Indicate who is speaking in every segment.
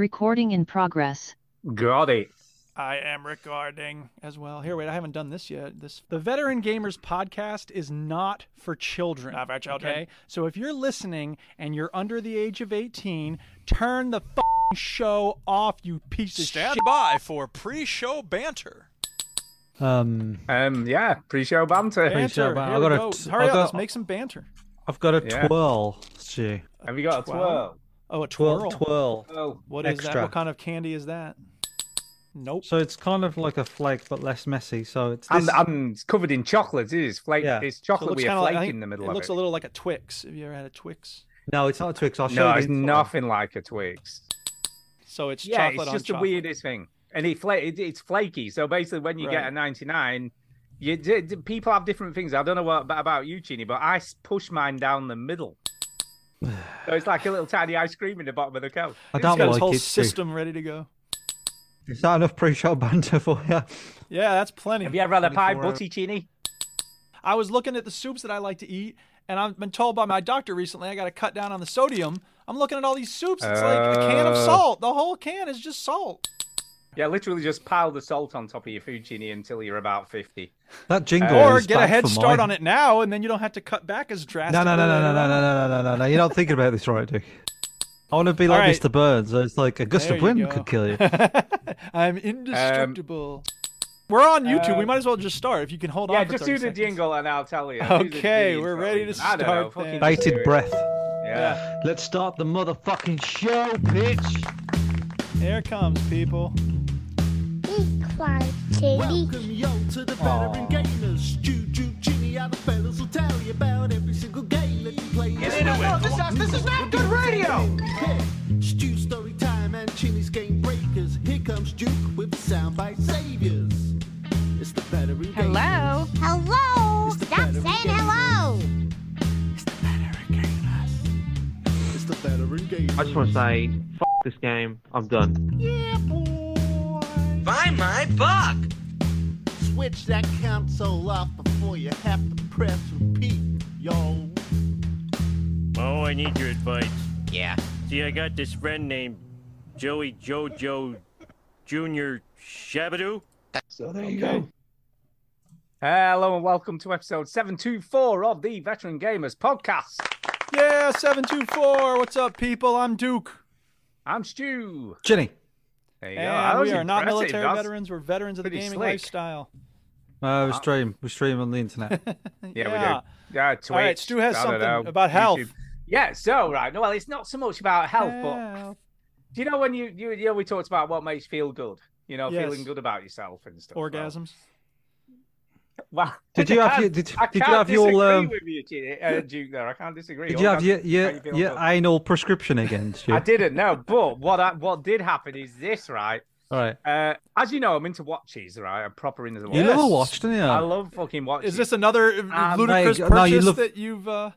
Speaker 1: Recording in progress.
Speaker 2: Got it.
Speaker 3: I am recording as well. Here, wait, I haven't done this yet. This the Veteran Gamers podcast is not for children.
Speaker 4: Not for children.
Speaker 3: Okay? So if you're listening and you're under the age of 18, turn the fing show off, you piece of
Speaker 4: Stand
Speaker 3: shit.
Speaker 4: by for pre-show banter.
Speaker 5: Um,
Speaker 2: Um, yeah, pre-show banter.
Speaker 5: Thanks,
Speaker 3: Banter.
Speaker 5: Jabba.
Speaker 3: Here
Speaker 5: I
Speaker 3: we
Speaker 5: gotta
Speaker 3: go.
Speaker 5: t-
Speaker 3: Hurry
Speaker 5: I
Speaker 3: up,
Speaker 5: got-
Speaker 3: let's make some banter.
Speaker 5: I've got a
Speaker 2: Yeah.
Speaker 5: twirl, Stu.
Speaker 2: Have you got a twirl?
Speaker 3: Twelve? Oh, a twirl.
Speaker 5: Twirl, twirl.
Speaker 2: Oh,
Speaker 3: What is that?
Speaker 5: Extra.
Speaker 3: What kind of candy is that? Nope.
Speaker 5: So it's kind of like a flake, but less messy. So it's
Speaker 2: and,
Speaker 5: this-
Speaker 2: and it's covered in chocolate. It is flake.
Speaker 5: Yeah.
Speaker 2: It's
Speaker 3: So it
Speaker 2: chocolate
Speaker 3: looks
Speaker 2: with a
Speaker 3: kinda
Speaker 2: flake
Speaker 3: like, I think
Speaker 2: in the middle
Speaker 3: it
Speaker 2: of
Speaker 3: looks
Speaker 2: it.
Speaker 3: a little like a Twix. Have you ever had a Twix?
Speaker 5: no, it's not a Twix. I'll show
Speaker 2: no,
Speaker 5: you.
Speaker 2: it's
Speaker 5: the photo.
Speaker 2: nothing like a Twix.
Speaker 3: So it's
Speaker 2: Yeah,
Speaker 3: chocolate
Speaker 2: it's
Speaker 3: on
Speaker 2: just the
Speaker 3: chocolate.
Speaker 2: weirdest thing, and it, fla- it it's flaky. So basically, when you get
Speaker 3: Right.
Speaker 2: a ninety-nine, you d- d- people have different things. I don't know what ab- about you, Chini, but I s- push mine down the middle. so it's like a little tiny ice cream in the bottom of the cup.
Speaker 5: I
Speaker 3: He's
Speaker 5: don't
Speaker 3: got his
Speaker 5: like
Speaker 3: whole
Speaker 5: it. Stu.
Speaker 3: system ready to go.
Speaker 5: Is that enough pre-show banter for you?
Speaker 3: Yeah, that's plenty.
Speaker 2: Have you ever had a pie
Speaker 3: 24 hours.
Speaker 2: butty, Chini?
Speaker 3: I was looking at the soups that I like to eat, and I've been told by my doctor recently I got to cut down on the sodium. I'm looking at all these soups. It's like a can of
Speaker 2: Uh.
Speaker 3: salt. The whole can is just salt.
Speaker 2: Yeah, literally just pile the salt on top of your food, Chini, until you're about fifty.
Speaker 5: That jingle.
Speaker 3: Or
Speaker 5: is
Speaker 3: get a
Speaker 5: bad
Speaker 3: head
Speaker 5: for
Speaker 3: start
Speaker 5: mine.
Speaker 3: on it now, and then you don't have to cut back as
Speaker 5: No,
Speaker 3: drastically.
Speaker 5: no, no, no, no,
Speaker 3: later
Speaker 5: no,
Speaker 3: on.
Speaker 5: no, no, no, no, no, no. You're not thinking about this right, Dick. I want to be
Speaker 3: All
Speaker 5: like
Speaker 3: right.
Speaker 5: Mr. Burns. So it's like a gust
Speaker 3: There
Speaker 5: of
Speaker 3: you
Speaker 5: wind
Speaker 3: go.
Speaker 5: could kill you.
Speaker 3: I'm indestructible. Um, We're on YouTube. we
Speaker 2: Um,
Speaker 3: might as well just start if you can hold
Speaker 2: yeah,
Speaker 3: on. for
Speaker 2: just
Speaker 3: 30
Speaker 2: do the
Speaker 3: seconds.
Speaker 2: jingle and I'll tell you. Do the
Speaker 3: Okay,
Speaker 2: intro
Speaker 3: we're ready to
Speaker 2: even. I don't know,
Speaker 3: start
Speaker 2: fucking
Speaker 3: then.
Speaker 2: just do
Speaker 5: Bated
Speaker 2: it.
Speaker 5: breath.
Speaker 2: Yeah.
Speaker 5: Let's start the motherfucking show, bitch.
Speaker 3: Here it comes, people.
Speaker 6: Equality.
Speaker 7: Welcome yo to the veteran gamers. Juju, Jimmy, and the fellas will tell you about every single game that you play. Get into it. This, this is not good radio. Stu story time and Chinny's game breakers. Here comes Duke with the soundbite saviors. It's the veteran gamers.
Speaker 8: Hello.
Speaker 6: Hello.
Speaker 7: It's the
Speaker 6: Stop
Speaker 7: better we
Speaker 6: saying
Speaker 7: get.
Speaker 6: hello.
Speaker 7: It's the veteran gamers. It's the veteran gamers.
Speaker 9: I just want to say, F- this game. I'm done.
Speaker 7: Yeah, boy.
Speaker 10: Buy my book!
Speaker 7: Switch that console off before you have to press repeat, yo.
Speaker 11: Oh, I need your advice.
Speaker 10: Yeah.
Speaker 11: See, I got this friend named Joey Jojo Junior Shabadoo.
Speaker 2: Hello and welcome to episode 724 of the Veteran Gamers Podcast.
Speaker 3: Yeah, 724. What's up, people? I'm Duke.
Speaker 2: I'm Stu.
Speaker 5: Ginny.
Speaker 2: There you go. That
Speaker 3: And
Speaker 2: was
Speaker 3: we are not
Speaker 2: impressive.
Speaker 3: military
Speaker 2: That's-
Speaker 3: veterans. We're veterans of the
Speaker 2: pretty
Speaker 3: gaming
Speaker 2: slick.
Speaker 3: lifestyle.
Speaker 5: Uh, we stream. We stream on the internet.
Speaker 2: Yeah,
Speaker 3: Yeah.
Speaker 2: we do. Yeah, Twitch.
Speaker 3: All right, Stu has
Speaker 2: I don't
Speaker 3: something
Speaker 2: know,
Speaker 3: about health.
Speaker 2: YouTube. Yeah, so right. No, well, it's not so much about health, but
Speaker 3: Help.
Speaker 2: do you know when you you, you know, we talked about what makes you feel good? You know,
Speaker 3: Yes.
Speaker 2: feeling good about yourself and stuff. Well,
Speaker 3: Orgasms.
Speaker 2: Well,
Speaker 5: Did you
Speaker 2: I
Speaker 5: have
Speaker 2: can't-
Speaker 5: your- did-
Speaker 2: I
Speaker 5: did you
Speaker 2: can't
Speaker 5: have your,
Speaker 2: disagree
Speaker 5: um,
Speaker 2: with you, Ju- uh, Duke? There, I can't disagree.
Speaker 5: Did you have
Speaker 2: Orgasms
Speaker 5: your
Speaker 2: make
Speaker 5: your,
Speaker 2: you feel
Speaker 5: your
Speaker 2: good.
Speaker 5: anal prescription again, Stu?
Speaker 2: I didn't know, but what I, what did happen is this, right?
Speaker 5: All right.
Speaker 2: Uh, as you know, I'm into watches, right? I'm proper into the
Speaker 5: You
Speaker 2: watches.
Speaker 5: love a
Speaker 3: Yes.
Speaker 5: watch, don't you?
Speaker 2: I love fucking watches.
Speaker 3: Is this another uh,
Speaker 2: Ah,
Speaker 3: ludicrous
Speaker 5: mate,
Speaker 3: purchase
Speaker 5: no, you look-
Speaker 3: that you've? Uh...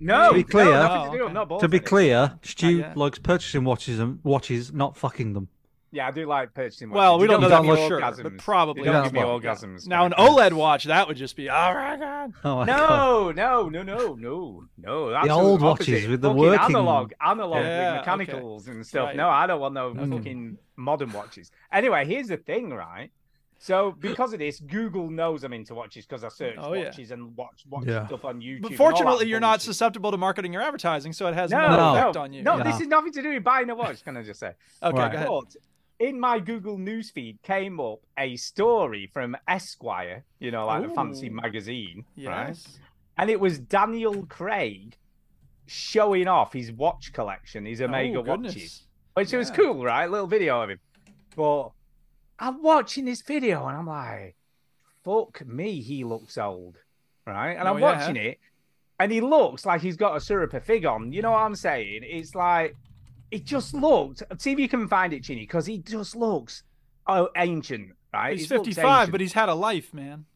Speaker 2: no?
Speaker 5: To be clear-
Speaker 2: no, nothing
Speaker 3: Oh,
Speaker 2: to do.
Speaker 3: okay.
Speaker 2: I'm not bored
Speaker 5: to be
Speaker 2: of it.
Speaker 5: clear, Stu
Speaker 3: yet.
Speaker 5: likes purchasing watches and watches, not fucking them.
Speaker 2: yeah, I do like purchasing. Watches.
Speaker 3: Well, we
Speaker 2: They
Speaker 3: don't know
Speaker 2: give
Speaker 3: that
Speaker 2: me
Speaker 3: for sure,
Speaker 2: orgasms.
Speaker 3: but probably.
Speaker 2: They don't give me
Speaker 5: Yeah.
Speaker 2: orgasms.
Speaker 3: Now an
Speaker 2: Kevin.
Speaker 3: OLED watch that would just be oh my god.
Speaker 5: Oh my god.
Speaker 2: No, no, no, no, no, no. That's
Speaker 5: old
Speaker 2: opposite.
Speaker 5: watches with the
Speaker 2: fucking
Speaker 5: working-
Speaker 2: analog, analog
Speaker 3: Yeah, okay.
Speaker 2: with mechanicals and stuff.
Speaker 3: Right.
Speaker 2: No, I don't want no
Speaker 5: Mm.
Speaker 2: fucking modern watches. Anyway, here's the thing, right? So because of this, Google knows I'm into watches because I search
Speaker 3: Oh, yeah.
Speaker 2: watches and watch watch
Speaker 5: Yeah.
Speaker 2: stuff on YouTube.
Speaker 3: But
Speaker 2: and all that
Speaker 3: fortunately, you're not
Speaker 2: bullshit.
Speaker 3: susceptible to marketing or advertising, so it has no,
Speaker 2: No, no,
Speaker 3: effect on you.
Speaker 2: no,
Speaker 5: Yeah.
Speaker 2: this is nothing to do with buying a watch. Can I just say?
Speaker 3: Okay,
Speaker 5: Right.
Speaker 3: go ahead.
Speaker 2: But in my Google newsfeed came up a story from Esquire, you know, like a fancy
Speaker 3: Ooh.
Speaker 2: magazine, right?
Speaker 3: Yes.
Speaker 2: And it was Daniel Craig showing off his watch collection, his Omega
Speaker 3: oh, goodness.
Speaker 2: watches, which was
Speaker 3: Yeah.
Speaker 2: cool, right? Little video of him. But I'm watching this video and I'm like, fuck me, he looks old, right? And
Speaker 3: Oh,
Speaker 2: I'm
Speaker 3: yeah.
Speaker 2: watching it and he looks like he's got a syrup of fig on. You know what I'm saying? It's like, it just looked, see if you can find it, Chini, because he just looks oh, ancient, right?
Speaker 3: He's 55, but he's had a life, man.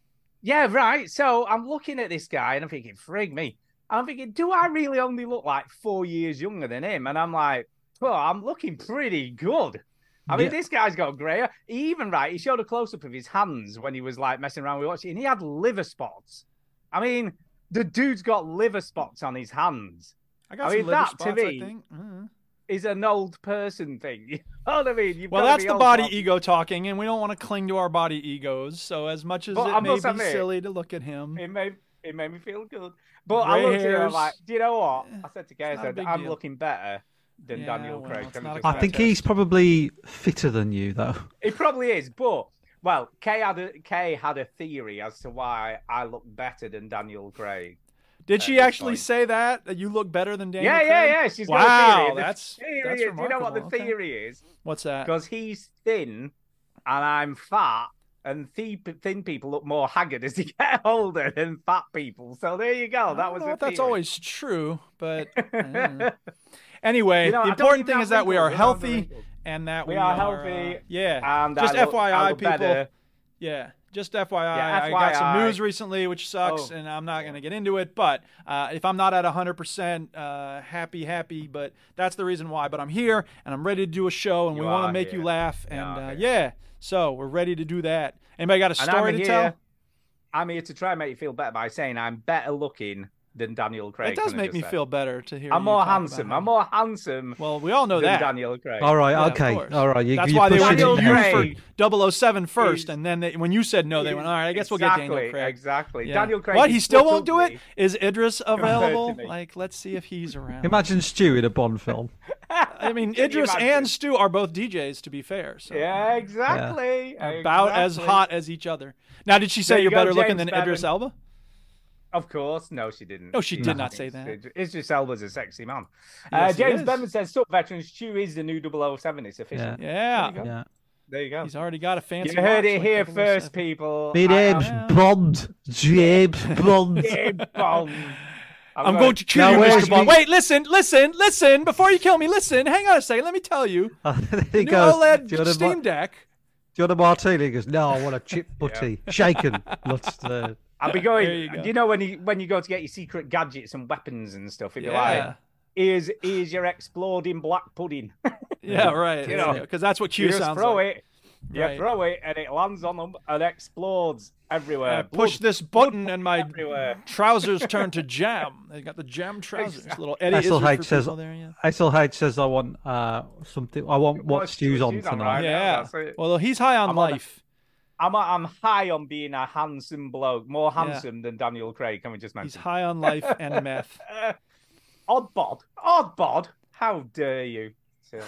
Speaker 2: Yeah, right. So I'm looking at this guy and I'm thinking, frig me. I'm thinking, do I really only look like four years younger than him? And I'm like, well, I'm looking pretty good. I mean,
Speaker 5: Yeah.
Speaker 2: this guy's got grey. hair. He even right, he showed a close up of his hands when he was like messing around with watching, and he had liver spots. I mean, the dude's got liver spots on his hands.
Speaker 3: I got
Speaker 2: I
Speaker 3: some
Speaker 2: mean,
Speaker 3: liver
Speaker 2: that to
Speaker 3: spots, I
Speaker 2: me-
Speaker 3: think. Mm.
Speaker 2: is an old person thing. You know what I mean? You've
Speaker 3: Well,
Speaker 2: gotta
Speaker 3: that's
Speaker 2: be
Speaker 3: the
Speaker 2: old
Speaker 3: body
Speaker 2: to-
Speaker 3: ego talking, and we don't want to cling to our body egos. So, as much as
Speaker 2: But I
Speaker 3: it may be
Speaker 2: must admit-
Speaker 3: silly to look at him,
Speaker 2: It made it made me feel good. But I
Speaker 3: Grey
Speaker 2: looked at it I'm
Speaker 3: hairs.
Speaker 2: like, do you know what? I said to Gay,
Speaker 3: It's
Speaker 2: I
Speaker 3: not a
Speaker 2: said,
Speaker 3: big
Speaker 2: I'm
Speaker 3: deal.
Speaker 2: looking better than
Speaker 3: Yeah,
Speaker 2: Daniel
Speaker 3: well,
Speaker 2: Craig.
Speaker 3: it's
Speaker 2: Let me
Speaker 3: not a
Speaker 2: just
Speaker 5: I
Speaker 2: say
Speaker 5: think
Speaker 2: that.
Speaker 5: he's probably fitter than you, though.
Speaker 2: He probably is, but well, Kay had a Kay had a theory as to why I look better than Daniel Craig.
Speaker 3: did
Speaker 2: at
Speaker 3: she
Speaker 2: this
Speaker 3: actually
Speaker 2: point.
Speaker 3: say that? That you look better than Daniel?
Speaker 2: yeah,
Speaker 3: Craig?
Speaker 2: yeah, yeah. She's got a
Speaker 3: wow,
Speaker 2: theory. The
Speaker 3: that's
Speaker 2: theory
Speaker 3: that's
Speaker 2: is- do you know what the
Speaker 3: remarkable. Okay.
Speaker 2: theory is?
Speaker 3: What's that?
Speaker 2: Because he's thin and I'm fat, and thi- thin people look more haggard as they get older than fat people. So there you go.
Speaker 3: I
Speaker 2: That
Speaker 3: don't
Speaker 2: was
Speaker 3: know
Speaker 2: the
Speaker 3: if that's
Speaker 2: theory.
Speaker 3: always true, but uh, anyway,
Speaker 2: You know, I
Speaker 3: the
Speaker 2: don't
Speaker 3: important
Speaker 2: think
Speaker 3: thing
Speaker 2: I'm
Speaker 3: is that we
Speaker 2: wrinkled.
Speaker 3: are
Speaker 2: You know, I'm
Speaker 3: healthy
Speaker 2: wrinkled.
Speaker 3: and that
Speaker 2: We
Speaker 3: we,
Speaker 2: are
Speaker 3: uh,
Speaker 2: healthy
Speaker 3: yeah,
Speaker 2: And
Speaker 3: just
Speaker 2: Um, I look-
Speaker 3: FYI,
Speaker 2: I look
Speaker 3: people.
Speaker 2: better.
Speaker 3: Yeah, just FYI,
Speaker 2: Yeah,
Speaker 3: I got some
Speaker 2: FYI.
Speaker 3: news recently, which sucks,
Speaker 2: Oh.
Speaker 3: and I'm not going to get into it. But uh, if I'm not at 100% uh, happy, happy, but that's the reason why. But I'm here and I'm ready to do a show, and
Speaker 2: You
Speaker 3: we want
Speaker 2: are
Speaker 3: to make you
Speaker 2: here.
Speaker 3: laugh.
Speaker 2: You
Speaker 3: And
Speaker 2: are
Speaker 3: uh,
Speaker 2: here.
Speaker 3: yeah, so we're ready to do that. Anybody got a
Speaker 2: And
Speaker 3: story
Speaker 2: I'm
Speaker 3: to
Speaker 2: here,
Speaker 3: tell?
Speaker 2: I'm here to try and make you feel better by saying I'm better looking than Daniel Craig.
Speaker 3: It does
Speaker 2: can I
Speaker 3: make
Speaker 2: just
Speaker 3: me
Speaker 2: say?
Speaker 3: feel better to hear.
Speaker 2: I'm
Speaker 3: you
Speaker 2: more
Speaker 3: talk about
Speaker 2: handsome.
Speaker 3: how-
Speaker 2: I'm more handsome
Speaker 3: Well, we all know
Speaker 2: than
Speaker 3: that.
Speaker 2: Daniel Craig.
Speaker 5: All right,
Speaker 3: Yeah, of
Speaker 5: okay,
Speaker 3: course.
Speaker 5: all right. You,
Speaker 3: That's
Speaker 5: you
Speaker 3: why they
Speaker 5: pushing
Speaker 3: wanted
Speaker 5: it
Speaker 2: Daniel
Speaker 5: now.
Speaker 2: Craig.
Speaker 3: you for 007 first,
Speaker 2: Is-
Speaker 3: and then they, when you said no, they went, all right, I guess we'll get Daniel
Speaker 2: Exactly,
Speaker 3: Craig.
Speaker 2: Exactly.
Speaker 3: Yeah.
Speaker 2: Daniel Craig.
Speaker 3: What?
Speaker 2: is
Speaker 3: He still
Speaker 2: so
Speaker 3: won't do it?
Speaker 2: ugly.
Speaker 3: Is Idris available?
Speaker 2: me.
Speaker 3: Like, let's see if he's around.
Speaker 5: Imagine Stew in a Bond film.
Speaker 3: I mean,
Speaker 2: Can you
Speaker 3: Idris
Speaker 2: imagine?
Speaker 3: and Stu are both DJs, to be fair. So
Speaker 2: Yeah, exactly.
Speaker 3: about as
Speaker 2: exactly.
Speaker 3: hot as each other. Now, did she say
Speaker 2: There you
Speaker 3: you're
Speaker 2: go,
Speaker 3: better looking
Speaker 2: James
Speaker 3: than
Speaker 2: Bannon.
Speaker 3: Idris Elba?
Speaker 2: Of course. No, she didn't.
Speaker 3: No, she did not say
Speaker 2: It's-
Speaker 3: that.
Speaker 2: it- It's just Elba's a sexy man.
Speaker 3: Yes,
Speaker 2: uh,
Speaker 3: he
Speaker 2: James
Speaker 3: is.
Speaker 2: Bevan says, Sup, veterans, Stu is the new 007. It's official.
Speaker 5: Yeah.
Speaker 3: Yeah.
Speaker 2: There you go.
Speaker 5: Yeah.
Speaker 2: There you go.
Speaker 3: He's already got a fancy.
Speaker 2: You heard
Speaker 3: watch,
Speaker 2: it
Speaker 3: like
Speaker 2: here
Speaker 3: 007.
Speaker 2: first, people.
Speaker 5: Mid
Speaker 2: I
Speaker 5: James
Speaker 2: am
Speaker 5: Bond. James Bond.
Speaker 2: James Bond.
Speaker 3: I'm going to kill
Speaker 5: Now,
Speaker 3: you,
Speaker 5: where's
Speaker 3: Mr. Bond.
Speaker 5: the-
Speaker 3: Wait, listen, listen, listen. Before you kill me, listen. Hang on a second. Let me tell you.
Speaker 5: he
Speaker 3: The new
Speaker 5: goes, do, you
Speaker 3: OLED
Speaker 5: want a mar-
Speaker 3: Steam Deck.
Speaker 5: do you want a martini? He goes, no, I want a chip butty. Shaken. Not, uh,
Speaker 2: I'll be going.
Speaker 3: There
Speaker 2: you,
Speaker 3: you go.
Speaker 2: know when you when you go to get your secret gadgets and weapons and stuff, it'd be
Speaker 3: Yeah.
Speaker 2: like, "Here's here's your exploding black pudding."
Speaker 3: Yeah, right.
Speaker 2: You know,
Speaker 3: because that's what
Speaker 2: you
Speaker 3: Q
Speaker 2: just
Speaker 3: sounds
Speaker 2: throw
Speaker 3: like.
Speaker 2: it, you
Speaker 3: Right.
Speaker 2: throw it, and it lands on them and explodes everywhere.
Speaker 3: I Uh, push
Speaker 2: Blood
Speaker 3: this button and my
Speaker 2: everywhere.
Speaker 3: trousers turn to jam. They got the jam trousers. Little Eddie
Speaker 5: Axel
Speaker 3: Izzard
Speaker 5: Hage
Speaker 3: for
Speaker 5: says-
Speaker 3: people there, yeah.
Speaker 5: SLH says I want uh, something. I want what
Speaker 2: What's
Speaker 5: Stew's
Speaker 2: Stew's
Speaker 5: on
Speaker 2: on, right?
Speaker 5: tonight.
Speaker 3: Yeah.
Speaker 2: that's it.
Speaker 3: Well, he's high on
Speaker 2: I'm on
Speaker 3: life.
Speaker 2: I'm I'm high on being a handsome bloke, more handsome than Daniel Craig. Can we just
Speaker 3: He's
Speaker 2: mention?
Speaker 3: high on life and meth.
Speaker 2: Odd bod, odd bod. How dare you? Silly.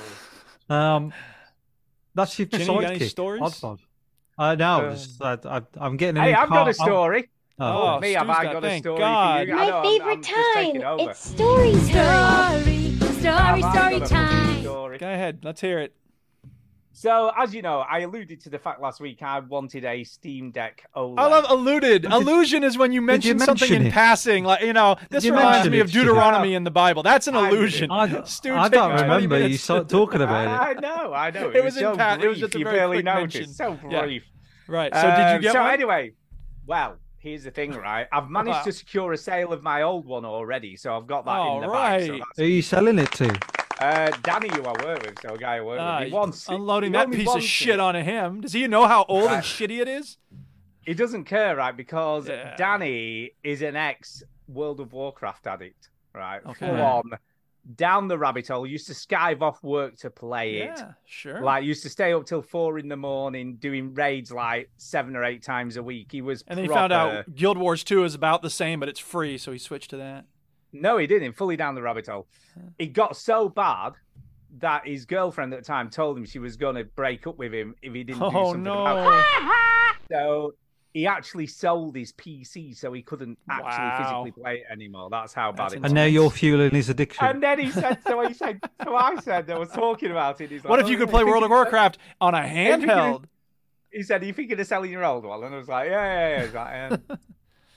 Speaker 5: Um, that's your
Speaker 3: Jenny, you got any
Speaker 5: sidekick.
Speaker 3: stories?
Speaker 5: Oddbod. Uh, no,
Speaker 2: Um,
Speaker 5: just that I, I'm getting. a
Speaker 2: Hey,
Speaker 5: new
Speaker 2: I've got
Speaker 5: car-
Speaker 2: a story.
Speaker 5: Oh,
Speaker 2: Oh,
Speaker 3: Oh,
Speaker 2: me, have
Speaker 3: Stu's
Speaker 2: I
Speaker 3: got-
Speaker 2: got a
Speaker 3: thank
Speaker 2: story
Speaker 3: God.
Speaker 2: for you? I
Speaker 1: My
Speaker 2: know, I'm-
Speaker 1: favorite
Speaker 2: I'm just taking
Speaker 1: time.
Speaker 2: over.
Speaker 1: It's story time.
Speaker 7: Story,
Speaker 1: Story,
Speaker 2: Have I
Speaker 1: story
Speaker 2: got a funny
Speaker 1: time.
Speaker 2: story?
Speaker 3: Go ahead. Let's hear it.
Speaker 2: So, as you know, I alluded to the fact last week I wanted a Steam Deck E OLED.
Speaker 3: I love alluded. Allusion is when you mention,
Speaker 5: you
Speaker 3: something
Speaker 5: mention
Speaker 3: in
Speaker 5: it?
Speaker 3: passing. Like, you know, this
Speaker 5: you
Speaker 3: reminds
Speaker 5: mention
Speaker 3: me
Speaker 5: it,
Speaker 3: of
Speaker 5: Stu?
Speaker 3: Deuteronomy in the Bible. That's an
Speaker 2: I did.
Speaker 3: allusion.
Speaker 5: I,
Speaker 3: Stu,
Speaker 5: I
Speaker 3: take
Speaker 5: don't
Speaker 3: 20
Speaker 5: remember you
Speaker 3: minutes.
Speaker 5: start talking about it.
Speaker 2: I know, I know.
Speaker 3: It was in
Speaker 2: so
Speaker 3: pa- it
Speaker 2: brief,
Speaker 3: was just a
Speaker 2: you
Speaker 3: very
Speaker 2: barely
Speaker 3: quick
Speaker 2: noticed.
Speaker 3: mention.
Speaker 2: So
Speaker 3: Yeah.
Speaker 2: brief.
Speaker 3: Right. So did you
Speaker 2: Um,
Speaker 3: get
Speaker 2: so
Speaker 3: one?
Speaker 2: anyway, well, here's the thing, right? I've managed
Speaker 3: Wow.
Speaker 2: to secure a sale of my old one already, so I've got that
Speaker 3: All
Speaker 2: in the bag. So
Speaker 3: right.
Speaker 5: Who are you selling it to?
Speaker 2: that's- uh, Danny, who I work with, so a guy I work
Speaker 3: Ah,
Speaker 2: with, he wants it.
Speaker 3: unloading
Speaker 2: He
Speaker 3: that
Speaker 2: only
Speaker 3: piece of
Speaker 2: wants
Speaker 3: shit
Speaker 2: it.
Speaker 3: onto him. Does he know how old
Speaker 2: Right.
Speaker 3: and shitty it is?
Speaker 2: He doesn't care, right? Because
Speaker 3: Yeah.
Speaker 2: Danny is an ex World of Warcraft addict, right?
Speaker 3: Okay.
Speaker 2: Full on down the rabbit hole. Used to skive off work to play it.
Speaker 3: Yeah, sure.
Speaker 2: Like used to stay up till four in the morning doing raids like seven or eight times a week. He was
Speaker 3: and then he
Speaker 2: proper...
Speaker 3: found out Guild Wars 2 is about the same, but it's free, so he switched to that.
Speaker 2: No, he didn't. Fully down the rabbit hole. It got so bad that his girlfriend at the time told him she was going to break up with him if he didn't do
Speaker 3: Oh
Speaker 2: something about
Speaker 3: no!
Speaker 2: it. So he actually sold his PC so he couldn't actually
Speaker 3: Wow.
Speaker 2: physically play it anymore. That's how bad
Speaker 3: That's
Speaker 2: it
Speaker 5: And now
Speaker 3: Nice.
Speaker 5: you're fueling his addiction.
Speaker 2: And then he said, so he said, so I said, I was talking about it. He's like,
Speaker 3: What if
Speaker 2: "Oh,
Speaker 3: you could
Speaker 2: yeah,
Speaker 3: play
Speaker 2: think
Speaker 3: World of
Speaker 2: it's-
Speaker 3: Warcraft on a
Speaker 2: you could-
Speaker 3: handheld?
Speaker 2: He said, are you thinking of selling your old one? And I was like, yeah, yeah, yeah. He's like, um,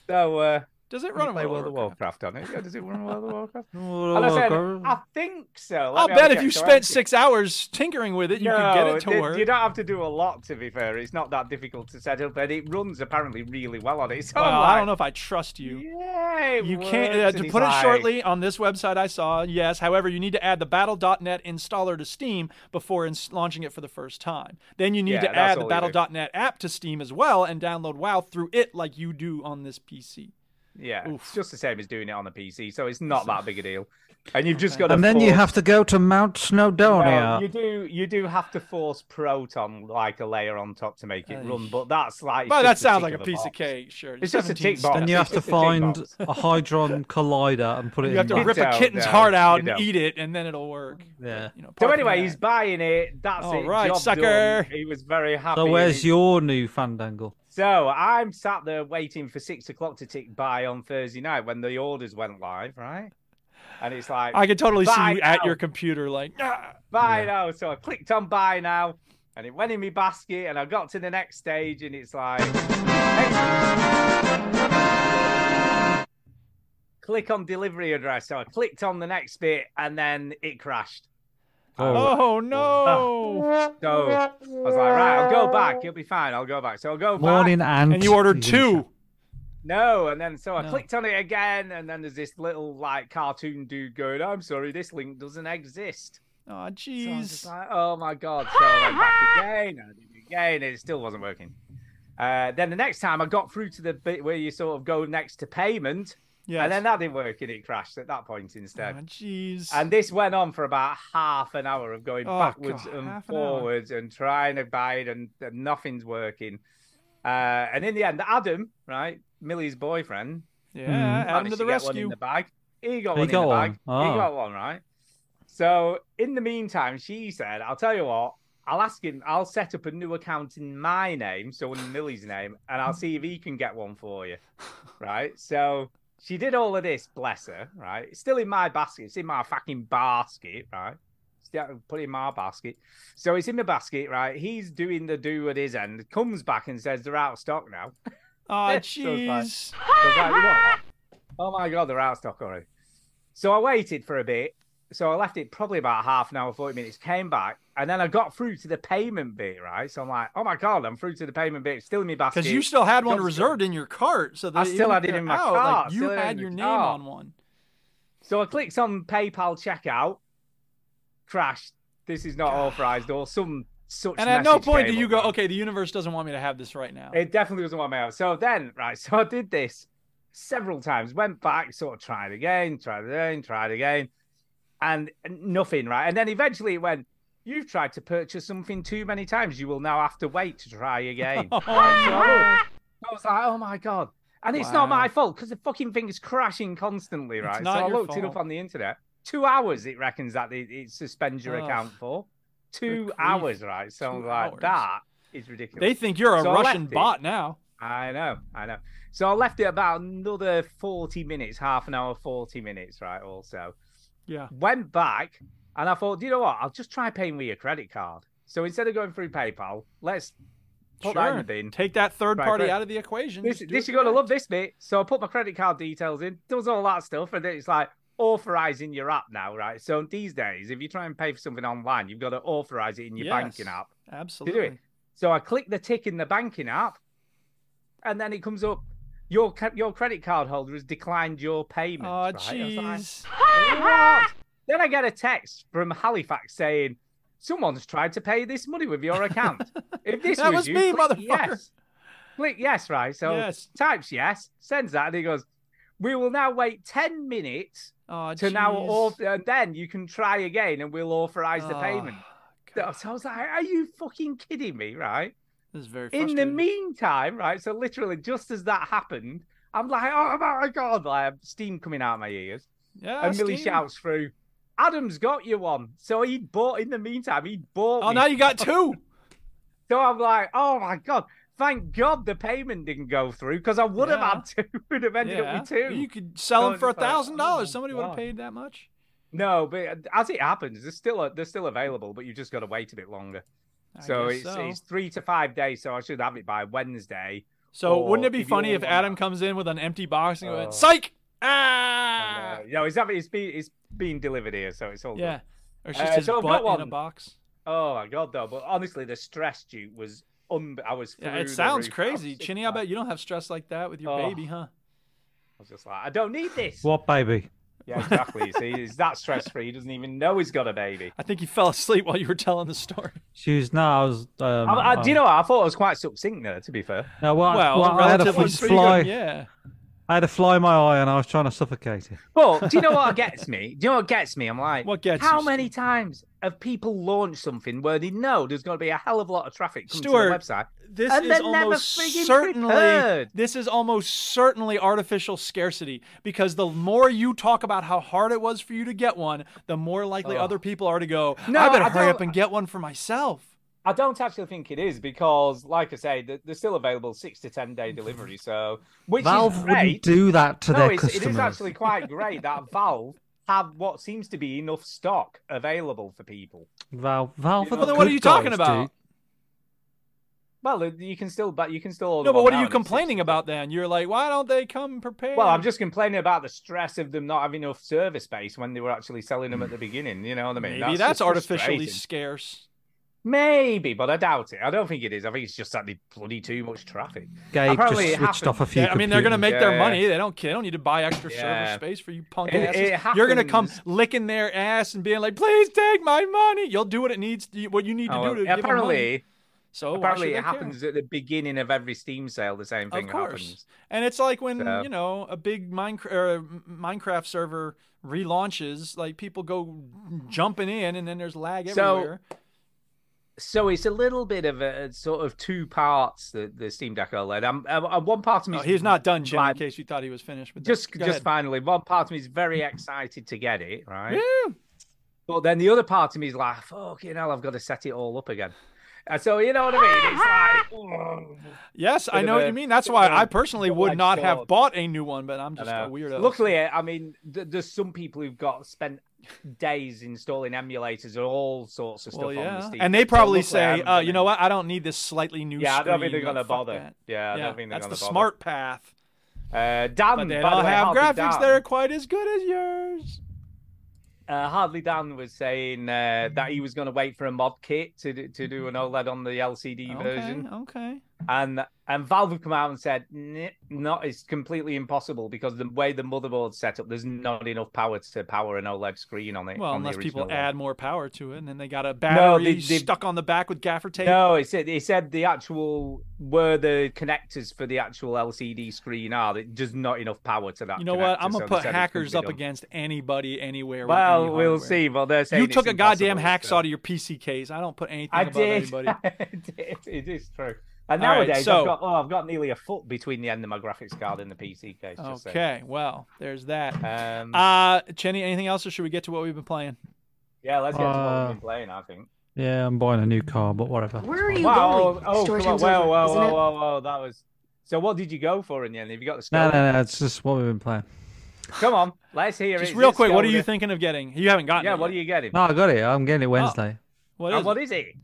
Speaker 2: so, uh,
Speaker 3: Does it
Speaker 2: you
Speaker 3: run on
Speaker 2: play World of
Speaker 3: Warcraft?
Speaker 2: Warcraft on it? Yeah, does it run World of Warcraft?
Speaker 5: Oh,
Speaker 2: And I said,
Speaker 5: God.
Speaker 2: I think so. Let
Speaker 3: I'll
Speaker 2: me have a
Speaker 3: bet if
Speaker 2: check."
Speaker 3: you
Speaker 2: So I
Speaker 3: spent
Speaker 2: checked.
Speaker 3: six hours tinkering with it, you could get
Speaker 2: No,
Speaker 3: it to
Speaker 2: you-
Speaker 3: work.
Speaker 2: You don't have to do a lot, to be fair. It's not that difficult to set up, and it runs apparently really well on it. So
Speaker 3: Well,
Speaker 2: I'm
Speaker 3: I
Speaker 2: like,
Speaker 3: don't know if I trust you.
Speaker 2: Yeah, it
Speaker 3: You can't uh,
Speaker 2: works.
Speaker 3: to
Speaker 2: And
Speaker 3: put
Speaker 2: he's
Speaker 3: it
Speaker 2: like,
Speaker 3: shortly on this website I saw. Yes, however, you need to add the Battle.net installer to Steam before ins- launching it for the first time. Then you need
Speaker 2: Yeah,
Speaker 3: to
Speaker 2: that's
Speaker 3: add the
Speaker 2: all you do.
Speaker 3: Battle.net app to Steam as well and download WoW through it, like you do on this PC.
Speaker 2: Yeah,
Speaker 3: Oof.
Speaker 2: it's just the same as doing it on the PC, so it's not that big a deal. And you've just got to.
Speaker 5: And then you
Speaker 2: force-
Speaker 5: have to go to Mount
Speaker 2: Well,
Speaker 5: Snowdonia.
Speaker 2: you do you do have to force Proton like a layer on top to make it run, but that's like. it's
Speaker 3: Well, that
Speaker 2: just a
Speaker 3: sounds
Speaker 2: tick
Speaker 3: like a
Speaker 2: of the
Speaker 3: piece of
Speaker 2: box.
Speaker 3: cake. Sure,
Speaker 2: It's just a
Speaker 3: 17
Speaker 2: tick box.
Speaker 5: And you have
Speaker 2: It's
Speaker 5: to
Speaker 2: just a tick
Speaker 5: find
Speaker 2: box.
Speaker 5: a hydron collider and put it
Speaker 3: You have
Speaker 5: in.
Speaker 3: to
Speaker 5: that.
Speaker 3: rip a
Speaker 2: don't,
Speaker 3: kitten's
Speaker 2: no,
Speaker 3: heart out
Speaker 2: you
Speaker 3: and
Speaker 2: don't.
Speaker 3: eat it, and then it'll work.
Speaker 5: Yeah.
Speaker 3: You know, apart
Speaker 2: So
Speaker 3: from
Speaker 2: anyway,
Speaker 3: that-
Speaker 2: he's buying it. That's
Speaker 3: All
Speaker 2: it.
Speaker 3: right,
Speaker 2: job
Speaker 3: sucker.
Speaker 2: done. He was very happy.
Speaker 5: So
Speaker 2: and
Speaker 5: where's
Speaker 2: he-
Speaker 5: your new fandangle?
Speaker 2: So I'm sat there waiting for six o'clock to tick by on Thursday night when the orders went live, right? And it's like
Speaker 3: I can totally see
Speaker 2: Buy
Speaker 3: you at
Speaker 2: now.
Speaker 3: your computer, like "Ah."
Speaker 2: buy
Speaker 5: Yeah.
Speaker 2: now. So I clicked on buy now, and it went in my basket. And I got to the next stage, and it's like, "Hey." click on delivery address. So I clicked on the next bit, and then it crashed.
Speaker 3: oh no!
Speaker 2: So I was like, right, I'll go back. You'll be fine. I'll go back. So I'll go back.
Speaker 5: Morning, Ant.
Speaker 3: And you ordered
Speaker 5: He's in the
Speaker 3: two.
Speaker 5: shop.
Speaker 2: No, and then so I
Speaker 3: No.
Speaker 2: clicked on it again, and then there's this little like cartoon dude going, "I'm sorry, this link doesn't exist."
Speaker 3: Oh
Speaker 2: So I was
Speaker 3: jeez.
Speaker 2: just like, "Oh my god!" So I went back again, and I did it again, and it still wasn't working. Uh, then the next time I got through to the bit where you sort of go next to payment,
Speaker 3: Yes.
Speaker 2: and then that didn't work, and it crashed at that point
Speaker 3: Oh
Speaker 2: instead.
Speaker 3: jeez.
Speaker 2: And this went on for about half an hour of going
Speaker 3: Oh,
Speaker 2: backwards
Speaker 3: God,
Speaker 2: and
Speaker 3: half an hour.
Speaker 2: forwards and trying to buy it, and, and nothing's working. Uh, and in the end, Adam, right, Millie's boyfriend,
Speaker 3: yeah, Adam
Speaker 2: Mm-hmm. managed
Speaker 3: to the
Speaker 2: get One in
Speaker 3: rescue.
Speaker 2: the bag. He got
Speaker 5: He
Speaker 2: one in
Speaker 5: got
Speaker 2: the
Speaker 5: one.
Speaker 2: bag.
Speaker 5: Oh.
Speaker 2: He got one, right? So in the meantime, she said, I'll tell you what, I'll ask him, I'll set up a new account in my name, so in Millie's name, and I'll see if he can get one for you. Right? So she did all of this, bless her, right? It's still in my basket, it's in my fucking basket, right? Still Put it in my basket. So it's in the basket, right? He's doing the do at his end, comes back and says they're out of stock now.
Speaker 3: Oh
Speaker 2: So it's like-
Speaker 3: jeez.
Speaker 2: I was like, "You what? Oh my god, they're out of stock already. So I waited for a bit. So I left it probably about half an hour, 40 minutes, came back, and then I got through to the payment bit, right? So I'm like, oh my god, I'm through to the payment bit, still in my basket.
Speaker 3: Because you still had one
Speaker 2: Johnson.
Speaker 3: reserved in your cart, so that
Speaker 2: I
Speaker 3: even
Speaker 2: still
Speaker 3: if
Speaker 2: had it
Speaker 3: they're
Speaker 2: in my
Speaker 3: out,
Speaker 2: cart,
Speaker 3: Like, you
Speaker 2: still had it
Speaker 3: had
Speaker 2: in
Speaker 3: your
Speaker 2: the
Speaker 3: name
Speaker 2: cart.
Speaker 3: on one.
Speaker 2: So I clicked on PayPal checkout, crashed. This is not authorized or some such.
Speaker 3: And at no
Speaker 2: message
Speaker 3: point do
Speaker 2: came
Speaker 3: you
Speaker 2: up,
Speaker 3: go,
Speaker 2: right?
Speaker 3: okay, the universe doesn't want me to have this right now.
Speaker 2: It definitely doesn't want me out. So then, right, so I did this several times, went back, sort of tried again, tried again, tried again, and nothing, right? And then eventually it went, You've tried to purchase something too many times. You will now have to wait to try again. Right, so I looked, I was like, Oh my God. And it's not
Speaker 3: Wow.
Speaker 2: my fault because the fucking thing is crashing constantly, right?
Speaker 3: not
Speaker 2: so I
Speaker 3: your
Speaker 2: looked it up
Speaker 3: fault.
Speaker 2: on the internet. Two hours it reckons that it, it suspends your
Speaker 3: Ugh.
Speaker 2: account for. Two
Speaker 3: grief.
Speaker 2: hours, right? So I'm
Speaker 3: Two
Speaker 2: like,
Speaker 3: hours.
Speaker 2: That is ridiculous.
Speaker 3: They think you're a
Speaker 2: So I
Speaker 3: Russian
Speaker 2: left it.
Speaker 3: bot now.
Speaker 2: I know, I know. So I left it about another 40 minutes, half an hour, 40 minutes, right? Also,
Speaker 3: Yeah.
Speaker 2: went back and I thought, do you know what? I'll just try paying with your credit card. So instead of going through PayPal, let's put that in the
Speaker 3: Sure.
Speaker 2: bin.
Speaker 3: Take that third
Speaker 2: Right,
Speaker 3: party
Speaker 2: right.
Speaker 3: out of the equation.
Speaker 2: This,
Speaker 3: Just do
Speaker 2: this
Speaker 3: it
Speaker 2: you're going to love
Speaker 3: yourself.
Speaker 2: this bit. So I put my credit card details in, does all that stuff. And then it's like authorizing your app now, right? So these days, if you try and pay for something online, you've got to authorize it in your
Speaker 3: Yes.
Speaker 2: banking app.
Speaker 3: Absolutely.
Speaker 2: So I click the tick in the banking app, and then it comes up. Your ca- your credit card holder has declined your payment.
Speaker 3: Oh,
Speaker 2: right? I was like,
Speaker 3: jeez.
Speaker 2: "What?" then I get a text from Halifax saying, "Someone's tried to pay this money with your account. if this
Speaker 3: That was
Speaker 2: you,
Speaker 3: me,
Speaker 2: click
Speaker 3: motherfucker."
Speaker 2: Yes. Click yes, right? So
Speaker 3: Yes.
Speaker 2: types yes, sends that, and he goes, "We will now wait ten minutes
Speaker 3: Oh,
Speaker 2: to now
Speaker 3: jeez.
Speaker 2: auth- and then you can try again, and we'll authorize the
Speaker 3: Oh,
Speaker 2: payment."
Speaker 3: God.
Speaker 2: So I was like, "Are you fucking kidding me, right?"
Speaker 3: This is very
Speaker 2: in the
Speaker 3: frustrating.
Speaker 2: meantime, right? So literally, just as that happened, I'm like, oh my god, like steam coming out of my ears.
Speaker 3: yeah,
Speaker 2: and Millie
Speaker 3: Oh, Steam.
Speaker 2: shouts through, "Adam's got you one." So he bought. In the meantime, he bought.
Speaker 3: Oh,
Speaker 2: me.
Speaker 3: now you got two.
Speaker 2: So I'm like, oh my god, thank God the payment didn't go through because I would
Speaker 3: Yeah.
Speaker 2: have had two and have ended
Speaker 3: yeah.
Speaker 2: up with two.
Speaker 3: You could sell them
Speaker 2: So
Speaker 3: for a
Speaker 2: it's like,
Speaker 3: thousand
Speaker 2: oh my
Speaker 3: dollars. Somebody would have
Speaker 2: God.
Speaker 3: paid that much.
Speaker 2: No, but uh, as it happens, they're still uh, they're still available, but you've just got to wait a bit longer.
Speaker 3: I
Speaker 2: so
Speaker 3: guess
Speaker 2: it's it's three to five days. So I should have it by Wednesday.
Speaker 3: So wouldn't
Speaker 2: Or
Speaker 3: it be
Speaker 2: if you
Speaker 3: funny
Speaker 2: all
Speaker 3: if
Speaker 2: want
Speaker 3: Adam
Speaker 2: that.
Speaker 3: comes in with an empty box and
Speaker 2: Oh.
Speaker 3: goes, "Psych!"
Speaker 2: Uh,
Speaker 3: Ah,
Speaker 2: no, it's, having- it's being it's being delivered here, so it's all good.
Speaker 3: yeah. Or it's just
Speaker 2: Uh,
Speaker 3: his
Speaker 2: so I've got
Speaker 3: butt in a
Speaker 2: one.
Speaker 3: box.
Speaker 2: Oh my god, though. But honestly, the stress due was un. I was.
Speaker 3: Yeah,
Speaker 2: through
Speaker 3: it
Speaker 2: the
Speaker 3: sounds
Speaker 2: roof.
Speaker 3: crazy,
Speaker 2: was sick
Speaker 3: Chinny. I
Speaker 2: of that.
Speaker 3: bet you don't have stress like that with your
Speaker 2: Oh.
Speaker 3: baby, huh?
Speaker 2: I was just like, I don't need this.
Speaker 5: What, baby?
Speaker 2: Yeah, exactly. See, he's that stress free. He doesn't even know he's got a baby.
Speaker 3: I think you fell asleep while you were telling the story.
Speaker 5: She was no, I was. Um,
Speaker 2: I, I, do you
Speaker 5: um,
Speaker 2: know? What? I thought it was quite succinct there. To be fair.
Speaker 5: No, well,
Speaker 3: well,
Speaker 5: well, I had a
Speaker 3: relatively
Speaker 5: fl-
Speaker 3: speaking,
Speaker 5: fly.
Speaker 3: yeah.
Speaker 5: I had a fly in my eye and I was trying to suffocate it.
Speaker 2: But do you know what gets me? Do you know what gets me? I'm like,
Speaker 3: What gets
Speaker 2: How
Speaker 3: you,
Speaker 2: many times have people launched something where they know there's going to be a hell of a lot of traffic coming to
Speaker 3: Stuart,
Speaker 2: the website?
Speaker 3: This
Speaker 2: And
Speaker 3: is
Speaker 2: they're never
Speaker 3: almost
Speaker 2: friggin'
Speaker 3: certainly
Speaker 2: prepared.
Speaker 3: this is almost certainly artificial scarcity because the more you talk about how hard it was for you to get one, the more likely other people are to go,
Speaker 2: Oh. No,
Speaker 3: I better
Speaker 2: I
Speaker 3: hurry
Speaker 2: don't-
Speaker 3: up and get one for myself.
Speaker 2: I don't actually think it is because, like I say, th- they're still available six to ten day delivery. So, which is
Speaker 5: Valve
Speaker 2: great.
Speaker 5: wouldn't do that to
Speaker 2: no,
Speaker 5: their
Speaker 2: it's, it
Speaker 5: customers.
Speaker 2: is actually quite great that Valve have what seems to be enough stock available for people.
Speaker 5: Valve, Valve.
Speaker 2: Well,
Speaker 5: the
Speaker 3: then what are
Speaker 5: good
Speaker 3: you talking
Speaker 5: guys,
Speaker 3: about?
Speaker 2: Well, uh, you can still, but you can still. order
Speaker 3: No, but
Speaker 2: one
Speaker 3: what are
Speaker 2: now
Speaker 3: you
Speaker 2: and it's six
Speaker 3: complaining
Speaker 2: to
Speaker 3: about then? You're like, why don't they come prepared?
Speaker 2: Well, I'm just complaining about the stress of them not having enough server space when they were actually selling them at the beginning. You know what I mean?
Speaker 3: maybe that's,
Speaker 2: just
Speaker 3: artificially
Speaker 2: frustrating.
Speaker 3: scarce.
Speaker 2: Maybe, but I doubt it. I don't think it is. I think it's just that they bloody too much traffic.
Speaker 5: Gabe
Speaker 2: Apparently it
Speaker 5: just switched off a
Speaker 2: happened.
Speaker 5: few.
Speaker 3: Yeah, I mean, they're gonna
Speaker 5: computers.
Speaker 3: make their
Speaker 2: Yeah.
Speaker 3: money. They don't. They don't need to buy extra
Speaker 2: Yeah.
Speaker 3: server space for you punk
Speaker 2: It-
Speaker 3: asses.
Speaker 2: it
Speaker 3: You're gonna come
Speaker 2: happens.
Speaker 3: licking their ass and being like, "Please take my money." You'll do what it needs. What you need to
Speaker 2: Oh,
Speaker 3: do to give 'em money.
Speaker 2: apparently,
Speaker 3: So why
Speaker 2: apparently
Speaker 3: should
Speaker 2: it
Speaker 3: Oh, they care?
Speaker 2: happens at the beginning of every Steam sale. The same thing
Speaker 3: Of course.
Speaker 2: happens.
Speaker 3: And it's like when
Speaker 2: So-
Speaker 3: you know a big Minecraft or Minecraft server relaunches, like people go jumping in, and then there's lag
Speaker 2: So-
Speaker 3: everywhere.
Speaker 2: So it's a little bit of a sort of two parts. The, the Steam Deck OLED. I'm, I'm, I'm- um, one part of me.
Speaker 3: No,
Speaker 2: is
Speaker 3: Oh, he's not done, Jim.
Speaker 2: like-
Speaker 3: in case you thought he was finished. With that.
Speaker 2: Just,
Speaker 3: Go
Speaker 2: just
Speaker 3: ahead.
Speaker 2: finally, one part of me is very excited to get it. Right.
Speaker 3: Yeah.
Speaker 2: But then the other part of me is like, fucking hell, I've got to set it all up again. And so you know what I mean? It's like,
Speaker 3: Yes, I
Speaker 2: of
Speaker 3: know what
Speaker 2: a-
Speaker 3: you mean. That's
Speaker 2: bit
Speaker 3: why
Speaker 2: of a
Speaker 3: I personally
Speaker 2: double-edged
Speaker 3: would not have
Speaker 2: sword.
Speaker 3: bought a new one, but I'm just
Speaker 2: I
Speaker 3: a
Speaker 2: know.
Speaker 3: weirdo.
Speaker 2: Luckily, I mean, th- there's some people who've got spent days installing emulators and all sorts of stuff
Speaker 3: well,
Speaker 2: on the
Speaker 3: yeah.
Speaker 2: Steam.
Speaker 3: And they
Speaker 2: Deck, so
Speaker 3: probably
Speaker 2: luckily I
Speaker 3: say,
Speaker 2: haven't
Speaker 3: uh,
Speaker 2: done
Speaker 3: you
Speaker 2: it.
Speaker 3: know what? I don't need this slightly new
Speaker 2: Yeah, I don't think they're
Speaker 3: screen.
Speaker 2: gonna
Speaker 3: Like, fuck
Speaker 2: bother.
Speaker 3: that.
Speaker 2: Yeah, I don't think they're
Speaker 3: that's
Speaker 2: gonna
Speaker 3: the
Speaker 2: bother.
Speaker 3: smart path.
Speaker 2: Uh, Dan,
Speaker 3: But they
Speaker 2: by
Speaker 3: don't
Speaker 2: the way,
Speaker 3: have
Speaker 2: Hardly
Speaker 3: graphics
Speaker 2: Dan,
Speaker 3: that are quite as good as yours.
Speaker 2: Uh, Hardly Dan was saying uh, that he was going to wait for a mod kit to do, to do an OLED on the LCD version.
Speaker 3: Okay, okay.
Speaker 2: and and Valve have come out and said, "N- "Not, it's completely impossible because the way the motherboard's set up, there's not enough power to power an OLED screen on it."
Speaker 3: Well,
Speaker 2: on the
Speaker 3: unless people
Speaker 2: original one.
Speaker 3: add more power to it, and then they got a battery
Speaker 2: they- they-
Speaker 3: stuck on the back with gaffer tape.
Speaker 2: No, it said it said the actual where the connectors for the actual LCD screen are. That just not enough power to that.
Speaker 3: you know what?
Speaker 2: connector,
Speaker 3: I'm
Speaker 2: so
Speaker 3: gonna
Speaker 2: they
Speaker 3: put
Speaker 2: said it couldn't
Speaker 3: hackers
Speaker 2: be
Speaker 3: up
Speaker 2: done.
Speaker 3: against anybody, anywhere. with any
Speaker 2: Well,
Speaker 3: hardware.
Speaker 2: we'll see. Well, they're saying
Speaker 3: You
Speaker 2: it's
Speaker 3: took a goddamn
Speaker 2: impossible,
Speaker 3: hacksaw
Speaker 2: so-
Speaker 3: to your PC case. I don't put anything
Speaker 2: I
Speaker 3: above
Speaker 2: did.
Speaker 3: anybody.
Speaker 2: I did. It is true. And
Speaker 3: All right,
Speaker 2: nowadays,
Speaker 3: so-
Speaker 2: I've got oh, I've got nearly a foot between the end of my graphics card and the PC case. Just saying.
Speaker 3: Okay, well, there's that.
Speaker 2: Um,
Speaker 3: Uh, Chenny, anything else, or should we get to what we've been playing?
Speaker 2: yeah, let's get to what
Speaker 5: uh,
Speaker 2: we've been playing. I think.
Speaker 5: Yeah, I'm buying a new car, but whatever.
Speaker 1: Where are you
Speaker 2: Wow! Oh,
Speaker 1: going?
Speaker 2: oh,
Speaker 1: Story
Speaker 2: come on.
Speaker 1: time's
Speaker 2: whoa,
Speaker 1: over,
Speaker 2: whoa,
Speaker 1: isn't
Speaker 2: whoa,
Speaker 1: it?
Speaker 2: whoa, whoa! That was. So, what did you go for in the end? Have you got the
Speaker 5: No,
Speaker 2: Skoda?
Speaker 5: no, no. It's just what we've been playing.
Speaker 2: Come on, let's hear it.
Speaker 3: Just
Speaker 2: Is
Speaker 3: real
Speaker 2: it
Speaker 3: quick, what are you
Speaker 2: Skoda?
Speaker 3: thinking of getting? You haven't gotten
Speaker 2: Yeah,
Speaker 3: it.
Speaker 2: what are
Speaker 3: yet.
Speaker 2: you getting?
Speaker 5: No, I got it. I'm
Speaker 3: Ah,
Speaker 5: getting it Wednesday.
Speaker 3: What
Speaker 2: And
Speaker 3: is
Speaker 2: what
Speaker 3: it?
Speaker 2: is it?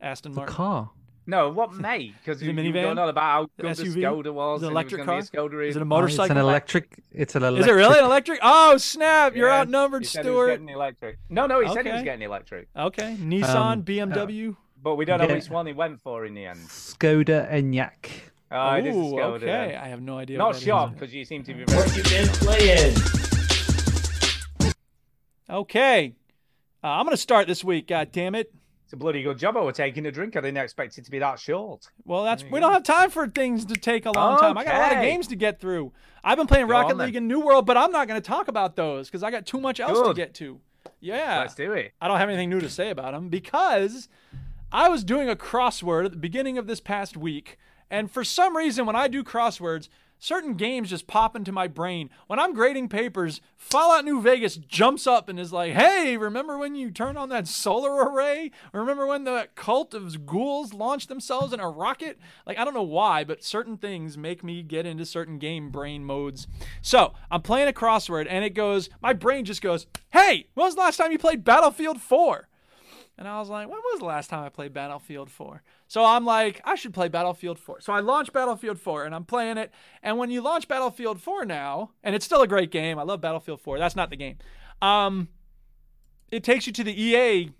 Speaker 3: Aston
Speaker 5: The
Speaker 3: Martin?
Speaker 5: car.
Speaker 2: No, what make? Because
Speaker 3: it
Speaker 2: you,
Speaker 3: a
Speaker 2: you were
Speaker 3: minivan?
Speaker 2: going on about
Speaker 3: The
Speaker 2: how good the
Speaker 3: SUV?
Speaker 2: Skoda was.
Speaker 3: Is it an
Speaker 2: and
Speaker 3: electric
Speaker 2: it was
Speaker 3: car?
Speaker 2: gonna be a Skoda
Speaker 3: Is it a
Speaker 2: in-
Speaker 5: Oh, It's
Speaker 3: motorcycle?
Speaker 5: an electric. It's an
Speaker 3: Is
Speaker 5: electric.
Speaker 3: it really an electric? Oh snap! You're
Speaker 2: Yeah,
Speaker 3: outnumbered,
Speaker 2: he said he was
Speaker 3: Stuart.
Speaker 2: getting electric. No, no, he said he was
Speaker 3: Okay.
Speaker 2: getting electric,
Speaker 3: Okay, Nissan,
Speaker 5: Um,
Speaker 3: BMW.
Speaker 2: but we don't know
Speaker 5: Yeah.
Speaker 2: which one he went for in the end.
Speaker 5: Skoda Enyaq.
Speaker 2: Oh, it is a
Speaker 3: Ooh,
Speaker 2: Skoda.
Speaker 3: okay.
Speaker 2: then.
Speaker 3: I have no idea. what
Speaker 2: Not
Speaker 3: that is.
Speaker 2: shocked because you seem to be very.
Speaker 3: Okay, uh, I'm gonna start this week. God damn it!
Speaker 2: It's a bloody good job. I was taking a drink. I didn't expect it to be that short.
Speaker 3: Well, that's we don't have time for things to take a long time. I got a lot of
Speaker 2: Okay.
Speaker 3: games to get through. I've been playing
Speaker 2: Go
Speaker 3: Rocket
Speaker 2: on then.
Speaker 3: League and New World, but I'm not gonna talk about those because I got too much else to
Speaker 2: Good.
Speaker 3: get to. Yeah,
Speaker 2: Let's do it.
Speaker 3: I don't have anything new to say about them because I was doing a crossword at the beginning of this past week, and for some reason, when I do crosswords, certain games just pop into my brain. When I'm grading papers, Fallout New Vegas jumps up and is like, "Hey, remember when you turned on that solar array? Remember when the cult of ghouls launched themselves in a rocket?" Like I don't know why, but certain things make me get into certain game brain modes. So I'm playing a crossword, and it goes, my brain just goes, "Hey, when was the last time you played Battlefield 4?" And I was like, when was the last time I played Battlefield 4? So I'm like, I should play Battlefield 4. So I launched Battlefield 4 and I'm playing it. And when you launch Battlefield 4 now, and it's still a great game, I love Battlefield 4. That's not the game. Um, it takes you to the EA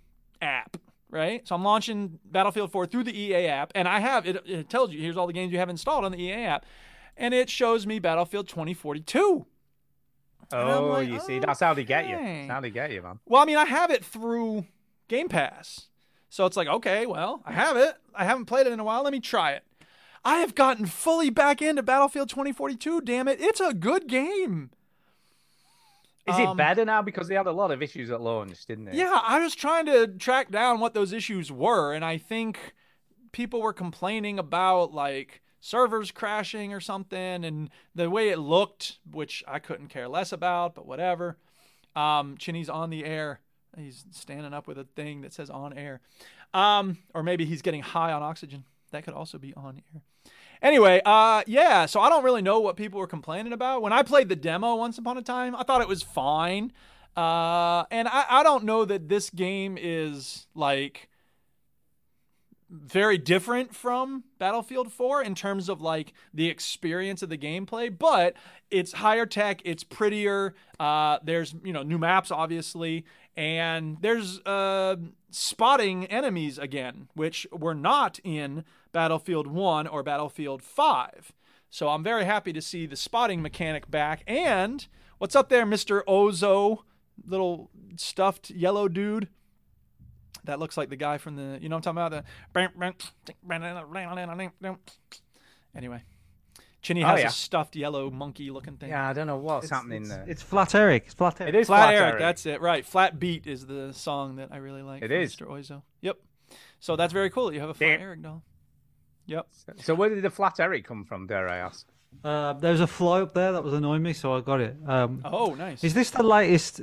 Speaker 3: app, right? So I'm launching Battlefield 4 through the EA app, and I have it, it tells you here's all the games you have installed on the EA app, and it shows me Battlefield 2042. And I'm
Speaker 2: Oh,
Speaker 3: like,
Speaker 2: you see, that's how they get you.
Speaker 3: okay.
Speaker 2: That's how they get you, man.
Speaker 3: Well, I mean, I have it through Game Pass. So it's like, okay, well, I have it. I haven't played it in a while. Let me try it. I have gotten fully back into Battlefield 2042. Damn it, it's a good game.
Speaker 2: Is
Speaker 3: Um,
Speaker 2: it better now? Because they had a lot of issues at launch, didn't they?
Speaker 3: Yeah, I was trying to track down what those issues were, and I think people were complaining about like servers crashing or something, and the way it looked, which I couldn't care less about, but whatever. Um, Chinny's on the air. He's standing up with a thing that says on air. Um, or maybe he's getting high on oxygen. That could also be on air. Anyway, uh, yeah, so I don't really know what people were complaining about. When I played the demo once upon a time, I thought it was fine. Uh, and I, I don't know that this game is like very different from Battlefield 4 in terms of like the experience of the gameplay, but it's higher tech, it's prettier. Uh, there's you know new maps obviously, and there's uh, spotting enemies again, which were not in Battlefield 1 or Battlefield 5. So I'm very happy to see the spotting mechanic back. And what's up there, Mr. Ozo, little stuffed yellow dude? That looks like the guy from the, you know what I'm talking about? The... Anyway, Chinny
Speaker 2: Oh,
Speaker 3: has
Speaker 2: yeah.
Speaker 3: a stuffed yellow monkey looking thing.
Speaker 2: Yeah, I don't know what's happening there.
Speaker 5: It's Flat Eric. It's Flat Eric.
Speaker 2: It is
Speaker 3: Flat,
Speaker 2: flat
Speaker 3: Eric,
Speaker 2: Eric.
Speaker 3: that's it. Right. Flat Beat is the song that I really like.
Speaker 2: It
Speaker 3: from
Speaker 2: is.
Speaker 3: Mr. Oizo. Yep. So that's very cool that you have a Flat
Speaker 2: Damn.
Speaker 3: Eric doll. Yep.
Speaker 2: So where did the flat Eric come from? Dare I ask?
Speaker 5: Uh, there was a fly up there that was annoying me, so I got it. Um,
Speaker 3: Oh, nice.
Speaker 5: Is this the latest?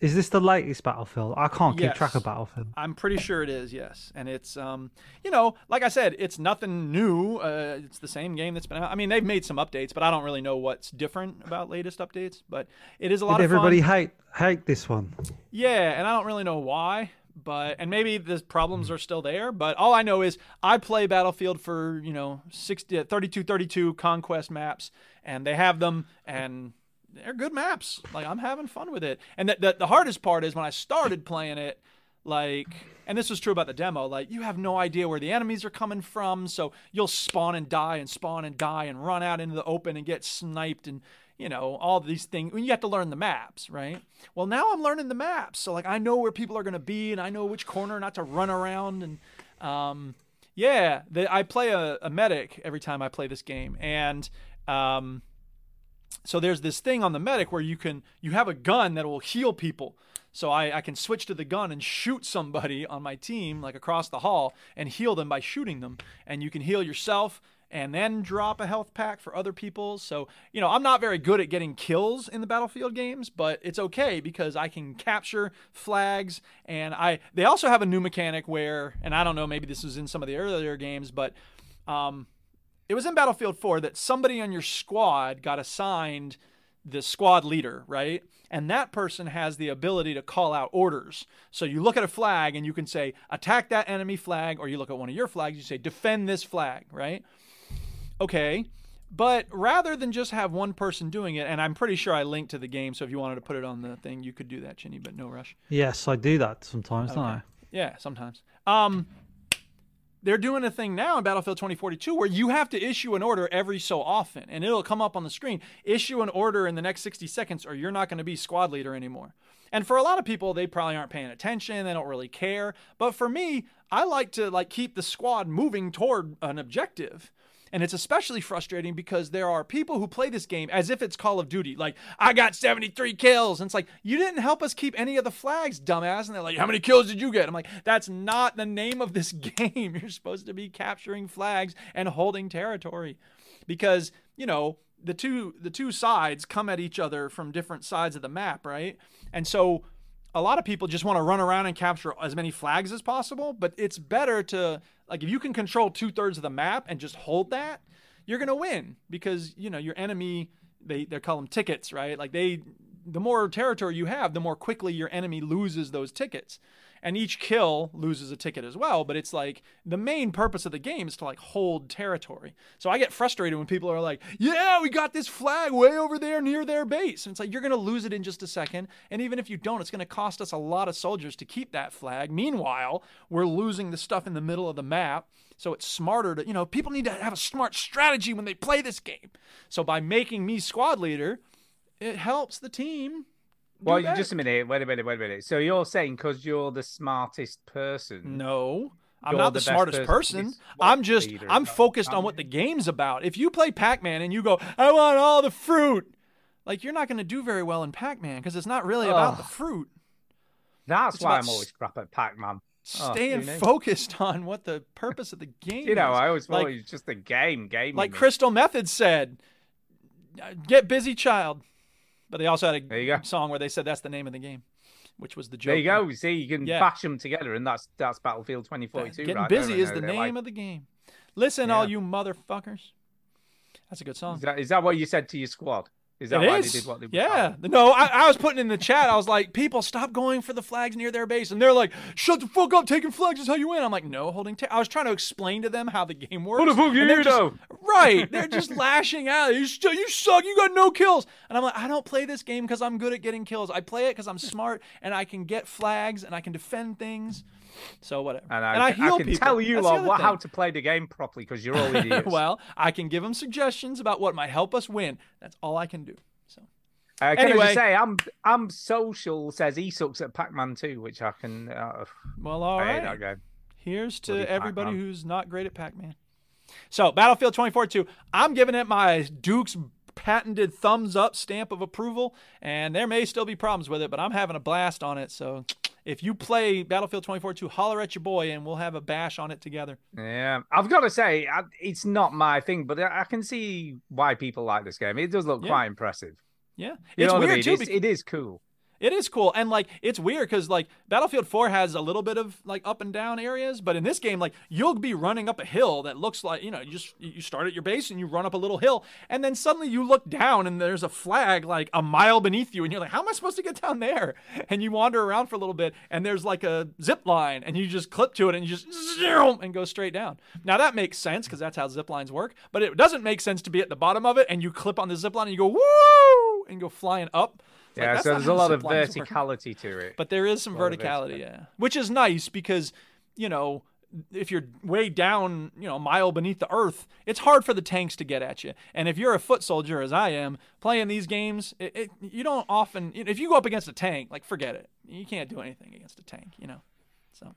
Speaker 5: Is this the latest Battlefield? I can't keep track
Speaker 3: Yes.
Speaker 5: of Battlefield.
Speaker 3: I'm pretty sure it is, yes. And it's, um, you know, like I said, it's nothing new. Uh, it's the same game that's been out. I mean, they've made some updates, but I don't really know what's different about latest updates. But it is a lot
Speaker 5: Did
Speaker 3: of fun.
Speaker 5: everybody hate hate this one?
Speaker 3: Yeah, and I don't really know why, but and maybe the problems are still there, but all I know is I play Battlefield for, you know, 60 32 32 conquest maps and they have them and they're good maps. Like I'm having fun with it. And the, the the hardest part is when I started playing it like and this was true about the demo like you have no idea where the enemies are coming from so you'll spawn and die and spawn and die and run out into the open and get sniped and you know all these things I mean, you have to learn the maps right well now i'm learning the maps so like i know where people are going to be and i know which corner not to run around and um, yeah the, i play a, a medic every time i play this game and um, so there's this thing on the medic where you can you have a gun that will heal people so I, I can switch to the gun and shoot somebody on my team like across the hall and heal them by shooting them and you can heal yourself and then drop a health pack for other people so you know i'm not very good at getting kills in the battlefield games but it's okay because i can capture flags and i they also have a new mechanic where and i don't know maybe this was in some of the earlier games but um, it was in Battlefield 4 that somebody on your squad got assigned the squad leader, right? And that person has the ability to call out orders. So you look at a flag and you can say, attack that enemy flag, or you look at one of your flags, you say, defend this flag, right? Okay. But rather than just have one person doing it, and I'm pretty sure I linked to the game, so if you wanted to put it on the thing, you could do that, Chinny, but no rush.
Speaker 5: Yes, I do that sometimes, don't I?
Speaker 3: Yeah, sometimes. Um, they're doing a thing now in Battlefield 2042 where you have to issue an order every so often, and it'll come up on the screen. Issue an order in the next 60 seconds, or you're not going to be squad leader anymore. And for a lot of people, they probably aren't paying attention. They don't really care. But for me, I like to like keep the squad moving toward an objective. And it's especially frustrating because there are people who play this game as if it's Call of Duty. Like, I got 73 kills. And it's like, you didn't help us keep any of the flags, dumbass. And they're like, how many kills did you get? I'm like, that's not the name of this game. You're supposed to be capturing flags and holding territory because, you know, the two the two sides come at each other from different sides of the map, right? And so a lot of people just want to run around and capture as many flags as possible, but it's better to like if you can control two thirds of the map and just hold that, you're gonna win because you know your enemy they they call them tickets, right? Like they the more territory you have, the more quickly your enemy loses those tickets. And each kill loses a ticket as well, but it's like the main purpose of the game is to like hold territory. So I get frustrated when people are like, "Yeah, we got this flag way over there near their base." And it's like you're going to lose it in just a second, and even if you don't, it's going to cost us a lot of soldiers to keep that flag. Meanwhile, we're losing the stuff in the middle of the map. So it's smarter to, you know, people need to have a smart strategy when they play this game. So by making me squad leader, it helps the team.
Speaker 2: Well, you
Speaker 3: better.
Speaker 2: just a minute. Wait a minute. Wait a minute. So you're saying because you're the smartest person,
Speaker 3: No, I'm
Speaker 2: You're
Speaker 3: not
Speaker 2: the
Speaker 3: the,
Speaker 2: best
Speaker 3: smartest
Speaker 2: person
Speaker 3: person.
Speaker 2: to be
Speaker 3: I'm
Speaker 2: smart
Speaker 3: just
Speaker 2: leader,
Speaker 3: I'm
Speaker 2: not
Speaker 3: focused on what the game's about. If you play Pac-Man and you go, "I want all the fruit." Like you're not going to do very well in Pac-Man because it's not really about the
Speaker 2: Ugh.
Speaker 3: fruit.
Speaker 2: That's
Speaker 3: It's
Speaker 2: why
Speaker 3: about
Speaker 2: I'm always
Speaker 3: s-
Speaker 2: crap at Pac-Man. Oh,
Speaker 3: Staying
Speaker 2: you know.
Speaker 3: focused on what the purpose of the game
Speaker 2: You know,
Speaker 3: is.
Speaker 2: I always thought
Speaker 3: like,
Speaker 2: it was just a game. Game.
Speaker 3: like Crystal Method said, "Get busy, child." But they also had a
Speaker 2: There you go.
Speaker 3: song where they said that's the name of the game, which was the joke.
Speaker 2: There you go. See, you can
Speaker 3: Yeah. Uh,
Speaker 2: bash them together, and that's that's Battlefield 2042.
Speaker 3: Getting
Speaker 2: right there,
Speaker 3: busy
Speaker 2: I
Speaker 3: is
Speaker 2: know
Speaker 3: the
Speaker 2: they
Speaker 3: name
Speaker 2: like-
Speaker 3: of the game. Listen, all you motherfuckers. That's a good song.
Speaker 2: Is that, is that what you said to your squad? Is that
Speaker 3: It
Speaker 2: why
Speaker 3: is.
Speaker 2: they did what they Oh.
Speaker 3: yeah. No, I, I was putting in the chat. I was like, people, stop going for the flags near their base, and they're like, shut the fuck up. Taking flags is how you win. I'm like, no, holding. Ta-. I was trying to explain to them how the game works.
Speaker 2: the fuck
Speaker 3: and
Speaker 2: you
Speaker 3: they're just-
Speaker 2: know?
Speaker 3: Right. They're just lashing out. You st- you suck. You got no kills. And I'm like, I don't play this game because I'm good at getting kills. I play it because I'm smart and I can get flags and I can defend things. So whatever.
Speaker 2: And I, I
Speaker 3: heal
Speaker 2: can
Speaker 3: people.
Speaker 2: tell you
Speaker 3: That's the
Speaker 2: lot
Speaker 3: other
Speaker 2: what,
Speaker 3: thing.
Speaker 2: how to play the game properly because you're all idiots.
Speaker 3: well, I can give them suggestions about what might help us win. That's all I can do. So
Speaker 2: uh, can I
Speaker 3: anyway.
Speaker 2: just say, I'm I'm social says he sucks at Pac-Man too, which I can. Uh,
Speaker 3: well, all
Speaker 2: I hate
Speaker 3: right.
Speaker 2: that game.
Speaker 3: Here's to
Speaker 2: Bloody
Speaker 3: everybody
Speaker 2: Pac-Man.
Speaker 3: who's not great at Pac-Man. So Battlefield 24-2, I'm giving it my Duke's patented thumbs up stamp of approval, and there may still be problems with it, but I'm having a blast on it. So if you play Battlefield 24-2, holler at your boy, and we'll have a bash on it together.
Speaker 2: Yeah, I've got to say, I, it's not my thing, but I, I can see why people like this game. It does look
Speaker 3: Yeah.
Speaker 2: quite impressive.
Speaker 3: Yeah,
Speaker 2: You
Speaker 3: it's
Speaker 2: know what
Speaker 3: weird
Speaker 2: I mean?
Speaker 3: too.
Speaker 2: It's-
Speaker 3: bec-
Speaker 2: it is cool.
Speaker 3: It is cool, and like it's weird because like Battlefield 4 has a little bit of like up and down areas, but in this game, like you'll be running up a hill that looks like you know you just you start at your base and you run up a little hill, and then suddenly you look down and there's a flag like a mile beneath you, and you're like, how am I supposed to get down there? And you wander around for a little bit, and there's like a zip line, and you just clip to it and you just zoom and go straight down. Now that makes sense because that's how zip lines work, but it doesn't make sense to be at the bottom of it and you clip on the zip line and you go woo and go flying up. It's like,
Speaker 2: Yeah,
Speaker 3: that's
Speaker 2: so
Speaker 3: not
Speaker 2: there's a
Speaker 3: how
Speaker 2: lot
Speaker 3: zip
Speaker 2: of
Speaker 3: lines work.
Speaker 2: verticality to it.
Speaker 3: But there is some
Speaker 2: lot of vertical.
Speaker 3: verticality, yeah. Which is nice because, you know, if you're way down, you know, a mile beneath the earth, it's hard for the tanks to get at you. And if you're a foot soldier, as I am, playing these games, it, it, you don't often, if you go up against a tank, like, forget it. You can't do anything against a tank, you know? So,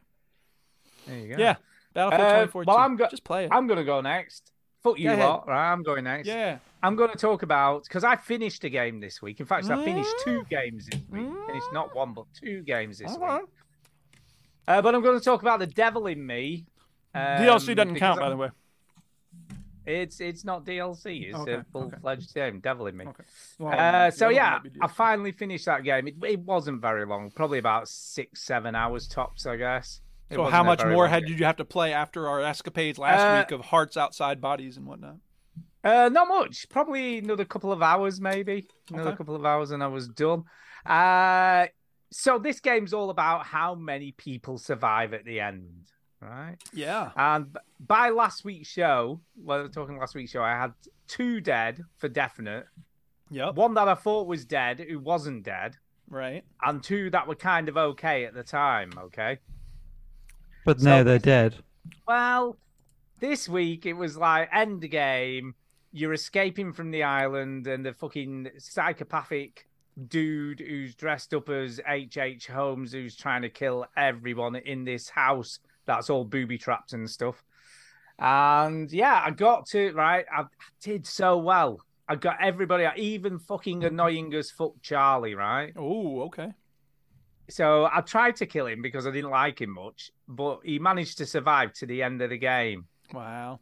Speaker 2: There you go.
Speaker 3: yeah. Battlefield
Speaker 2: Uh,
Speaker 3: 24
Speaker 2: well, I'm go-
Speaker 3: Just play it.
Speaker 2: I'm gonna go next. Fuck you
Speaker 3: Go ahead.
Speaker 2: lot. Right, I'm going next.
Speaker 3: yeah.
Speaker 2: I'm gonna talk about because I finished a game this week. In fact, I finished two games this week, and it's not one but two games this
Speaker 3: Okay.
Speaker 2: week. Uh, but I'm going to talk about the devil in me. Um,
Speaker 3: DLC doesn't
Speaker 2: because
Speaker 3: count, by
Speaker 2: I'm- Uh,
Speaker 3: the way.
Speaker 2: It's it's not DLC. It's
Speaker 3: Okay,
Speaker 2: a full fledged game. Devil in me.
Speaker 3: Well,
Speaker 2: Uh,
Speaker 3: the
Speaker 2: so
Speaker 3: other one
Speaker 2: yeah,
Speaker 3: might be
Speaker 2: I
Speaker 3: DLC.
Speaker 2: finally finished that game. It, it wasn't very long, probably about six, seven hours tops, I guess. It
Speaker 3: So,
Speaker 2: wasn't a
Speaker 3: how much
Speaker 2: very
Speaker 3: more
Speaker 2: long
Speaker 3: had
Speaker 2: game.
Speaker 3: you have to play after our escapades last
Speaker 2: Uh,
Speaker 3: week of hearts outside bodies and whatnot?
Speaker 2: Uh, not much. Probably another couple of hours, maybe another
Speaker 3: Okay.
Speaker 2: couple of hours, and I was done. Uh, so this game's all about how many people survive at the end, right?
Speaker 3: Yeah.
Speaker 2: And b- by last week's show, when I was talking last week's show, I had two dead for definite.
Speaker 3: Yep.
Speaker 2: One that I thought was dead, who wasn't dead,
Speaker 3: Right.
Speaker 2: and two that were kind of okay at the time. Okay.
Speaker 5: But now
Speaker 2: So-
Speaker 5: they're dead.
Speaker 2: Well, this week it was like end game. You're escaping from the island, and the fucking psychopathic dude who's dressed up as H. H. Holmes, who's trying to kill everyone in this house that's all booby trapped and stuff. And yeah, I got to right. I, I did so well. I got everybody, even fucking annoying as fuck Charlie, right?
Speaker 3: Oh, okay.
Speaker 2: So I tried to kill him because I didn't like him much, but he managed to survive to the end of the game.
Speaker 3: Wow.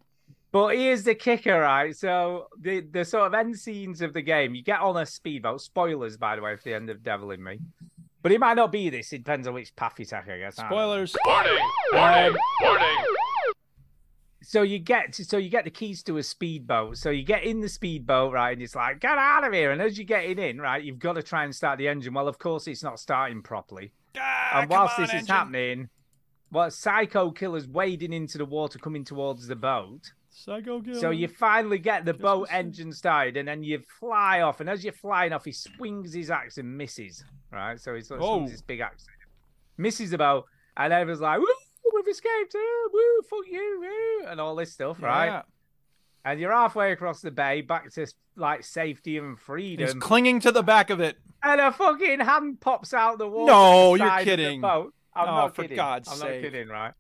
Speaker 2: But here's the kicker, right? So the the sort of end scenes of the game, you get on a speedboat. Spoilers, by the way, for the end of Devil in Me. But it might not be this. It depends on which path you take, I guess. I don't know.
Speaker 3: Spoilers.
Speaker 2: Um, so you get so you get the keys to a speedboat. So you get in the speedboat, right? And it's like, get out of here. And as you're getting in, right, you've got to try and start the engine. Well, of course, it's not starting properly.
Speaker 3: Ah,
Speaker 2: and whilst this is happening, well, psycho killer's wading into the water, coming towards the boat.
Speaker 3: Psycho Gil.
Speaker 2: So you finally get the boat
Speaker 3: missing.
Speaker 2: engine started, and then you fly off. And as you're flying off, he swings his axe and misses. Right, so he sort of
Speaker 3: Oh.
Speaker 2: swings his big axe, misses the boat, and everyone's like, "Woo, we've escaped! Woo, woo, fuck you!" Woo, and all this stuff, right? And you're halfway across the bay, back to like safety and freedom.
Speaker 3: He's clinging to the back of it.
Speaker 2: And a fucking hand pops out the water.
Speaker 3: No,
Speaker 2: at the
Speaker 3: you're
Speaker 2: side of the
Speaker 3: kidding.
Speaker 2: boat. I'm
Speaker 3: Oh,
Speaker 2: not
Speaker 3: for
Speaker 2: kidding.
Speaker 3: God's
Speaker 2: I'm
Speaker 3: sake.
Speaker 2: not kidding, right?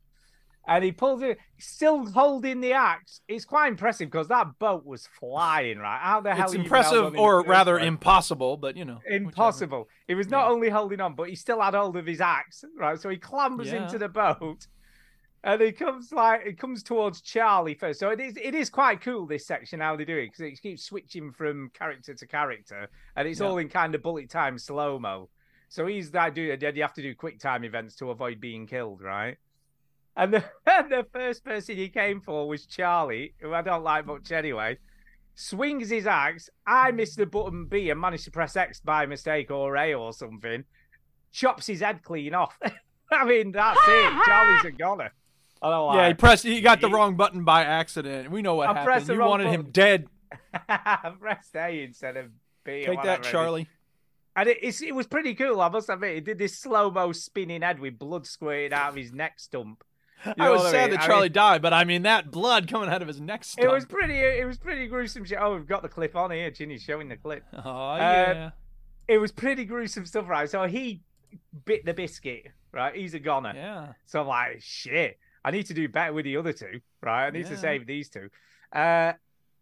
Speaker 2: and he pulls it, still holding the axe. It's quite impressive because that boat was flying, right? How the hell?
Speaker 3: It's
Speaker 2: are you held on in
Speaker 3: impressive,
Speaker 2: the
Speaker 3: or
Speaker 2: first
Speaker 3: rather
Speaker 2: place?
Speaker 3: impossible, but you know. whichever.
Speaker 2: impossible. He was not only holding on, but he still had hold of his axe, right? So he clambers
Speaker 3: Yeah.
Speaker 2: into the boat, and he comes like he comes towards Charlie first. So it is it is quite cool this section how they do it because it keeps switching from character to character, and it's
Speaker 3: Yeah.
Speaker 2: all in kind of bullet time slow mo. So he's like, do you have to do quick time events to avoid being killed, right? And the, and the first person he came for was Charlie, who I don't like much anyway. Swings his axe. I
Speaker 3: Hmm.
Speaker 2: missed the button B and managed to press X by mistake or A or something. Chops his head clean off. I mean, that's it. Charlie's a goner. I don't
Speaker 3: Yeah, he
Speaker 2: like.
Speaker 3: pressed. He got the
Speaker 2: He-
Speaker 3: wrong button by accident. We know what
Speaker 2: I pressed
Speaker 3: happened.
Speaker 2: the
Speaker 3: You
Speaker 2: wrong
Speaker 3: wanted him
Speaker 2: button.
Speaker 3: dead.
Speaker 2: I pressed A instead of B. or
Speaker 3: Take
Speaker 2: whatever
Speaker 3: that,
Speaker 2: it is.
Speaker 3: Charlie.
Speaker 2: And it, it's, it was pretty cool, I must admit. He did this slow mo spinning head with blood squirting out of his neck stump. You
Speaker 3: I
Speaker 2: know
Speaker 3: was
Speaker 2: what
Speaker 3: sad
Speaker 2: mean?
Speaker 3: that
Speaker 2: I mean-
Speaker 3: Charlie died, but I mean that blood coming out of his neck.
Speaker 2: It was
Speaker 3: stump.
Speaker 2: pretty. It was pretty gruesome shit. Oh, we've got the clip on here. Ginny's showing the clip.
Speaker 3: Oh yeah.
Speaker 2: It was pretty gruesome stuff, right? So he bit the biscuit, right? He's a goner.
Speaker 3: yeah.
Speaker 2: So I'm like, shit, I need to do better with the other two, right? I need to
Speaker 3: Yeah.
Speaker 2: save these two. Uh,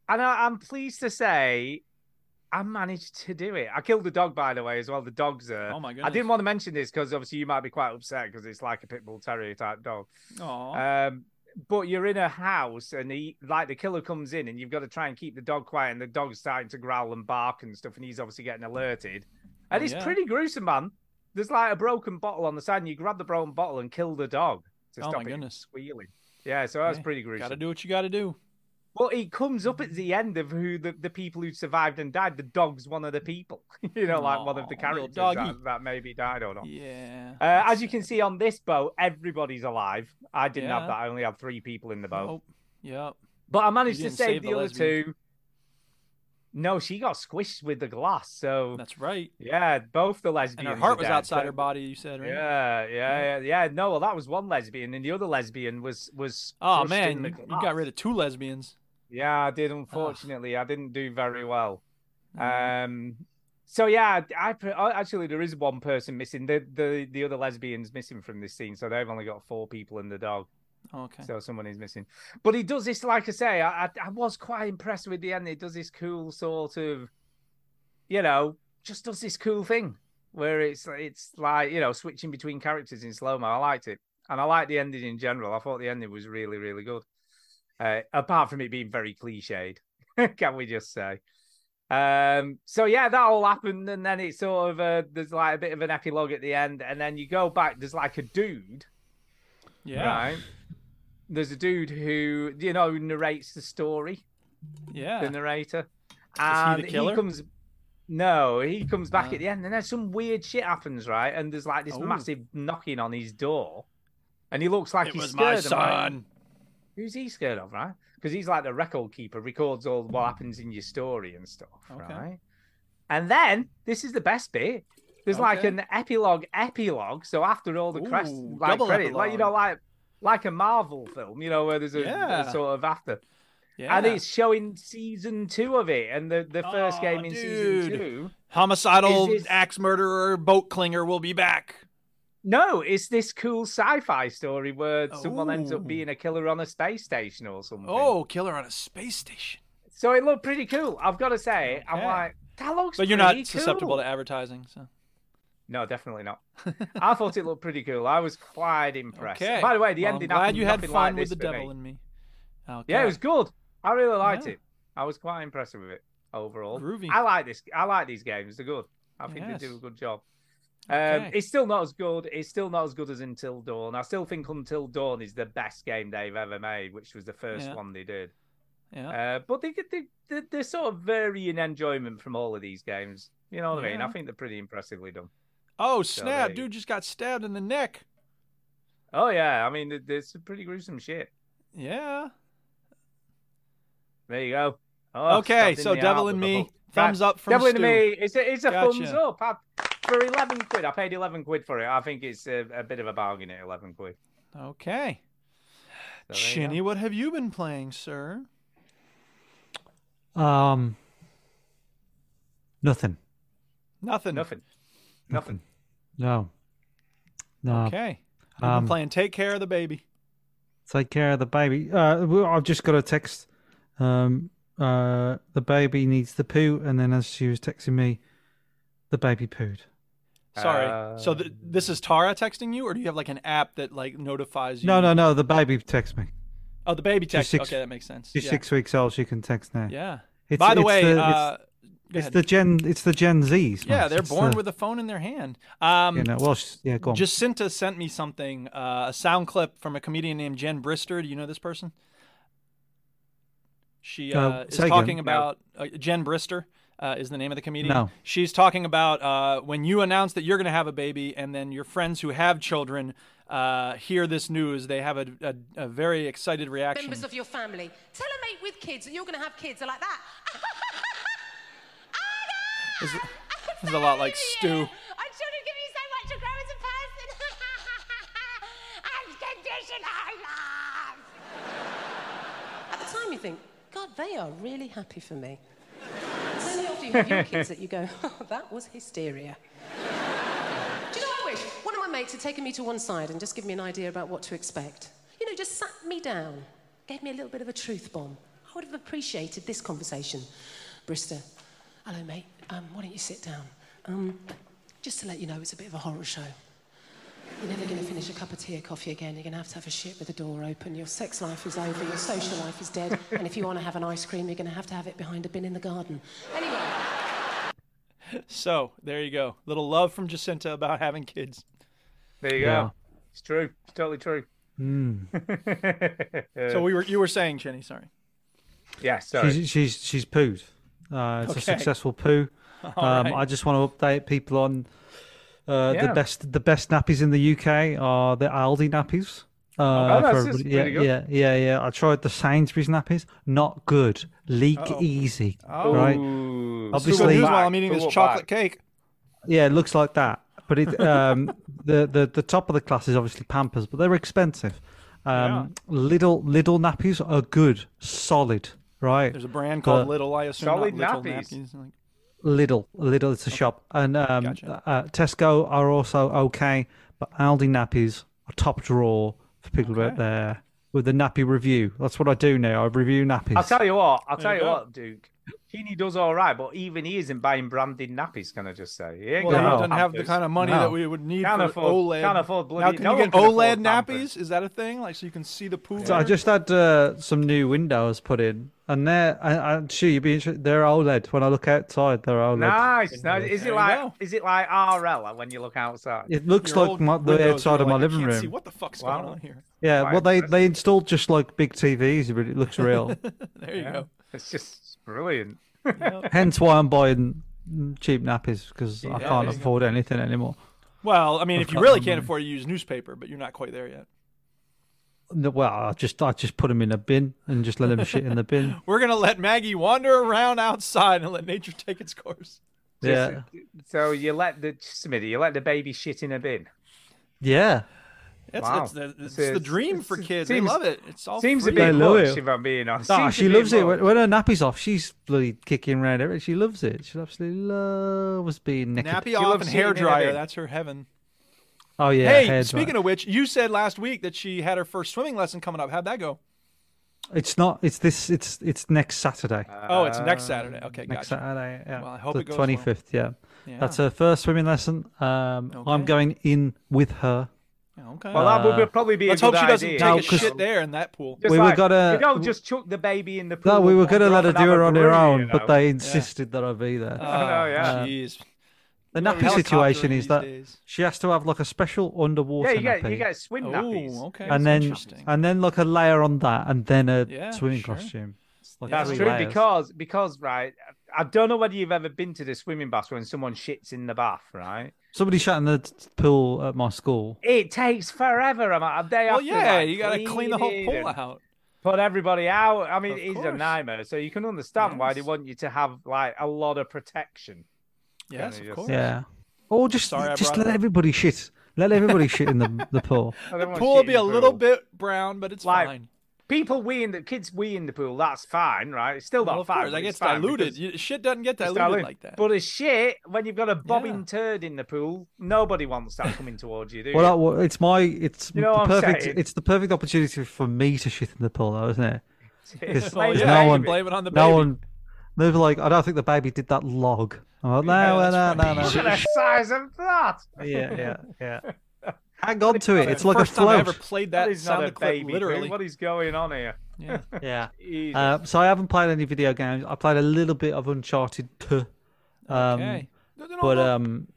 Speaker 2: and I, I'm pleased to say I managed to do it. I killed the dog, by the way, as well. The dog's. Uh,
Speaker 3: Oh my
Speaker 2: I
Speaker 3: goodness.
Speaker 2: didn't want to mention this because obviously you might be quite upset because it's like a pit bull terrier type dog.
Speaker 3: Aw.
Speaker 2: Um, but you're in a house and he like the killer comes in and you've got to try and keep the dog quiet and the dog's starting to growl and bark and stuff and he's obviously getting alerted. And
Speaker 3: Oh,
Speaker 2: it's
Speaker 3: yeah.
Speaker 2: pretty gruesome, man. There's like a broken bottle on the side and you grab the broken bottle and kill the dog to
Speaker 3: Oh,
Speaker 2: stop
Speaker 3: my
Speaker 2: it from
Speaker 3: goodness.
Speaker 2: squealing. Yeah, so that's
Speaker 3: Yeah,
Speaker 2: pretty gruesome.
Speaker 3: Gotta do what you gotta do.
Speaker 2: But it comes up at the end of who the, the people who survived and died. The dog's one of the people, you know, like one of the
Speaker 3: Aw, little
Speaker 2: characters
Speaker 3: doggy.
Speaker 2: that, that maybe died or not.
Speaker 3: Yeah.
Speaker 2: Oh. Uh, as you can see on this boat, everybody's alive. I didn't
Speaker 3: Yeah.
Speaker 2: have that. I only had three people in the boat.
Speaker 3: Oh, yep.
Speaker 2: But I managed to
Speaker 3: didn't
Speaker 2: save,
Speaker 3: save
Speaker 2: the,
Speaker 3: the
Speaker 2: other
Speaker 3: lesbian.
Speaker 2: two. No, she got squished with the glass. So
Speaker 3: That's right.
Speaker 2: yeah, both the lesbians.
Speaker 3: And her
Speaker 2: are
Speaker 3: heart was
Speaker 2: dead,
Speaker 3: outside
Speaker 2: so-
Speaker 3: her body. You said, right?
Speaker 2: Yeah, yeah, yeah, yeah. No, well, that was one lesbian, and the other lesbian was was.
Speaker 3: Oh
Speaker 2: crushed in
Speaker 3: man,
Speaker 2: the
Speaker 3: you, you got
Speaker 2: glass.
Speaker 3: rid of two lesbians.
Speaker 2: Yeah, I did. Unfortunately, I didn't do very well. Um. So yeah, I pre- oh, actually there is one person missing. The the the other lesbians missing from this scene, so they've only got four people and the dog.
Speaker 3: Mm, Okay.
Speaker 2: So someone is missing. But he does this, like I say, I, I, I was quite impressed with the end. He does this cool sort of, you know, just does this cool thing where it's it's like you know switching between characters in slow mo. I liked it, and I liked the ending in general. I thought the ending was really really good. Uh, apart from it being very cliched, can we just say? Um, so yeah, that all happened, and then it's sort of uh, there's like a bit of an epilogue at the end, and then you go back. There's like a dude
Speaker 3: yeah.
Speaker 2: right? There's a dude who you know narrates the story,
Speaker 3: Yeah.
Speaker 2: the narrator, and
Speaker 3: killer?
Speaker 2: comes. No, he comes back
Speaker 3: Oh.
Speaker 2: at the end, and then some weird shit happens, right? And there's like this
Speaker 3: Oh.
Speaker 2: massive knocking on his door, and he looks like
Speaker 3: it
Speaker 2: he's
Speaker 3: was
Speaker 2: scared.
Speaker 3: my
Speaker 2: I'm like,
Speaker 3: son.
Speaker 2: Who's he scared of, right? Because he's like the record keeper, records all what happens in your story and stuff,
Speaker 3: Hmm. Okay.
Speaker 2: right? And then this is the best bit. There's like
Speaker 3: Okay.
Speaker 2: an epilogue, epilogue. So after all the crest,
Speaker 3: Ooh,
Speaker 2: like
Speaker 3: double
Speaker 2: credit, like you know,
Speaker 3: epilogue.
Speaker 2: like like a Marvel film, you know, where there's a, a
Speaker 3: Yeah.
Speaker 2: sort of after,
Speaker 3: Yeah.
Speaker 2: and it's showing season two of it, and the the first
Speaker 3: Aw,
Speaker 2: game in
Speaker 3: dude.
Speaker 2: season two.
Speaker 3: Homicidal
Speaker 2: Is this-
Speaker 3: axe murderer boat clinger will be back.
Speaker 2: No, it's this cool sci-fi story where someone ends
Speaker 3: Ooh.
Speaker 2: up being a killer on a space station or something.
Speaker 3: Oh, killer on a space station.
Speaker 2: So it looked pretty cool. I've got to say, I'm
Speaker 3: Okay.
Speaker 2: like, that looks.
Speaker 3: But you're not
Speaker 2: pretty
Speaker 3: susceptible
Speaker 2: cool.
Speaker 3: to advertising, so
Speaker 2: No, definitely not. I thought it looked pretty cool. I was quite impressed.
Speaker 3: okay.
Speaker 2: By the way, the
Speaker 3: Well,
Speaker 2: ending.
Speaker 3: I'm glad
Speaker 2: happened
Speaker 3: you had
Speaker 2: nothing
Speaker 3: fun
Speaker 2: like
Speaker 3: with the
Speaker 2: this for me.
Speaker 3: devil in me. Okay.
Speaker 2: Yeah, it was good. I really liked
Speaker 3: Yeah.
Speaker 2: it. I was quite impressed with it overall.
Speaker 3: Groovy.
Speaker 2: I like this. I like these games. They're good. I think they do
Speaker 3: Yes.
Speaker 2: a good job. Um,
Speaker 3: Okay.
Speaker 2: it's still not as good. It's still not as good as Until Dawn. I still think Until Dawn is the best game they've ever made, which was the first
Speaker 3: Yeah.
Speaker 2: one they did.
Speaker 3: yeah.
Speaker 2: Uh, but they, they, they, they're sort of varying enjoyment from all of these games. You know what I mean? I
Speaker 3: Yeah.
Speaker 2: think they're pretty impressively done.
Speaker 3: Oh
Speaker 2: there
Speaker 3: snap!
Speaker 2: you-
Speaker 3: Dude just got stabbed in the neck.
Speaker 2: Oh, yeah. I mean, th- there's some pretty gruesome shit.
Speaker 3: Yeah.
Speaker 2: There you go. Oh,
Speaker 3: okay,
Speaker 2: stabbed in
Speaker 3: so
Speaker 2: the
Speaker 3: Devil
Speaker 2: arm
Speaker 3: in
Speaker 2: with a
Speaker 3: Me,
Speaker 2: hook.
Speaker 3: thumbs
Speaker 2: Right.
Speaker 3: up from
Speaker 2: Devil
Speaker 3: Stu.
Speaker 2: in Me. It's a, it's a thumbs
Speaker 3: Gotcha.
Speaker 2: up. I, for 11 quid. I paid 11 quid for it. I think it's a, a bit of a bargain at 11 quid.
Speaker 3: Okay.
Speaker 2: So there you go.
Speaker 3: Chinny, what have you been playing, sir?
Speaker 5: Um, nothing.
Speaker 3: Nothing.
Speaker 2: Nothing. Nothing.
Speaker 5: No. No.
Speaker 3: Okay. I've
Speaker 5: Um,
Speaker 3: been playing Take Care of the Baby.
Speaker 5: Take care of the baby. Uh, well, I've just got a text. Um, uh, the baby needs the poo, and then as she was texting me, the baby pooed.
Speaker 3: Sorry. so
Speaker 2: Uh,
Speaker 3: th- this is Tara texting you, or do you have like an app that like notifies you?
Speaker 5: No, no, no. The baby texts me.
Speaker 3: Oh, the baby text.
Speaker 5: six-
Speaker 3: okay, that makes sense.
Speaker 5: She's
Speaker 3: yeah.
Speaker 5: six weeks old. She can text now.
Speaker 3: Yeah.
Speaker 5: It's-
Speaker 3: By the
Speaker 5: it's
Speaker 3: way,
Speaker 5: the- it's-
Speaker 3: uh, go
Speaker 5: It's
Speaker 3: ahead.
Speaker 5: the Gen. It's the Gen Zs.
Speaker 3: yeah,
Speaker 5: Max.
Speaker 3: they're
Speaker 5: It's
Speaker 3: born
Speaker 5: the-
Speaker 3: with a phone in their hand. Um,
Speaker 5: You know, well, she's- yeah, go on.
Speaker 3: Jacinta sent me something, uh, a sound clip from a comedian named Jen Brister. Do you know this person? She uh,
Speaker 5: No,
Speaker 3: is
Speaker 5: say again.
Speaker 3: talking
Speaker 5: No.
Speaker 3: about uh, Jen Brister. Uh, is the name of the comedian?
Speaker 5: No.
Speaker 3: She's talking about uh, when you announce that you're going to have a baby, and then your friends who have children uh, hear this news, they have a, a, a very excited reaction.
Speaker 1: members of your family. Tell a mate with kids that you're going to have kids. They're like that.
Speaker 3: This is- this is a lot like Stu.
Speaker 1: Our children give you so much to grow as a person. Unconditional love. At the time, you think, God, they are really happy for me. It's only after you have your kids that you go, oh, that was hysteria. Do you know what I wish? One of my mates had taken me to one side and just given me an idea about what to expect. You know, just sat me down, gave me a little bit of a truth bomb. I would have appreciated this conversation. Brister, hello, mate. Um, why don't you sit down? Um, just to let you know, it's a bit of a horror show. You're never going to finish a cup of tea or coffee again. You're going to have to have a shit with the door open. Your sex life is over. Your social life is dead. And if you want to have an ice cream, you're going to have to have it behind a bin in the garden. Anyway.
Speaker 3: So there you go. Little love from Jacinta about having kids.
Speaker 2: there you go.
Speaker 5: Yeah.
Speaker 2: It's true. It's totally true.
Speaker 3: Hmm. So we were you were saying, Chinny, sorry.
Speaker 2: Yeah. Sorry.
Speaker 5: She's she's she's pooed. Uh, it's
Speaker 3: Okay.
Speaker 5: a successful poo. Um,
Speaker 3: right.
Speaker 5: I just want to update people on uh,
Speaker 2: Yeah.
Speaker 5: the best the best nappies in the UK are the Aldi nappies.
Speaker 3: Oh,
Speaker 5: Uh,
Speaker 2: that's-
Speaker 5: for
Speaker 2: that's
Speaker 5: everybody- yeah,
Speaker 2: pretty good.
Speaker 5: yeah, yeah, yeah. I tried the Sainsbury's nappies. Not good. Leak easy.
Speaker 3: Oh.
Speaker 5: Right?
Speaker 2: Ooh,
Speaker 5: Obviously-
Speaker 2: so
Speaker 5: News
Speaker 2: back,
Speaker 3: while I'm eating this
Speaker 2: so what
Speaker 3: chocolate
Speaker 2: back?
Speaker 3: cake.
Speaker 5: Yeah, it looks like that. But it um, the, the the top of the class is obviously Pampers, but they're expensive. Um, Little little nappies are good, solid. Right?
Speaker 3: There's a brand called
Speaker 5: But-
Speaker 3: Little. I assume
Speaker 2: Solid
Speaker 3: not Little
Speaker 2: nappies.
Speaker 3: nappies. Like,
Speaker 5: Lidl, Lidl, it's a shop, and um,
Speaker 3: Gotcha.
Speaker 5: uh, Tesco are also okay, but Aldi nappies are top drawer for people out there with the nappy review. That's what I do now. I review nappies.
Speaker 2: I'll tell you what. I'll tell you,
Speaker 3: you go.
Speaker 2: what, Duke. Keeney does all right, but even he isn't buying branded nappies. Can I just say? He ain't
Speaker 3: well,
Speaker 2: got
Speaker 3: he
Speaker 2: no
Speaker 3: doesn't have the
Speaker 2: Pampers.
Speaker 3: kind of money that
Speaker 5: No.
Speaker 3: we would need
Speaker 2: Can't
Speaker 3: for
Speaker 2: afford-
Speaker 3: OLED.
Speaker 2: can't afford bloody-
Speaker 3: now, can
Speaker 2: no
Speaker 3: you
Speaker 2: one
Speaker 3: get
Speaker 2: can afford
Speaker 3: OLED
Speaker 2: Pampers.
Speaker 3: nappies? Is that a thing? Like, so you can see the poo.
Speaker 5: So I
Speaker 3: better?
Speaker 5: just had uh, some new windows put in, and they're, I, I'm sure you'd be interested. They're OLED. When I look outside, they're OLED.
Speaker 2: Nice, nice. Is
Speaker 3: There
Speaker 2: it
Speaker 3: you
Speaker 2: like
Speaker 3: go.
Speaker 2: is it like RL when you look outside?
Speaker 5: It looks
Speaker 3: Your
Speaker 5: like
Speaker 3: old
Speaker 5: my, the
Speaker 3: windows
Speaker 5: outside
Speaker 3: were
Speaker 5: of my
Speaker 3: like, I
Speaker 5: living
Speaker 3: can't See
Speaker 5: room.
Speaker 3: what the fuck's going
Speaker 2: Wow.
Speaker 3: on here?
Speaker 5: Yeah,
Speaker 2: Quite
Speaker 5: well, they,
Speaker 2: impressive.
Speaker 5: they installed just like big TVs, but it looks real.
Speaker 3: There you go.
Speaker 2: It's just it's brilliant.
Speaker 5: Hence why I'm buying cheap nappies because I can't
Speaker 3: there you go.
Speaker 5: afford anything anymore.
Speaker 3: Well, I mean, if you
Speaker 5: got
Speaker 3: really
Speaker 5: no
Speaker 3: can't
Speaker 5: money.
Speaker 3: afford to use newspaper, but you're not quite there yet.
Speaker 5: No, Well, I just I just put them in a bin and just let them shit in the bin.
Speaker 3: We're gonna let Maggie wander around outside and let nature take its course.
Speaker 5: Yeah,
Speaker 2: So you let the Smithy, you let the baby shit in a bin.
Speaker 5: yeah.
Speaker 3: It's,
Speaker 2: Wow.
Speaker 3: it's, the, it's
Speaker 2: This
Speaker 3: the
Speaker 2: is-
Speaker 3: dream for
Speaker 2: this
Speaker 3: kids.
Speaker 2: seems-
Speaker 3: they love it. It's all
Speaker 2: Seems a
Speaker 3: free.
Speaker 5: I
Speaker 2: bit
Speaker 5: love
Speaker 2: much,
Speaker 5: it.
Speaker 2: if I'm being honest.
Speaker 5: Nah,
Speaker 2: Seems a
Speaker 5: Ah, she
Speaker 2: bit
Speaker 5: loves it. When,
Speaker 2: much.
Speaker 5: when her nappy's off, she's bloody kicking around everywhere. She loves it. She absolutely loves being naked.
Speaker 3: Nappy
Speaker 2: She
Speaker 3: off
Speaker 2: loves
Speaker 3: and
Speaker 2: seeing
Speaker 3: hair dryer.
Speaker 2: anything.
Speaker 3: That's her heaven.
Speaker 5: Oh yeah.
Speaker 3: hey,
Speaker 5: hair
Speaker 3: speaking of which, you said last week that she had her first swimming lesson coming up. How'd that go?
Speaker 5: of, it's not. It's this. It's it's next Saturday.
Speaker 3: Oh, it's next Saturday. Okay,
Speaker 5: Uh, next
Speaker 3: gotcha.
Speaker 5: Saturday. Yeah.
Speaker 3: Well, I hope
Speaker 5: the
Speaker 3: it goes well.
Speaker 5: twenty fifth. Yeah. That's
Speaker 3: Yeah.
Speaker 5: her first swimming lesson. Um, I'm
Speaker 3: Okay.
Speaker 5: going in with her.
Speaker 3: Okay.
Speaker 2: Well, that would be- probably be.
Speaker 3: Let's
Speaker 2: a
Speaker 3: hope
Speaker 2: good
Speaker 3: she doesn't
Speaker 2: idea.
Speaker 3: take
Speaker 5: No,
Speaker 3: a
Speaker 5: Oh, 'cause-
Speaker 3: shit there in that pool.
Speaker 2: Just
Speaker 5: We were gonna-
Speaker 2: You don't just chuck the baby in the pool.
Speaker 5: No, we were
Speaker 2: and
Speaker 5: gonna let
Speaker 2: wander
Speaker 5: her
Speaker 2: off
Speaker 5: do
Speaker 2: and
Speaker 5: her
Speaker 2: have
Speaker 5: on
Speaker 2: a
Speaker 5: her
Speaker 2: brew,
Speaker 5: own,
Speaker 2: you know.
Speaker 5: but they insisted that I be there.
Speaker 3: Uh,
Speaker 2: know, Oh,
Speaker 5: Uh,
Speaker 2: yeah.
Speaker 3: Ah, Jeez.
Speaker 5: the
Speaker 3: You're
Speaker 5: nappy situation
Speaker 3: helicoptering
Speaker 5: is
Speaker 3: these
Speaker 5: that
Speaker 3: days.
Speaker 5: she has to have like a special underwater
Speaker 2: yeah, you get
Speaker 5: nappy.
Speaker 2: you get swim nappies.
Speaker 3: Oh, okay.
Speaker 5: and
Speaker 3: that's
Speaker 5: then
Speaker 3: interesting.
Speaker 5: and then like a layer on that, and then a
Speaker 3: Yeah,
Speaker 5: swimming
Speaker 3: sure.
Speaker 5: costume. It's like
Speaker 2: That's
Speaker 5: three
Speaker 2: true
Speaker 5: layers.
Speaker 2: because because right. I don't know whether you've ever been to the swimming bath when someone shits in the bath, right?
Speaker 5: somebody shot in the t- pool at my school.
Speaker 2: It takes forever. I'm like, a day
Speaker 3: well,
Speaker 2: after.
Speaker 3: yeah,
Speaker 2: like,
Speaker 3: you got to clean the whole
Speaker 2: it
Speaker 3: pool
Speaker 2: and
Speaker 3: out.
Speaker 2: Put everybody out. I mean,
Speaker 3: Of
Speaker 2: it's a
Speaker 3: course.
Speaker 2: nightmare. So you can understand why they
Speaker 3: Yes.
Speaker 2: want you to have like a lot of protection.
Speaker 3: Yes,
Speaker 2: you
Speaker 3: of
Speaker 2: just-
Speaker 3: course.
Speaker 5: Yeah, or just
Speaker 3: Sorry I
Speaker 5: just
Speaker 3: brought
Speaker 5: let
Speaker 3: it up.
Speaker 5: everybody shit. Let everybody shit in the the pool.
Speaker 2: I don't
Speaker 3: The
Speaker 2: wanna
Speaker 3: pool
Speaker 2: shit
Speaker 3: will
Speaker 2: in
Speaker 3: be a little
Speaker 2: pool.
Speaker 3: bit brown, but it's
Speaker 2: Like-
Speaker 3: fine.
Speaker 2: people we in the kids we in the pool. That's fine, right? It's still not
Speaker 3: Well, of
Speaker 2: fine.
Speaker 3: course,
Speaker 2: but
Speaker 3: that
Speaker 2: it's
Speaker 3: gets
Speaker 2: fine
Speaker 3: diluted.
Speaker 2: because
Speaker 3: You- shit doesn't get
Speaker 2: it's
Speaker 3: diluted
Speaker 2: diluted.
Speaker 3: like that.
Speaker 2: But as shit, when you've got a bobbing
Speaker 3: Yeah.
Speaker 2: turd in the pool, nobody wants that coming towards you, do
Speaker 5: Well,
Speaker 2: you?
Speaker 5: that, well, it's my it's
Speaker 2: You know
Speaker 5: the
Speaker 2: what I'm
Speaker 5: perfect
Speaker 2: saying?
Speaker 5: it's the perfect opportunity for me to shit in the pool, though, isn't it? 'Cause
Speaker 3: Well,
Speaker 2: It's
Speaker 3: Oh, yeah,
Speaker 5: no
Speaker 3: you can
Speaker 5: one-
Speaker 3: blame it on the baby.
Speaker 5: No one, they'd be like, I don't think the baby did that log. I'm like, no,
Speaker 3: Yeah,
Speaker 5: no,
Speaker 3: that's
Speaker 5: no, no,
Speaker 2: Look at the size of that.
Speaker 5: no. yeah, yeah, yeah. Hang on to it. It's like a
Speaker 3: First time I ever
Speaker 5: float.
Speaker 3: played
Speaker 2: That
Speaker 3: that
Speaker 2: is not a
Speaker 3: sound clip,
Speaker 2: baby. Literally.
Speaker 3: literally.
Speaker 2: What is going on here?
Speaker 3: Yeah.
Speaker 5: Yeah.
Speaker 2: Jesus.
Speaker 5: Uh, so I haven't played any video games. I played a little bit of Uncharted 2. Um,
Speaker 3: Okay. No, no, no,
Speaker 5: But
Speaker 3: no.
Speaker 5: um,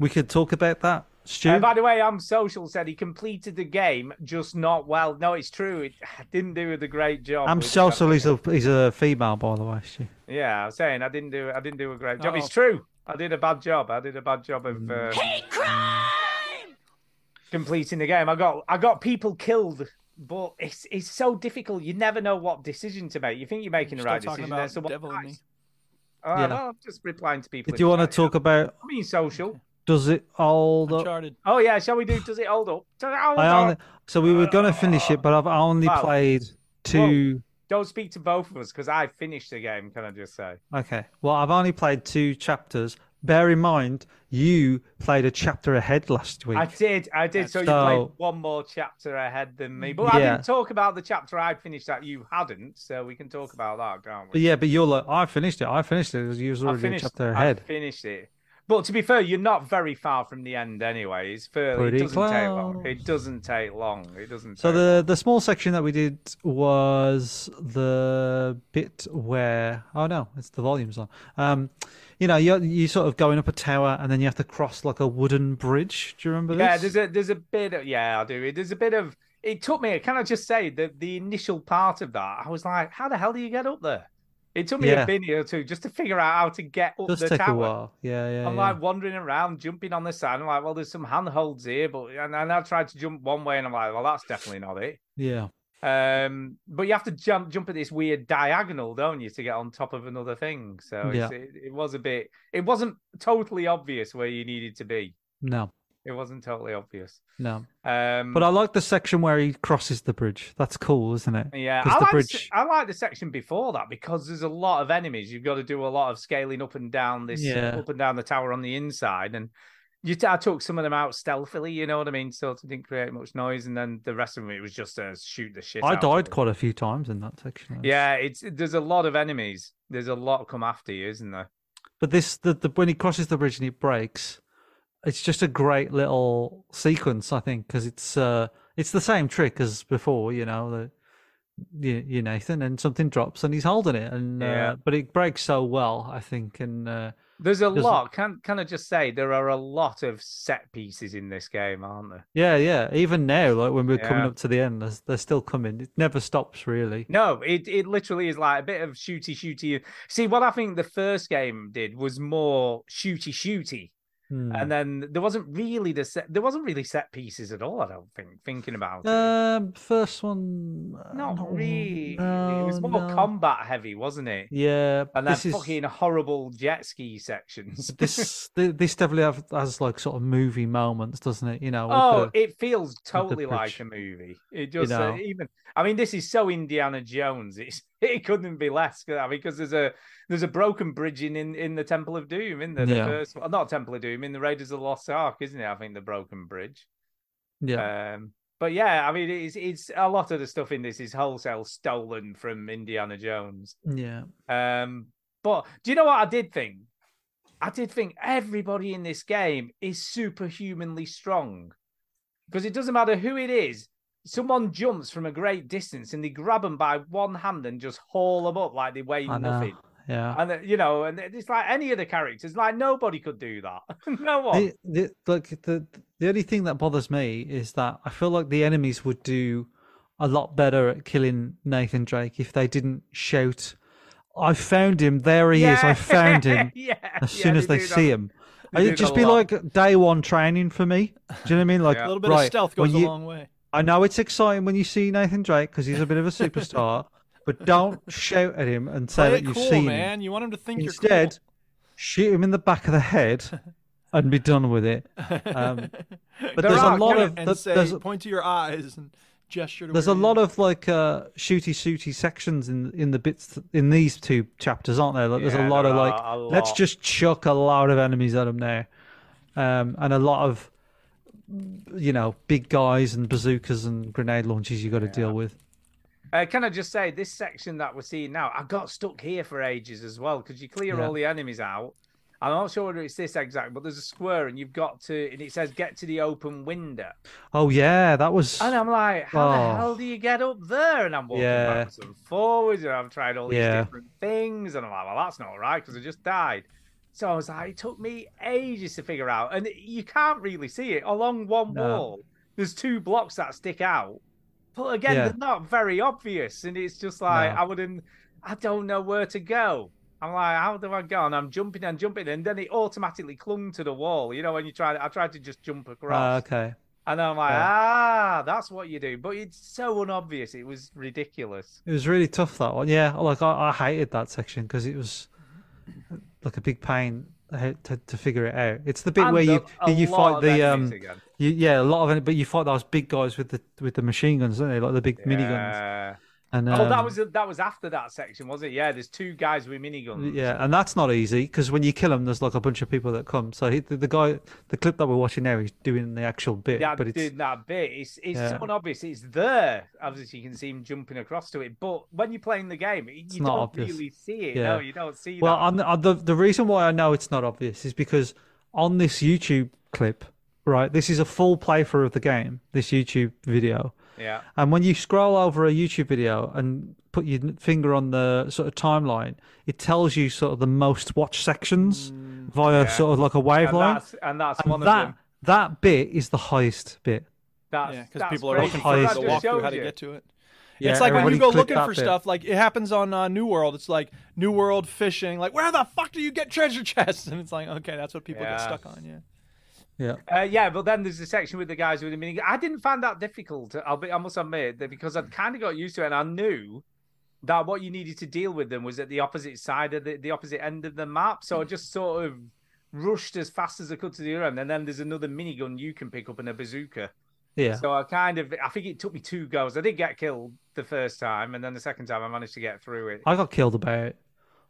Speaker 5: we could talk about that, Stu.
Speaker 2: Uh, by the way, I'm social said he completed the game, just not well. No, it's true. It didn't do the great job.
Speaker 5: I'm
Speaker 2: with-
Speaker 5: social is a, is a female, by the way, Stu.
Speaker 2: Yeah, I was saying I didn't do I didn't do a great job.
Speaker 3: Oh.
Speaker 2: It's true. I did a bad job. I did a bad job
Speaker 5: Mm.
Speaker 2: of um, completing the game. I got I got people killed, but it's it's so difficult. You never know what decision to make. You think you're making the
Speaker 3: Still
Speaker 2: right
Speaker 3: talking
Speaker 2: decision.
Speaker 3: about
Speaker 2: then someone
Speaker 3: devil in
Speaker 2: dies.
Speaker 3: me.
Speaker 2: Oh,
Speaker 5: Yeah.
Speaker 2: no, I'm just replying to people.
Speaker 5: Did
Speaker 2: in
Speaker 5: you
Speaker 2: the
Speaker 5: want to
Speaker 2: chat, yeah.
Speaker 5: talk about
Speaker 2: I mean, social.
Speaker 5: does it all the
Speaker 3: Uncharted.
Speaker 2: Oh yeah, shall we do? Does it hold up? Does it hold
Speaker 5: I
Speaker 2: up?
Speaker 5: only, so we were gonna finish it, but I've only
Speaker 2: Wow.
Speaker 5: played two.
Speaker 2: Don't speak to both of us because I finished the game. Can I just say?
Speaker 5: Okay, well, I've only played two chapters. Bear in mind, you played a chapter ahead last week.
Speaker 2: I did, I did. So you played
Speaker 5: So-
Speaker 2: one more chapter ahead than me, but I
Speaker 5: Yeah.
Speaker 2: didn't talk about the chapter I finished that you hadn't. So we can talk about that, can't
Speaker 5: But
Speaker 2: we?
Speaker 5: yeah, but you're like, I finished it. I finished it. You was already a chapter ahead.
Speaker 2: I finished it. But to be fair, you're not very far from the end, anyway. It's fairly. It
Speaker 5: Pretty
Speaker 2: doesn't take long.
Speaker 5: close.
Speaker 2: It doesn't take long. It doesn't.
Speaker 5: So
Speaker 2: take long.
Speaker 5: the the small section that we did was the bit where oh no, it's the volume's on. Um, you know, you you sort of going up a tower and then you have to cross like a wooden bridge. Do you remember
Speaker 2: yeah,
Speaker 5: this?
Speaker 2: there's a there's a bit of yeah, I do. There's a bit of. It took me. Can I just say that the initial part of that, I was like, how the hell do you get up there? It took me
Speaker 5: Yeah.
Speaker 2: a minute or two just to figure out how to get up
Speaker 5: does
Speaker 2: the
Speaker 5: take
Speaker 2: tower.
Speaker 5: a while. Yeah, yeah.
Speaker 2: I'm
Speaker 5: yeah.
Speaker 2: like wandering around, jumping on the sand. I'm like, well, there's some handholds here, but and, and I tried to jump one way, and I'm like, well, that's definitely not it.
Speaker 5: yeah.
Speaker 2: Um, but you have to jump jump at this weird diagonal, don't you, to get on top of another thing? So it's, it, it was a bit. It wasn't totally obvious where you needed to be.
Speaker 5: No,
Speaker 2: It wasn't totally obvious.
Speaker 5: no.
Speaker 2: Um,
Speaker 5: But I like the section where he crosses the bridge. That's cool, isn't it?
Speaker 2: Yeah, I
Speaker 5: Because the
Speaker 2: like, the se-
Speaker 5: bridge.
Speaker 2: I like the section before that because there's a lot of enemies. You've got to do a lot of scaling up and down this,
Speaker 5: Yeah.
Speaker 2: up and down the tower on the inside, and you t- I took some of them out stealthily. You know what I mean? So it didn't create much noise, and then the rest of them it was just uh, shoot the shit.
Speaker 5: I
Speaker 2: out of
Speaker 5: died
Speaker 2: them.
Speaker 5: quite a few times in that section. though.
Speaker 2: Yeah, it's there's a lot of enemies. There's a lot come after you, isn't there?
Speaker 5: But this, the, the when he crosses the bridge and it breaks, it's just a great little sequence, I think, because it's uh, it's the same trick as before, you know, the you, you Nathan and something drops and he's holding it, and
Speaker 2: Yeah.
Speaker 5: uh, but it breaks so well, I think, and uh,
Speaker 2: There's a
Speaker 5: There's-
Speaker 2: lot. Can can I just say there are a lot of set pieces in this game, aren't there?
Speaker 5: yeah, yeah, even now, like when we're coming
Speaker 2: Yeah.
Speaker 5: up to the end, they're, they're still coming. It never stops really.
Speaker 2: No, it, it literally is like a bit of shooty shooty. See, what I think the first game did was more shooty shooty,
Speaker 5: Hmm.
Speaker 2: and then there wasn't really the set, there wasn't really set pieces at all. I don't think thinking about it,
Speaker 5: Um, first one. uh,
Speaker 2: not
Speaker 5: no,
Speaker 2: really. it
Speaker 5: no,
Speaker 2: was more
Speaker 5: no.
Speaker 2: combat heavy, wasn't it?
Speaker 5: Yeah,
Speaker 2: And then
Speaker 5: this is
Speaker 2: fucking horrible jet ski sections.
Speaker 5: this. thi- This definitely have, has like sort of movie moments, doesn't it? You know. uh, with
Speaker 2: Oh,
Speaker 5: the-
Speaker 2: it feels totally like
Speaker 5: bridge.
Speaker 2: a movie. It just uh,
Speaker 5: know.
Speaker 2: even. I mean, this is so Indiana Jones. It's it couldn't be less. I mean, because there's a there's a broken bridge in in, in the Temple of Doom, in there? The
Speaker 5: Yeah.
Speaker 2: first, well, not Temple of Doom, in the Raiders of the Lost Ark, isn't it? I think the broken bridge.
Speaker 5: yeah.
Speaker 2: Um, but yeah, I mean, it's it's a lot of the stuff in this is wholesale stolen from Indiana Jones.
Speaker 5: yeah.
Speaker 2: Um, but do you know what I did think? I did think everybody in this game is superhumanly strong because it doesn't matter who it is. Someone jumps from a great distance and they grab them by one hand and just haul them up like they weigh
Speaker 5: I know.
Speaker 2: nothing.
Speaker 5: Yeah.
Speaker 2: And uh, you know, and it's like any of the characters, like nobody could do that. no one.
Speaker 5: The, the, like the the only thing that bothers me is that I feel like the enemies would do a lot better at killing Nathan Drake if they didn't shout. I found him. There he is. I found him.
Speaker 2: yeah.
Speaker 5: As soon as they see him,
Speaker 2: they do
Speaker 5: it'd just
Speaker 2: that a
Speaker 5: be
Speaker 2: lot.
Speaker 5: like day one training for me. Do you know what I mean? Like
Speaker 2: Yeah.
Speaker 3: A little bit
Speaker 5: right,
Speaker 3: of stealth
Speaker 5: when
Speaker 3: goes
Speaker 5: you-
Speaker 3: a long way.
Speaker 5: I know it's exciting when you see Nathan Drake because he's a bit of a superstar, but don't shout at him and say
Speaker 3: Play
Speaker 5: that
Speaker 3: it
Speaker 5: you've
Speaker 3: cool,
Speaker 5: seen him.
Speaker 3: man. You want him to think
Speaker 5: Instead, shoot him in the back of the head and be done with it. Um, but
Speaker 2: There
Speaker 5: there's
Speaker 2: are,
Speaker 5: a lot
Speaker 2: yeah,
Speaker 3: you're
Speaker 5: of
Speaker 3: cool. And
Speaker 5: th-
Speaker 3: say,
Speaker 5: there's,
Speaker 3: point to your eyes and gesture. To
Speaker 5: There's a
Speaker 3: where he
Speaker 5: lot of like uh, shooty shooty sections in in the bits th- in these two chapters, aren't there? Like, there's
Speaker 2: Yeah,
Speaker 5: a lot
Speaker 2: there
Speaker 5: of like,
Speaker 2: are a
Speaker 5: let's
Speaker 2: lot.
Speaker 5: just chuck a lot of enemies at them now, um, and a lot of you know big guys and bazookas and grenade launchers you got to deal with.
Speaker 2: Uh, can I just say, this section that we're seeing now, I got stuck here for ages as well because you clear
Speaker 5: Yeah.
Speaker 2: all the enemies out. I'm not sure whether it's this exact, but there's a square and you've got to, and it says get to the open window.
Speaker 5: Oh yeah, that was
Speaker 2: And I'm like, how
Speaker 5: Oh.
Speaker 2: the hell do you get up there? And I'm walking
Speaker 5: Yeah.
Speaker 2: backwards and forwards, and I've tried all these
Speaker 5: Yeah.
Speaker 2: different things, and I'm like, well, that's not right because I just died. So I was like, it took me ages to figure out, and you can't really see it along one
Speaker 5: No.
Speaker 2: wall. There's two blocks that stick out, but again,
Speaker 5: Yeah.
Speaker 2: they're not very obvious, and it's just like
Speaker 5: No.
Speaker 2: I wouldn't, I don't know where to go. I'm like, how do I go? And I'm jumping and jumping, and then it automatically clung to the wall. You know, when you try, I tried to just jump across.
Speaker 5: Ah, okay.
Speaker 2: And I'm like,
Speaker 5: Yeah.
Speaker 2: ah, that's what you do. But it's so unobvious. It was ridiculous.
Speaker 5: It was really tough that one. Yeah, like I, I hated that section because it was like a big pain to, to- to figure it out. It's the bit
Speaker 2: And
Speaker 5: where you
Speaker 2: a- a
Speaker 5: you
Speaker 2: lot
Speaker 5: fight
Speaker 2: of
Speaker 5: the
Speaker 2: enemies
Speaker 5: um
Speaker 2: again.
Speaker 5: you, yeah a lot of it, but you fight those big guys with the with the machine guns, don't they? Like the big miniguns.
Speaker 2: Yeah.
Speaker 5: And
Speaker 2: oh, that
Speaker 5: um,
Speaker 2: was that was after that section, was it? Yeah, there's two guys with miniguns.
Speaker 5: yeah, and that's not easy because when you kill them, there's like a bunch of people that come. So he, the, the guy, the clip that we're watching now, he's doing the actual bit,
Speaker 2: That
Speaker 5: but it's
Speaker 2: did that bit. It's it's
Speaker 5: Yeah.
Speaker 2: so unobvious. It's there. Obviously, you can see him jumping across to it. But when you're playing the game, you
Speaker 5: not
Speaker 2: don't
Speaker 5: obvious.
Speaker 2: really see it.
Speaker 5: Yeah.
Speaker 2: No, you don't see
Speaker 5: Well,
Speaker 2: that.
Speaker 5: on the, on the the reason why I know it's not obvious is because on this YouTube clip, right? This is a full playthrough of the game. This YouTube video,
Speaker 2: Yeah.
Speaker 5: and when you scroll over a YouTube video and put your n- finger on the sort of timeline, it tells you sort of the most watched sections via sort of like a wave
Speaker 2: And
Speaker 5: line.
Speaker 2: that's, and that's
Speaker 5: And
Speaker 2: one
Speaker 5: that
Speaker 2: of them.
Speaker 5: that bit is the highest bit.
Speaker 2: That's
Speaker 3: Yeah, because
Speaker 2: that's
Speaker 3: people are
Speaker 2: crazy,
Speaker 3: looking for
Speaker 5: Highest
Speaker 3: the
Speaker 2: because that
Speaker 5: the
Speaker 2: just
Speaker 3: walkthrough how
Speaker 2: shows
Speaker 3: to
Speaker 2: you.
Speaker 3: get to it.
Speaker 5: Yeah,
Speaker 3: it's like when
Speaker 5: everybody
Speaker 3: you go
Speaker 5: clicked
Speaker 3: looking
Speaker 5: that
Speaker 3: for
Speaker 5: bit.
Speaker 3: stuff, like it happens on uh, New World. It's like New World fishing, like where the fuck do you get treasure chests? And it's like, okay, that's what people get
Speaker 2: Yeah.
Speaker 3: stuck on. Yeah,
Speaker 5: Yeah.
Speaker 2: Uh, yeah, but then there's a section with the guys with the mini. I didn't find that difficult. I'll be, I must admit that because I'd kind of got used to it, and I knew that what you needed to deal with them was at the opposite side of the, the opposite end of the map. So I just sort of rushed as fast as I could to the other end, and then there's another minigun you can pick up and a bazooka.
Speaker 5: Yeah.
Speaker 2: So I kind of, I think it took me two goes. I did get killed the first time, and then the second time I managed to get through it.
Speaker 5: I got killed about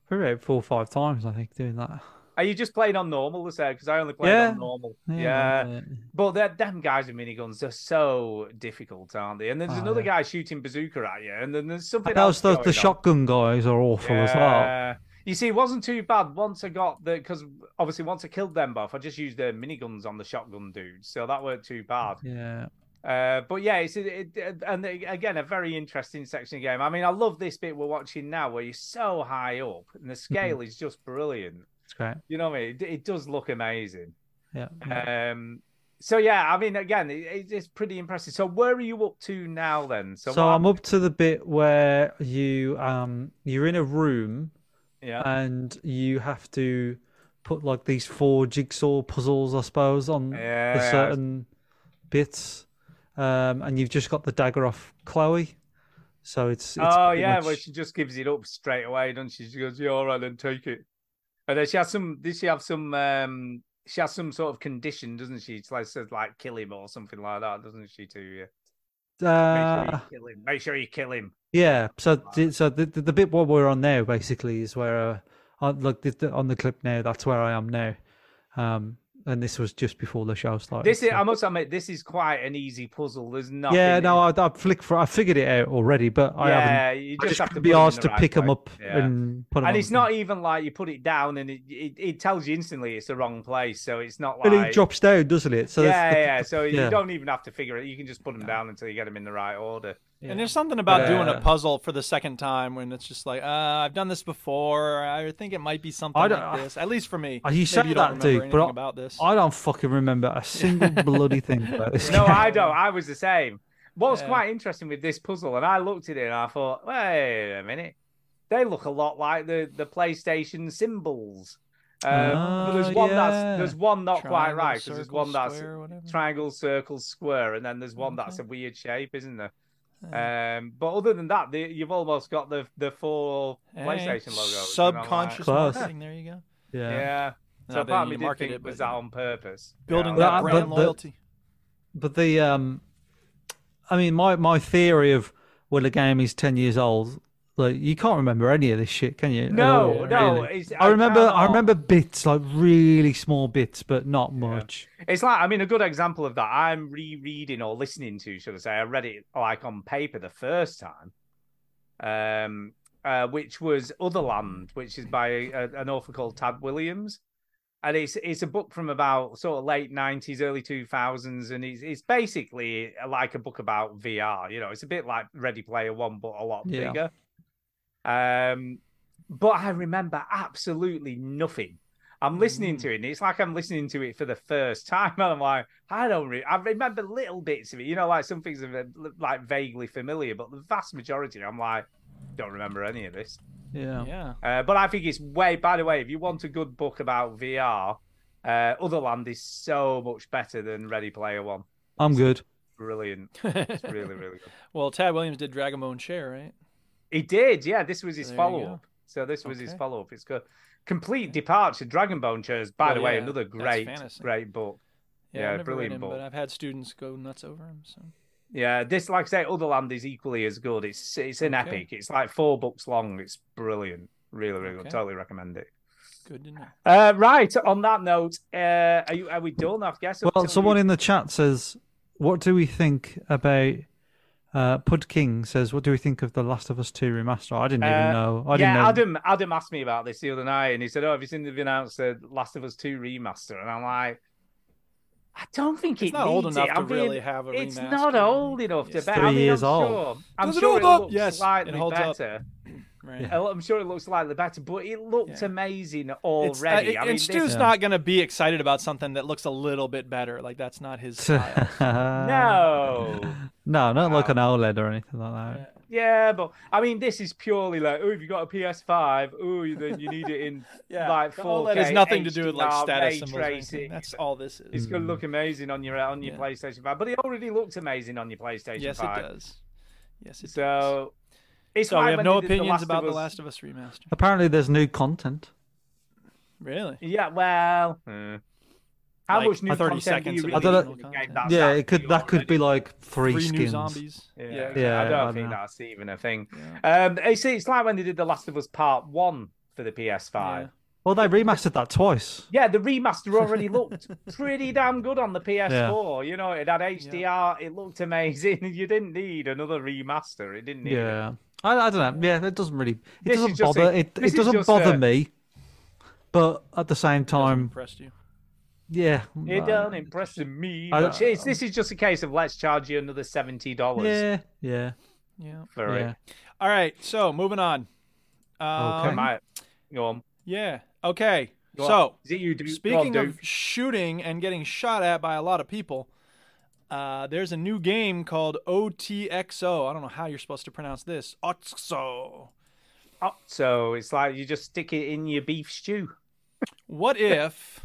Speaker 5: probably about four or five times, I think, doing that.
Speaker 2: Are you just playing on normal this Because I only played
Speaker 5: Yeah.
Speaker 2: on normal.
Speaker 5: Yeah.
Speaker 2: yeah. But that them guys with miniguns are so difficult, aren't they? And there's
Speaker 5: Oh,
Speaker 2: another
Speaker 5: yeah.
Speaker 2: guy shooting bazooka at you, and then there's something
Speaker 5: Those
Speaker 2: else.
Speaker 5: the,
Speaker 2: going
Speaker 5: the
Speaker 2: on.
Speaker 5: shotgun guys are awful as well.
Speaker 2: Yeah. You see, it wasn't too bad once I got the because obviously once I killed them both, I just used their miniguns on the shotgun dudes, so that weren't too bad.
Speaker 5: Yeah.
Speaker 2: Uh, but yeah, it's it, it, and again a very interesting section of the game. I mean, I love this bit we're watching now where you're so high up, and
Speaker 5: Mm-hmm.
Speaker 2: the scale is just brilliant.
Speaker 5: It's great.
Speaker 2: You know what I mean? It, it does look amazing.
Speaker 5: Yeah. Mm-hmm.
Speaker 2: Um, so yeah, I mean, again, it, it- it's pretty impressive. So where are you up to now then?
Speaker 5: So,
Speaker 2: what-
Speaker 5: I'm up to the bit where you um you're in a room
Speaker 2: yeah,
Speaker 5: and you have to put like these four jigsaw puzzles, I suppose, on
Speaker 2: Yeah,
Speaker 5: the
Speaker 2: yeah.
Speaker 5: certain bits. Um, and you've just got the dagger off Chloe. So it's, it's
Speaker 2: oh
Speaker 5: pretty
Speaker 2: yeah,
Speaker 5: much-
Speaker 2: well she just gives it up straight away, doesn't she? She goes, "Yeah, all right, then take it." And then she has some. Did she have some? um She has some sort of condition, doesn't she? It's like says like kill him or something like that, doesn't she? To you, make
Speaker 5: uh,
Speaker 2: sure you kill him. Make sure you kill him.
Speaker 5: Yeah. So, th- so the, the the bit what we're on now basically is where uh, on, like the, the- on the clip now. That's where I am now. Um, and this was just before the show started.
Speaker 2: This is.
Speaker 5: so-
Speaker 2: I must admit, this is quite an easy puzzle. There's nothing.
Speaker 5: yeah. No,
Speaker 2: in-
Speaker 5: I I flick for I figured it out already, but I haven't.
Speaker 2: yeah, you
Speaker 5: I
Speaker 2: just, have to
Speaker 5: be
Speaker 2: put 'em in
Speaker 5: asked
Speaker 2: the
Speaker 5: to
Speaker 2: right
Speaker 5: pick them
Speaker 2: place.
Speaker 5: up
Speaker 2: Yeah.
Speaker 5: and put them.
Speaker 2: and it's not even like you put it down and it, it, it tells you instantly it's the wrong place. So it's not like
Speaker 5: But it drops down, doesn't it? So that's
Speaker 2: yeah,
Speaker 5: the-
Speaker 2: yeah. So
Speaker 5: yeah.
Speaker 2: you don't even have to figure it. You can just put them down until you get them in the right order.
Speaker 3: and there's something about doing
Speaker 5: Yeah.
Speaker 3: a puzzle for the second time when it's just like, uh, I've done this before. I think it might be something
Speaker 5: I don't-
Speaker 3: like this. At least for me.
Speaker 5: Are you
Speaker 3: Maybe
Speaker 5: saying
Speaker 3: you
Speaker 5: that,
Speaker 3: don't remember
Speaker 5: dude? But I,
Speaker 3: anything about this.
Speaker 5: I don't fucking remember a single bloody thing about this.
Speaker 2: No,
Speaker 5: game.
Speaker 2: I don't. I was the same. What was quite interesting with this puzzle, and I looked at it and I thought, wait a minute, they look a lot like the the PlayStation symbols. Um, but
Speaker 5: Ah,
Speaker 2: there's one
Speaker 5: yeah.
Speaker 2: that's there's one not quite
Speaker 3: Triangle,
Speaker 2: right because there's
Speaker 3: circle,
Speaker 2: one that's
Speaker 3: square, whatever.
Speaker 2: Mm. triangle, circle, square, and then there's one that's a weird shape, isn't there? Um, but other than that, the, you've almost got the the four
Speaker 3: Hey,
Speaker 2: PlayStation logos. and I'm like,
Speaker 3: Subconscious
Speaker 5: Close.
Speaker 3: marketing. There you go.
Speaker 5: Yeah.
Speaker 2: Yeah. So
Speaker 3: No,
Speaker 2: no,
Speaker 3: they
Speaker 2: part of me
Speaker 3: need to
Speaker 2: did
Speaker 3: market
Speaker 2: think
Speaker 3: it,
Speaker 2: was
Speaker 3: but-
Speaker 2: that on purpose.
Speaker 3: Building
Speaker 5: Well,
Speaker 3: that
Speaker 5: I-
Speaker 3: brand
Speaker 5: but the-
Speaker 3: loyalty.
Speaker 5: But the um I mean, my my theory of when a game is ten years old, like you can't remember any of this shit, can you? at
Speaker 2: No,
Speaker 5: all,
Speaker 2: no,
Speaker 5: really?
Speaker 2: it's- I
Speaker 5: I remember, I
Speaker 2: cannot.
Speaker 5: remember bits, like really small bits, but not much.
Speaker 2: It's like, I mean, a good example of that, I'm rereading or listening to, should I say, I read it like on paper the first time, um, uh, which was Otherland, which is by a, an author called Tad Williams. And it's it's a book from about sort of late nineties, early two thousands, and it's it's basically uh, like a book about VR. You know, it's a bit like Ready Player One, but a lot
Speaker 5: Yeah.
Speaker 2: bigger. Um, but I remember absolutely nothing. I'm
Speaker 3: Mm.
Speaker 2: listening to it, and it's like I'm listening to it for the first time, and I'm like, I don't. Re- I remember little bits of it, you know, like some things are like vaguely familiar, but the vast majority, I'm like, don't remember any of this.
Speaker 5: Yeah.
Speaker 3: Yeah.
Speaker 2: Uh, but I think it's way. By the way, if you want a good book about VR, uh, Otherland is so much better than Ready Player One.
Speaker 5: I'm good.
Speaker 2: Brilliant. It's really, really good.
Speaker 3: Well, Tad Williams did Dragon Bone Share, right?
Speaker 2: He did, yeah. This was his
Speaker 3: There you go.
Speaker 2: follow up. So this was his
Speaker 3: Okay.
Speaker 2: follow up. It's good. Complete departure. Dragon Bone Chairs, by
Speaker 3: Well,
Speaker 2: the way,
Speaker 3: Oh, yeah,
Speaker 2: another
Speaker 3: that's
Speaker 2: great,
Speaker 3: fantasy.
Speaker 2: great book.
Speaker 3: I've
Speaker 2: Yeah,
Speaker 3: never read
Speaker 2: brilliant
Speaker 3: him,
Speaker 2: book.
Speaker 3: But I've had students go nuts over him. So
Speaker 2: Yeah, this, like I say, Otherland is equally as good. It's it's an
Speaker 3: Okay.
Speaker 2: epic. It's like four books long. It's brilliant. Really, really
Speaker 3: Okay.
Speaker 2: good. Totally recommend it.
Speaker 3: good to know.
Speaker 2: Uh, right. On that note, uh, are you are we done? I guess. up
Speaker 5: Well,
Speaker 2: till
Speaker 5: someone
Speaker 2: you-
Speaker 5: in the chat says, "What do we think about?" Uh, Pud King says, "What do we think of the Last of Us Two remaster?" I didn't even
Speaker 2: Uh,
Speaker 5: know. I didn't
Speaker 2: yeah,
Speaker 5: know.
Speaker 2: Adam Adam asked me about this the other night, and he said, "Oh, have you seen they've announced the uh, Last of Us Two remaster?" And I'm like, I don't think
Speaker 3: It's
Speaker 2: it
Speaker 3: not old
Speaker 2: needs
Speaker 3: enough
Speaker 2: it.
Speaker 3: to
Speaker 2: I mean,
Speaker 3: really have a
Speaker 2: It's
Speaker 3: remaster,
Speaker 2: not
Speaker 3: I
Speaker 2: old
Speaker 3: think.
Speaker 2: enough to
Speaker 3: It's
Speaker 2: bet.
Speaker 5: three
Speaker 2: I mean,
Speaker 5: years
Speaker 2: I'm
Speaker 5: old.
Speaker 2: Sure, I'm
Speaker 3: Does it
Speaker 2: sure
Speaker 3: hold up?
Speaker 2: looks
Speaker 3: Yes, it
Speaker 2: slightly
Speaker 3: holds up.
Speaker 2: better.
Speaker 3: Right.
Speaker 2: Oh, I'm sure it looks slightly better, but it looked
Speaker 3: Yeah.
Speaker 2: amazing
Speaker 3: It's- uh,
Speaker 2: already.
Speaker 3: it-
Speaker 2: I mean,
Speaker 3: and
Speaker 2: this-
Speaker 3: Stu's not going to be excited about something that looks a little bit better. Like that's not his style.
Speaker 5: Uh.
Speaker 2: no. Uh,
Speaker 5: no, not like an OLED or anything like that.
Speaker 2: Yeah, but I mean, this is purely like, oh, if you got a PS5, oh, then you need it in
Speaker 3: yeah.
Speaker 2: like
Speaker 3: the
Speaker 2: 4K.
Speaker 3: OLED has nothing to do with like
Speaker 2: HDR,
Speaker 3: status
Speaker 2: ray
Speaker 3: symbols. or
Speaker 2: tracing.
Speaker 3: anything. That's all this is.
Speaker 2: It's going to look amazing on your on your
Speaker 3: Yeah.
Speaker 2: PlayStation 5, but it already looked amazing on your PlayStation
Speaker 3: yes,
Speaker 2: 5.
Speaker 3: it does. Yes, it does.
Speaker 2: So it's
Speaker 3: So
Speaker 2: like
Speaker 3: we have
Speaker 2: when
Speaker 3: no
Speaker 2: they did The
Speaker 3: opinions
Speaker 2: Last of
Speaker 3: about the
Speaker 2: Us-
Speaker 3: Last of Us remaster.
Speaker 5: Apparently, there's new content.
Speaker 3: Really?
Speaker 2: Yeah, well, how
Speaker 3: Like
Speaker 2: much new
Speaker 3: 30
Speaker 2: 30 content do you
Speaker 3: seconds of
Speaker 2: really
Speaker 5: I don't
Speaker 2: need
Speaker 5: know.
Speaker 2: in the game that's
Speaker 5: yeah,
Speaker 2: out
Speaker 5: it could.
Speaker 2: for you
Speaker 5: That could
Speaker 2: already?
Speaker 5: be like
Speaker 3: Three
Speaker 5: three,
Speaker 3: new
Speaker 5: skins.
Speaker 3: zombies.
Speaker 2: Yeah,
Speaker 5: Yeah,
Speaker 2: I don't
Speaker 5: I
Speaker 2: think
Speaker 5: know.
Speaker 2: that's even a thing.
Speaker 3: Yeah.
Speaker 2: Um, it's, it's like when they did The Last of Us Part 1 for the PS5.
Speaker 5: Well, they remastered that twice.
Speaker 2: Yeah, the remaster already looked pretty damn good on the PS4. You know, it had HDR, it looked amazing. You didn't need another remaster. It didn't need it.
Speaker 5: Yeah, I, I don't know. Yeah, it doesn't really. It
Speaker 2: This is
Speaker 5: doesn't
Speaker 2: just a-
Speaker 5: bother. it
Speaker 2: this
Speaker 5: it
Speaker 2: is
Speaker 5: doesn't
Speaker 2: just
Speaker 5: bother
Speaker 2: a-
Speaker 5: me. But at the same time,
Speaker 3: Impressed you?
Speaker 5: yeah,
Speaker 2: It
Speaker 5: uh,
Speaker 2: don't impress me.
Speaker 5: I-
Speaker 2: much. It's, this is just a case of let's charge you another seventy dollars
Speaker 5: yeah, yeah,
Speaker 3: Yeah.
Speaker 2: for
Speaker 5: yeah.
Speaker 2: it.
Speaker 3: All right. So moving on. Um,
Speaker 5: Okay.
Speaker 2: Might go on.
Speaker 3: Yeah. Okay.
Speaker 2: Go
Speaker 3: so.
Speaker 2: on. is it you? Do,
Speaker 3: Speaking
Speaker 2: go on,
Speaker 3: of shooting and getting shot at by a lot of people, uh, there's a new game called OTXO. I don't know how you're supposed to pronounce this. OTXO.
Speaker 2: of, Oh, so it's like you just stick it in your beef stew.
Speaker 3: What if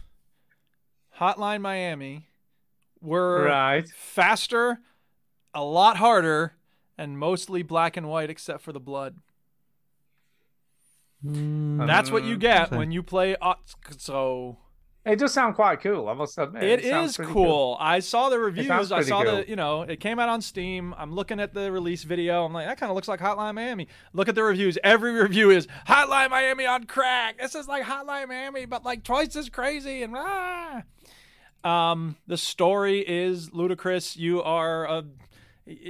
Speaker 3: Hotline Miami were
Speaker 2: Right.
Speaker 3: faster, a lot harder, and mostly black and white except for the blood?
Speaker 5: Mm.
Speaker 3: That's what you get when you play OTXO.
Speaker 2: It does sound quite cool. I must admit,
Speaker 3: It
Speaker 2: sounds
Speaker 3: is cool.
Speaker 2: pretty
Speaker 3: I saw the reviews. I
Speaker 2: pretty
Speaker 3: saw
Speaker 2: cool.
Speaker 3: the, you know, it came out on Steam. I'm looking at the release video. I'm like, that kind of looks like Hotline Miami. Look at the reviews. Every review is Hotline Miami on crack. This is like Hotline Miami, but like twice as crazy. And ah. um, the story is ludicrous. You are a,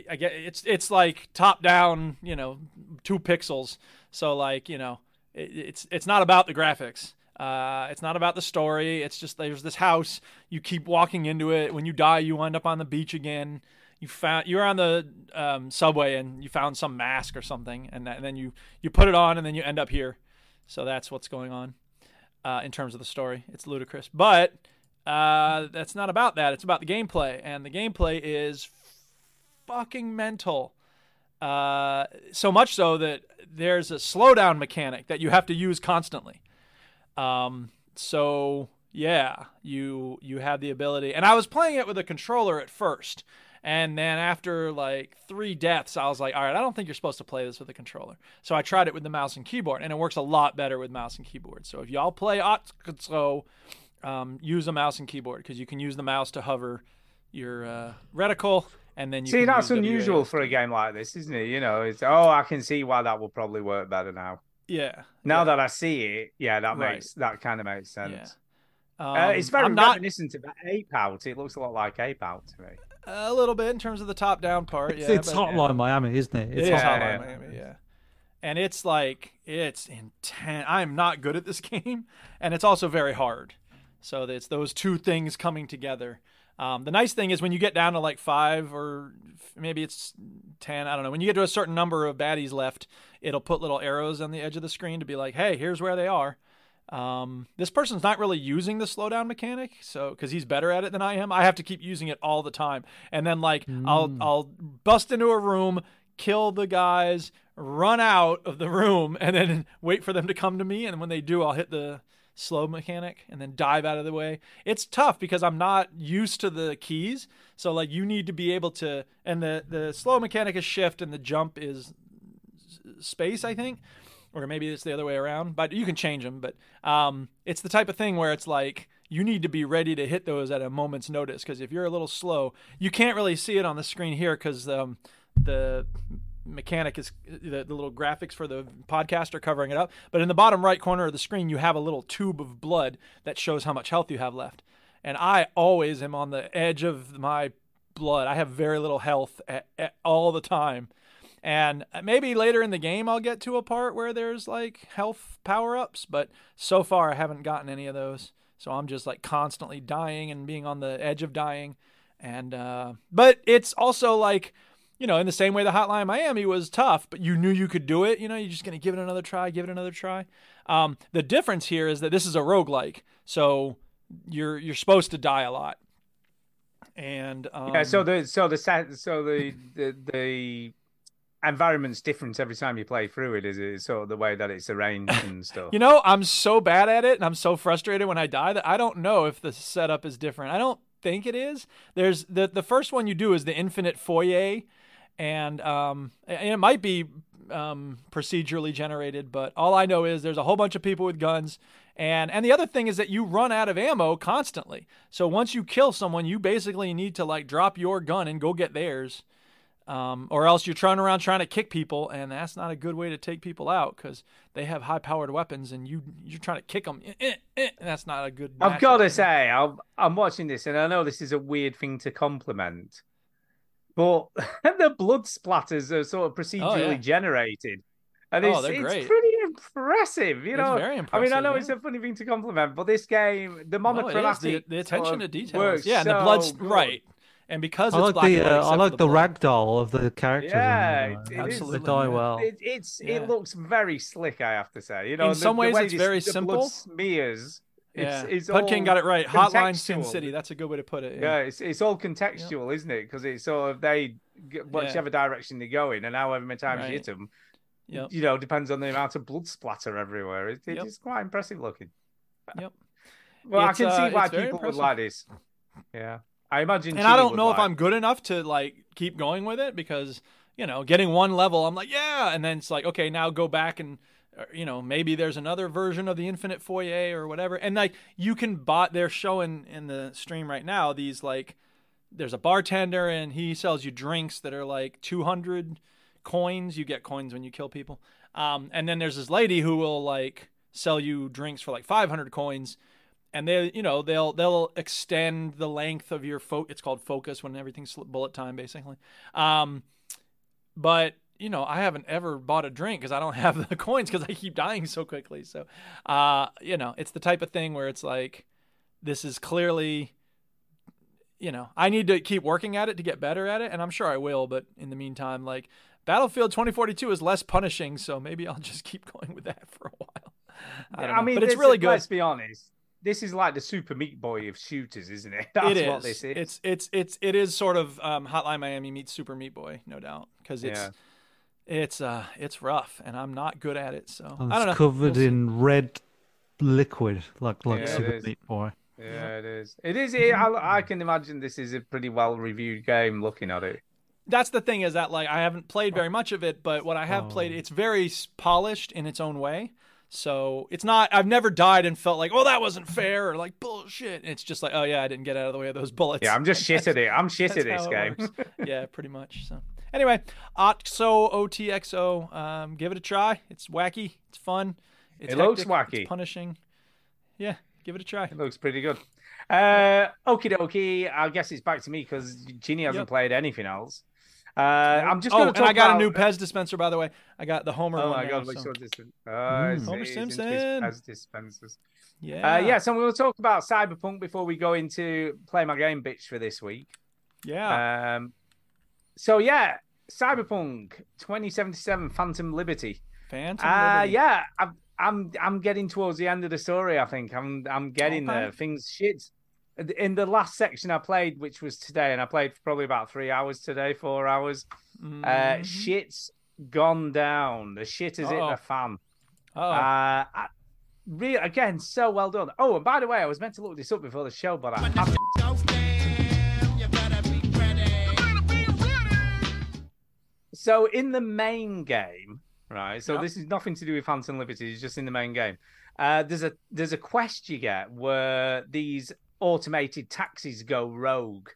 Speaker 3: I get it's it's like top down. You know, two pixels. So like, you know, it, it's it's not about the graphics. Uh, it's not about the story. It's just there's this house. You keep walking into it. When you die, you end up on the beach again. You found you were on the um, subway and you found some mask or something, and, that, and then you you put it on, and then you end up here. So that's what's going on uh, in terms of the story. It's ludicrous, but uh, that's not about that. It's about the gameplay, and the gameplay is fucking mental. Uh, so much so that there's a slowdown mechanic that you have to use constantly. Um, so yeah, you you have the ability, and I was playing it with a controller at first, and then after like three deaths, I was like, all right, I don't think you're supposed to play this with a controller. So I tried it with the mouse and keyboard, and it works a lot better with mouse and keyboard. So if y'all play Otso, um, use a mouse and keyboard because you can use the mouse to hover your uh, reticle and then you
Speaker 2: see,
Speaker 3: can
Speaker 2: that's
Speaker 3: use
Speaker 2: unusual
Speaker 3: WASD.
Speaker 2: for a game like this, isn't it? You know, it's oh, I can see why that will probably work better now.
Speaker 3: Yeah.
Speaker 2: Now that I see it, yeah, that
Speaker 3: Right.
Speaker 2: makes that kind of makes sense.
Speaker 3: Yeah.
Speaker 2: Uh, it's
Speaker 3: Um,
Speaker 2: very
Speaker 3: I'm not
Speaker 2: reminiscent of Ape Out. It looks a lot like Ape Out to me.
Speaker 3: a little bit in terms of the top down part.
Speaker 5: It's,
Speaker 3: yeah,
Speaker 5: it's
Speaker 3: but-
Speaker 5: Hotline Miami, isn't it? It's
Speaker 3: It is
Speaker 5: Hotline-
Speaker 3: Hotline
Speaker 2: yeah.
Speaker 3: Miami, yeah. And it's like it's intense. I am not good at this game, and it's also very hard. So it's those two things coming together. Um, the nice thing is when you get down to like five or f- maybe it's ten, I don't know. When you get to a certain number of baddies left, it'll put little arrows on the edge of the screen to be like, "Hey, here's where they are." Um, this person's not really using the slowdown mechanic, so because he's better at it than I am, I have to keep using it all the time. And then like I'll I'll bust into a room, kill the guys, run out of the room, and then wait for them to come to me. And when they do, I'll hit the slow mechanic and then dive out of the way. It's tough because I'm not used to the keys, so like you need to be able to. And the the slow mechanic is shift, and the jump is space, I think, or maybe it's the other way around. But you can change them. But um, it's the type of thing where it's like you need to be ready to hit those at a moment's notice because if you're a little slow, you can't really see it on the screen here because um, the mechanic is the, the little graphics for the podcast are covering it up. But in the bottom right corner of the screen, you have a little tube of blood that shows how much health you have left. And I always am on the edge of my blood. I have very little health a a- all the time. And uh, maybe later in the game, I'll get to a part where there's like health power ups, but so far I haven't gotten any of those. So I'm just like constantly dying and being on the edge of dying. And, uh, but it's also like, you know, in the same way the Hotline Miami was tough, but you knew you could do it. You know, you're just going to give it another try, give it another try. Um, the difference here is that this is a roguelike. So you're, you're supposed to die a lot. And, um,
Speaker 2: Yeah. So the so the set so the the, the environment's different every time you play through it. Is it sort of the way that it's arranged and stuff?
Speaker 3: You know, I'm so bad at it and I'm so frustrated when I die that I don't know if the setup is different. I don't think it is. There's the the first one you do is the infinite foyer and um and it might be um procedurally generated, but all I know is there's a whole bunch of people with guns and and the other thing is that you run out of ammo constantly. So once you kill someone, you basically need to like drop your gun and go get theirs. Um, or else you're trying around trying to kick people, and that's not a good way to take people out because they have high-powered weapons, and you you're trying to kick them. Eh, eh, eh, and that's not a good.
Speaker 2: I've got to
Speaker 3: matchup.
Speaker 2: say, I'm, I'm watching this, and I know this is a weird thing to compliment, but the blood splatters are sort of procedurally
Speaker 3: Oh, yeah.
Speaker 2: generated, and
Speaker 3: Oh,
Speaker 2: it's,
Speaker 3: they're
Speaker 2: it's
Speaker 3: great.
Speaker 2: pretty impressive. You
Speaker 3: It's
Speaker 2: know,
Speaker 3: very
Speaker 2: I mean, I
Speaker 3: impressive,
Speaker 2: know it's
Speaker 3: yeah.
Speaker 2: a funny thing to compliment, but this game, the
Speaker 3: No, it is. the,
Speaker 2: monochromatic,
Speaker 3: the attention
Speaker 2: sort
Speaker 3: to
Speaker 2: of
Speaker 3: detail,
Speaker 2: works
Speaker 3: is- yeah, and the
Speaker 2: so
Speaker 3: blood's
Speaker 2: good.
Speaker 3: right, and because
Speaker 5: I
Speaker 3: it's
Speaker 5: like
Speaker 3: black
Speaker 5: the
Speaker 3: and white
Speaker 5: uh,
Speaker 3: except
Speaker 5: I
Speaker 3: for
Speaker 5: like the,
Speaker 3: blood.
Speaker 5: ragdoll of the characters. in there,
Speaker 2: Yeah,
Speaker 5: you
Speaker 2: it-
Speaker 5: know.
Speaker 2: it is.
Speaker 5: They die well.
Speaker 2: It, it's
Speaker 3: Yeah.
Speaker 2: it looks very slick. I have to say, you know,
Speaker 3: In
Speaker 2: the-
Speaker 3: some
Speaker 2: the
Speaker 3: ways
Speaker 2: way
Speaker 3: it's
Speaker 2: this-
Speaker 3: very
Speaker 2: the blood
Speaker 3: simple.
Speaker 2: smears.
Speaker 3: Yeah,
Speaker 2: It's, it's
Speaker 3: Bud
Speaker 2: all
Speaker 3: King got it right. Hotline Sin
Speaker 2: contextual.
Speaker 3: City. That's a good way to put it.
Speaker 2: Yeah, it's it's all contextual, isn't it? Because it's sort of they g- whichever direction they go in, and however many times you hit them,
Speaker 3: Yep.
Speaker 2: you know, depends on the amount of blood splatter everywhere. It, it
Speaker 3: Yep.
Speaker 2: is quite impressive looking.
Speaker 3: Yep.
Speaker 2: Well,
Speaker 3: It's,
Speaker 2: I can
Speaker 3: uh,
Speaker 2: see why
Speaker 3: it's very
Speaker 2: people would like this. Yeah, I imagine.
Speaker 3: and I
Speaker 2: Chidi
Speaker 3: don't
Speaker 2: would
Speaker 3: know if
Speaker 2: like
Speaker 3: I'm good enough to like keep going with it because you know getting one level I'm like yeah and then it's like okay now go back and uh, you know maybe there's another version of the infinite foyer or whatever and like you can bot they're showing in the stream right now these like there's a bartender and he sells you drinks that are like 200 coins you get coins when you kill people um, and then there's this lady who will like sell you drinks for like 500 coins and they you know they'll they'll extend the length of your fo- it's called focus when everything's sl- bullet time basically um but you know i haven't ever bought a drink because i don't have the coins because i keep dying so quickly so uh you know it's the type of thing where it's like this is clearly you know i need to keep working at it to get better at it and i'm sure i will but in the meantime like battlefield 2042 is less punishing so maybe i'll just keep going with that for a while i, don't know.
Speaker 2: mean,
Speaker 3: but it's
Speaker 2: this-
Speaker 3: really good
Speaker 2: Let's be honest. This is like the Super Meat Boy of shooters, isn't it? That's
Speaker 3: It is.
Speaker 2: what this is.
Speaker 3: It's it's it's it is sort of um, Hotline Miami meets Super Meat Boy, no doubt, because it's it's uh it's rough, and I'm not good at it. So
Speaker 5: And
Speaker 3: I don't know.
Speaker 5: Oh, it's covered
Speaker 3: We'll see.
Speaker 5: in red liquid, like like
Speaker 2: Yeah, it
Speaker 5: Super
Speaker 2: is.
Speaker 5: Meat Boy.
Speaker 2: yeah, it is. It is. It, I, I can imagine this is a pretty well-reviewed game. Looking at it,
Speaker 3: That's the thing is
Speaker 5: Oh.
Speaker 3: that like I haven't played very much of it, but what I have played, it's very s- polished in its own way. So it's not, I've never died and felt like, oh, that wasn't fair or like bullshit. It's just like, oh, yeah, I didn't get out of the way of those bullets.
Speaker 2: Yeah, I'm just shit at it. I'm shit at
Speaker 3: That's
Speaker 2: this
Speaker 3: how it
Speaker 2: game.
Speaker 3: works. yeah, pretty much. So anyway, Otxo OTXO. Um, give it a try. It's wacky. It's fun. It's
Speaker 2: It looks
Speaker 3: hectic,
Speaker 2: wacky.
Speaker 3: It's punishing. Yeah, give it a try.
Speaker 2: Looks pretty good. Uh, okie dokie. I guess it's back to me because Ginny hasn't
Speaker 3: Yep.
Speaker 2: played anything else. Uh, I'm just
Speaker 3: oh,
Speaker 2: going
Speaker 3: and
Speaker 2: to talk
Speaker 3: I got
Speaker 2: about...
Speaker 3: a new Pez dispenser, by the way. I got the Homer
Speaker 2: Oh
Speaker 3: one.
Speaker 2: my
Speaker 3: now,
Speaker 2: god, we're
Speaker 3: so- Hmm.
Speaker 2: so distant. Uh,
Speaker 3: Homer Simpson.
Speaker 2: As dispensers.
Speaker 3: Yeah.
Speaker 2: Uh, yeah, so we'll talk about Cyberpunk before we go into play my game, bitch, for this week.
Speaker 3: Yeah.
Speaker 2: Um, so yeah, Cyberpunk 2077 Phantom Liberty.
Speaker 3: Phantom
Speaker 2: Uh,
Speaker 3: Liberty.
Speaker 2: yeah, I'm, I'm I'm getting towards the end of the story. I think I'm I'm getting
Speaker 3: Okay.
Speaker 2: there. Things shit. In the last section I played, which was today, and I played for probably about three hours today, four hours.
Speaker 3: Mm-hmm.
Speaker 2: Uh, shit's gone down. The shit has hit
Speaker 3: Uh-oh.
Speaker 2: the fan.
Speaker 3: Oh,
Speaker 2: Uh, I, real again, so well done. Oh, and by the way, I was meant to look this up before the show, but I haven't. So in the main game, right? So
Speaker 3: Yeah.
Speaker 2: this is nothing to do with Phantom Liberty. It's just in the main game. Uh, there's a there's a quest you get where these automated taxis go rogue.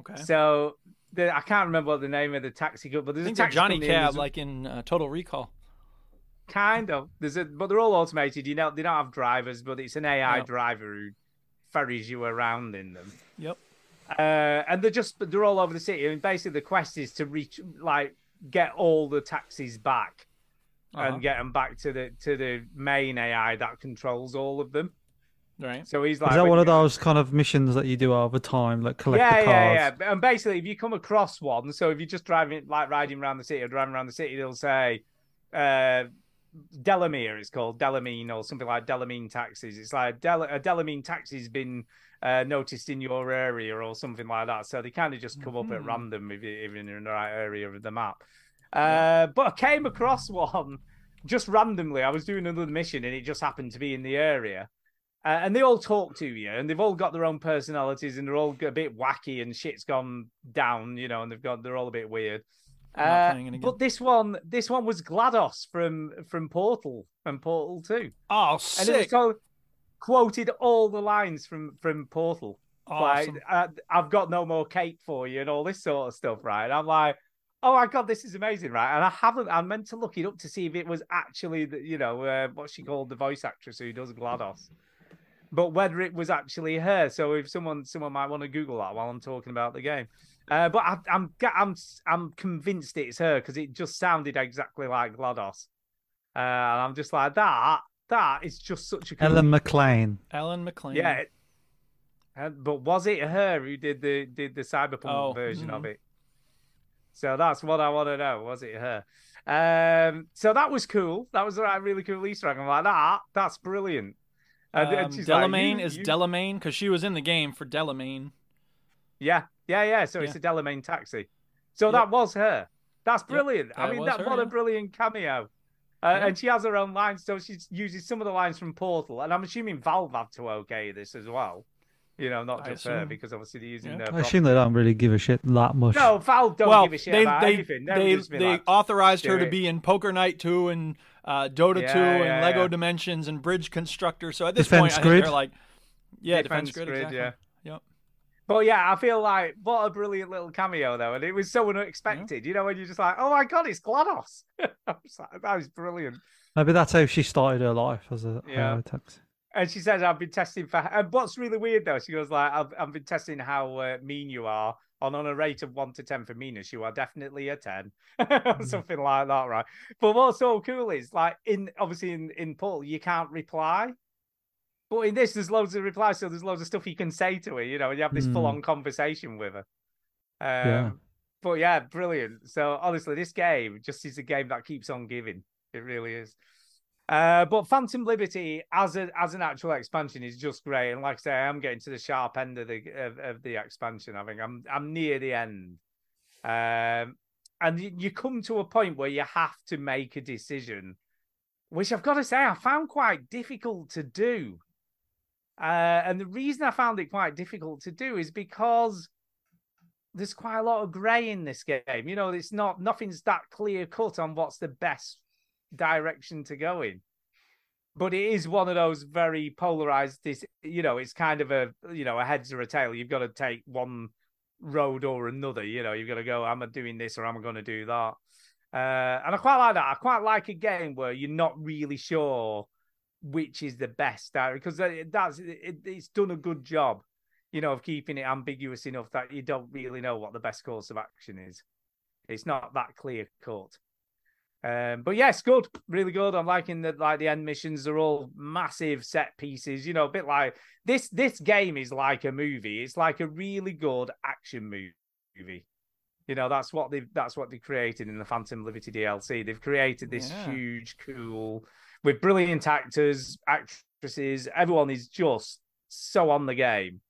Speaker 3: okay.
Speaker 2: So the, I can't remember what the name of the taxi go, but
Speaker 3: I
Speaker 2: there's
Speaker 3: think
Speaker 2: a
Speaker 3: they're
Speaker 2: taxi
Speaker 3: Johnny
Speaker 2: company and
Speaker 3: Cab,
Speaker 2: there's-
Speaker 3: like in uh, Total Recall.
Speaker 2: kind of. There's a, but they're all automated. You know, they don't have drivers, but it's an AI
Speaker 3: Yeah.
Speaker 2: driver who ferries you around in them.
Speaker 3: Yep.
Speaker 2: Uh, and they're just they're all over the city. And basically, the quest is to reach like get all the taxis back
Speaker 3: Uh-huh.
Speaker 2: and get them back to the to the main AI that controls all of them.
Speaker 3: Right.
Speaker 2: So he's like,
Speaker 5: Is that
Speaker 2: when
Speaker 5: one of
Speaker 2: you-
Speaker 5: those kind of missions that you do over time, like collect
Speaker 2: yeah,
Speaker 5: the cards?
Speaker 2: yeah, yeah. And basically, if you come across one, so if you're just driving, like riding around the city or driving around the city, they'll say, uh, Delamere, it's called Delamine or something like Delamine taxis. It's like Del- a Delamine taxi's been uh, noticed in your area or something like that. So they kind of just come up
Speaker 5: Mm-hmm.
Speaker 2: at random if, you- if you're in the right area of the map. Uh, but I came across one just randomly. I was doing another mission and it just happened to be in the area. Uh, and they all talk to you, and they've all got their own personalities, and they're all a bit wacky, and shit's gone down, you know, and they've got they're all a bit weird.
Speaker 3: I'm not
Speaker 2: Uh,
Speaker 3: playing it again.
Speaker 2: but this one, this one was Glados from from Portal and Portal Two,
Speaker 3: Oh,
Speaker 2: and it was
Speaker 3: sick.
Speaker 2: called, quoted all the lines from from Portal.
Speaker 3: Awesome.
Speaker 2: Like, uh, I've got no more cake for you, and all this sort of stuff, right? And I'm like, oh my god, this is amazing, right? And I haven't, I meant to look it up to see if it was actually, the, you know, uh, what she called the voice actress who does Glados. But whether it was actually her, so if someone someone might want to Google that while I'm talking about the game, uh, but I, I'm ga- I'm I'm convinced it's her because it just sounded exactly like Glados, uh, and I'm just like that. That is just such a
Speaker 5: Ellen McLean.
Speaker 3: Alan McLean.
Speaker 2: yeah. it- and- but was it her who did the did the cyberpunk
Speaker 3: Oh,
Speaker 2: version of
Speaker 3: mhm.
Speaker 2: it? So that's what I want to know. Was it her? Um, so that was cool. That was a right- really cool Easter egg. I'm like, that that's brilliant. And,
Speaker 3: Um,
Speaker 2: and she's like,
Speaker 3: Delamain
Speaker 2: "You-
Speaker 3: is
Speaker 2: you-
Speaker 3: Delamain because she was in the game for Delamain.
Speaker 2: Yeah, yeah, yeah. So it's a Delamain taxi. So that was her. That's brilliant. I
Speaker 3: that
Speaker 2: mean,
Speaker 3: was
Speaker 2: that
Speaker 3: her,
Speaker 2: what a
Speaker 3: yeah.
Speaker 2: brilliant cameo. Uh, And she has her own lines, so she uses some of the lines from Portal, and I'm assuming Valve had to okay this as well. You know, not
Speaker 3: I
Speaker 2: just her
Speaker 3: assume.
Speaker 2: because obviously they're using
Speaker 3: Yeah.
Speaker 2: their.
Speaker 5: I
Speaker 2: property.
Speaker 5: assume they don't really give a shit that much.
Speaker 2: No, Valve don't
Speaker 3: well,
Speaker 2: give a shit
Speaker 3: they
Speaker 2: about
Speaker 3: they
Speaker 2: anything. They'll
Speaker 3: they,
Speaker 2: just be
Speaker 3: they
Speaker 2: like,
Speaker 3: authorized
Speaker 2: "Do
Speaker 3: her to
Speaker 2: it."
Speaker 3: be in Poker Night 2 and uh, Dota 2
Speaker 2: Yeah,
Speaker 3: and
Speaker 2: yeah,
Speaker 3: Lego
Speaker 2: yeah.
Speaker 3: Dimensions and Bridge Constructor. So at this point,
Speaker 5: Defense
Speaker 3: I think
Speaker 5: Grid.
Speaker 3: they're like, yeah,
Speaker 2: Defense
Speaker 3: Defense, Grid,
Speaker 2: Grid,
Speaker 3: exactly.
Speaker 2: yeah.
Speaker 3: Yep.
Speaker 2: But yeah, I feel like what a brilliant little cameo though, and it was so unexpected. You know, when you're just like, "Oh my god, it's GLaDOS!" I was like, that was brilliant.
Speaker 5: Maybe that's how she started her life as a
Speaker 2: Yeah.
Speaker 5: AI taxi.
Speaker 2: And she says, "I've been testing for." And what's really weird though, she goes like, "I've, I've been testing how uh, mean you are, and on a rate of one to ten for meanness, you are definitely a ten, or something like that, right?" But what's so cool is like in obviously in in Portal, you can't reply. But in this, there's loads of replies, so there's loads of stuff you can say to her, you know, and you have this
Speaker 5: Mm.
Speaker 2: full-on conversation with her. Um,
Speaker 5: Yeah.
Speaker 2: But yeah, brilliant. So honestly, this game just is a game that keeps on giving. It really is. Uh, but Phantom Liberty as a as an actual expansion is just great, and like I say, I'm getting to the sharp end of the of, of the expansion. I think I'm I'm near the end, um, and you, you come to a point where you have to make a decision, which I've got to say I found quite difficult to do. Uh, and the reason I found it quite difficult to do is because there's quite a lot of grey in this game. You know, it's not nothing's that clear cut on what's the best direction to go in. but it is one of those very polarized. This, you know, it's kind of a you know a heads or a tail. You've got to take one road or another. You know, you've got to go. I'm doing this or I'm going to do that. Uh, and I quite like that. I quite like a game where you're not really sure which is the best uh, because that- that's it, it's done a good job, you know, of keeping it ambiguous enough that you don't really know what the best course of action is. It's not that clear cut. Um, but yes, good, really good. I'm liking that. Like the end missions are all massive set pieces. You know, a bit like this. This game is like a movie. It's like a really good action mo- movie. You know, that's what they've that's what they created in the Phantom Liberty DLC. They've created this
Speaker 3: Yeah.
Speaker 2: huge, cool, with brilliant actors, actresses. Everyone is just so on the game.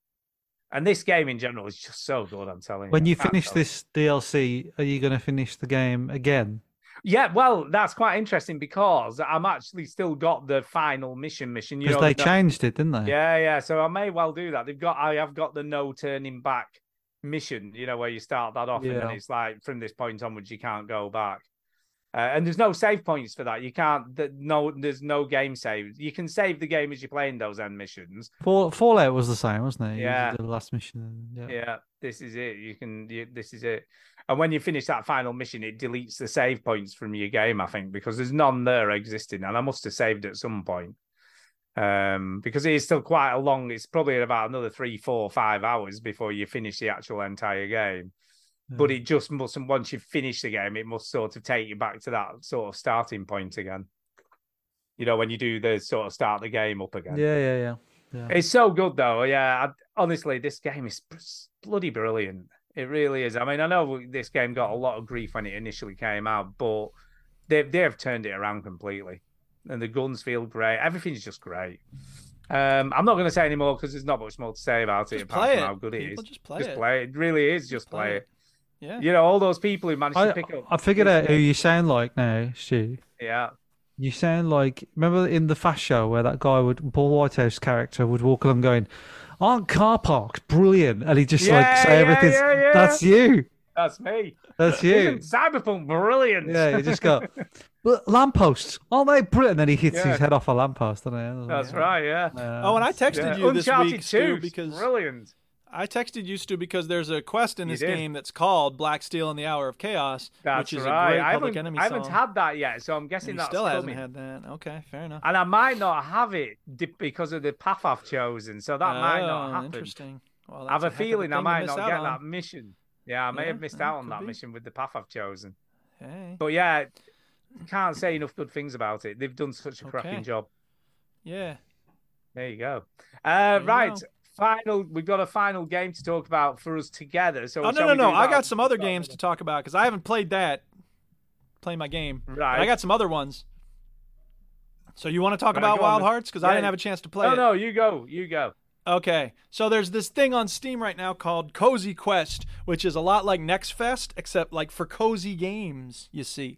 Speaker 2: And this game in general is just so good. I'm telling you.
Speaker 5: When you
Speaker 2: Can't
Speaker 5: finish
Speaker 2: tell
Speaker 5: this DLC, are you going to finish the game again?
Speaker 2: Yeah, well, that's quite interesting because I'm actually still got the final mission. Mission, you
Speaker 5: Because
Speaker 2: know,
Speaker 5: they
Speaker 2: the-
Speaker 5: changed it, didn't they?
Speaker 2: Yeah, yeah. So I may well do that. They've got, I have got the no turning back mission. You know, where you start that off, and then
Speaker 5: Yeah.
Speaker 2: it's like from this point onwards you can't go back. Uh, and there's no save points for that. You can't. th- No, there's no game saves. You can save the game as you're playing those end missions.
Speaker 5: Fall, Fallout was the same, wasn't it? You did
Speaker 2: Yeah.
Speaker 5: The last mission. and- Yeah.
Speaker 2: Yeah, this is it. You can. You, this is it. And when you finish that final mission, it deletes the save points from your game. I think because there's none there existing, and I must have saved at some point. Um, because it is still quite a long. It's probably about another three, four, five hours before you finish the actual entire game.
Speaker 5: Hmm.
Speaker 2: But it just mustn't. Once you finish the game, it must sort of take you back to that sort of starting point again. You know, when you do the sort of start the game up again.
Speaker 5: Yeah, yeah, yeah.
Speaker 2: It's so good though. Yeah, I, honestly, this game is br- bloody brilliant. It really is. I mean, I know this game got a lot of grief when it initially came out, but they they have turned it around completely, and the guns feel great. Everything's just great. Um, I'm not going to say any more because there's not much more to say about it
Speaker 3: Just
Speaker 2: apart
Speaker 3: play
Speaker 2: from
Speaker 3: it.
Speaker 2: how good it
Speaker 3: People
Speaker 2: is.
Speaker 3: just play it.
Speaker 2: It really is just play,
Speaker 3: play
Speaker 2: it.
Speaker 3: Yeah.
Speaker 2: You know, all those people who managed to
Speaker 5: I,
Speaker 2: pick up.
Speaker 5: I figured
Speaker 2: this
Speaker 5: out who
Speaker 2: game-
Speaker 5: you sound like now, Stu.
Speaker 2: Yeah.
Speaker 5: You sound like remember in the Fast Show where that guy would Paul Whitehouse character would walk along going, "Aren't car parks brilliant?" And he just like
Speaker 2: Yeah,
Speaker 5: say
Speaker 2: yeah,
Speaker 5: everything's
Speaker 2: yeah, yeah.
Speaker 5: that's you,
Speaker 2: That's me.
Speaker 5: that's
Speaker 2: Isn't
Speaker 5: you.
Speaker 2: Cyberpunk brilliant?
Speaker 5: yeah, you just go. "But Lampposts, aren't they brilliant? And then he hits
Speaker 2: Yeah.
Speaker 5: his head off a lamppost. doesn't he?
Speaker 2: That's right. Yeah.
Speaker 3: Oh, and I
Speaker 2: yeah.
Speaker 3: texted you this
Speaker 2: Uncharted
Speaker 3: week, Stu,
Speaker 2: 2's
Speaker 3: because
Speaker 2: brilliant.
Speaker 3: I texted you, Stu, because there's a quest in
Speaker 2: You
Speaker 3: this
Speaker 2: did.
Speaker 3: game that's called Black Steel in the Hour of Chaos,
Speaker 2: That's
Speaker 3: which is
Speaker 2: right.
Speaker 3: a great
Speaker 2: I
Speaker 3: Public
Speaker 2: haven't,
Speaker 3: Enemy
Speaker 2: I
Speaker 3: song.
Speaker 2: haven't had that yet, so I'm guessing
Speaker 3: and he
Speaker 2: that's
Speaker 3: still
Speaker 2: coming.
Speaker 3: hasn't had that. Okay, fair enough.
Speaker 2: And I might not have it di- because of the path I've chosen, so that might not
Speaker 3: Oh,
Speaker 2: happen.
Speaker 3: Interesting. Well,
Speaker 2: I have a
Speaker 3: that's heck of
Speaker 2: feeling I
Speaker 3: thing to
Speaker 2: might
Speaker 3: miss
Speaker 2: not
Speaker 3: out
Speaker 2: get
Speaker 3: on.
Speaker 2: that mission. Yeah, I may
Speaker 3: Yeah,
Speaker 2: have missed
Speaker 3: yeah,
Speaker 2: out on
Speaker 3: could
Speaker 2: that
Speaker 3: be.
Speaker 2: mission with the path I've chosen.
Speaker 3: Hey.
Speaker 2: But yeah, can't say enough good things about it. They've done such a cracking
Speaker 3: Okay.
Speaker 2: job.
Speaker 3: Yeah.
Speaker 2: There you go. Uh,
Speaker 3: you
Speaker 2: right,
Speaker 3: go.
Speaker 2: final. We've got a final game to talk about for us together. So
Speaker 3: Oh
Speaker 2: shall
Speaker 3: no no
Speaker 2: we do
Speaker 3: no! I
Speaker 2: that?
Speaker 3: got some other games to talk about because I haven't played that. Play my game. But
Speaker 2: Right.
Speaker 3: I got some other ones. So you want to talk
Speaker 2: Right,
Speaker 3: about
Speaker 2: go on
Speaker 3: Wild
Speaker 2: then.
Speaker 3: Hearts because
Speaker 2: Yeah.
Speaker 3: I didn't have a chance to play
Speaker 2: No
Speaker 3: it.
Speaker 2: no, you go, you go.
Speaker 3: Okay, so there's this thing on Steam right now called Cozy Quest, which is a lot like Next Fest, except like for cozy games, you see.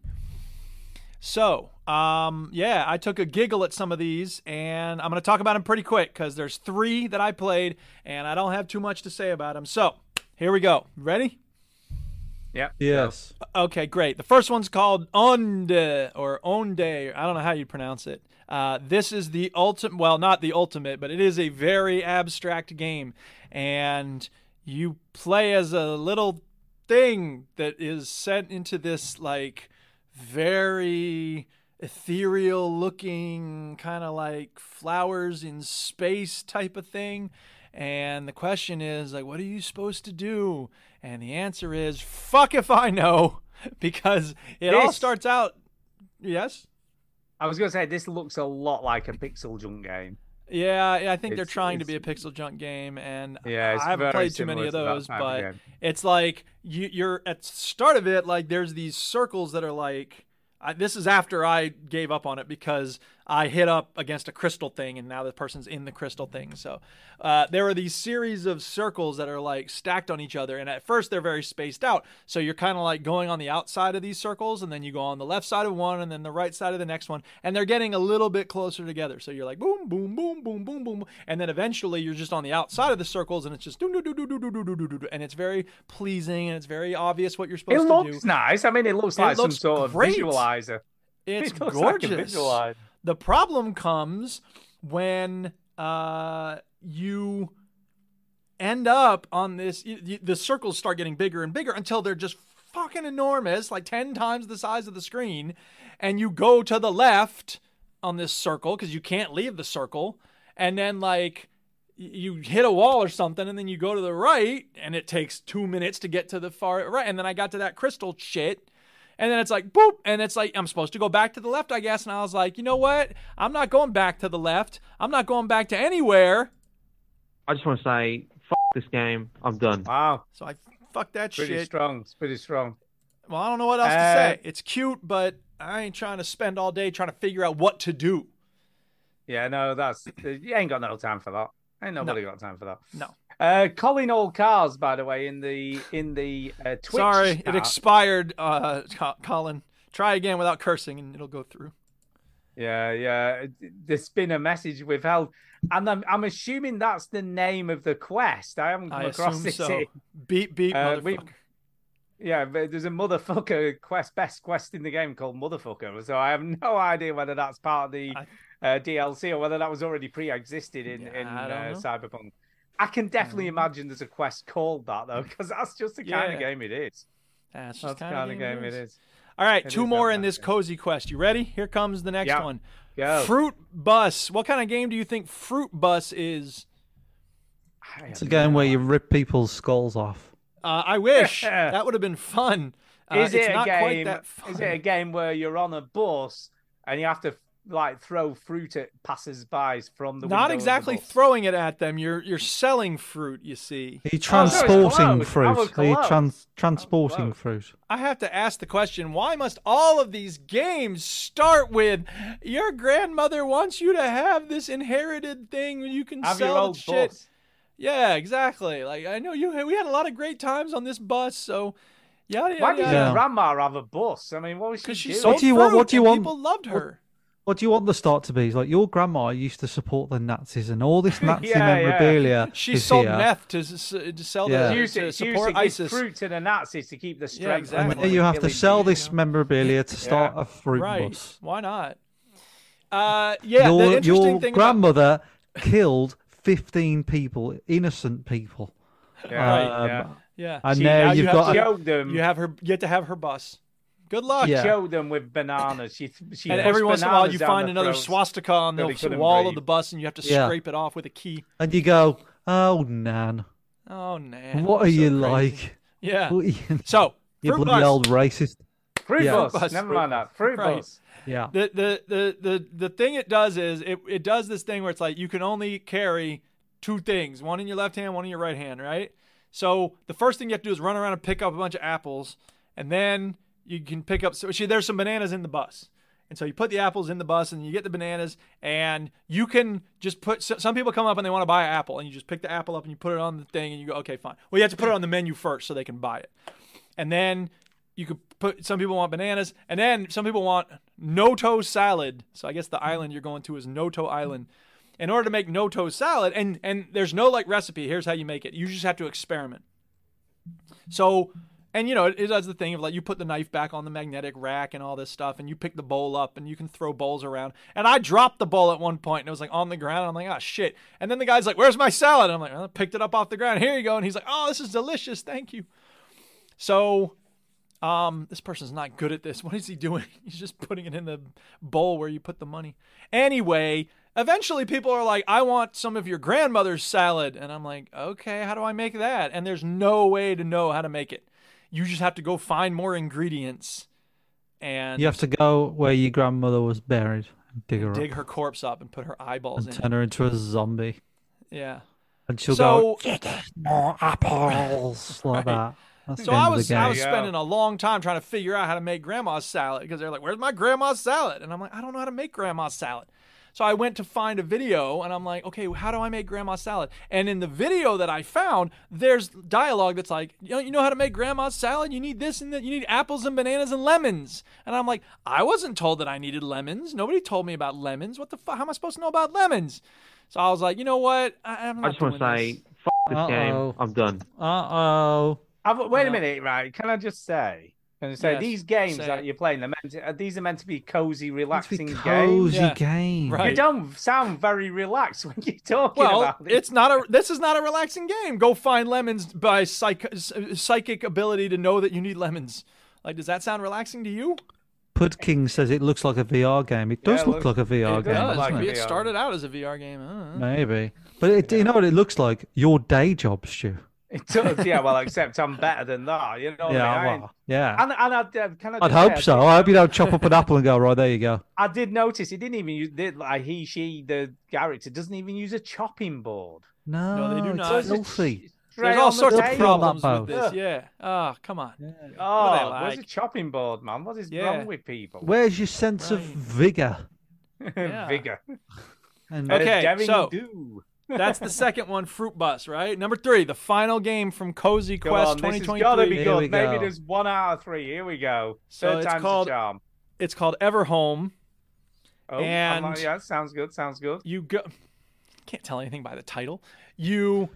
Speaker 3: So, um, yeah, I took a giggle at some of these, and I'm going to talk about them pretty quick because there's three that I played, and I don't have too much to say about them. So, here we go. Ready?
Speaker 2: Yeah.
Speaker 5: Yes.
Speaker 3: Okay, great. The first one's called Onde or Onde. I don't know how you pronounce it. Uh, this is the ultimate, well, not the ultimate, but it is a very abstract game. And you play as a little thing that is sent into this, like, very ethereal looking, kind of like flowers in space type of thing. And the question is, like, what are you supposed to do? And the answer is, fuck if I know, because it all
Speaker 2: This-
Speaker 3: starts out. Yes?
Speaker 2: I was going to say this looks a lot like a pixel junk game.
Speaker 3: Yeah, yeah, I think they're
Speaker 2: It's-
Speaker 3: trying to be a
Speaker 2: it's-
Speaker 3: pixel junk game, and
Speaker 2: Yeah, it's
Speaker 3: I haven't
Speaker 2: very
Speaker 3: played too many
Speaker 2: similar
Speaker 3: of
Speaker 2: to that
Speaker 3: those.
Speaker 2: type of
Speaker 3: But
Speaker 2: game.
Speaker 3: it's like you, you're at the start of it. Like there's these circles that are like. I, this is after I gave up on it because I hit up against a crystal thing, and now the person's in the crystal thing. So uh, there are these series of circles that are like stacked on each other, and at first they're very spaced out. So you're kind of like going on the outside of these circles, and then you go on the left side of one, and then the right side of the next one, and they're getting a little bit closer together. So you're like boom, boom, boom, boom, boom, boom, and then eventually you're just on the outside of the circles, and it's just do do do do do do do do do do, and it's very pleasing and it's very obvious what you're supposed
Speaker 2: It
Speaker 3: to do.
Speaker 2: looks nice. I mean, it looks
Speaker 3: It
Speaker 2: like
Speaker 3: looks
Speaker 2: some sort
Speaker 3: great.
Speaker 2: of visualizer.
Speaker 3: It's
Speaker 2: it looks
Speaker 3: gorgeous.
Speaker 2: Like a visualizer.
Speaker 3: The problem comes when uh, you end up on this y y the circles start getting bigger and bigger until they're just fucking enormous like 10 times the size of the screen and you go to the left on this circle because you can't leave the circle and then like y- you hit a wall or something and then you go to the right and it takes two minutes to get to the far right and then i got to that crystal shit and then it's like boop, and it's like I'm supposed to go back to the left, I guess. And I was like, you know what? I'm not going back to the left. I'm not going back to anywhere.
Speaker 9: I just want to say, F- this game. I'm done.
Speaker 2: Wow,
Speaker 3: So I fucked that
Speaker 2: pretty
Speaker 3: shit.
Speaker 2: strong. It's pretty strong.
Speaker 3: Well, I don't know what else to
Speaker 2: Uh,
Speaker 3: say. It's cute, but I ain't trying to spend all day trying to figure out what to do.
Speaker 2: Yeah, no, that's you ain't got no time for that. Ain't nobody got time for that.
Speaker 3: No.
Speaker 2: Uh, Colin All Cars, by the way, in the in the uh, Twitch.
Speaker 3: Sorry, it
Speaker 2: chat.
Speaker 3: expired, uh, Co- Colin. Try again without cursing, and it'll go through.
Speaker 2: yeah, yeah. There's been a message withheld, and I'm I'm assuming that's the name of the quest. I haven't come
Speaker 3: I
Speaker 2: across
Speaker 3: assume
Speaker 2: this.
Speaker 3: so.
Speaker 2: yet.
Speaker 3: Beep beep,
Speaker 2: Uh,
Speaker 3: motherfucker.
Speaker 2: we- Yeah, but there's a motherfucker quest, best quest in the game called motherfucker. So I have no idea whether that's part of the
Speaker 3: I-
Speaker 2: uh, DLC or whether that was already pre-existed in
Speaker 3: Yeah,
Speaker 2: in
Speaker 3: I
Speaker 2: uh,
Speaker 3: don't Mm.
Speaker 2: Cyberpunk. I can definitely imagine there's a quest called that though, because that's just the kind
Speaker 3: Yeah.
Speaker 2: of game it is.
Speaker 3: That's just
Speaker 2: That's the
Speaker 3: kind
Speaker 2: kind of game it is.
Speaker 3: All right,
Speaker 2: It
Speaker 3: two
Speaker 2: is
Speaker 3: more
Speaker 2: that
Speaker 3: in this
Speaker 2: kind of
Speaker 3: cozy quest. You ready? Here comes the next
Speaker 2: Yeah.
Speaker 3: one.
Speaker 2: Go.
Speaker 3: Fruit Bus. What kind of game do you think Fruit Bus is?
Speaker 5: It's a game where you rip people's skulls off.
Speaker 3: Uh, I wish
Speaker 2: Yeah.
Speaker 3: that would have been fun. Uh,
Speaker 2: Is
Speaker 3: it's
Speaker 2: it a
Speaker 3: not quite
Speaker 2: game?
Speaker 3: that fun.
Speaker 2: Is it a game where you're on a bus and you have to like throw fruit at passers-by from the window of
Speaker 3: not
Speaker 2: the
Speaker 3: exactly
Speaker 2: bus?
Speaker 3: throwing it at them. You're you're selling fruit. You see,
Speaker 5: Are you
Speaker 2: it's closed.
Speaker 5: transporting
Speaker 2: Oh, it's
Speaker 5: fruit? Are you
Speaker 2: closed.
Speaker 5: trans- transporting
Speaker 2: closed.
Speaker 5: fruit?
Speaker 3: I have to ask the question: Why must all of these games start with your grandmother wants you to have this inherited thing you can
Speaker 2: Have
Speaker 3: sell
Speaker 2: your
Speaker 3: the
Speaker 2: old
Speaker 3: shit?
Speaker 2: bus.
Speaker 3: Yeah, exactly. Like I know you. We had a lot of great times on this bus. So, yada
Speaker 2: Why
Speaker 3: yada.
Speaker 2: did
Speaker 3: yada.
Speaker 2: your
Speaker 5: Yeah.
Speaker 2: grandma have a bus? I mean, what was she
Speaker 3: Because she
Speaker 2: doing?
Speaker 3: sold
Speaker 5: What do you want-
Speaker 3: fruit
Speaker 5: what do you
Speaker 3: and
Speaker 5: want-
Speaker 3: People loved her.
Speaker 5: What do you want the start to be? It's like your grandma used to support the Nazis and all this Nazi
Speaker 2: Yeah, yeah.
Speaker 5: memorabilia.
Speaker 3: She
Speaker 5: is
Speaker 3: sold
Speaker 5: here.
Speaker 3: meth to, s- to sell
Speaker 5: Yeah.
Speaker 3: the,
Speaker 2: Use
Speaker 3: to
Speaker 2: it,
Speaker 3: support
Speaker 2: use it, give
Speaker 3: ISIS.
Speaker 2: fruit to the Nazis to keep the strength.
Speaker 3: exactly.
Speaker 5: And
Speaker 2: from
Speaker 5: then you have to
Speaker 3: E
Speaker 2: killing
Speaker 5: sell
Speaker 2: people.
Speaker 5: this memorabilia to start a fruit
Speaker 3: Right?
Speaker 5: bus.
Speaker 3: Why not? Uh, yeah. the
Speaker 5: your
Speaker 3: interesting
Speaker 5: your
Speaker 3: thing about
Speaker 5: grandmother killed 15 people, innocent people.
Speaker 2: Yeah,
Speaker 5: Right.
Speaker 2: yeah.
Speaker 5: Um,
Speaker 3: yeah,
Speaker 5: And
Speaker 2: She-
Speaker 5: now
Speaker 2: now
Speaker 5: you've
Speaker 3: you have
Speaker 5: got.
Speaker 3: to-
Speaker 5: a-
Speaker 2: Showed them,
Speaker 3: you have her. You have to have her bus. Good luck.
Speaker 5: Yeah.
Speaker 2: showed them with bananas. She, she
Speaker 3: And
Speaker 2: pushed
Speaker 3: every once in a while,
Speaker 2: bananas
Speaker 3: you
Speaker 2: down
Speaker 3: find
Speaker 2: the
Speaker 3: another
Speaker 2: throats.
Speaker 3: swastika on
Speaker 2: that he
Speaker 3: the
Speaker 2: couldn't
Speaker 3: wall of
Speaker 2: breathe.
Speaker 3: the bus, and you have to
Speaker 5: Yeah.
Speaker 3: scrape it off with a key.
Speaker 5: and you go, oh, Nan,
Speaker 3: Oh man!
Speaker 5: what
Speaker 3: so
Speaker 5: are you
Speaker 3: crazy.
Speaker 5: like?
Speaker 3: Yeah.
Speaker 5: What are you,
Speaker 3: So
Speaker 5: you
Speaker 3: fruit
Speaker 5: bloody
Speaker 3: bus.
Speaker 5: old racist.
Speaker 2: Fruit
Speaker 5: Yeah.
Speaker 2: bus.
Speaker 3: Fruit bus,
Speaker 2: Never
Speaker 3: fruit
Speaker 2: mind that. Fruit
Speaker 3: Right.
Speaker 2: bus.
Speaker 5: Yeah.
Speaker 3: the the the the the thing it does is it it does this thing where it's like you can only carry two things, one in your left hand, one in your right hand, right? So the first thing you have to do is run around and pick up a bunch of apples, and then you can pick up. So see, there's some bananas in the bus, and so you put the apples in the bus, and you get the bananas, and you can just put. So some people come up and they want to buy an apple, and you just pick the apple up and you put it on the thing, and you go, okay, fine. Well, you have to put it on the menu first so they can buy it and then you could put some people want bananas and then some people want no-toe salad so i guess the island you're going to is no-toe island in order to make no-toe salad and and there's no like recipe here's how you make it you just have to experiment so and you know it, it does the thing of like you put the knife back on the magnetic rack and all this stuff and you pick the bowl up and you can throw bowls around and i dropped the bowl at one point and it was like on the ground and i'm like oh shit and then the guy's like where's my salad and i'm like i picked it up off the ground here you go and he's like oh this is delicious thank you so, um, this person's not good at this. What is he doing? He's just putting it in the bowl where you put the money. Anyway, eventually people are like, I want some of your grandmother's salad. And I'm like, okay, how do I make that? And there's no way to know how to make it. You just have to go find more ingredients and
Speaker 5: You have to go where your grandmother was buried and dig her
Speaker 3: dig
Speaker 5: up
Speaker 3: her corpse up and put her eyeballs
Speaker 5: and
Speaker 3: in.
Speaker 5: turn her into a zombie.
Speaker 3: it. Yeah.
Speaker 5: And she'll
Speaker 3: So-
Speaker 5: go, get us more apples, like that. That's
Speaker 3: So
Speaker 5: the end
Speaker 3: I
Speaker 5: of the
Speaker 3: was
Speaker 5: game.
Speaker 3: I was
Speaker 2: Yeah.
Speaker 3: spending a long time trying to figure out how to make grandma's salad because they're like, "Where's my grandma's salad?" And I'm like, "I don't know how to make grandma's salad." So I went to find a video and I'm like, "Okay, how do I make grandma's salad?" And in the video that I found, there's dialogue that's like, "You know, you know how to make grandma's salad? You need this and that. You need apples and bananas and lemons." And I'm like, "I wasn't told that I needed lemons. Nobody told me about lemons. What the fuck? How am I supposed to know about lemons?" So I was like, "You know what? I, I'm
Speaker 9: I
Speaker 3: not
Speaker 9: just want to
Speaker 3: doing this."
Speaker 9: say, F- this game.
Speaker 5: Uh-oh.
Speaker 9: I'm done.
Speaker 5: Uh oh.
Speaker 2: I've, wait a minute, right? Can I just say And so
Speaker 3: Yes,
Speaker 2: these games
Speaker 3: say
Speaker 2: that
Speaker 3: it.
Speaker 2: you're playing, they're meant to, uh, these are meant to be cozy,
Speaker 5: Let's be
Speaker 2: relaxing games.
Speaker 5: cozy
Speaker 3: Yeah.
Speaker 5: game.
Speaker 3: Right.
Speaker 2: You don't sound very relaxed when you're talking
Speaker 3: Well,
Speaker 2: about it.
Speaker 3: it's not a. This is not a relaxing game. Go find lemons by psych, psychic ability to know that you need lemons. Like, does that sound relaxing to you?
Speaker 5: Pud King says it looks like a VR game. It does
Speaker 2: Yeah, it
Speaker 5: look,
Speaker 2: looks-
Speaker 5: like a VR
Speaker 2: it
Speaker 5: game.
Speaker 2: does
Speaker 3: Yeah,
Speaker 2: look
Speaker 5: doesn't
Speaker 2: like uh,
Speaker 5: it?
Speaker 2: a
Speaker 3: maybe it
Speaker 2: VR.
Speaker 3: started out as a VR game. Uh, I don't know.
Speaker 5: Maybe. But it, you know what it looks like? Your day job, Stu.
Speaker 2: It does, yeah. Well, except I'm better than that. You
Speaker 3: Oh,
Speaker 2: know what
Speaker 5: yeah,
Speaker 2: I mean? I
Speaker 5: well, yeah.
Speaker 2: And, and I'd, uh, can I just
Speaker 5: I'd
Speaker 2: say,
Speaker 5: hope
Speaker 2: I
Speaker 5: so.
Speaker 2: did-
Speaker 5: I hope you don't chop up an apple and go, right, there you go.
Speaker 2: I did notice he didn't even use did, like he, she, the character doesn't even use a chopping board.
Speaker 5: No,
Speaker 3: No, they do
Speaker 5: it's
Speaker 3: not.
Speaker 5: filthy.
Speaker 2: Straight
Speaker 3: There's all
Speaker 2: on the
Speaker 3: sorts of
Speaker 2: table.
Speaker 3: problems
Speaker 5: Both.
Speaker 3: with this. Yeah. Oh, come on.
Speaker 2: Oh,
Speaker 3: What are they
Speaker 2: where's
Speaker 3: like?
Speaker 2: a chopping board, man? What is
Speaker 3: Yeah.
Speaker 2: wrong with people?
Speaker 5: Where's your sense of
Speaker 3: Right.
Speaker 5: vigor?
Speaker 3: Yeah.
Speaker 2: Vigor.
Speaker 5: And
Speaker 3: Okay,
Speaker 2: Uh, daring
Speaker 3: so-
Speaker 2: do.
Speaker 3: That's the second one, Fruit Bus, right? Number three, the final game from Cozy
Speaker 2: Go
Speaker 3: Quest
Speaker 2: on, this has got to
Speaker 3: 2023.
Speaker 2: be
Speaker 5: Here
Speaker 2: good.
Speaker 5: we
Speaker 2: Maybe
Speaker 5: go.
Speaker 2: there's one out of three. Here we go.
Speaker 3: So
Speaker 2: Third
Speaker 3: it's
Speaker 2: time's
Speaker 3: called-
Speaker 2: a charm.
Speaker 3: It's called Everhome.
Speaker 2: Oh, I'm
Speaker 3: and-
Speaker 2: like, yeah, sounds good. Sounds good.
Speaker 3: You go. Can't tell anything by the title. You.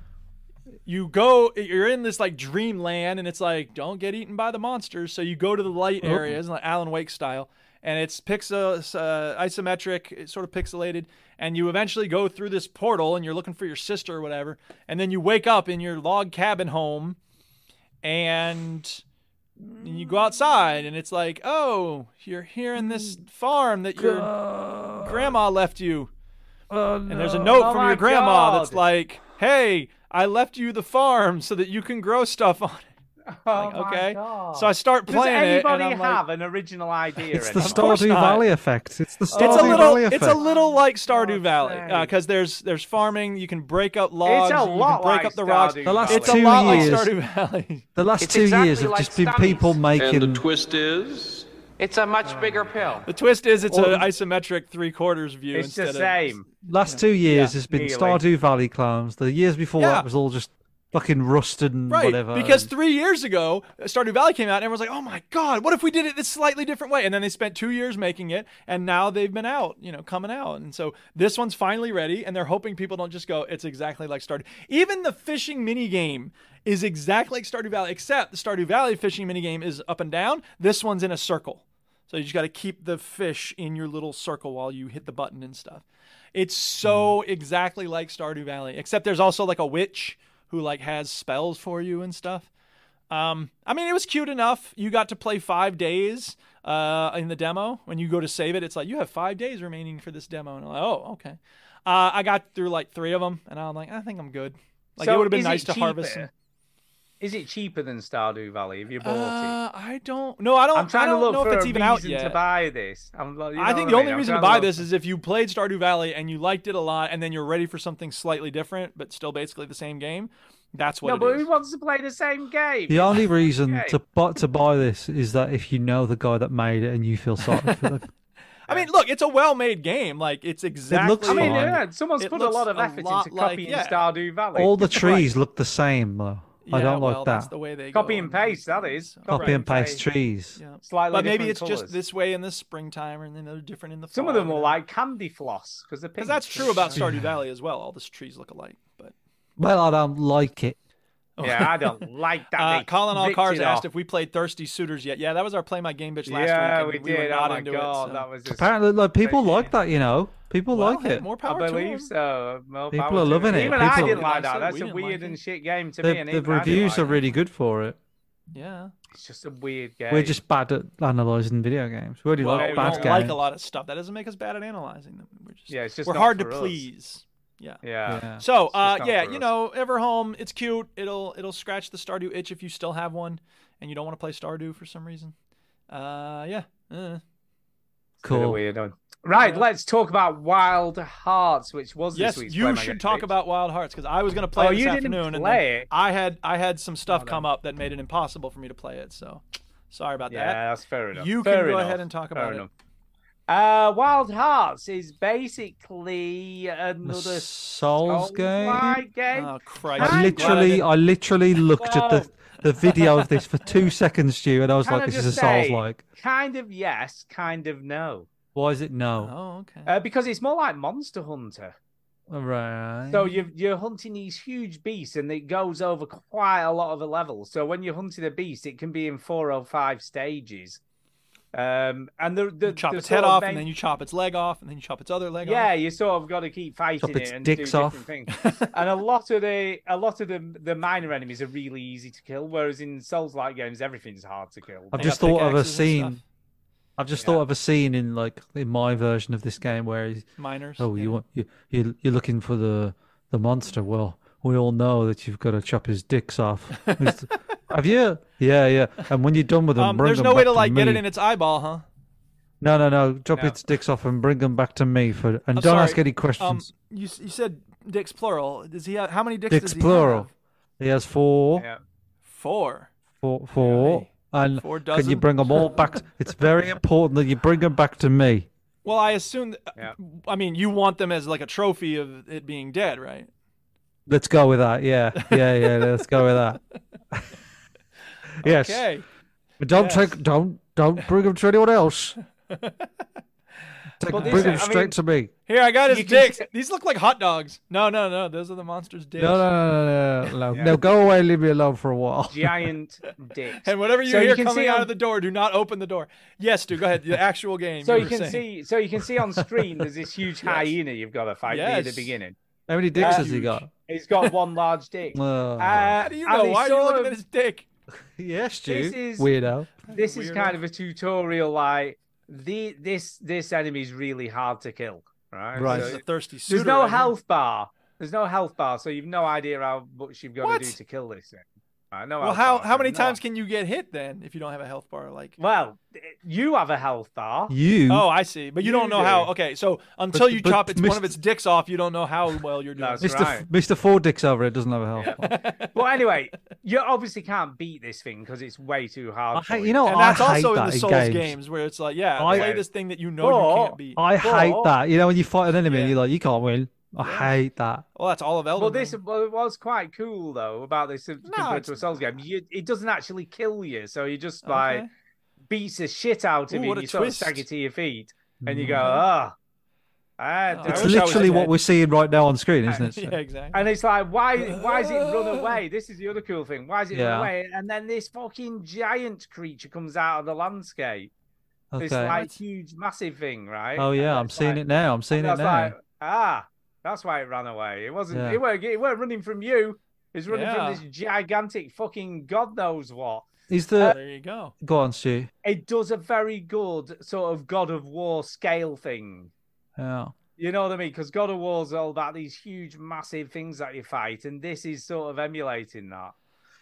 Speaker 3: You go, you're in this like dreamland, and it's like, don't get eaten by the monsters. So you go to the light areas, like Alan Wake style, and it's pixel uh, isometric, it's sort of pixelated. And you eventually go through this portal, and you're looking for your sister or whatever. And then you wake up in your log cabin home, and and you go outside and it's like, oh, you're here in this farm that your grandma left you. And there's a note
Speaker 2: Oh
Speaker 3: from
Speaker 2: my
Speaker 3: your grandma
Speaker 2: God.
Speaker 3: that's like, hey, I left you the farm so that you can grow stuff on it.
Speaker 2: Oh
Speaker 3: Like,
Speaker 2: my
Speaker 3: okay.
Speaker 2: God.
Speaker 3: So I start
Speaker 2: Does
Speaker 3: playing it.
Speaker 2: anybody
Speaker 3: And I'm like,
Speaker 2: have an original idea?
Speaker 5: it's the
Speaker 2: anymore?
Speaker 3: course
Speaker 5: Stardew
Speaker 3: not.
Speaker 5: Valley effect. It's the Stardew
Speaker 3: it's a little,
Speaker 5: Valley effect.
Speaker 3: it's a little like
Speaker 2: Oh,
Speaker 3: Stardew Valley
Speaker 2: sake.
Speaker 3: because there's there's farming. You can break up logs. you
Speaker 2: lot
Speaker 3: can break
Speaker 2: like
Speaker 3: up the rocks.
Speaker 2: Stardew
Speaker 5: The last
Speaker 3: It's
Speaker 2: Valley.
Speaker 3: a
Speaker 5: two
Speaker 3: lot
Speaker 5: years.
Speaker 3: like Stardew Valley.
Speaker 5: the last two
Speaker 7: exactly
Speaker 5: years have
Speaker 7: like
Speaker 5: just been
Speaker 7: Stamps.
Speaker 5: people making.
Speaker 10: twist is?
Speaker 7: It's a much
Speaker 3: Oh,
Speaker 7: bigger pill.
Speaker 3: The twist is it's
Speaker 5: Or-
Speaker 3: an isometric three quarters view.
Speaker 2: It's the
Speaker 3: instead Of,
Speaker 2: same.
Speaker 5: last two years has been
Speaker 2: nearly.
Speaker 5: Stardew Valley clones. The years before
Speaker 3: Yeah.
Speaker 5: that was all just fucking rust and
Speaker 3: Right,
Speaker 5: whatever.
Speaker 3: because
Speaker 5: and-
Speaker 3: three years ago, Stardew Valley came out, and everyone's like, "Oh my god, what if we did it this slightly different way?" And then they spent two years making it, and now they've been out, you know, coming out, and so this one's finally ready, and they're hoping people don't just go, "It's exactly like Stardew." Even the fishing mini game is exactly like Stardew Valley, except the Stardew Valley fishing mini game is up and down. This one's in a circle, so you just got to keep the fish in your little circle while you hit the button and stuff. It's so
Speaker 2: Mm.
Speaker 3: exactly like Stardew Valley, except there's also like a witch who like has spells for you and stuff. Um, I mean, it was cute enough. You got to play five days uh, in the demo. When you go to save it, it's like you have five days remaining for this demo, and I'm like, oh, okay. Uh, I got through like three of them, and I'm like, I think I'm good. Like it
Speaker 2: So
Speaker 3: would have been
Speaker 2: is
Speaker 3: nice to
Speaker 2: cheaper?
Speaker 3: harvest. Some...
Speaker 2: Is it cheaper than Stardew Valley? Have you bought it?
Speaker 3: Uh, I don't. No, I don't.
Speaker 2: I'm trying
Speaker 3: I
Speaker 2: to
Speaker 3: don't
Speaker 2: look
Speaker 3: know
Speaker 2: for
Speaker 3: if it's
Speaker 2: a
Speaker 3: even
Speaker 2: reason
Speaker 3: out yet.
Speaker 2: to buy this. I'm, like, you know
Speaker 3: I think
Speaker 2: what
Speaker 3: the
Speaker 2: mean?
Speaker 3: only
Speaker 2: I'm
Speaker 3: reason to
Speaker 2: trying
Speaker 3: buy
Speaker 2: look-
Speaker 3: this is if you played Stardew Valley and you liked it a lot, and then you're ready for something slightly different, but still basically the same game. That's what
Speaker 2: No,
Speaker 3: it
Speaker 2: but
Speaker 3: is.
Speaker 2: who wants to play the same game?
Speaker 5: The only reason
Speaker 2: Okay.
Speaker 5: to buy, to buy this is that if you know the guy that made it and you feel sorry for them.
Speaker 3: I mean, look, it's a well-made game. Like it's exactly.
Speaker 5: looks
Speaker 2: I mean,
Speaker 5: fine.
Speaker 2: yeah, someone's
Speaker 3: It
Speaker 2: put a
Speaker 3: looks
Speaker 2: lot of
Speaker 3: a
Speaker 2: effort
Speaker 3: lot
Speaker 2: into
Speaker 3: like-
Speaker 2: copying
Speaker 3: yeah.
Speaker 2: Stardew Valley.
Speaker 5: All the trees look the same though. I
Speaker 3: Yeah,
Speaker 5: don't
Speaker 3: well,
Speaker 5: like
Speaker 3: That's
Speaker 5: that.
Speaker 3: the way they
Speaker 2: Copy
Speaker 3: go
Speaker 2: and
Speaker 3: on
Speaker 2: paste, that is.
Speaker 3: Yeah.
Speaker 5: Copy
Speaker 3: Right.
Speaker 5: and paste trees.
Speaker 3: Yeah.
Speaker 2: Slightly
Speaker 3: But maybe
Speaker 2: different
Speaker 3: it's just
Speaker 2: colours.
Speaker 3: this way in the springtime, and then they're different in the fall.
Speaker 2: Some of them were like candy floss because they're
Speaker 3: Because
Speaker 2: pink.
Speaker 3: that's true about Stardew Valley as well. All these trees look alike. But
Speaker 5: Well, I don't like it.
Speaker 2: Yeah, I don't like that.
Speaker 3: uh,
Speaker 2: They
Speaker 3: Colin All
Speaker 2: ripped
Speaker 3: Cars
Speaker 2: it
Speaker 3: asked
Speaker 2: off.
Speaker 3: if we played Thirsty Suitors yet. Yeah, that was our Play My Game Bitch last
Speaker 2: yeah,
Speaker 3: week. and
Speaker 2: we
Speaker 3: were
Speaker 2: did. oh
Speaker 3: not
Speaker 2: my
Speaker 3: into
Speaker 2: god,
Speaker 3: it. so-
Speaker 2: that was just.
Speaker 5: Apparently, like people
Speaker 2: Crazy.
Speaker 5: like that. You know, people
Speaker 3: Well,
Speaker 5: like
Speaker 3: hey,
Speaker 5: it.
Speaker 3: More
Speaker 2: I
Speaker 3: power to
Speaker 2: believe
Speaker 3: 'em.
Speaker 2: so. More
Speaker 5: People
Speaker 2: power to
Speaker 5: are loving it.
Speaker 2: Even I
Speaker 5: People-
Speaker 2: didn't like
Speaker 3: I said
Speaker 2: that. That's
Speaker 3: we
Speaker 2: a
Speaker 3: didn't like
Speaker 2: weird
Speaker 3: it.
Speaker 2: and shit game to me.
Speaker 5: The,
Speaker 2: And
Speaker 5: the
Speaker 2: even I didn't
Speaker 5: reviews
Speaker 2: like it.
Speaker 5: are really good for it.
Speaker 3: Yeah.
Speaker 2: It's just a weird game.
Speaker 5: We're just bad at analysing video games. We already
Speaker 3: Well,
Speaker 5: like
Speaker 3: we
Speaker 5: bad
Speaker 3: don't
Speaker 5: games.
Speaker 3: like a lot of stuff. That doesn't make us bad at analyzing them. We're just,
Speaker 2: Yeah, it's just
Speaker 3: we're
Speaker 2: not
Speaker 3: hard to
Speaker 2: for us.
Speaker 3: please. Yeah.
Speaker 2: Yeah.
Speaker 5: Yeah.
Speaker 3: So,
Speaker 2: It's just
Speaker 3: uh,
Speaker 2: not
Speaker 3: yeah,
Speaker 2: for
Speaker 3: you
Speaker 2: us.
Speaker 3: know, Everhome, it's cute. It'll it'll scratch the Stardew itch if you still have one, and you don't want to play Stardew for some reason. Uh, yeah. Uh,
Speaker 2: Bit of
Speaker 5: Cool.
Speaker 2: weird one. Right, let's talk about Wild Hearts, which was
Speaker 3: yes,
Speaker 2: this week's
Speaker 3: you
Speaker 2: Play My
Speaker 3: should
Speaker 2: Game
Speaker 3: talk
Speaker 2: Picks.
Speaker 3: about Wild Hearts because I was gonna play
Speaker 2: Oh,
Speaker 3: it this
Speaker 2: you didn't
Speaker 3: afternoon, and
Speaker 2: play
Speaker 3: then
Speaker 2: it? Oh,
Speaker 3: I had I had some stuff come up that made it impossible for me to play it. So, sorry about
Speaker 2: Yeah,
Speaker 3: that.
Speaker 2: that's fair enough.
Speaker 3: You
Speaker 2: Fair
Speaker 3: can go
Speaker 2: enough.
Speaker 3: ahead and talk
Speaker 2: Fair
Speaker 3: about
Speaker 2: enough. Uh, Wild Hearts is basically
Speaker 5: The
Speaker 2: another
Speaker 5: Souls game.
Speaker 2: Souls-like
Speaker 3: it.
Speaker 2: game.
Speaker 3: Oh Christ!
Speaker 5: I
Speaker 3: I'm
Speaker 5: literally,
Speaker 3: glad
Speaker 5: I literally looked at the the video of this for two seconds, Stu, and I was
Speaker 2: Can
Speaker 5: like,
Speaker 2: I
Speaker 5: "This is a
Speaker 2: just
Speaker 5: Souls
Speaker 2: say-
Speaker 5: like."
Speaker 2: Kind of yes, kind of no.
Speaker 5: Why is it
Speaker 3: I-
Speaker 5: no?
Speaker 3: oh okay.
Speaker 2: Uh, because it's more like Monster Hunter.
Speaker 3: Oh.
Speaker 5: Right.
Speaker 2: So you're you're hunting these huge beasts, and it goes over quite a lot of a level. So when you're hunting a beast, it can be in four or five stages. Um, and the the
Speaker 3: chop
Speaker 2: the
Speaker 3: its
Speaker 2: sort
Speaker 3: head
Speaker 2: of
Speaker 3: off,
Speaker 2: main-
Speaker 3: and then you chop its leg off, and then you chop its other leg
Speaker 2: yeah,
Speaker 3: off.
Speaker 2: you sort of got to keep fighting
Speaker 5: its
Speaker 2: it and
Speaker 5: dicks
Speaker 2: do
Speaker 5: off.
Speaker 2: different things. and a lot of the a lot of the the minor enemies are really easy to kill, whereas in Souls like games, everything's hard to kill.
Speaker 5: I've
Speaker 3: They
Speaker 5: just
Speaker 3: got
Speaker 5: thought of a
Speaker 3: pickaxes and stuff.
Speaker 5: scene. I've just thought of a scene in like in my version of this game where he's,
Speaker 3: Miners.
Speaker 5: oh,
Speaker 3: yeah.
Speaker 5: you want you you you're looking for the the monster. Well, we all know that you've got to chop his dicks off. It's- Have you? Yeah, yeah. And when you're done with him,
Speaker 3: Um,
Speaker 5: bring
Speaker 3: there's
Speaker 5: them
Speaker 3: no way
Speaker 5: back
Speaker 3: to like get it
Speaker 5: me.
Speaker 3: in its eyeball, huh?
Speaker 5: No, no, no. Chop
Speaker 2: No.
Speaker 5: its dicks off and bring them back to me for. And don't
Speaker 3: sorry.
Speaker 5: ask any
Speaker 3: Um,
Speaker 5: questions.
Speaker 3: you s- you said dicks plural. Does he have how many dicks?
Speaker 5: dicks
Speaker 3: does he
Speaker 5: plural.
Speaker 3: Have?
Speaker 5: He has four,
Speaker 2: Yeah.
Speaker 3: Four.
Speaker 5: four, four, and
Speaker 3: Four
Speaker 5: can you
Speaker 3: dozen?
Speaker 5: bring them all back? It's very important that you bring them back to me.
Speaker 3: Well, I assume. th-
Speaker 2: Yeah.
Speaker 3: I mean, you want them as like a trophy of it being dead, right?
Speaker 5: Let's go with that. Yeah, yeah, yeah. let's go with that. yes,
Speaker 3: Okay.
Speaker 5: but
Speaker 3: yes.
Speaker 5: don't take, don't, don't bring them to anyone else. Take,
Speaker 2: Well, these
Speaker 5: bring
Speaker 2: are-
Speaker 5: them
Speaker 2: I
Speaker 5: straight
Speaker 2: mean-
Speaker 5: to me.
Speaker 3: Here, I got his
Speaker 2: You can
Speaker 3: dicks.
Speaker 2: s-
Speaker 3: These look like hot dogs. No, no, no. Those are the monster's dicks.
Speaker 5: No, no, no, no, no. no.
Speaker 2: Yeah.
Speaker 5: No, go away. Leave me alone for a while.
Speaker 2: Giant dicks.
Speaker 3: And whatever you
Speaker 2: So
Speaker 3: hear
Speaker 2: can
Speaker 3: coming
Speaker 2: see
Speaker 3: out
Speaker 2: on-
Speaker 3: of the door, do not open the door. Yes, dude. Go ahead. The actual game.
Speaker 2: So
Speaker 3: you,
Speaker 2: you
Speaker 3: were
Speaker 2: can
Speaker 3: saying.
Speaker 2: see, so you can see on screen, there's this huge hyena you've got to fight near the
Speaker 3: Yes.
Speaker 2: beginning.
Speaker 5: How many dicks
Speaker 2: Uh,
Speaker 5: has he got?
Speaker 2: He's got one large dick.
Speaker 5: Oh.
Speaker 2: Uh,
Speaker 3: How do you
Speaker 2: and
Speaker 3: know?
Speaker 2: it's
Speaker 3: Why are you
Speaker 2: sort
Speaker 3: looking
Speaker 2: of-
Speaker 3: at his dick?
Speaker 5: yes,
Speaker 2: this
Speaker 5: Stu.
Speaker 2: is-
Speaker 5: Weirdo.
Speaker 2: this is
Speaker 3: Weirdo.
Speaker 2: kind of a tutorial like the this this enemy's really hard to kill right
Speaker 5: Right.
Speaker 2: So
Speaker 3: He's a thirsty
Speaker 2: there's
Speaker 3: suitor.
Speaker 2: no
Speaker 3: right here.
Speaker 2: health bar there's no health bar so you've no idea how much you've got
Speaker 3: What?
Speaker 2: to do to kill this thing right, no
Speaker 3: Well,
Speaker 2: health
Speaker 3: how
Speaker 2: bar,
Speaker 3: how
Speaker 2: so
Speaker 3: many
Speaker 2: no-
Speaker 3: times can you get hit then if you don't have a health bar? Like.
Speaker 2: well you have a health bar
Speaker 5: You.
Speaker 3: Oh, I see. But you,
Speaker 2: You
Speaker 3: don't know
Speaker 2: do.
Speaker 3: how. Okay, so until
Speaker 5: But-
Speaker 3: you
Speaker 5: but
Speaker 3: chop its one
Speaker 5: Mr.
Speaker 3: of its dicks off, you don't know how well you're doing.
Speaker 2: That's
Speaker 5: Mr.
Speaker 2: right.
Speaker 5: Mr. Four Dicks over it doesn't have a health. bar.
Speaker 2: well anyway you obviously can't beat this thing because it's way too hard
Speaker 5: I
Speaker 2: for
Speaker 5: hate, you know,
Speaker 3: And
Speaker 5: I
Speaker 3: that's
Speaker 5: hate
Speaker 3: also in
Speaker 5: that
Speaker 3: the Souls games.
Speaker 5: games.
Speaker 3: where it's like, yeah,
Speaker 5: I-
Speaker 3: play this thing that you know you
Speaker 2: Or-
Speaker 3: can't beat.
Speaker 5: I hate
Speaker 2: But-
Speaker 5: that. You know, when you fight an enemy,
Speaker 3: Yeah.
Speaker 5: you're like, you can't win. I hate that.
Speaker 3: well, that's all of Elden
Speaker 2: well, this
Speaker 3: Ring.
Speaker 2: well, it was quite cool though about this compared
Speaker 3: it's-
Speaker 2: to a Souls game. You, it doesn't actually kill you, so you just like
Speaker 3: Okay.
Speaker 2: beats the shit out of
Speaker 3: Ooh,
Speaker 2: you.
Speaker 3: what a
Speaker 2: You sort of
Speaker 3: twist. Mm-hmm.
Speaker 2: stagger to your feet, and you go, ah. I-
Speaker 3: Oh,
Speaker 2: I
Speaker 5: It's
Speaker 2: wish I was
Speaker 5: literally what
Speaker 2: dead."
Speaker 5: we're seeing right now on screen, isn't it?
Speaker 3: Yeah, exactly.
Speaker 2: And it's like, why, why is it run away? This is the other cool thing. Why is it
Speaker 5: Yeah.
Speaker 2: run away? And then this fucking giant creature comes out of the landscape. This
Speaker 5: Okay.
Speaker 2: like huge, massive thing, right?
Speaker 5: Oh yeah,
Speaker 2: And
Speaker 5: I'm
Speaker 2: it's
Speaker 5: seeing
Speaker 2: like-
Speaker 5: it now. I'm seeing
Speaker 2: And
Speaker 5: it
Speaker 2: that's
Speaker 5: now.
Speaker 2: like, ah, that's why it ran away. It wasn't.
Speaker 5: Yeah.
Speaker 2: It weren't. It weren't running from you. It's running from
Speaker 3: Yeah.
Speaker 2: this gigantic fucking god knows what.
Speaker 5: uh, Is the
Speaker 2: uh,
Speaker 3: there you go.
Speaker 5: go on, Stu?
Speaker 2: It does a very good sort of God of War scale thing.
Speaker 5: Yeah.
Speaker 2: You know what I mean? Because God of War's all about these huge, massive things that you fight, and this is sort of emulating that.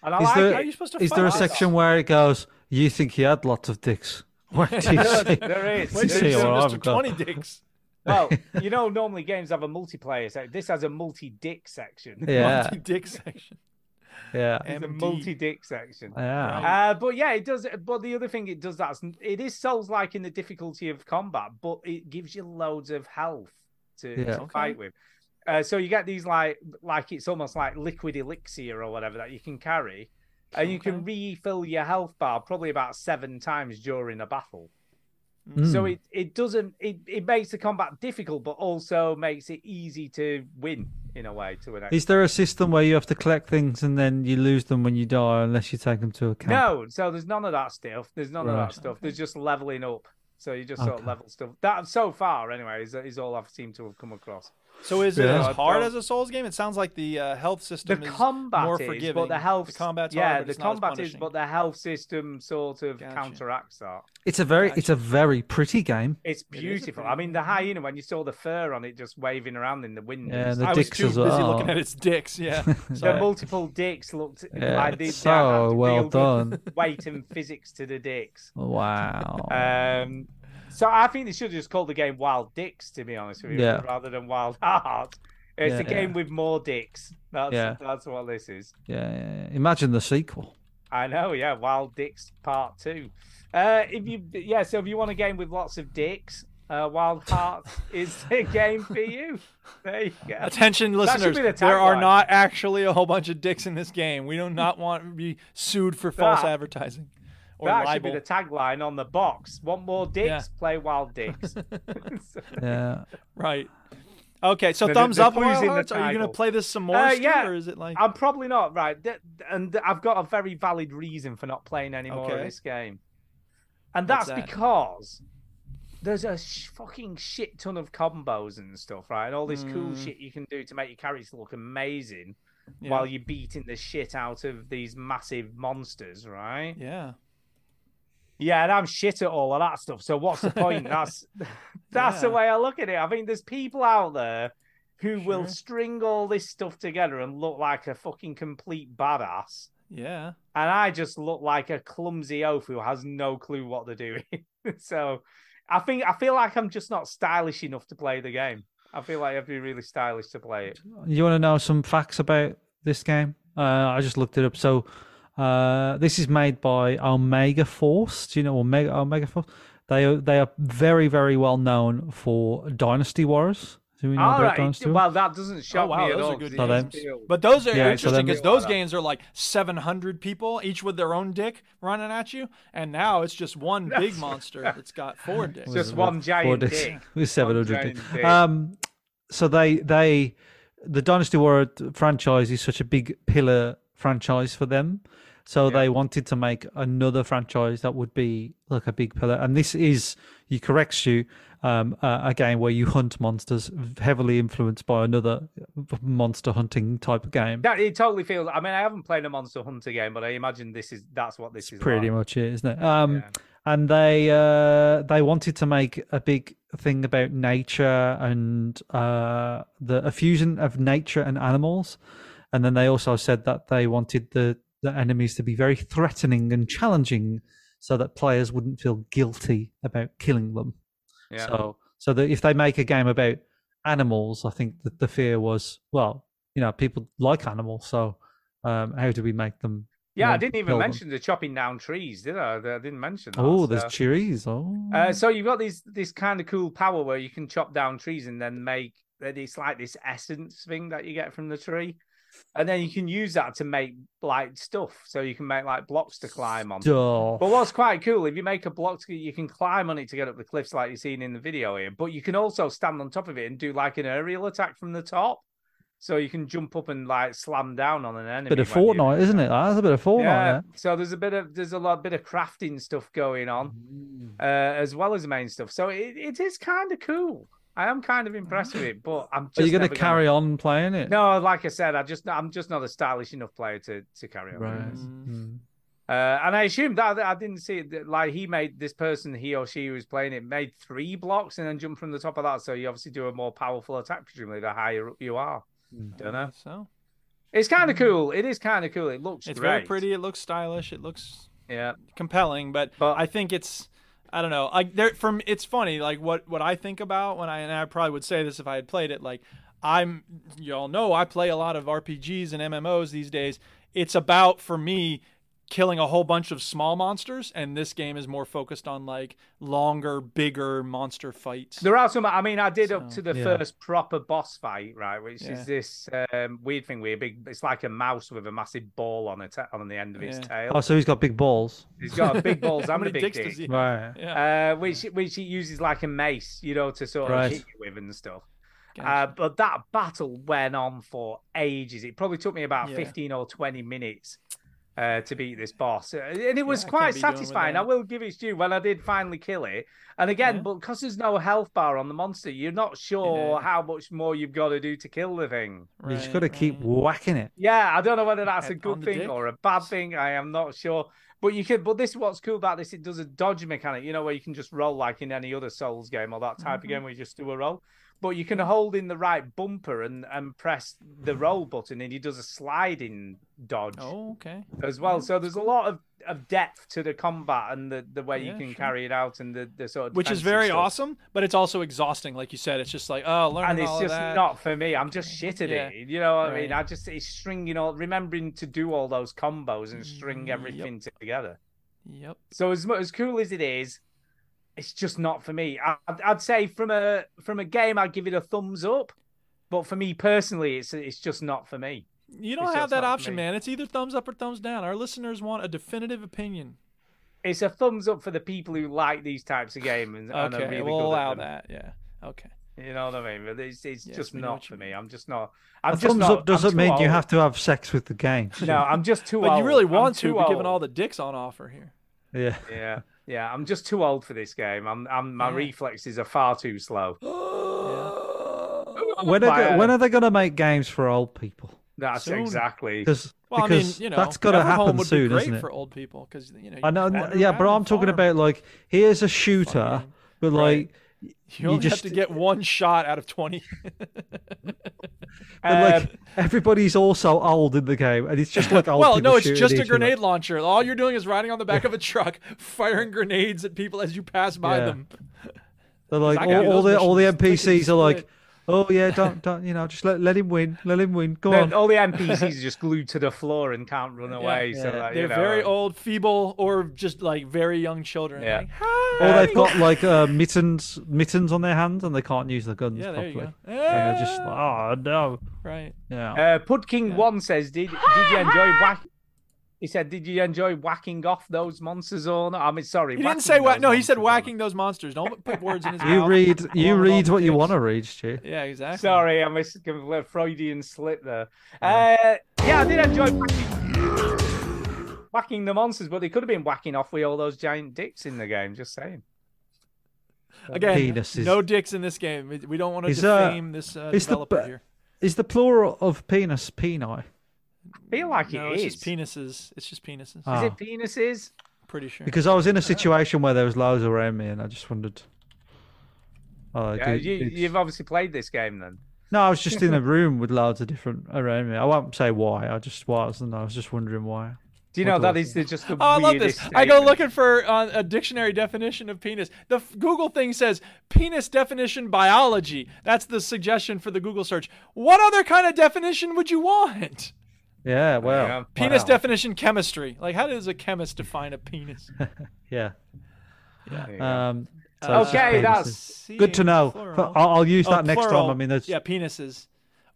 Speaker 2: And I
Speaker 5: Is
Speaker 2: like
Speaker 5: there-
Speaker 3: How are
Speaker 2: it.
Speaker 3: you supposed to
Speaker 5: Is
Speaker 3: fight
Speaker 5: there a
Speaker 3: that?
Speaker 5: section where it goes? You think he had lots of dicks? Where do you
Speaker 2: There- there
Speaker 5: see?
Speaker 2: is.
Speaker 5: you "Oh,
Speaker 3: Wait,
Speaker 2: There's-
Speaker 5: see
Speaker 3: there's
Speaker 5: what
Speaker 3: Mr.
Speaker 5: I've got?
Speaker 3: 20 dicks.
Speaker 2: well, you know, normally games have a multiplayer section. This has a multi-dick section.
Speaker 5: Yeah,
Speaker 3: Multi-dick section.
Speaker 5: yeah,
Speaker 2: It's a
Speaker 3: MD.
Speaker 2: multi-dick section.
Speaker 5: yeah.
Speaker 2: Uh, but yeah, it does. But the other thing it does that's it is souls like in the difficulty of combat, but it gives you loads of health to,
Speaker 5: Yeah.
Speaker 2: to
Speaker 5: Okay.
Speaker 2: fight with. Uh, so you get these like like it's almost like liquid elixir or whatever that you can carry, and you can refill your health bar probably about seven times during a battle. Uh, So
Speaker 5: Mm.
Speaker 2: it it doesn't it, it makes the combat difficult, but also makes it easy to win in a way to an extent.
Speaker 5: Is there a system where you have to collect things and then you lose them when you die unless you take them to a camp?
Speaker 2: No, so there's none of that stuff. There's none of
Speaker 5: Right.
Speaker 2: that stuff. There's just leveling up. So you just sort
Speaker 5: Okay.
Speaker 2: of level stuff. That so far, anyway, is, is all I've seemed to have come across.
Speaker 3: So is it
Speaker 5: Yeah.
Speaker 3: as
Speaker 2: Yeah,
Speaker 3: hard
Speaker 2: so-
Speaker 3: as a Souls game? It sounds like the uh, health
Speaker 2: The
Speaker 3: system is
Speaker 2: combat
Speaker 3: more
Speaker 2: is,
Speaker 3: forgiving.
Speaker 2: but the health,
Speaker 3: the combat's
Speaker 2: yeah,
Speaker 3: hard, but
Speaker 2: the
Speaker 3: it's not as
Speaker 2: combat is,
Speaker 3: punishing.
Speaker 2: but the health system sort of
Speaker 3: Gotcha.
Speaker 2: counteracts that.
Speaker 5: It's a very, it's a very pretty game.
Speaker 2: It's
Speaker 3: a
Speaker 2: beautiful.
Speaker 3: pretty
Speaker 2: I mean, the hyena when you saw the fur on it just waving around in the wind.
Speaker 5: Yeah,
Speaker 2: and
Speaker 5: the
Speaker 3: I
Speaker 2: stuff.
Speaker 3: was
Speaker 5: dicks
Speaker 3: too
Speaker 5: as
Speaker 3: busy
Speaker 5: well.
Speaker 3: looking at its dicks. Yeah.
Speaker 2: the
Speaker 3: Sorry.
Speaker 2: multiple dicks looked
Speaker 5: Yeah,
Speaker 2: like they,
Speaker 5: it's
Speaker 2: they had
Speaker 5: so
Speaker 2: to
Speaker 5: well
Speaker 2: build up
Speaker 5: done.
Speaker 2: Weight and physics to the dicks.
Speaker 5: Wow.
Speaker 2: Um, so I think they should just call the game Wild Dicks, to be honest with you,
Speaker 5: Yeah.
Speaker 2: rather than Wild Heart. It's
Speaker 5: Yeah.
Speaker 2: a game with more dicks. That's
Speaker 5: Yeah.
Speaker 2: that's what this is.
Speaker 5: yeah, yeah, yeah. Imagine the sequel.
Speaker 2: I know, yeah. Wild Dicks Part Two. Uh, if you yeah, so if you want a game with lots of dicks, uh, Wild Heart is a game for you. There you go.
Speaker 3: Attention,
Speaker 2: should
Speaker 3: listeners!
Speaker 2: be the
Speaker 3: there are
Speaker 2: tagline.
Speaker 3: not actually a whole bunch of dicks in this game. We do not want to be sued for false
Speaker 2: That-
Speaker 3: advertising or
Speaker 2: that should
Speaker 3: libel.
Speaker 2: be the tagline on the box. Want more dicks?
Speaker 3: Yeah.
Speaker 2: Play Wild Dicks.
Speaker 5: Yeah.
Speaker 3: Right. Okay, so
Speaker 2: They're-
Speaker 3: thumbs
Speaker 2: they're
Speaker 3: up on Wild
Speaker 2: losing the
Speaker 3: Hearts. Are you going
Speaker 2: title.
Speaker 3: to play this some more,
Speaker 2: Uh,
Speaker 3: Stu,
Speaker 2: yeah.
Speaker 3: or is it like?
Speaker 2: I'm probably not right, Th- and I've got a very valid reason for not playing anymore
Speaker 3: Okay.
Speaker 2: in this game, and
Speaker 3: What's
Speaker 2: that's
Speaker 3: that?
Speaker 2: because there's a sh- fucking shit ton of combos and stuff, right? And all this cool shit you can do to make your character look amazing
Speaker 3: Hmm. Yeah.
Speaker 2: while you're beating the shit out of these massive monsters, right?
Speaker 3: Yeah.
Speaker 2: Yeah, and I'm shit at all of that stuff. So what's the point? That's that's the
Speaker 3: Yeah.
Speaker 2: way I look at it. I think there's people out there who will string all this stuff together and look like a fucking complete badass.
Speaker 3: Yeah.
Speaker 2: And I just look like a clumsy oaf who has no clue what they're doing. so I think I feel like I'm just not stylish enough to play the game. I feel like I have to be really stylish to play it.
Speaker 5: You want to know some facts about this game? Uh, I just looked it up. So, uh, this is made by Omega Force. Do you know Omega Omega Force? They are, they are very very well known for Dynasty Warriors. Do we know
Speaker 2: All
Speaker 5: about
Speaker 2: right.
Speaker 5: Dynasty Warriors?
Speaker 2: Well, that doesn't shock
Speaker 3: Oh, wow,
Speaker 2: me at
Speaker 3: those are
Speaker 2: all.
Speaker 3: good
Speaker 2: It
Speaker 5: So
Speaker 2: doesn't
Speaker 5: then-
Speaker 2: feel-
Speaker 3: But those are
Speaker 5: Yeah, so
Speaker 3: interesting
Speaker 5: then-
Speaker 3: because those games are like 700 people, each with their own dick running at you, and now it's just one big monster that's got four dicks.
Speaker 2: just one
Speaker 5: Four
Speaker 2: giant
Speaker 5: dicks.
Speaker 2: dick.
Speaker 5: With seven hundred
Speaker 2: giant
Speaker 5: dicks.
Speaker 2: dick.
Speaker 5: Um, so they they the Dynasty Warrior franchise is such a big pillar franchise for them. So they wanted to make another franchise that would be like a big pillar, and this is you correct you um, uh, a game where you hunt monsters, heavily influenced by another monster hunting type of game.
Speaker 2: That it totally feels. I mean, I haven't played a Monster Hunter game, but I imagine this is that's what this is.
Speaker 5: pretty
Speaker 2: like.
Speaker 5: much it, isn't it? Um, and they uh, they wanted to make a big thing about nature and uh, the a fusion of nature and animals, and then they also said that they wanted the the enemies to be very threatening and challenging, so that players wouldn't feel guilty about killing them.
Speaker 2: Yeah.
Speaker 5: So so that if they make a game about animals, I think that the fear was well, you know, people like animals, so. Um, how do we make them?
Speaker 2: yeah, I
Speaker 5: want to
Speaker 2: didn't even
Speaker 5: kill them?
Speaker 2: mention the chopping down trees, did I? I didn't mention that.
Speaker 5: Oh, there's
Speaker 2: so.
Speaker 5: cherries. Oh,
Speaker 2: Uh, so you've got this this kind of cool power where you can chop down trees and then make that it's like this essence thing that you get from the tree, and then you can use that to make like stuff. So you can make like blocks to climb on.
Speaker 5: Duh.
Speaker 2: But what's quite cool, if you make a block, to- you can climb on it to get up the cliffs, like you've seen in the video here. But you can also stand on top of it and do like an aerial attack from the top, so you can jump up and like slam down on an enemy.
Speaker 5: bit of
Speaker 2: when you-
Speaker 5: Fortnite, isn't it? That's a bit of Fortnite.
Speaker 2: yeah.
Speaker 5: Yeah.
Speaker 2: So there's a bit of there's a lot bit of crafting stuff going on, uh, as well as main stuff. So it, it is kind of cool. I am kind of impressed with it, but I'm. Just
Speaker 5: Are you going
Speaker 2: never
Speaker 5: to
Speaker 2: gonna-
Speaker 5: carry on playing it?
Speaker 2: No, like I said, I just I'm just not a stylish enough player to to carry on.
Speaker 5: Right. Mm.
Speaker 2: with this.
Speaker 3: Mm.
Speaker 2: Uh, and I assume that that I didn't see it. that, Like he made this person, he or she who was playing it, made three blocks and then jumped from the top of that. So you obviously do a more powerful attack, presumably the higher up you are.
Speaker 5: Hmm.
Speaker 2: Don't know.
Speaker 3: So
Speaker 2: It's kind of cool. It is kind of cool. It looks
Speaker 3: Hmm. it's
Speaker 2: great.
Speaker 3: very pretty. It looks stylish. It looks
Speaker 2: Yeah.
Speaker 3: compelling, but,
Speaker 2: But-
Speaker 3: I think it's I don't know. Like there from it's funny like what what I think about when I and I probably would say this if I had played it like I'm y'all know I play a lot of RPGs and MMOs these days. It's about for me killing a whole bunch of small monsters and this game is more focused on like longer, bigger monster fights.
Speaker 2: There are some. I mean, I did up
Speaker 3: So,
Speaker 2: to the
Speaker 5: yeah.
Speaker 2: first proper boss fight, right? Which
Speaker 3: Yeah.
Speaker 2: is this um, weird thing where a big. It's like a mouse with a massive ball on it on the end of its
Speaker 3: Yeah.
Speaker 2: tail.
Speaker 5: Oh, so he's got big balls.
Speaker 2: He's got a big balls and a big
Speaker 3: dicks
Speaker 2: dick.
Speaker 3: does he-
Speaker 5: Right.
Speaker 3: Yeah.
Speaker 2: Uh, which which it uses like a mace, you know, to sort
Speaker 5: Right.
Speaker 2: of hit you with and stuff. Uh,
Speaker 3: Gotcha.
Speaker 2: but that battle went on for ages. It probably took me about
Speaker 3: Yeah.
Speaker 2: 15 or 20 minutes uh, to beat this boss. Uh, And it was
Speaker 3: I can't
Speaker 2: quite
Speaker 3: be doing with
Speaker 2: satisfying. I
Speaker 3: that.
Speaker 2: will give it its due when I did finally kill it. And again,
Speaker 3: Yeah.
Speaker 2: but because there's no health bar on the monster, you're not sure
Speaker 3: Yeah.
Speaker 2: how much more you've got to do to kill the thing.
Speaker 5: You
Speaker 3: Right,
Speaker 5: just got to keep
Speaker 3: right.
Speaker 5: whacking it.
Speaker 2: Yeah, I don't know whether that's
Speaker 3: At-
Speaker 2: a good
Speaker 3: on the
Speaker 2: thing
Speaker 3: dick?
Speaker 2: or a bad thing. I am not sure. But you could. But this is what's cool about this. It does a dodge mechanic, you know, where you can just roll like in any other Souls game or that
Speaker 3: Mm-hmm.
Speaker 2: type of game where you just do a roll. But you can hold in the right bumper and and press the roll button, and he does a sliding dodge
Speaker 3: Oh, okay.
Speaker 2: as well. So there's a lot of, of depth to the combat and the, the way
Speaker 3: Yeah,
Speaker 2: you can
Speaker 3: sure.
Speaker 2: carry it out and the, the sort of
Speaker 3: Which is
Speaker 2: defensive
Speaker 3: very
Speaker 2: stuff.
Speaker 3: awesome, but it's also exhausting like you said. It's just like, oh, learning
Speaker 2: and it's
Speaker 3: all of
Speaker 2: just
Speaker 3: that.
Speaker 2: not for me. I'm just shit at
Speaker 3: Yeah.
Speaker 2: it. You know what I mean?
Speaker 3: Right.
Speaker 2: I just it's stringing all, remembering to do all those combos and
Speaker 3: Mm,
Speaker 2: string everything together.
Speaker 3: Yep.
Speaker 2: So as mu- as cool as it is, it's just not for me. I, I'd- I'd say from a from a game, I'd give it a thumbs up, but for me personally, it's it's just not for me.
Speaker 3: You don't
Speaker 2: It's
Speaker 3: have
Speaker 2: just
Speaker 3: that
Speaker 2: not for
Speaker 3: option,
Speaker 2: me.
Speaker 3: man. It's either thumbs up or thumbs down. Our listeners want a definitive opinion.
Speaker 2: It's a thumbs up for the people who like these types of games and, and are
Speaker 3: Okay,
Speaker 2: really
Speaker 3: we'll
Speaker 2: good at
Speaker 3: allow
Speaker 2: them.
Speaker 3: that. Yeah. Okay.
Speaker 2: You know what I mean? But it's it's
Speaker 3: Yes,
Speaker 2: just
Speaker 3: we know
Speaker 2: not
Speaker 3: what you
Speaker 2: for
Speaker 3: mean.
Speaker 2: me. I'm just not. I'm
Speaker 5: a
Speaker 2: just
Speaker 5: thumbs
Speaker 2: not,
Speaker 5: up doesn't
Speaker 2: I'm too
Speaker 5: mean you
Speaker 2: old.
Speaker 5: have to have sex with the game.
Speaker 2: No, I'm just too old.
Speaker 3: But you really
Speaker 2: I'm
Speaker 3: want to,
Speaker 2: too
Speaker 3: but given
Speaker 2: old.
Speaker 3: all the dicks on offer here.
Speaker 5: Yeah.
Speaker 2: Yeah, yeah. I'm just too old for this game. I'm, I'm my reflexes are far too slow.
Speaker 5: When are,
Speaker 2: By,
Speaker 5: they,
Speaker 2: uh,
Speaker 5: when are they going to make games for old people?
Speaker 2: That's
Speaker 3: Soon.
Speaker 2: exactly.
Speaker 5: Because
Speaker 3: Well, I mean,
Speaker 5: because
Speaker 3: you know,
Speaker 5: that's got to
Speaker 3: Everhome
Speaker 5: happen
Speaker 3: would
Speaker 5: soon,
Speaker 3: be great
Speaker 5: isn't it?
Speaker 3: for old people because you know. You
Speaker 5: I know,
Speaker 3: can wander
Speaker 5: yeah,
Speaker 3: around
Speaker 5: but
Speaker 3: the
Speaker 5: I'm talking
Speaker 3: farm.
Speaker 5: about like here's a shooter, but like
Speaker 3: you only
Speaker 5: just-
Speaker 3: have to get one shot out of twenty.
Speaker 5: but like everybody's also old in the game, and it's just like old.
Speaker 3: Uh, well,
Speaker 5: people
Speaker 3: no, it's
Speaker 5: shooting
Speaker 3: just
Speaker 5: each
Speaker 3: a
Speaker 5: other.
Speaker 3: grenade launcher. All you're doing is riding on the back of a truck, firing grenades at people as you pass by
Speaker 5: Yeah.
Speaker 3: them.
Speaker 5: They're like
Speaker 3: I
Speaker 5: all,
Speaker 3: can do
Speaker 5: all
Speaker 3: those
Speaker 5: the all the
Speaker 3: missions quick and
Speaker 5: NPCs are like,
Speaker 3: split.
Speaker 5: oh yeah, don't don't you know, just let let him win, let him win, go
Speaker 2: Then
Speaker 5: on.
Speaker 2: all the NPCs are just glued to the floor and can't run away. So that, Uh, you
Speaker 3: They're
Speaker 2: know, um,
Speaker 3: very old, feeble, or just like very young children.
Speaker 2: Yeah.
Speaker 3: Like,
Speaker 5: Or they've got like uh, mittens mittens on their hands and they can't use the guns
Speaker 3: Yeah, there
Speaker 5: properly.
Speaker 3: you go.
Speaker 5: And they're just like, oh no,
Speaker 3: right.
Speaker 5: yeah.
Speaker 2: Uh, Pudking one says, "Did did you enjoy whack?" He said, "Did you enjoy whacking off those monsters or not?" I mean, sorry,
Speaker 3: He
Speaker 2: whacking
Speaker 3: didn't say whack.
Speaker 2: those
Speaker 3: No, he
Speaker 2: monsters or
Speaker 3: said
Speaker 2: not.
Speaker 3: whacking those monsters. Don't put words in his mouth.
Speaker 5: you read you
Speaker 3: Along with
Speaker 5: read
Speaker 3: all
Speaker 5: what you
Speaker 3: dicks.
Speaker 5: want to read, Stu.
Speaker 3: Yeah, exactly.
Speaker 2: Sorry, I missed a Freudian slip there. Uh, yeah, I did enjoy whacking, whacking the monsters, but they could have been whacking off with all those giant dicks in the game. Just saying.
Speaker 3: Again,
Speaker 5: Penis is-
Speaker 3: no dicks in this game. We- We don't want to
Speaker 5: Is, uh,
Speaker 3: defame this uh,
Speaker 5: is the
Speaker 3: developer
Speaker 5: ba-
Speaker 3: here.
Speaker 5: Is the plural of penis peni?
Speaker 2: I feel like
Speaker 3: No,
Speaker 2: it
Speaker 3: it's
Speaker 2: is.
Speaker 3: just penises. It's just penises.
Speaker 5: Ah.
Speaker 2: Is it penises?
Speaker 3: Pretty sure.
Speaker 5: Because I was in a situation where there was loads around me, and I just wondered. Oh,
Speaker 2: Yeah,
Speaker 5: good-
Speaker 2: you,
Speaker 5: it's-
Speaker 2: you've obviously played this game then.
Speaker 5: No, I was just in a room with loads of different around me. I won't say why. I just was, and I was just wondering why.
Speaker 2: Do you
Speaker 5: What
Speaker 2: know
Speaker 5: do
Speaker 2: that
Speaker 5: I
Speaker 2: is the- just the
Speaker 3: Oh, I love this.
Speaker 2: weirdest?
Speaker 3: I go
Speaker 2: statement.
Speaker 3: looking for uh, a dictionary definition of penis. The f- Google thing says penis definition biology. That's the suggestion for the Google search. What other kind of definition would you want?
Speaker 5: Yeah, well,
Speaker 2: Yeah.
Speaker 3: Penis
Speaker 5: wow.
Speaker 3: definition chemistry. Like, how does a chemist define a penis?
Speaker 5: Yeah.
Speaker 2: There you go.
Speaker 5: Um, so
Speaker 3: Uh,
Speaker 5: it's just
Speaker 2: Okay, that's-
Speaker 5: penises.
Speaker 3: seeing
Speaker 5: good to know.
Speaker 3: plural.
Speaker 5: But I'll, I'll use
Speaker 3: Oh,
Speaker 5: that next
Speaker 3: plural.
Speaker 5: time. I mean, there's
Speaker 3: yeah, penises.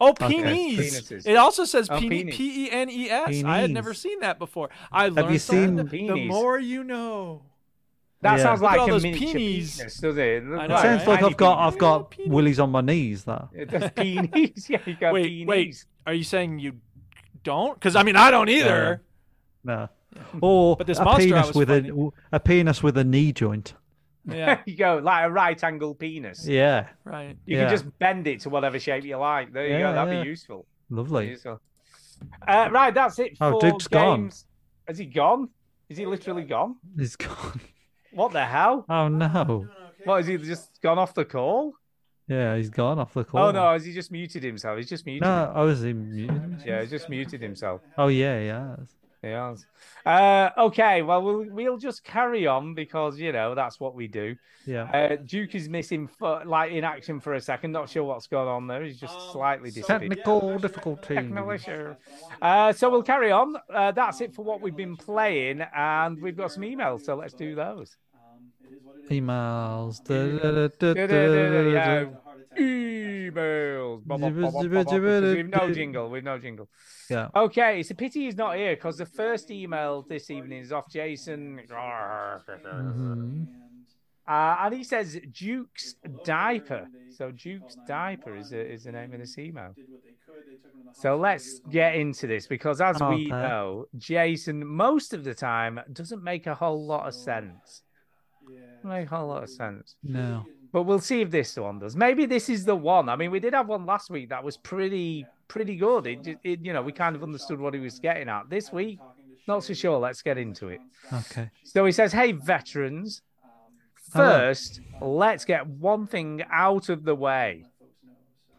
Speaker 3: Oh, penis.
Speaker 2: penises.
Speaker 3: It also says
Speaker 2: Oh,
Speaker 3: peni-
Speaker 2: penis.
Speaker 3: P E N E S. I had
Speaker 5: Penis.
Speaker 3: never seen that before. I learned
Speaker 5: you
Speaker 3: something.
Speaker 5: seen-
Speaker 3: the
Speaker 2: Penis.
Speaker 3: more you know.
Speaker 2: that
Speaker 5: Yeah.
Speaker 2: sounds
Speaker 3: at
Speaker 5: Look
Speaker 2: like
Speaker 3: all
Speaker 2: a
Speaker 3: those
Speaker 2: miniature
Speaker 3: penis.
Speaker 2: penis, does it? It looks
Speaker 3: I
Speaker 5: it
Speaker 3: know,
Speaker 5: sounds
Speaker 3: right?
Speaker 5: like
Speaker 2: tiny
Speaker 5: I've got
Speaker 2: penis.
Speaker 5: I've got
Speaker 3: Penis.
Speaker 5: willies on my knees. That
Speaker 2: It does penis. Yeah, you got
Speaker 3: wait,
Speaker 2: penis.
Speaker 3: wait. Are you saying you don't? Because I mean, I don't either.
Speaker 5: no. Uh, Or
Speaker 3: But this
Speaker 5: a
Speaker 3: monster I
Speaker 5: penis
Speaker 3: was
Speaker 5: with
Speaker 3: finding-
Speaker 5: a a penis with a knee joint.
Speaker 3: yeah,
Speaker 2: You go like a right angle penis.
Speaker 5: Yeah,
Speaker 3: right.
Speaker 2: You
Speaker 5: Yeah.
Speaker 2: can just bend it to whatever shape you like. There you
Speaker 5: Yeah,
Speaker 2: go. That'd
Speaker 5: yeah.
Speaker 2: be useful.
Speaker 5: lovely.
Speaker 2: useful. Uh, right, that's it.
Speaker 5: Oh,
Speaker 2: for
Speaker 5: Duke's gone.
Speaker 2: games. Has he gone? Is he literally gone?
Speaker 5: It's gone.
Speaker 2: What the hell?
Speaker 5: Oh no.
Speaker 2: What is he just gone off the call?
Speaker 5: Yeah, he's gone off the call.
Speaker 2: Oh no, has he just muted himself? He's just muted.
Speaker 5: No, I was in mute.
Speaker 2: Yeah, he's just muted himself.
Speaker 5: Oh yeah, yeah.
Speaker 2: Yeah. Uh, okay. Well, we'll we'll just carry on because you know that's what we do.
Speaker 5: Yeah.
Speaker 2: Uh, Duke is missing for, like in action for a second. Not sure what's going on there. He's just slightly disappeared.
Speaker 5: Technical difficulty.
Speaker 2: Technical issue. Uh, so we'll carry on. Uh, that's it for what we've been playing, and we've got some emails. So let's do those.
Speaker 5: Emails.
Speaker 2: Yeah. Emails. Ba- ba- ba- ba- ba- ba- We've no jingle. We've no jingle.
Speaker 5: Yeah.
Speaker 2: Okay, it's a pity he's not here because the first email this evening is off Jason.
Speaker 5: Mm-hmm.
Speaker 2: Uh, and he says Duke's diaper. So Duke's diaper is, a, is the name of this email. So let's get into this because, as we
Speaker 5: Okay.
Speaker 2: know, Jason most of the time doesn't make a whole lot of sense. Doesn't Make a whole lot of sense.
Speaker 5: No.
Speaker 2: But we'll see if this one does. Maybe this is the one. I mean, we did have one last week that was pretty pretty good. It, ju- it you know we kind of understood what he was getting at. This week, not so sure. Let's get into it.
Speaker 5: Okay.
Speaker 2: So he says, "Hey veterans,
Speaker 5: Hello.
Speaker 2: first let's get one thing out of the way.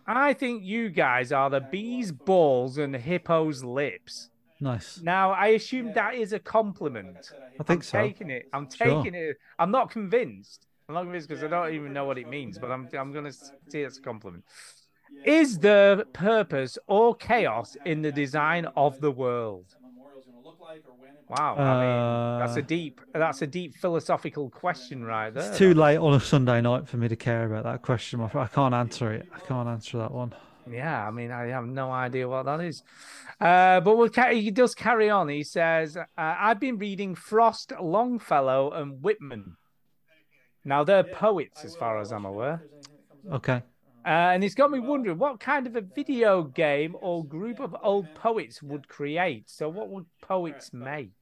Speaker 2: I think you guys are the bees' balls and hippos' lips."
Speaker 5: Nice.
Speaker 2: Now, I assume that is a compliment.
Speaker 5: I think so.
Speaker 2: Taking it, I'm taking it. I'm not convinced. I'm not convinced because I don't even know what it means, but I'm I'm gonna see it as a compliment. Is there purpose or chaos in the design of the world? Wow, I mean, that's a
Speaker 5: Uh,
Speaker 2: deep that's a deep philosophical question right there.
Speaker 5: It's too late on a Sunday night for me to care about that question. my fr- I can't answer it. I can't answer that one.
Speaker 2: Yeah, I mean, I have no idea what that is. Uh, but we'll ca- he does carry on. He says, uh, I've been reading Frost, Longfellow, and Whitman. Now, they're poets, as far as I'm aware.
Speaker 5: Okay.
Speaker 2: Uh, and it's got me wondering what kind of a video game or group of old poets would create. So, what would poets make?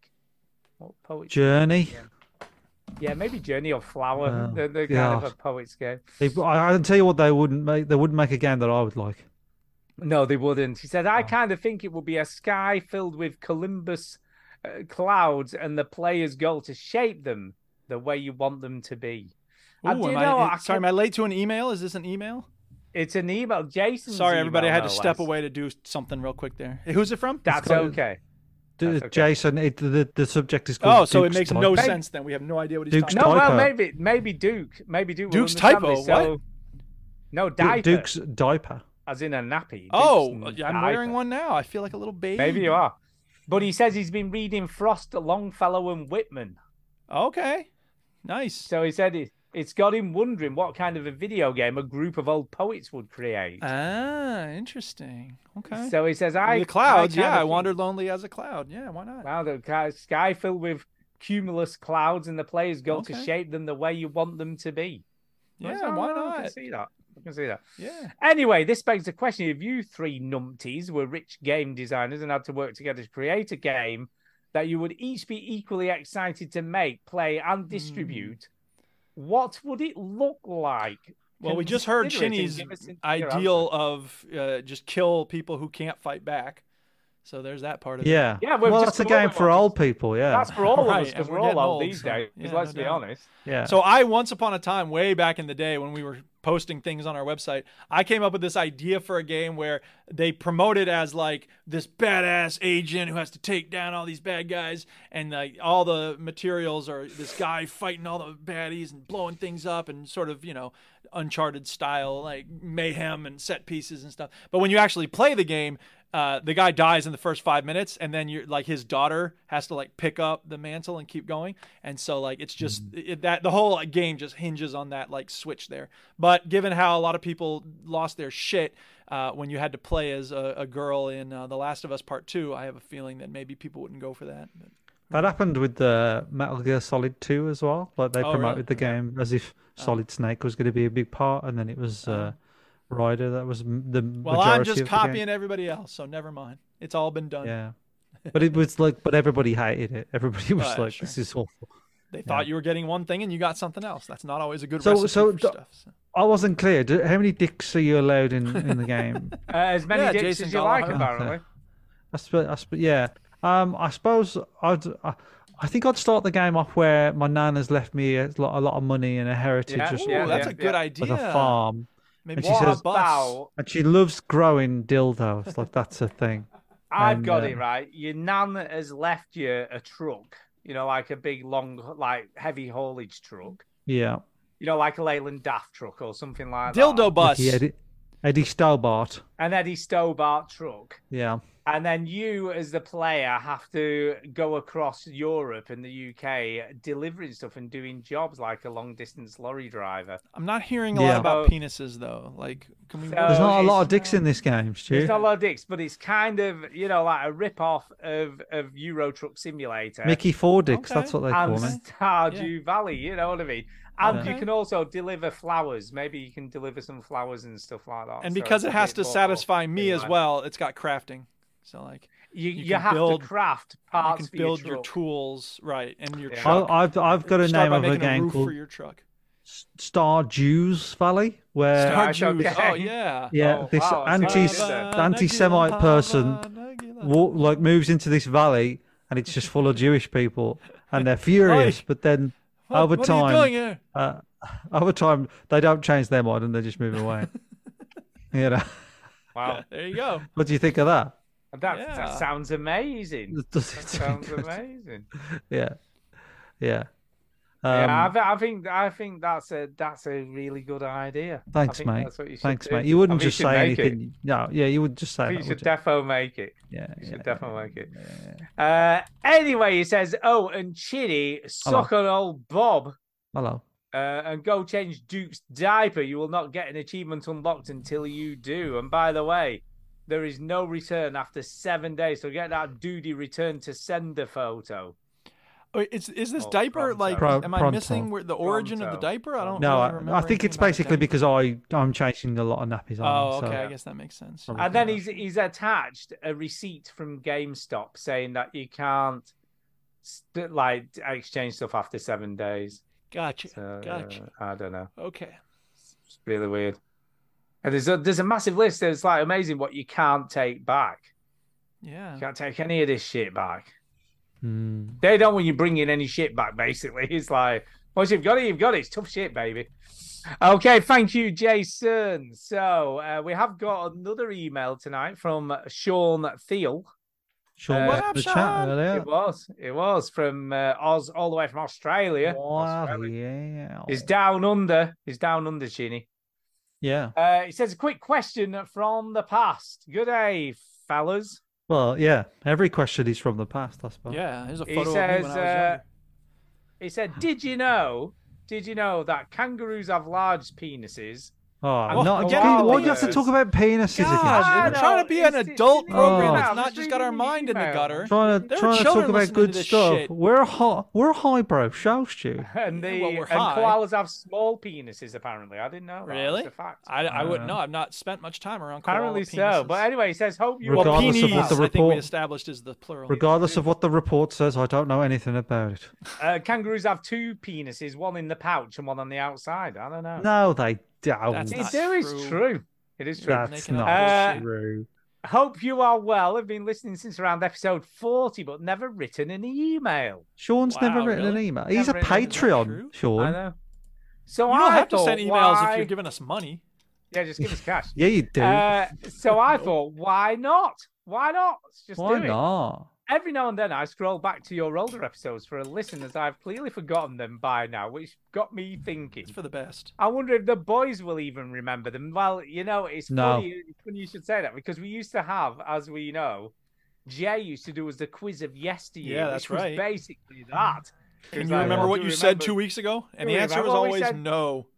Speaker 2: What poets?
Speaker 5: Journey.
Speaker 2: Yeah, maybe Journey or Flower.
Speaker 5: Oh,
Speaker 2: they're, they're kind of
Speaker 5: God.
Speaker 2: a poets game.
Speaker 5: They, I, I tell you what, they wouldn't make. They wouldn't make a game that I would like.
Speaker 2: No, they wouldn't. He said,
Speaker 3: Oh.
Speaker 2: I kind of think it would be a sky filled with Columbus uh, clouds and the player's goal to shape them the way you want them to be. I
Speaker 3: Ooh,
Speaker 2: do
Speaker 3: am
Speaker 2: know
Speaker 3: I,
Speaker 2: I
Speaker 3: sorry, am
Speaker 2: can-
Speaker 3: I late to an email? Is this an email?
Speaker 2: It's an email. Jason.
Speaker 3: Sorry, everybody. I
Speaker 2: email,
Speaker 3: had to
Speaker 2: no
Speaker 3: step
Speaker 2: less.
Speaker 3: away to do something real quick there. Who's it from?
Speaker 2: That's
Speaker 5: called-
Speaker 2: okay.
Speaker 5: D-
Speaker 2: That's okay.
Speaker 5: Jason, it, the the subject is called.
Speaker 3: Oh, so it
Speaker 5: Duke's
Speaker 3: makes
Speaker 5: Type.
Speaker 3: no
Speaker 2: Maybe-
Speaker 3: sense then. We have no idea what he's
Speaker 5: Duke's
Speaker 3: talking
Speaker 2: No, well,
Speaker 5: Typo.
Speaker 2: maybe maybe Duke. Maybe Duke. will
Speaker 3: Duke's
Speaker 2: understand
Speaker 3: typo,
Speaker 2: This, so... No,
Speaker 5: Du-
Speaker 2: diaper.
Speaker 5: Duke's diaper.
Speaker 2: As in a nappy.
Speaker 3: about. Oh,
Speaker 2: Duke's
Speaker 3: I'm wearing
Speaker 2: diaper.
Speaker 3: one now. I feel like a little baby.
Speaker 2: Maybe you are. But he says he's been reading Frost, Longfellow, and Whitman.
Speaker 3: Okay. Nice.
Speaker 2: So he said it, it's got him wondering what kind of a video game a group of old poets would create.
Speaker 3: Ah, interesting. Okay.
Speaker 2: so he says, I.
Speaker 3: the clouds.
Speaker 2: I
Speaker 3: yeah,
Speaker 2: kinda
Speaker 3: I
Speaker 2: think-
Speaker 3: wandered lonely as a cloud. Yeah, why not?
Speaker 2: Wow, the ca- sky filled with cumulus clouds, and the player's goal to
Speaker 3: Okay.
Speaker 2: shape them the way you want them to be. I said,
Speaker 3: Yeah,
Speaker 2: "Oh,
Speaker 3: why
Speaker 2: no, I can
Speaker 3: not?
Speaker 2: see that. I can see that.
Speaker 3: Yeah.
Speaker 2: Anyway, this begs the question if you three numpties were rich game designers and had to work together to create a game that you would each be equally excited to make, play,
Speaker 3: Hmm.
Speaker 2: and distribute, what would it look like?
Speaker 3: Well, we just heard
Speaker 2: Consider it and
Speaker 3: Shinny's
Speaker 2: give us an- your
Speaker 3: ideal of uh, just kill people who can't fight back. So there's that part of it.
Speaker 5: Yeah.
Speaker 2: Yeah, we've
Speaker 5: well,
Speaker 2: just
Speaker 5: that's a
Speaker 2: come up
Speaker 5: game
Speaker 2: with
Speaker 5: for
Speaker 2: one.
Speaker 5: old people. Yeah.
Speaker 2: That's for all of us
Speaker 3: uh, Right,
Speaker 2: because
Speaker 3: and
Speaker 2: we're
Speaker 3: we're
Speaker 2: all
Speaker 3: getting
Speaker 2: old
Speaker 3: old,
Speaker 2: these
Speaker 3: so-
Speaker 2: days.
Speaker 3: yeah,
Speaker 2: let's
Speaker 3: no
Speaker 2: be
Speaker 3: doubt.
Speaker 2: honest.
Speaker 5: yeah.
Speaker 3: So I once upon a time, way back in the day when we were posting things on our website, I came up with this idea for a game where they promote it as like this badass agent who has to take down all these bad guys, and like all the materials are this guy fighting all the baddies and blowing things up and sort of you know uncharted style like mayhem and set pieces and stuff. But when you actually play the game, uh, the guy dies in the first five minutes, and then you're like his daughter has to like pick up the mantle and keep going, and so like it's just
Speaker 5: Mm-hmm.
Speaker 3: it, that the whole like, game just hinges on that like switch there. But given how a lot of people lost their shit uh, when you had to play as a, a girl in uh, The Last of Us Part Two, I have a feeling that maybe people wouldn't go for that. But-
Speaker 5: That happened with the Metal Gear Solid 2 as well. Like they
Speaker 3: Oh, really? Oh.
Speaker 5: promoted the game as if Solid Snake was going to be a big part, and then it was uh, Ryder that was m- the
Speaker 3: well,
Speaker 5: majority
Speaker 3: I'm just
Speaker 5: of the game.
Speaker 3: copying everybody else, so never mind. It's all been done.
Speaker 5: Yeah, but it was like, but everybody hated it. Everybody was
Speaker 3: Right,
Speaker 5: like,
Speaker 3: sure.
Speaker 5: "This is awful."
Speaker 3: They thought you were getting one thing and you got something else. That's not always a good
Speaker 5: So-
Speaker 3: recipe for
Speaker 5: so do-
Speaker 3: stuff. so.
Speaker 5: I wasn't clear. Do, how many dicks are you allowed in in the game?
Speaker 2: Uh, as many
Speaker 3: Yeah,
Speaker 2: dicks
Speaker 3: Jason
Speaker 2: as you
Speaker 3: Gallagher.
Speaker 2: like,
Speaker 3: Okay.
Speaker 2: apparently.
Speaker 5: I suppose, I sp- yeah. Um, I suppose I'd. I, I think I'd start the game off where my nan has left me a lot, a lot of money and a heritage
Speaker 2: Yeah.
Speaker 5: or
Speaker 2: Ooh,
Speaker 5: something.
Speaker 3: Ooh, that's
Speaker 2: yeah,
Speaker 3: a good
Speaker 2: yeah.
Speaker 3: idea.
Speaker 5: with a farm.
Speaker 3: Maybe
Speaker 5: She
Speaker 3: what
Speaker 5: says-
Speaker 3: a bus.
Speaker 2: Bow,
Speaker 5: And she loves growing dildos. Like that's a thing.
Speaker 2: I've
Speaker 5: And,
Speaker 2: got
Speaker 5: uh,
Speaker 2: it right. Your nan has left you a truck, you know, like a big, long, like heavy haulage truck,
Speaker 5: Yeah.
Speaker 2: you know, like a Leyland Daft truck or something like that.
Speaker 3: Dildo bus.
Speaker 5: Lucky Eddie, Eddie Stobart.
Speaker 2: An Eddie Stobart truck.
Speaker 5: Yeah.
Speaker 2: And then you, as the player, have to go across Europe and the UK delivering stuff and doing jobs like a long distance lorry driver.
Speaker 3: I'm not hearing a lot
Speaker 5: Yeah.
Speaker 3: about
Speaker 2: So-
Speaker 3: penises though. Like, can we?
Speaker 5: There's
Speaker 2: So
Speaker 5: not a lot
Speaker 2: it's-
Speaker 5: of dicks in this game, Stu.
Speaker 2: It's not a lot of dicks, but it's kind of, you know, like a rip off of, of Euro Truck Simulator.
Speaker 5: Mickey Four dicks. That's
Speaker 3: Okay.
Speaker 5: what they
Speaker 2: and
Speaker 5: call me.
Speaker 2: Stardew Valley. You know what I mean. And you
Speaker 3: Okay.
Speaker 2: can also deliver flowers. Maybe you can deliver some flowers and stuff like that. So
Speaker 3: and because
Speaker 2: it's
Speaker 3: it
Speaker 2: a
Speaker 3: has
Speaker 2: bit
Speaker 3: to
Speaker 2: more
Speaker 3: satisfy me
Speaker 2: in
Speaker 3: as
Speaker 2: line.
Speaker 3: well, it's got crafting. So like,
Speaker 2: you,
Speaker 3: you
Speaker 2: you,
Speaker 3: can
Speaker 2: have
Speaker 3: build-
Speaker 2: to craft
Speaker 3: you
Speaker 2: parts
Speaker 3: can
Speaker 2: for
Speaker 3: build
Speaker 2: your,
Speaker 3: your,
Speaker 2: truck.
Speaker 3: tools right and your
Speaker 2: Yeah.
Speaker 3: truck.
Speaker 5: I, I've I've got a
Speaker 3: Start
Speaker 5: name
Speaker 3: by
Speaker 5: of a
Speaker 3: making
Speaker 5: game
Speaker 3: roof
Speaker 5: called
Speaker 3: for your truck.
Speaker 5: Star Jews Valley, where
Speaker 3: Star
Speaker 2: Right,
Speaker 3: Jews.
Speaker 2: okay.
Speaker 3: Oh yeah.
Speaker 5: yeah,
Speaker 2: Oh,
Speaker 5: this
Speaker 2: wow, I see what you
Speaker 5: anti
Speaker 2: did there.
Speaker 5: anti Semite person walk, like moves into this valley, and it's just full of Jewish people, and they're furious.
Speaker 3: Oi.
Speaker 5: But then
Speaker 3: What-
Speaker 5: over
Speaker 3: what
Speaker 5: time,
Speaker 3: Are you doing here?
Speaker 5: uh, over time, they don't change their mind and they just move away. you know,
Speaker 2: Wow,
Speaker 3: There you go.
Speaker 5: what do you think of that?
Speaker 2: that,
Speaker 3: Yeah.
Speaker 2: that sounds amazing. That sounds amazing.
Speaker 5: yeah, yeah.
Speaker 2: yeah, I,
Speaker 5: Um,
Speaker 2: thi- I think I think that's a that's a really good idea. I
Speaker 5: thanks,
Speaker 2: think
Speaker 5: mate.
Speaker 2: that's what you should
Speaker 5: Thanks,
Speaker 2: do.
Speaker 5: mate. You wouldn't
Speaker 2: I think
Speaker 5: just
Speaker 2: should
Speaker 5: say
Speaker 2: make it.
Speaker 5: anything. No, yeah, you wouldn't just
Speaker 2: I
Speaker 5: say
Speaker 2: think
Speaker 5: that.
Speaker 2: you should
Speaker 5: would you?
Speaker 2: defo make it.
Speaker 5: Yeah,
Speaker 2: You
Speaker 5: yeah,
Speaker 2: should
Speaker 5: yeah.
Speaker 2: definitely make it. Uh, anyway, he says, "Oh, and Chitty, suck on old Bob."
Speaker 5: Hello.
Speaker 2: uh, and go change Duke's diaper. You will not get an achievement unlocked until you do. And by the way, there is no return after seven days. So get that duty return to sender photo.
Speaker 3: Wait, is is this
Speaker 2: Oh,
Speaker 3: diaper like?
Speaker 5: Pronto.
Speaker 3: am I
Speaker 5: Pronto.
Speaker 3: missing where, the origin of the
Speaker 2: Pronto.
Speaker 3: diaper? I don't.
Speaker 5: No,
Speaker 3: really
Speaker 5: I,
Speaker 3: remember
Speaker 5: I think
Speaker 3: anything
Speaker 5: it's
Speaker 3: about the
Speaker 5: basically
Speaker 3: diaper.
Speaker 5: because I I'm changing a lot of nappies.
Speaker 3: Oh,
Speaker 5: aren't I?
Speaker 3: okay.
Speaker 5: So,
Speaker 3: I guess that makes sense.
Speaker 5: Probably.
Speaker 2: And then he's he's attached a receipt from GameStop saying that you can't st- like exchange stuff after seven days.
Speaker 3: Gotcha.
Speaker 2: So,
Speaker 3: Gotcha.
Speaker 2: I don't know.
Speaker 3: Okay.
Speaker 2: It's really weird. And there's a there's a massive list. It's like amazing what you can't take back.
Speaker 3: Yeah.
Speaker 2: You can't take any of this shit back.
Speaker 5: hmm.
Speaker 2: They don't want you bringing any shit back. Basically, it's like once you've got it, you've got it. It's tough shit, baby. Okay, thank you, Jason. So uh, we have got another email tonight from Sean Thiel.
Speaker 5: Sean
Speaker 2: Uh,
Speaker 5: was
Speaker 3: What
Speaker 5: in
Speaker 3: up,
Speaker 5: the chat
Speaker 3: Sean?
Speaker 5: earlier.
Speaker 2: It was. It was from uh, Oz, all the way from Australia.
Speaker 5: Wow,
Speaker 2: Australia.
Speaker 5: yeah.
Speaker 2: It's down under. It's down under, Chinny.
Speaker 5: yeah.
Speaker 2: Uh, it says a quick question from the past. Good day, fellas.
Speaker 5: Well, yeah. Every question is from the past, I suppose.
Speaker 3: Yeah. Here's a
Speaker 2: He
Speaker 3: photo
Speaker 2: says.
Speaker 3: of me when I was
Speaker 2: Uh,
Speaker 3: younger.
Speaker 2: he said, "Did you know? Did you know that kangaroos have large penises?"
Speaker 5: Oh,
Speaker 2: Oh,
Speaker 5: not
Speaker 2: again,
Speaker 5: again.
Speaker 2: all
Speaker 5: Why do you have to
Speaker 2: these-
Speaker 5: talk about
Speaker 3: Gosh,
Speaker 5: penises again?
Speaker 2: Ah,
Speaker 3: we're
Speaker 2: no,
Speaker 3: trying to be an
Speaker 2: it's- it's
Speaker 3: adult
Speaker 2: an
Speaker 3: program.
Speaker 5: email.
Speaker 3: It's
Speaker 2: I was
Speaker 3: not just
Speaker 2: reading
Speaker 3: got our
Speaker 2: the
Speaker 3: mind in the
Speaker 2: email.
Speaker 3: gutter.
Speaker 5: Trying to
Speaker 3: There are
Speaker 5: trying to talk
Speaker 3: children
Speaker 5: about
Speaker 3: listening to
Speaker 5: good
Speaker 3: this
Speaker 5: stuff.
Speaker 3: shit.
Speaker 5: We're a high, we're a highbrow show, Stu.
Speaker 2: And the
Speaker 3: well, we're
Speaker 2: and
Speaker 3: high.
Speaker 2: koalas have small penises. Apparently, I didn't know. That.
Speaker 3: Really?
Speaker 2: It's a fact.
Speaker 3: I, I wouldn't
Speaker 5: Uh,
Speaker 3: know. I've not spent much time around koala
Speaker 2: Apparently so.
Speaker 3: penises.
Speaker 2: But anyway, he says, "Hope you
Speaker 3: well,
Speaker 2: all
Speaker 5: Regardless of
Speaker 3: penis,
Speaker 5: what the
Speaker 3: I think we
Speaker 5: report-
Speaker 3: established is the plural.
Speaker 5: Regardless of what the report says, I don't know anything about it.
Speaker 2: Uh, kangaroos have two penises, one in the pouch and one on the outside. I don't know.
Speaker 5: No, they don't.
Speaker 3: Oh. That's
Speaker 2: it
Speaker 3: not
Speaker 2: there is
Speaker 3: true.
Speaker 2: true. It is true.
Speaker 5: That's
Speaker 3: Making up
Speaker 5: not
Speaker 2: bullshit.
Speaker 5: true.
Speaker 2: Hope you are well. I've been listening since around episode 40, but never written an email.
Speaker 5: Sean's
Speaker 3: Wow,
Speaker 5: never written an
Speaker 3: really?
Speaker 5: email. He's a
Speaker 2: Never written an email.
Speaker 3: True.
Speaker 5: Patreon,
Speaker 2: I
Speaker 5: Sean.
Speaker 2: know. So
Speaker 3: You
Speaker 2: I
Speaker 3: don't have to
Speaker 2: thought,
Speaker 3: send emails
Speaker 2: why...
Speaker 3: if you're giving us money.
Speaker 2: Yeah, just give us cash.
Speaker 5: Yeah, you do.
Speaker 2: uh, so I thought, why not? Why not? Let's just
Speaker 5: Why
Speaker 2: do it.
Speaker 5: not?
Speaker 2: Every now and then I scroll back to your older episodes for a listen, as I've clearly forgotten them by now, which got me thinking.
Speaker 3: It's for the best.
Speaker 2: I wonder if the boys will even remember them. Well, you know, it's
Speaker 5: No.
Speaker 2: funny, it's funny you should say that because we used to have, as we know, Jay used to do was the quiz of yesteryear.
Speaker 3: Yeah, that's
Speaker 2: which was
Speaker 3: right.
Speaker 2: basically that. It
Speaker 3: Can
Speaker 2: was
Speaker 3: you
Speaker 2: like,
Speaker 3: remember
Speaker 2: well,
Speaker 3: what
Speaker 2: do
Speaker 3: you said
Speaker 2: remember-
Speaker 3: two weeks ago? And
Speaker 2: Do
Speaker 3: the
Speaker 2: you
Speaker 3: answer
Speaker 2: remember
Speaker 3: was
Speaker 2: what we
Speaker 3: always
Speaker 2: said?
Speaker 3: no.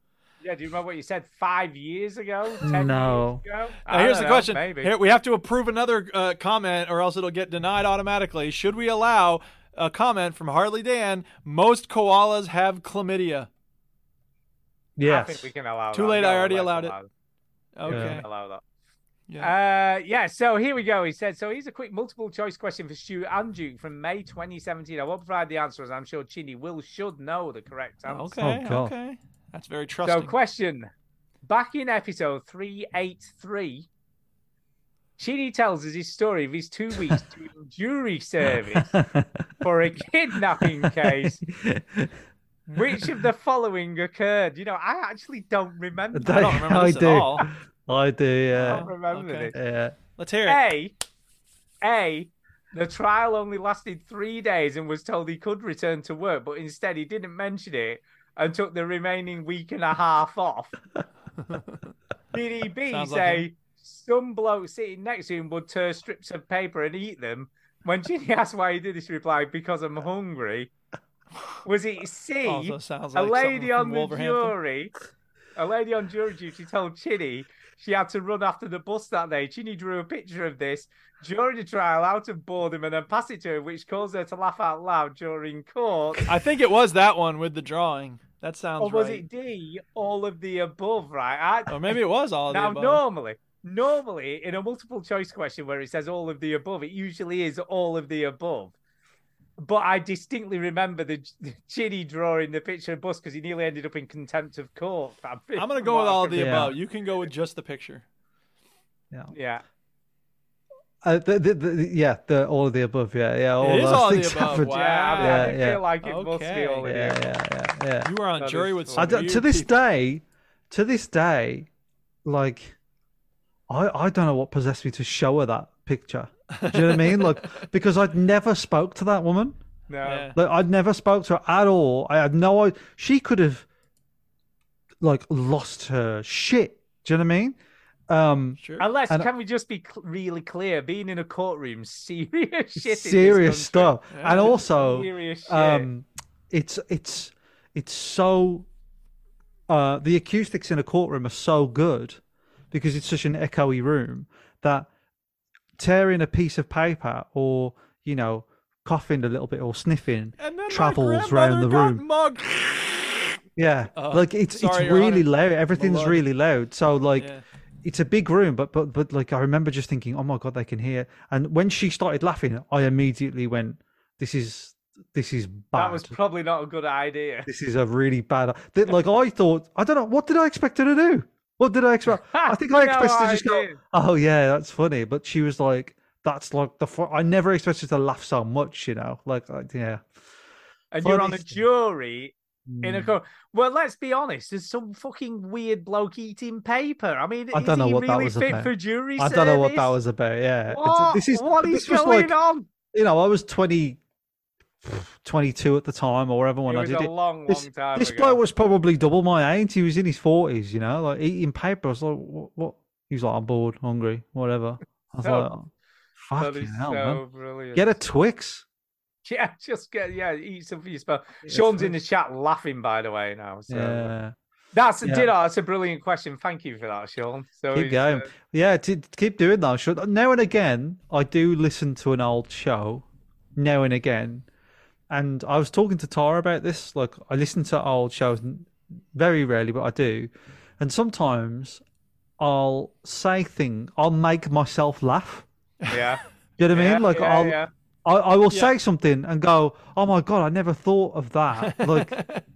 Speaker 2: Yeah, do you remember what you said five years ago? Ten
Speaker 5: No.
Speaker 2: Years ago?
Speaker 3: Now,
Speaker 2: I
Speaker 3: here's
Speaker 2: don't
Speaker 3: the
Speaker 2: know,
Speaker 3: question.
Speaker 2: Maybe.
Speaker 3: Here, we have to approve another uh, comment, or else it'll get denied automatically. Should we allow a comment from Harley Dan? Most koalas have chlamydia.
Speaker 2: I think
Speaker 5: Yes.
Speaker 2: we can allow
Speaker 3: Too
Speaker 2: that.
Speaker 3: late, I
Speaker 2: No,
Speaker 3: already
Speaker 2: let's
Speaker 3: allowed it.
Speaker 2: allow
Speaker 3: Okay.
Speaker 5: Yeah.
Speaker 2: Allow that.
Speaker 3: Yeah.
Speaker 2: Uh, yeah, so here we go. He said, so here's a quick multiple choice question for Stu and Duke from May 2017. I won't provide the answer as I'm sure Chini will should know the correct answer.
Speaker 3: okay.
Speaker 5: Oh, God.
Speaker 3: okay. That's very
Speaker 2: Uh, So,
Speaker 3: trusting.
Speaker 2: question. Back in episode 383, Chini tells us his story of his two weeks doing jury service for a kidnapping case. Which of the following occurred? You know, I actually don't remember.
Speaker 5: They-
Speaker 3: I don't remember
Speaker 5: I
Speaker 3: this
Speaker 5: do.
Speaker 3: at all.
Speaker 5: I do.
Speaker 2: I
Speaker 3: Oh.
Speaker 5: Yeah.
Speaker 2: don't remember
Speaker 3: Okay.
Speaker 2: this.
Speaker 5: Yeah.
Speaker 3: Let's hear it.
Speaker 2: A, A, the trial only lasted three days and was told he could return to work, but instead he didn't mention it and took the remaining week and a half off. Did he B
Speaker 3: Sounds like
Speaker 2: say some bloke sitting next to him would tear strips of paper and eat them? When Ginny asked why he did this, he replied, "Because I'm hungry." Was it C?
Speaker 3: Also sounds
Speaker 2: a
Speaker 3: like something
Speaker 2: lady
Speaker 3: from
Speaker 2: on the
Speaker 3: Wolverhampton.
Speaker 2: jury, a lady on jury duty told Chinny she had to run after the bus that day. Chinny drew a picture of this during the trial out of boredom and then passed it to her, which caused her to laugh out loud during court.
Speaker 3: I think it was that one with the drawing. That sounds
Speaker 2: Or Oh, was
Speaker 3: right. Oh,
Speaker 2: it D? All of the above, right? I,
Speaker 3: Or maybe it was all of the
Speaker 2: now,
Speaker 3: above.
Speaker 2: normally, normally in a multiple choice question where it says all of the above, it usually is all of the above. But I distinctly remember the Ginny drawing the picture of bus because he nearly ended up in contempt of court.
Speaker 3: I'm gonna go with all of the
Speaker 5: Yeah.
Speaker 3: above. You can go with just the picture.
Speaker 2: Yeah.
Speaker 5: Uh, the, the, the, yeah. The, all of the above. Yeah. Yeah. All
Speaker 3: it is
Speaker 5: those
Speaker 3: all of
Speaker 5: things
Speaker 3: the above.
Speaker 5: happened.
Speaker 3: Wow.
Speaker 2: Yeah, I, I
Speaker 5: Yeah,
Speaker 2: do
Speaker 5: yeah.
Speaker 2: feel like it must be
Speaker 3: Okay.
Speaker 2: all of the
Speaker 5: Yeah.
Speaker 2: above.
Speaker 5: Yeah. Yeah. yeah.
Speaker 3: You were on
Speaker 2: That
Speaker 3: jury
Speaker 2: is
Speaker 3: with
Speaker 2: cool.
Speaker 3: some
Speaker 5: I don't, to
Speaker 3: weird
Speaker 5: this
Speaker 3: people.
Speaker 5: day, to this day, like, I I don't know what possessed me to show her that picture. Do you know what I mean? Like, because I'd never spoke to that woman.
Speaker 2: No.
Speaker 3: Yeah.
Speaker 5: Like, I'd never spoke to her at all. I had no. i- She could have, like, lost her shit. Do you know what I mean? Um,
Speaker 3: Sure.
Speaker 2: Unless,
Speaker 5: And-
Speaker 2: can we just be cl- really clear? Being in a courtroom, serious shit. in this
Speaker 5: serious
Speaker 2: country.
Speaker 5: stuff, and also,
Speaker 2: Serious shit.
Speaker 5: um, it's it's it's so uh, the acoustics in a courtroom are so good because it's such an echoey room that tearing a piece of paper or you know coughing a little bit or sniffing
Speaker 3: And then
Speaker 5: travels
Speaker 3: my
Speaker 5: round the room.
Speaker 3: Mug.
Speaker 5: Yeah,
Speaker 2: Oh,
Speaker 5: like it's
Speaker 3: sorry,
Speaker 5: it's
Speaker 3: Your Honor.
Speaker 5: really loud. Everything's
Speaker 3: Lord.
Speaker 5: really loud. So like,
Speaker 3: Yeah.
Speaker 5: it's a big room, but but but like I remember just thinking, oh my god, they can hear. And when she started laughing, I immediately went, this is this is bad.
Speaker 2: That was probably not a good idea.
Speaker 5: This is a really bad. That, like I thought, I don't know what did I expect her to do. What did I expect? I think I
Speaker 2: No
Speaker 5: expected her to just go,
Speaker 2: idea.
Speaker 5: oh yeah, that's funny. But she was like, that's like the. Fu-. I never expected her to laugh so much. You know, like, like yeah.
Speaker 2: And you're on a
Speaker 5: funny thing.
Speaker 2: jury in a
Speaker 5: Mm.
Speaker 2: court. Well, let's be honest. There's some fucking weird bloke eating paper. I mean,
Speaker 5: I
Speaker 2: is
Speaker 5: don't know
Speaker 2: he
Speaker 5: what that
Speaker 2: really
Speaker 5: was
Speaker 2: fit
Speaker 5: about.
Speaker 2: for jury
Speaker 5: I don't know what that
Speaker 2: service?
Speaker 5: was about. Yeah, It's-
Speaker 2: What,
Speaker 5: this is
Speaker 2: what
Speaker 5: this
Speaker 2: is
Speaker 5: was
Speaker 2: going
Speaker 5: like,
Speaker 2: on?
Speaker 5: you know, I was 20, 22 at the time or whatever when
Speaker 2: it
Speaker 5: I
Speaker 2: was
Speaker 5: did
Speaker 2: a
Speaker 5: it.
Speaker 2: long,
Speaker 5: this
Speaker 2: long time
Speaker 5: this
Speaker 2: ago.
Speaker 5: bloke was probably double my age. He was in his forties, you know, like eating paper. I was like, what? what? He was like, I'm bored, hungry, whatever. I was
Speaker 2: No.
Speaker 5: like, "Oh,
Speaker 2: That
Speaker 5: fucking
Speaker 2: is
Speaker 5: hell,
Speaker 2: so
Speaker 5: man.
Speaker 2: brilliant.
Speaker 5: Get a Twix.
Speaker 2: Yeah, just get yeah, eat some for your spell. Sean's in the chat laughing by the way now. So
Speaker 5: Yeah,
Speaker 2: that's
Speaker 5: Yeah.
Speaker 2: do you know, that's a brilliant question. Thank you for that, Sean. So
Speaker 5: keep
Speaker 2: it's,
Speaker 5: going.
Speaker 2: uh,
Speaker 5: Yeah, t- keep doing that. Should now and again, I do listen to an old show, now and again, and I was talking to Tara about this. Like, I listen to old shows n- very rarely, but I do, and sometimes I'll say thing. I'll make myself laugh.
Speaker 2: yeah.
Speaker 5: You know what I
Speaker 2: yeah,
Speaker 5: mean? Like,
Speaker 2: yeah,
Speaker 5: I'll.
Speaker 2: yeah.
Speaker 5: I, I will
Speaker 3: Yeah.
Speaker 5: say something and go, "Oh my god, I never thought of that." Like,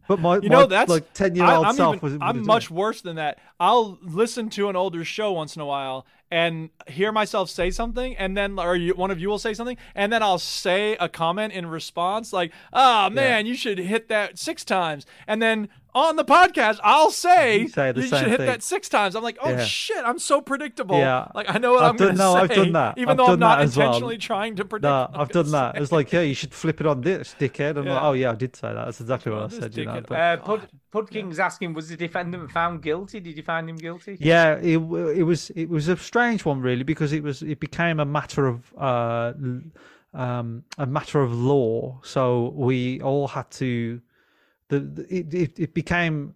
Speaker 5: but my,
Speaker 3: You know
Speaker 5: my,
Speaker 3: that's
Speaker 5: like ten year old
Speaker 3: I- I'm
Speaker 5: self
Speaker 3: even-
Speaker 5: was. would've
Speaker 3: I'm
Speaker 5: done
Speaker 3: much
Speaker 5: it.
Speaker 3: worse than that. I'll listen to an older show once in a while and hear myself say something, and then or you, one of you will say something, and then I'll say a comment in response like, "Oh man, you should hit that six times," and then. On the podcast, I'll say
Speaker 5: You say the
Speaker 3: should
Speaker 5: same
Speaker 3: hit
Speaker 5: thing."
Speaker 3: that six times. I'm like, oh
Speaker 5: Yeah.
Speaker 3: shit, I'm so predictable.
Speaker 5: Yeah.
Speaker 3: Like I know what
Speaker 5: I've
Speaker 3: am
Speaker 5: done-
Speaker 3: gonna
Speaker 5: no,
Speaker 3: say,
Speaker 5: I've done that.
Speaker 3: even
Speaker 5: I've
Speaker 3: though I'm
Speaker 5: done that
Speaker 3: not
Speaker 5: as well.
Speaker 3: intentionally trying to predict.
Speaker 5: No,
Speaker 3: what
Speaker 5: I've
Speaker 3: I'm
Speaker 5: done
Speaker 3: gonna
Speaker 5: that.
Speaker 3: say.
Speaker 5: It's like, yeah, you should flip it on this, dickhead. I'm like,
Speaker 3: Yeah.
Speaker 5: oh yeah, I did say that. That's exactly what I
Speaker 3: on this,
Speaker 5: said. You know,
Speaker 3: dickhead.
Speaker 5: but
Speaker 2: Uh, Pud, Pudking's asking, was the defendant found guilty? Did you find him guilty?
Speaker 5: yeah, it w- it was it was a strange one really because it was it became a matter of uh l- um a matter of law. So we all had to the, the it, it it became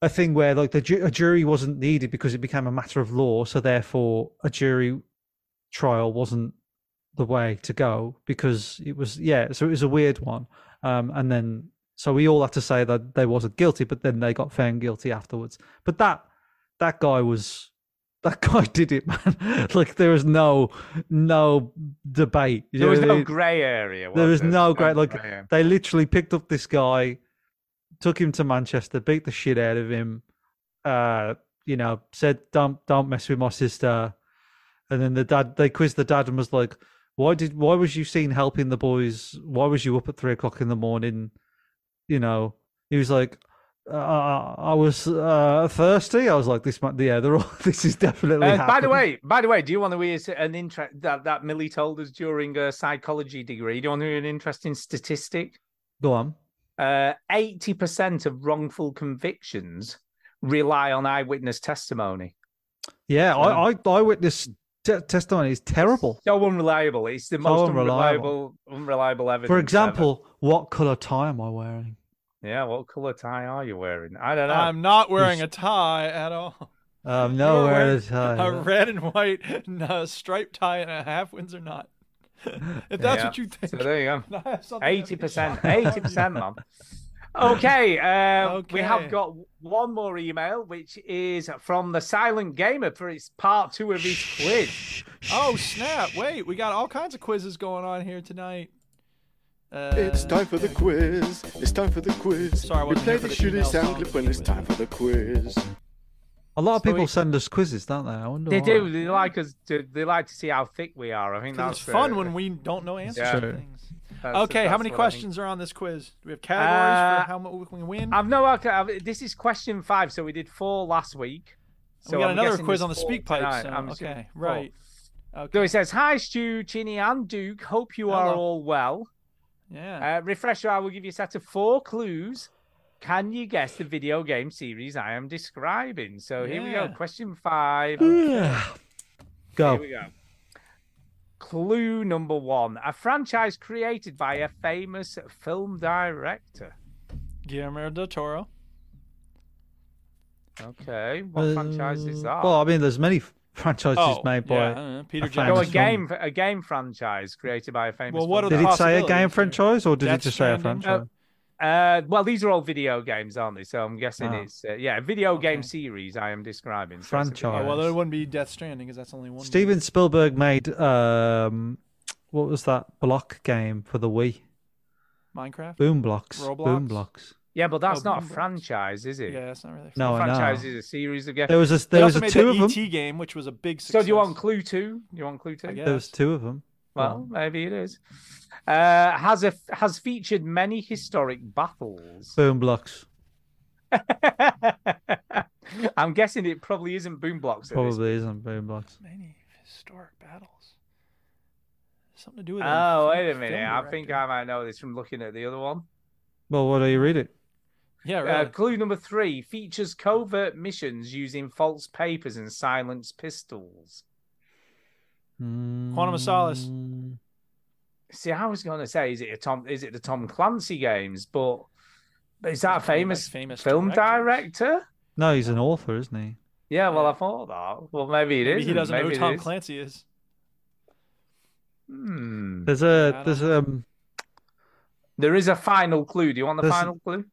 Speaker 5: a thing where like the ju- a jury wasn't needed because it became a matter of law. So therefore, a jury trial wasn't the way to go because it was yeah. So it was a weird one. Um, and then so we all had to say that they wasn't guilty, but then they got found guilty afterwards. But that that guy was that guy did it, man. like there was no no debate. You
Speaker 2: There
Speaker 5: know
Speaker 2: was
Speaker 5: what I
Speaker 2: no
Speaker 5: mean?
Speaker 2: grey area.
Speaker 5: There was
Speaker 2: there?
Speaker 5: no great like
Speaker 2: grey area.
Speaker 5: they literally picked up this guy, took him to Manchester, beat the shit out of him, uh, you know, said don't don't mess with my sister. And then the dad they quizzed the dad and was like, Why did why was you seen helping the boys? Why was you up at three o'clock in the morning? You know, he was like uh, I was uh, thirsty. I was like, "This, might, yeah, they're all. This is definitely."
Speaker 2: Uh, by the
Speaker 5: happening."
Speaker 2: way, by the way, do you want to hear s- an interest that, that Millie told us during her psychology degree? Do you want to hear an interesting statistic? Uh,
Speaker 5: go on.
Speaker 2: Eighty percent of wrongful convictions rely on eyewitness testimony.
Speaker 5: Yeah, I, I, I witnessed te- testimony is terrible.
Speaker 2: So unreliable. It's the most
Speaker 5: unreliable.
Speaker 2: unreliable, unreliable evidence.
Speaker 5: For
Speaker 2: ever.
Speaker 5: example, what color tie am I wearing?
Speaker 2: yeah, what color tie are you wearing? I don't know.
Speaker 3: I'm not wearing a tie at all.
Speaker 5: Um,
Speaker 3: You were
Speaker 5: no, wearing a
Speaker 3: wearing
Speaker 5: tie.
Speaker 3: A red and white no, striped tie and a half Windsor knot. if that's
Speaker 2: Yeah.
Speaker 3: what you think.
Speaker 2: so there you go.
Speaker 3: I have something
Speaker 2: Eighty percent,
Speaker 3: that-
Speaker 2: eighty percent, mum. Okay, uh, we
Speaker 3: Okay.
Speaker 2: have got one more email, which is from the Silent Gamer for its part two of his quiz.
Speaker 3: Oh snap! Wait, we got all kinds of quizzes going on here tonight. Uh,
Speaker 7: It's time for the quiz. It's time for the quiz.
Speaker 3: Sorry, I
Speaker 7: we
Speaker 3: wasn't
Speaker 7: play
Speaker 3: here for
Speaker 7: the
Speaker 3: the
Speaker 7: shooting
Speaker 3: email
Speaker 7: sound
Speaker 3: song.
Speaker 7: clip when it's time for the quiz.
Speaker 5: a lot of
Speaker 2: So
Speaker 5: people
Speaker 2: we-
Speaker 5: send us quizzes, don't they? I wonder
Speaker 2: They
Speaker 5: why.
Speaker 2: do. They like us. To, they like to see how thick we are. I think
Speaker 3: 'cause
Speaker 2: that's
Speaker 3: it's fun
Speaker 2: uh,
Speaker 3: when we don't know answers
Speaker 2: Yeah.
Speaker 3: to things.
Speaker 2: that's-
Speaker 3: Okay, how
Speaker 2: that's what
Speaker 3: many
Speaker 2: I think.
Speaker 3: questions are on this quiz? Do we have categories
Speaker 2: Uh,
Speaker 3: for how much we can win?
Speaker 2: I've no. okay, I've, this is question five. So we did four last week. So
Speaker 3: we got
Speaker 2: I'm
Speaker 3: another
Speaker 2: guessing
Speaker 3: quiz
Speaker 2: there's
Speaker 3: on the
Speaker 2: four
Speaker 3: speak pipe.
Speaker 2: tonight.
Speaker 3: so-
Speaker 2: I'm assuming
Speaker 3: okay,
Speaker 2: four.
Speaker 3: right.
Speaker 2: So
Speaker 3: Okay.
Speaker 2: he says, "Hi, Stu, Chini, and Duke. Hope you are
Speaker 3: Hello.
Speaker 2: all well."
Speaker 3: Yeah.
Speaker 2: Uh, refresher, I will give you a set of four clues. Can you guess the video game series I am describing? So here we go.
Speaker 3: Yeah.
Speaker 2: Question five. Here
Speaker 5: Go.
Speaker 2: we go. Clue number one a franchise created by a famous film director.
Speaker 3: Guillermo del Toro.
Speaker 2: Okay. What franchise is
Speaker 5: Uh,
Speaker 2: that?
Speaker 5: Well, Uh, I mean, there's many f- franchise
Speaker 3: Oh,
Speaker 5: is made by.
Speaker 3: yeah, uh, Peter
Speaker 5: a
Speaker 3: Jackson.
Speaker 2: So
Speaker 5: famous
Speaker 2: a
Speaker 5: film.
Speaker 2: game, a game franchise created by a famous.
Speaker 3: Well, what are
Speaker 2: film.
Speaker 5: Did it say a
Speaker 3: possibilities here.
Speaker 5: game franchise or did
Speaker 3: Death
Speaker 5: it just say a
Speaker 3: Stranding?
Speaker 5: franchise?
Speaker 2: Uh, well, these are all video games, aren't they? So I'm guessing
Speaker 5: Ah.
Speaker 2: it's uh, yeah, a video game series. I am describing So it's a video-
Speaker 5: Franchise.
Speaker 3: Oh, well, it wouldn't be Death Stranding because that's only one.
Speaker 5: Steven Spielberg made um, what was that block game for the Wii?
Speaker 3: Minecraft.
Speaker 5: Boom blocks. Boom
Speaker 3: Roblox?
Speaker 5: blocks.
Speaker 2: Yeah, but that's
Speaker 3: Oh,
Speaker 2: not a
Speaker 3: Boombox.
Speaker 2: franchise, is it?
Speaker 3: Yeah, that's not really.
Speaker 5: No, I
Speaker 2: franchise
Speaker 5: know.
Speaker 2: is a series of games.
Speaker 5: There was a
Speaker 3: They
Speaker 5: there was
Speaker 3: also
Speaker 5: a
Speaker 3: made
Speaker 5: two of
Speaker 3: the E
Speaker 5: them.
Speaker 3: ET game, which was a big
Speaker 2: so
Speaker 3: success.
Speaker 2: do you want Clue Two? You want Clue Two?
Speaker 3: I guess.
Speaker 5: There was two of them.
Speaker 2: Well, maybe it is. Uh, has a has featured many historic battles.
Speaker 5: Boom blocks.
Speaker 2: I'm guessing it probably isn't Boom Blocks. at this
Speaker 5: Probably isn't boom blocks.
Speaker 3: Many historic battles. Something to do with. a
Speaker 2: Oh, wait a
Speaker 3: film
Speaker 2: minute. I
Speaker 3: director.
Speaker 2: think I might know this from looking at the other one.
Speaker 5: Well, what do you read it?
Speaker 3: Yeah,
Speaker 2: Uh,
Speaker 3: right.
Speaker 2: clue number three features covert missions using false papers and silenced pistols.
Speaker 3: Quantum of Solace.
Speaker 5: Mm,
Speaker 2: See, I was going to say, is it a Tom? Is it the Tom Clancy games? But is that a
Speaker 3: probably by
Speaker 2: famous,
Speaker 3: famous
Speaker 2: film
Speaker 3: directors.
Speaker 2: director?
Speaker 5: No, he's an author, isn't he?
Speaker 3: Hmm.
Speaker 2: Yeah, well, I thought that. Well, maybe it is.
Speaker 3: Maybe he doesn't
Speaker 2: maybe
Speaker 3: know who
Speaker 2: it
Speaker 3: Tom
Speaker 2: is.
Speaker 3: Clancy is.
Speaker 2: Hmm.
Speaker 5: There's
Speaker 3: I
Speaker 5: a
Speaker 3: don't
Speaker 5: there's um
Speaker 2: There is a final clue. Do you want the
Speaker 5: There's-
Speaker 2: final clue?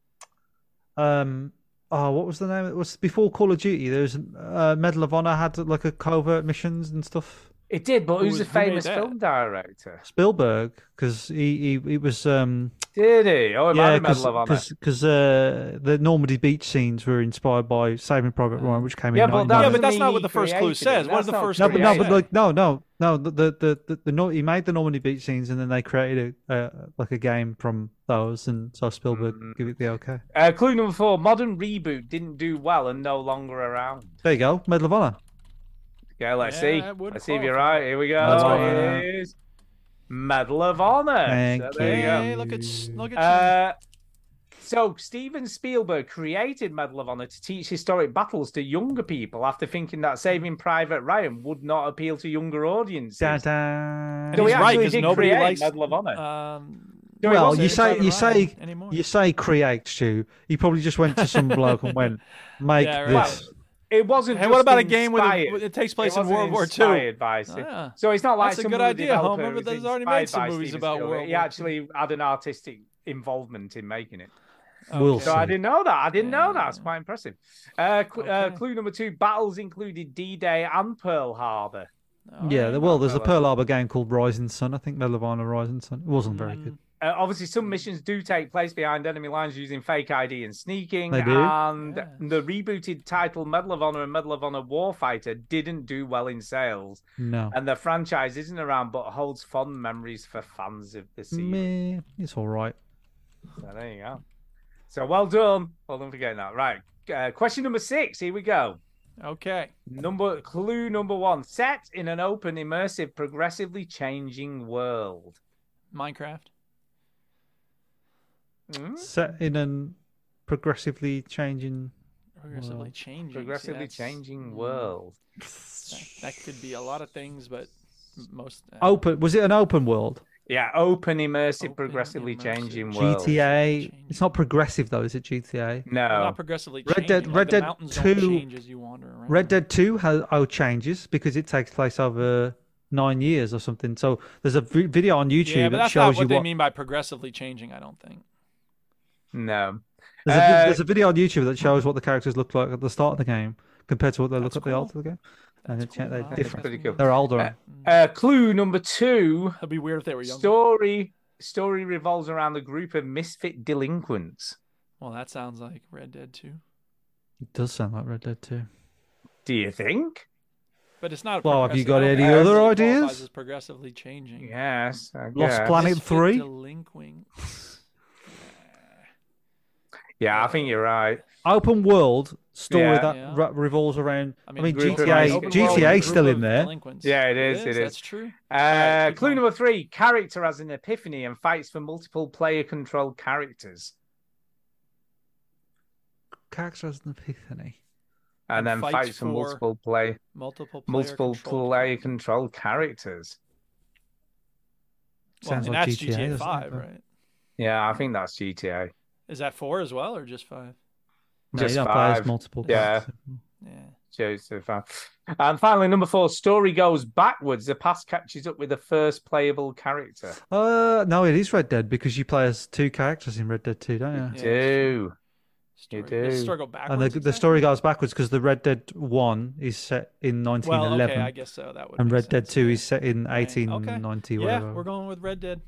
Speaker 5: um oh what was the name? It was before Call of Duty. There was uh, Medal of Honor had like a covert missions and stuff.
Speaker 2: It did, but
Speaker 3: Who
Speaker 2: who's the
Speaker 3: was- who made
Speaker 2: famous
Speaker 3: that?
Speaker 2: film director?
Speaker 5: Spielberg, because he, he he was um
Speaker 2: Did he? Oh, it might
Speaker 5: yeah
Speaker 2: be Medal of Honor.
Speaker 5: because uh, the Normandy beach scenes were inspired by Saving Private Ryan, which came
Speaker 2: Yeah,
Speaker 5: in.
Speaker 2: but
Speaker 5: 99.
Speaker 2: that
Speaker 3: Hmm. Yeah,
Speaker 2: doesn't
Speaker 3: but that's
Speaker 2: mean
Speaker 3: not
Speaker 2: he
Speaker 3: what the first clue
Speaker 2: created
Speaker 3: says.
Speaker 2: it.
Speaker 3: What does the
Speaker 2: That's not
Speaker 3: first
Speaker 5: No,
Speaker 3: clue
Speaker 5: but no,
Speaker 2: creative.
Speaker 5: but
Speaker 3: say?
Speaker 5: like no, no, no. The the the, the, the, Nor- he made the Normandy beach scenes, and then they created a, uh, like a game from those, and so Spielberg
Speaker 2: Hmm.
Speaker 5: give it the okay.
Speaker 2: Uh, clue number four: modern reboot didn't do well and no longer around.
Speaker 5: There you go, Medal of Honor.
Speaker 2: Yeah, let's
Speaker 3: Yeah,
Speaker 2: see.
Speaker 3: that would
Speaker 2: Let's see if you're
Speaker 3: qualify.
Speaker 2: right. Here we go.
Speaker 5: Medal of Honor.
Speaker 2: it is Medal of Honor.
Speaker 5: Thank
Speaker 2: so there you go.
Speaker 3: Hey, look at look at
Speaker 2: Uh, so Steven Spielberg created Medal of Honor to teach historic battles to younger people after thinking that Saving Private Ryan would not appeal to younger audiences.
Speaker 5: Da
Speaker 2: So
Speaker 5: da.
Speaker 2: he
Speaker 3: he's right,
Speaker 2: actually
Speaker 3: 'cause
Speaker 2: did
Speaker 3: nobody
Speaker 2: create
Speaker 3: likes-
Speaker 2: Medal of Honor.
Speaker 3: you. Um,
Speaker 2: So he
Speaker 5: Well,
Speaker 2: wasn't
Speaker 5: you
Speaker 2: a
Speaker 5: say
Speaker 2: Saving
Speaker 5: you
Speaker 2: Private
Speaker 5: say
Speaker 2: Ryan.
Speaker 3: anymore.
Speaker 5: you say create, Stu. He probably just went to some bloke and went make
Speaker 3: Yeah, right.
Speaker 5: this.
Speaker 2: it wasn't.
Speaker 3: hey,
Speaker 2: just
Speaker 3: what about a game with
Speaker 2: inspired.
Speaker 3: it takes place
Speaker 2: It
Speaker 3: in
Speaker 2: wasn't
Speaker 3: World War II?
Speaker 2: inspired by Steve-
Speaker 3: Ah.
Speaker 2: so it's not like
Speaker 3: That's a
Speaker 2: some
Speaker 3: good
Speaker 2: movie
Speaker 3: idea,
Speaker 2: developer
Speaker 3: Homer, but
Speaker 2: was
Speaker 3: there's already made
Speaker 2: inspired
Speaker 3: some
Speaker 2: by
Speaker 3: movies
Speaker 2: Steven
Speaker 3: about
Speaker 2: Spielberg.
Speaker 3: World
Speaker 2: He
Speaker 3: War
Speaker 2: actually had an artistic involvement in making it.
Speaker 5: We'll
Speaker 2: So I
Speaker 5: see.
Speaker 2: didn't know that. I didn't know that. It's
Speaker 3: Hmm. Yeah.
Speaker 2: quite impressive. Uh, cl- uh,
Speaker 3: Okay.
Speaker 2: clue number two: battles included D-Day and Pearl Harbor.
Speaker 3: All
Speaker 5: Yeah,
Speaker 3: right.
Speaker 5: there- well, there's a
Speaker 2: Medal of
Speaker 5: Pearl Harbor game called Rising Sun. I think Medal of Honor Rising Sun. It wasn't very good.
Speaker 2: Uh, obviously,
Speaker 3: Hmm.
Speaker 2: some missions do take place behind enemy lines using fake ID and sneaking.
Speaker 5: They do?
Speaker 2: And the rebooted title Medal of Honor and Medal of Honor Warfighter didn't do well in sales,
Speaker 5: No,
Speaker 2: and the franchise isn't around, but holds fond memories for fans of the series.
Speaker 5: Meh, it's all right.
Speaker 2: So there you go. So well done. Well done for getting that. Right. Uh, question number six. Here we go.
Speaker 3: Okay.
Speaker 2: Number clue number one. Set in an open, immersive, progressively changing world.
Speaker 3: Minecraft.
Speaker 2: Hmm?
Speaker 5: Set in an progressively changing.
Speaker 3: Progressively changing. see,
Speaker 2: Progressively
Speaker 3: that's- Mm.
Speaker 2: changing world.
Speaker 3: That, that could be a lot of things, but m- most. uh,
Speaker 5: Open was it an open world?
Speaker 2: Yeah, open, immersive,
Speaker 3: Open,
Speaker 2: progressively
Speaker 3: immersive.
Speaker 2: changing world.
Speaker 5: GTA.
Speaker 3: Change.
Speaker 5: It's not progressive though, is it? GTA.
Speaker 3: well,
Speaker 2: No.
Speaker 3: Not progressively
Speaker 5: Red
Speaker 3: changing.
Speaker 5: Dead-
Speaker 3: like
Speaker 5: Red
Speaker 3: the
Speaker 5: Dead
Speaker 3: mountains
Speaker 5: 2
Speaker 3: Don't change as you wander around.
Speaker 5: Red Dead Two has oh changes because it takes place over nine years or something. So there's a vi- video on YouTube
Speaker 3: Yeah, but
Speaker 5: that
Speaker 3: that's not
Speaker 5: shows you
Speaker 3: what they
Speaker 5: what.
Speaker 3: mean by progressively changing. I don't think.
Speaker 2: No.
Speaker 5: There's, a, vi-
Speaker 2: Uh,
Speaker 5: there's a video on YouTube that shows what the characters look like at the start of the game compared to what they look
Speaker 3: That's
Speaker 5: at the
Speaker 3: cool.
Speaker 5: end of the game. And
Speaker 3: That's
Speaker 5: they're,
Speaker 3: cool.
Speaker 5: they're
Speaker 3: Wow,
Speaker 5: different.
Speaker 2: Pretty cool.
Speaker 5: They're older.
Speaker 2: Uh, clue number two.
Speaker 3: That'd be weird if they Mm. were younger.
Speaker 2: Story story revolves around a group of misfit delinquents.
Speaker 3: well, that sounds like Red Dead 2.
Speaker 5: it does sound like Red Dead Two.
Speaker 2: Do you think?
Speaker 3: But it's not.
Speaker 5: Well, have you
Speaker 3: progressive-
Speaker 5: got
Speaker 3: I don't
Speaker 5: any
Speaker 3: think it
Speaker 5: other
Speaker 3: qualifies
Speaker 5: ideas?
Speaker 3: as progressively changing.
Speaker 2: Yes. I
Speaker 5: Lost
Speaker 2: guess.
Speaker 5: Planet
Speaker 3: Misfit
Speaker 5: Three.
Speaker 3: Delinquents.
Speaker 2: Yeah, I think you're right.
Speaker 5: open world story
Speaker 2: Yeah.
Speaker 5: that
Speaker 3: Yeah.
Speaker 5: re- revolves around. I mean,
Speaker 2: group of
Speaker 5: GTA
Speaker 2: open world
Speaker 5: GTA
Speaker 2: group
Speaker 5: is still in there.
Speaker 2: Yeah, it is, it is.
Speaker 3: That's true.
Speaker 2: Uh,
Speaker 3: Alright, keep
Speaker 2: clue
Speaker 3: going.
Speaker 2: number three: character has an epiphany and fights for multiple player-controlled characters,
Speaker 5: Character has an epiphany.
Speaker 2: and,
Speaker 3: And
Speaker 2: then
Speaker 3: fights
Speaker 2: fights, for
Speaker 3: for
Speaker 2: multiple play
Speaker 3: Multiple player
Speaker 2: multiple
Speaker 3: controlled
Speaker 2: player-controlled characters.
Speaker 3: Well,
Speaker 5: Sounds
Speaker 3: and
Speaker 5: like
Speaker 3: that's
Speaker 5: GTA, doesn't
Speaker 3: GTA,
Speaker 5: it,
Speaker 3: 5,
Speaker 5: though?
Speaker 3: right?
Speaker 2: Yeah, I think that's GTA.
Speaker 3: Is that 4 as well or just 5?
Speaker 5: No,
Speaker 2: Just
Speaker 5: you don't play as
Speaker 2: five.
Speaker 5: multiple.
Speaker 2: Yeah.
Speaker 5: characters.
Speaker 3: Yeah.
Speaker 2: shows so far. And finally, number four, story goes backwards. The past catches up with the first playable character.
Speaker 5: Uh, no, it is Red Dead because you play as two characters in Red Dead 2, don't you?
Speaker 3: Yeah,
Speaker 2: Do
Speaker 3: Story,
Speaker 2: do.
Speaker 3: does the story go backwards.
Speaker 5: And the, the
Speaker 3: exactly?
Speaker 5: story goes backwards because the Red Dead 1 is set in
Speaker 3: Well,
Speaker 5: 1911
Speaker 3: okay, I guess so. That would.
Speaker 5: and
Speaker 3: make
Speaker 5: Red Dead
Speaker 3: sense,
Speaker 5: 2
Speaker 3: yeah.
Speaker 5: is set in
Speaker 3: Right, okay.
Speaker 5: 1890,
Speaker 3: Yeah,
Speaker 5: whatever.
Speaker 3: we're going with Red Dead.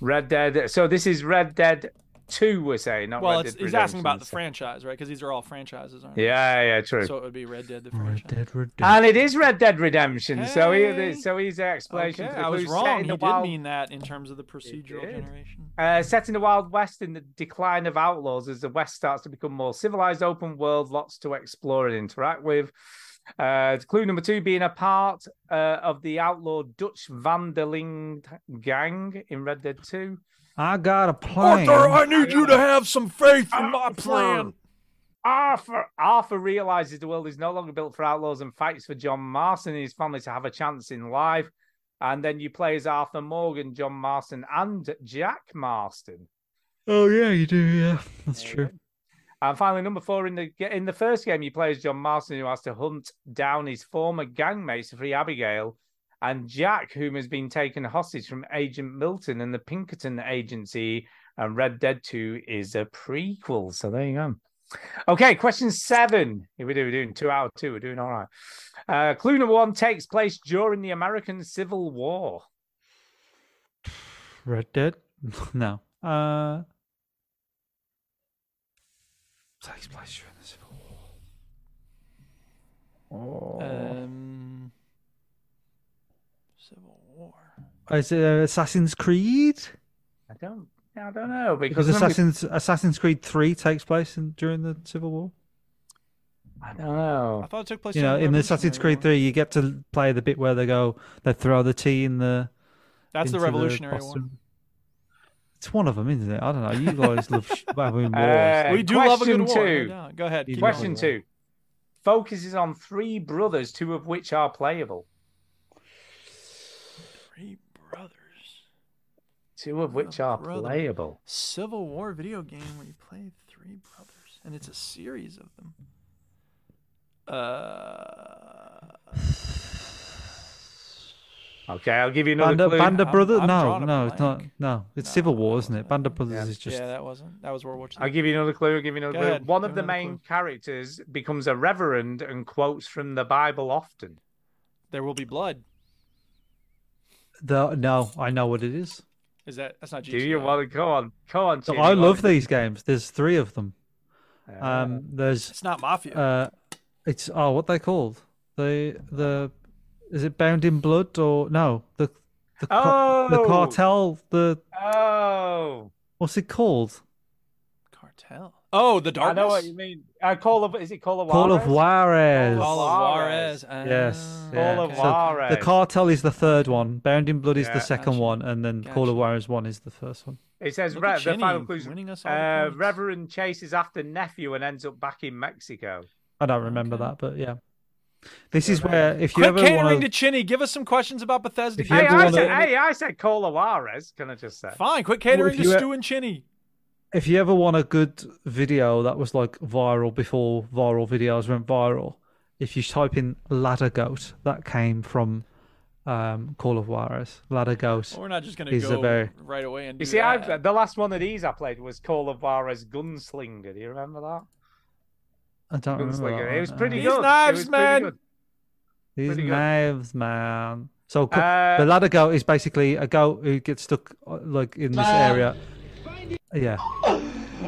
Speaker 2: Red Dead. So this is Red Dead Two. We're saying not
Speaker 3: Well,
Speaker 2: Red
Speaker 3: it's,
Speaker 2: Dead
Speaker 3: he's asking about the
Speaker 2: Redemption.
Speaker 3: franchise, right? Because these are all franchises, aren't
Speaker 2: Yeah, yeah,
Speaker 3: they?
Speaker 2: true.
Speaker 3: So it would be Red Dead the
Speaker 5: Red
Speaker 3: franchise.
Speaker 5: Dead Redemption.
Speaker 2: and it is Red Dead Redemption. So
Speaker 3: Hey.
Speaker 2: he, so he's an
Speaker 3: Okay,
Speaker 2: explanation. for the
Speaker 3: I was
Speaker 2: clues.
Speaker 3: wrong.
Speaker 2: Set in
Speaker 3: He
Speaker 2: the
Speaker 3: did
Speaker 2: wild,
Speaker 3: mean that in terms of the procedural
Speaker 2: did.
Speaker 3: generation.
Speaker 2: uh, set in the Wild West in the decline of outlaws as the West starts to become more civilized, open world, lots to explore and interact with. Uh, clue number two being a part uh, of the outlaw Dutch Vanderling gang in Red Dead Two.
Speaker 5: I got a plan.
Speaker 3: need you to have some faith in my
Speaker 2: plan. Arthur Arthur realizes the world is no longer built for outlaws and fights for John Marston and his family to have a chance in life. And then you play as Arthur Morgan, John Marston, and Jack Marston.
Speaker 5: Oh, yeah, you do, yeah. That's true.
Speaker 2: And finally, number four in the in the first game, you play as John Marston, who has to hunt down his former gangmates to free Abigail, and Jack, whom has been taken hostage from Agent Milton and the Pinkerton Agency. And Red Dead Two is a prequel. So there you go. Okay, question seven. Here we do. We're doing two out of two. We're doing all right. Uh, clue number one takes place during the American Civil War.
Speaker 5: Red Dead? no. Uh, takes place during the Civil War.
Speaker 3: Um, Civil War.
Speaker 5: Is it uh, Assassin's Creed?
Speaker 2: I don't. I don't know because,
Speaker 5: Because
Speaker 2: remember-
Speaker 5: Assassin's Assassin's Creed Three takes place in, during the Civil War.
Speaker 2: I don't know.
Speaker 3: I thought it took place.
Speaker 5: You know,
Speaker 3: during
Speaker 5: in the Assassin's
Speaker 3: Revolutionary
Speaker 5: Creed Three, you get to play the bit where they go, they throw the tea in
Speaker 3: War.
Speaker 5: the.
Speaker 3: That's the
Speaker 5: into
Speaker 3: Revolutionary War.
Speaker 5: Boston- It's one of them, isn't it? I don't know. You guys love sh- having wars.
Speaker 2: Uh,
Speaker 3: We do love a good
Speaker 2: question
Speaker 3: war. no
Speaker 2: two.
Speaker 3: doubt. Go ahead.
Speaker 5: You
Speaker 3: keep
Speaker 2: Question
Speaker 3: going.
Speaker 2: two focuses on three brothers, two of which are playable.
Speaker 3: Three brothers.
Speaker 2: Two of which are
Speaker 3: brother.
Speaker 2: playable.
Speaker 3: Civil War video game where you play three brothers, and it's a series of them. Uh,
Speaker 2: Okay, I'll give you another
Speaker 5: Band of,
Speaker 2: clue.
Speaker 5: Band of
Speaker 3: I'm-
Speaker 5: Brothers?
Speaker 3: I'm
Speaker 5: No,
Speaker 3: drawing a
Speaker 5: no, it's not.
Speaker 3: blank.
Speaker 5: No, it's
Speaker 3: No,
Speaker 5: Civil
Speaker 3: that
Speaker 5: War, isn't
Speaker 3: wasn't
Speaker 5: it?
Speaker 3: it.
Speaker 5: Band of Brothers
Speaker 2: Yeah.
Speaker 5: is just.
Speaker 3: yeah, that wasn't. That was World War II.
Speaker 2: I'll give you another clue. I'll give you another
Speaker 3: Go
Speaker 2: clue.
Speaker 3: ahead,
Speaker 2: One
Speaker 3: give
Speaker 2: of the
Speaker 3: another
Speaker 2: main
Speaker 3: clue.
Speaker 2: characters becomes a reverend and quotes from the Bible often.
Speaker 3: There will be blood.
Speaker 5: The, no, I know what it is.
Speaker 3: Is that? That's not.
Speaker 2: Do you
Speaker 3: GTA.
Speaker 2: want to go on? Go on.
Speaker 5: So
Speaker 2: Jimmy,
Speaker 5: I
Speaker 2: what
Speaker 5: love
Speaker 2: is
Speaker 5: these games. There's three of them.
Speaker 3: Uh,
Speaker 2: it?
Speaker 5: Um, there's
Speaker 3: It's not Mafia.
Speaker 5: Uh, it's oh, what they called the the is it Bound in Blood or no the the, car- the
Speaker 2: Oh!
Speaker 5: cartel the
Speaker 2: oh,
Speaker 5: what's it called
Speaker 3: Cartel. Oh, the
Speaker 2: I
Speaker 3: darkness.
Speaker 2: know what you mean. Uh, Call of is it Call of
Speaker 5: Call of
Speaker 2: Juarez?
Speaker 5: Juarez.
Speaker 3: Call of
Speaker 2: Juarez.
Speaker 3: Juarez. Ah,
Speaker 5: Yes,
Speaker 2: Call
Speaker 5: yeah.
Speaker 2: of
Speaker 5: So
Speaker 2: Juarez.
Speaker 5: the cartel is the third one. Bound in Blood is
Speaker 2: Yeah.
Speaker 5: the second
Speaker 3: Gotcha.
Speaker 5: one, and then Call
Speaker 3: Gotcha.
Speaker 5: of Juarez one is the first one.
Speaker 2: It says
Speaker 3: Look at
Speaker 2: re- the
Speaker 3: Jenny
Speaker 2: final clues.
Speaker 3: winning us all the
Speaker 2: Uh,
Speaker 3: points.
Speaker 2: Reverend chases after nephew and ends up back in Mexico.
Speaker 5: I don't remember
Speaker 3: Okay.
Speaker 5: that, but yeah, this is where if you
Speaker 3: Quit
Speaker 5: ever
Speaker 3: catering
Speaker 5: want
Speaker 3: to Chinny. Give us some questions about Bethesda.
Speaker 5: If you
Speaker 2: Hey,
Speaker 5: ever
Speaker 2: I
Speaker 5: wanna-
Speaker 2: said, hey, I said Cola Juarez. Can I just say?
Speaker 3: Fine. Quit
Speaker 5: Well,
Speaker 3: catering to
Speaker 5: if you- e-
Speaker 3: Stu and Chinny.
Speaker 5: if you ever want a good video that was like viral before viral videos went viral, if you type in ladder goat, that came from um, Call of Juarez. Ladder goat.
Speaker 3: Well, we're not just gonna
Speaker 5: He's a
Speaker 3: go
Speaker 5: very-
Speaker 3: right away and do
Speaker 2: You see,
Speaker 3: that.
Speaker 2: I've, the last one of these I played was Call of Juarez Gunslinger. Do you remember that?
Speaker 5: I don't remember. that
Speaker 2: Gunslinger. It was
Speaker 5: one,
Speaker 2: pretty
Speaker 5: no.
Speaker 3: These
Speaker 2: good. It
Speaker 3: knives,
Speaker 2: was pretty
Speaker 3: man.
Speaker 2: good.
Speaker 5: These
Speaker 2: pretty good.
Speaker 5: knives, man. So co-
Speaker 2: Uh,
Speaker 5: the ladder goat is basically a goat who gets stuck uh, like in this area. Yeah.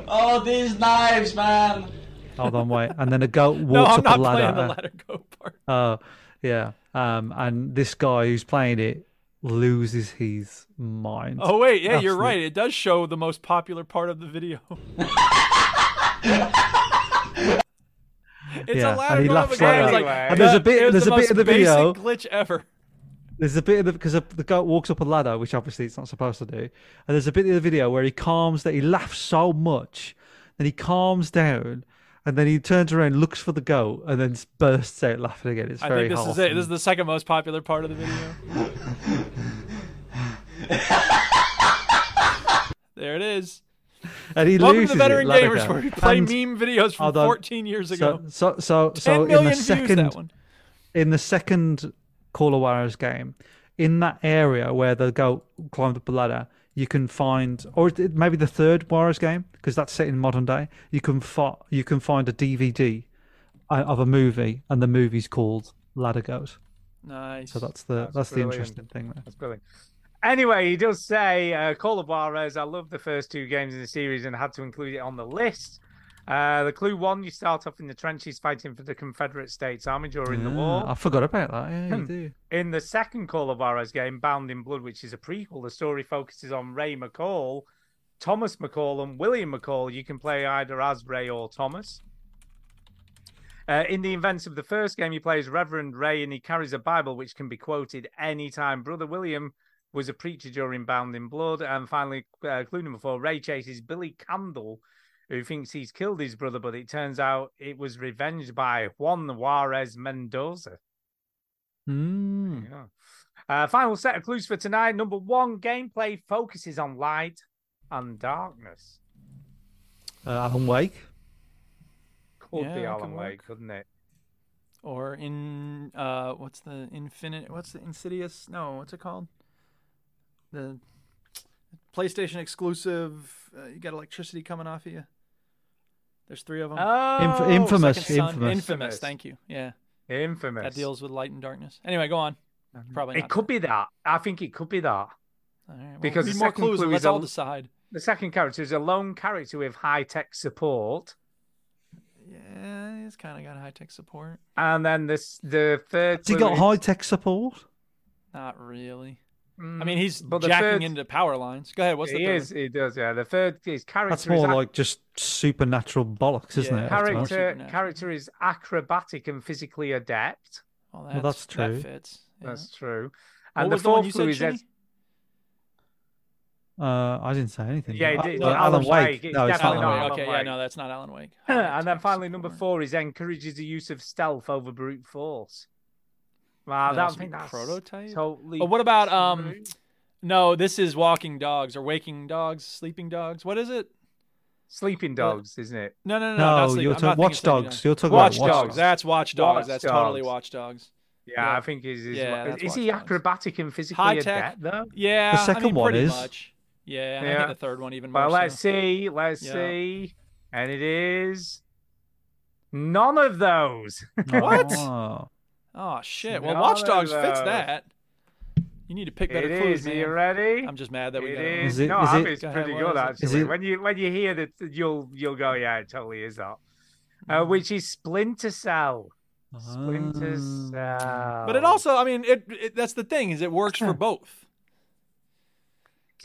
Speaker 6: Oh, these knives, man.
Speaker 5: Hold on, wait. And then a goat
Speaker 3: No,
Speaker 5: walks
Speaker 3: I'm
Speaker 5: up
Speaker 3: not
Speaker 5: a ladder.
Speaker 3: playing the ladder go part.
Speaker 5: Oh, yeah. Um, and this guy who's playing it loses his mind.
Speaker 3: Oh wait, yeah, you're
Speaker 5: Absolute-
Speaker 3: right. It does show the most popular part of the video. it's
Speaker 5: Yeah,
Speaker 3: a
Speaker 5: and
Speaker 3: ladder
Speaker 5: he
Speaker 3: go
Speaker 5: laughs
Speaker 3: up again.
Speaker 2: like
Speaker 3: It's
Speaker 2: that.
Speaker 3: like,
Speaker 2: And
Speaker 5: there's a
Speaker 3: "Yep,
Speaker 5: bit-
Speaker 3: here's
Speaker 5: there's a
Speaker 3: the
Speaker 5: bit
Speaker 3: most
Speaker 5: of the
Speaker 3: basic
Speaker 5: video."
Speaker 3: glitch ever.
Speaker 5: There's a bit of the because the, the goat walks up a ladder, which obviously it's not supposed to do. And there's a bit of the video where he calms that he laughs so much, then he calms down, and then he turns around, looks for the goat, and then s- bursts out laughing again. It's
Speaker 3: I
Speaker 5: very
Speaker 3: think this is it.
Speaker 5: wholesome.
Speaker 3: This is the second most popular part of the video. there it is.
Speaker 5: and he
Speaker 3: Welcome to
Speaker 5: loses
Speaker 3: the Veteran
Speaker 5: it, Lanigan.
Speaker 3: Gamers, where we play
Speaker 5: And-
Speaker 3: meme videos from
Speaker 5: hold on.
Speaker 3: 14 years ago.
Speaker 5: So, so, so,
Speaker 3: 10
Speaker 5: so in
Speaker 3: million
Speaker 5: the
Speaker 3: views, that
Speaker 5: second,
Speaker 3: one.
Speaker 5: in the second Call of Warriors game, in that area where they go climb up the ladder, you can find, or it- it- maybe the third Warriors game, because that's set in modern day. You can fi- you can find a DVD uh, of a movie, and the movie's called Ladder Goat.
Speaker 3: Nice.
Speaker 5: So that's the that's, the
Speaker 2: brilliant.
Speaker 5: interesting thing there.
Speaker 2: That's brilliant. Anyway, he does say, uh, Call of Juarez, I love the first two games in the series and had to include it on the list. Uh, the clue one, you start off in the trenches fighting for the Confederate States Army during the
Speaker 5: Ah,
Speaker 2: war.
Speaker 5: I forgot about that. Yeah, you
Speaker 2: Hmm.
Speaker 5: do.
Speaker 2: In the second Call of Juarez game, Bound in Blood, which is a prequel, the story focuses on Ray McCall, Thomas McCall, and William McCall. You can play either as Ray or Thomas. Uh, in the events of the first game, he plays Reverend Ray and he carries a Bible which can be quoted anytime. Brother William was a preacher during Bound in Blood. And finally, uh, clue number four Ray chases Billy Candle, who thinks he's killed his brother, but it turns out it was revenged by Juan Juarez Mendoza.
Speaker 3: Hmm.
Speaker 5: Mm.
Speaker 2: Yeah. Uh, final set of clues for tonight. Number one, gameplay focuses on light and darkness.
Speaker 5: Uh, Alan Wake.
Speaker 2: Could
Speaker 3: Yeah,
Speaker 2: be
Speaker 3: that
Speaker 2: Alan Wake,
Speaker 3: could work.
Speaker 2: couldn't it?
Speaker 3: Or in uh, what's the infinite? What's the Insidious? No, what's it called? The PlayStation exclusive. Uh, you got electricity coming off of you. There's three of them.
Speaker 2: Oh,
Speaker 5: Ah, infamous,
Speaker 3: Second Son,
Speaker 5: infamous.
Speaker 3: infamous. Thank you. Yeah,
Speaker 2: Infamous.
Speaker 3: that deals with light and darkness. Anyway, go on. Probably
Speaker 2: Um, It
Speaker 3: not.
Speaker 2: could be that. I think it could be that.
Speaker 3: All right, well,
Speaker 2: because
Speaker 3: need
Speaker 2: the
Speaker 3: more
Speaker 2: second
Speaker 3: clues.
Speaker 2: clue is
Speaker 3: and Let's
Speaker 2: a-
Speaker 3: all decide.
Speaker 2: The second character is a lone character with high tech support.
Speaker 3: Yeah, it's kind of got high tech support.
Speaker 2: And then this the third
Speaker 5: Has he
Speaker 2: clue
Speaker 5: got
Speaker 2: is-
Speaker 5: high tech support?
Speaker 3: Not really. I
Speaker 2: Mm,
Speaker 3: mean, he's
Speaker 2: but the
Speaker 3: jacking
Speaker 2: third-
Speaker 3: into power lines. Go ahead. What's the
Speaker 2: He
Speaker 3: third
Speaker 2: is, he does, yeah. The third is character
Speaker 5: That's
Speaker 2: is
Speaker 5: more
Speaker 2: ac-
Speaker 5: like just supernatural bollocks, isn't
Speaker 3: Yeah,
Speaker 5: it?
Speaker 3: that's more
Speaker 2: character
Speaker 3: supernatural.
Speaker 2: character is acrobatic and physically adept.
Speaker 3: one?
Speaker 5: Well, that's true.
Speaker 3: That fits. Yeah.
Speaker 2: That's true.
Speaker 3: What
Speaker 2: And
Speaker 3: was
Speaker 2: the
Speaker 3: the one
Speaker 2: fourth
Speaker 3: you
Speaker 2: clue
Speaker 3: said,
Speaker 2: is that-
Speaker 3: Shinny?
Speaker 5: Uh, I didn't say anything.
Speaker 2: Yeah,
Speaker 5: did
Speaker 2: it
Speaker 5: I?
Speaker 2: did.
Speaker 5: Well,
Speaker 2: Not
Speaker 5: Alan
Speaker 2: Alan Wake.
Speaker 5: Wake.
Speaker 2: It's
Speaker 5: No, it's
Speaker 2: definitely
Speaker 5: Alan
Speaker 2: not
Speaker 5: Wake.
Speaker 2: Alan
Speaker 3: Okay, yeah,
Speaker 2: Wake.
Speaker 3: no, that's not Alan Wake.
Speaker 2: and then
Speaker 3: High-tech
Speaker 2: finally, number
Speaker 3: support.
Speaker 2: four is encourages the use of stealth over brute force. Wow,
Speaker 3: That
Speaker 2: that
Speaker 3: has
Speaker 2: I
Speaker 3: to
Speaker 2: think
Speaker 3: be
Speaker 2: that's
Speaker 3: prototype?
Speaker 2: Totally.
Speaker 3: But what about um?
Speaker 2: true.
Speaker 3: No, this is walking dogs or waking dogs, sleeping dogs. What is it?
Speaker 2: sleeping dogs? Isn't it?
Speaker 3: No, no, no,
Speaker 5: No,
Speaker 3: not sleep.
Speaker 5: you're
Speaker 3: I'm
Speaker 5: talking
Speaker 3: not thinking
Speaker 5: Watch
Speaker 3: sleeping
Speaker 5: Dogs.
Speaker 3: dogs.
Speaker 5: You're talking
Speaker 3: watch
Speaker 5: about Watch
Speaker 3: dogs.
Speaker 5: Dogs.
Speaker 3: That's watch dogs.
Speaker 2: Watch
Speaker 3: that's totally
Speaker 2: Dogs.
Speaker 3: watch dogs.
Speaker 2: Yeah,
Speaker 3: Yeah.
Speaker 2: I think is. Is,
Speaker 3: Yeah, that's
Speaker 2: is he
Speaker 3: Watch Dogs.
Speaker 2: acrobatic and physically
Speaker 3: High tech.
Speaker 2: adept though?
Speaker 3: Yeah, I
Speaker 5: second
Speaker 3: mean,
Speaker 5: one
Speaker 3: pretty
Speaker 5: is.
Speaker 3: Much. Yeah, and I
Speaker 2: Yeah.
Speaker 3: think the third one even more.
Speaker 2: Well, let's
Speaker 3: so.
Speaker 2: see. Let's
Speaker 3: Yeah.
Speaker 2: see. And it is none of those.
Speaker 3: What?
Speaker 5: Oh.
Speaker 3: Oh shit! Well,
Speaker 2: None
Speaker 3: Watch
Speaker 2: of
Speaker 3: Dogs fits
Speaker 2: those.
Speaker 3: that. You need to pick better
Speaker 2: it
Speaker 3: clues,
Speaker 2: is. Are you
Speaker 3: man.
Speaker 2: ready?
Speaker 3: I'm just mad that we
Speaker 2: It
Speaker 3: got it.
Speaker 2: is.
Speaker 5: Is it-
Speaker 2: no,
Speaker 5: is
Speaker 2: I
Speaker 5: it-
Speaker 2: think it's
Speaker 3: Go ahead,
Speaker 2: pretty
Speaker 3: what
Speaker 2: good
Speaker 3: is it?
Speaker 5: Is
Speaker 2: actually.
Speaker 5: it-
Speaker 2: When you when you hear that, you'll you'll go, yeah, it totally is that. Uh,
Speaker 3: Mm-hmm.
Speaker 2: which is Splinter Cell. Splinter
Speaker 5: Ah.
Speaker 2: Cell.
Speaker 3: But it also, I mean, it, it that's the thing is it works for both.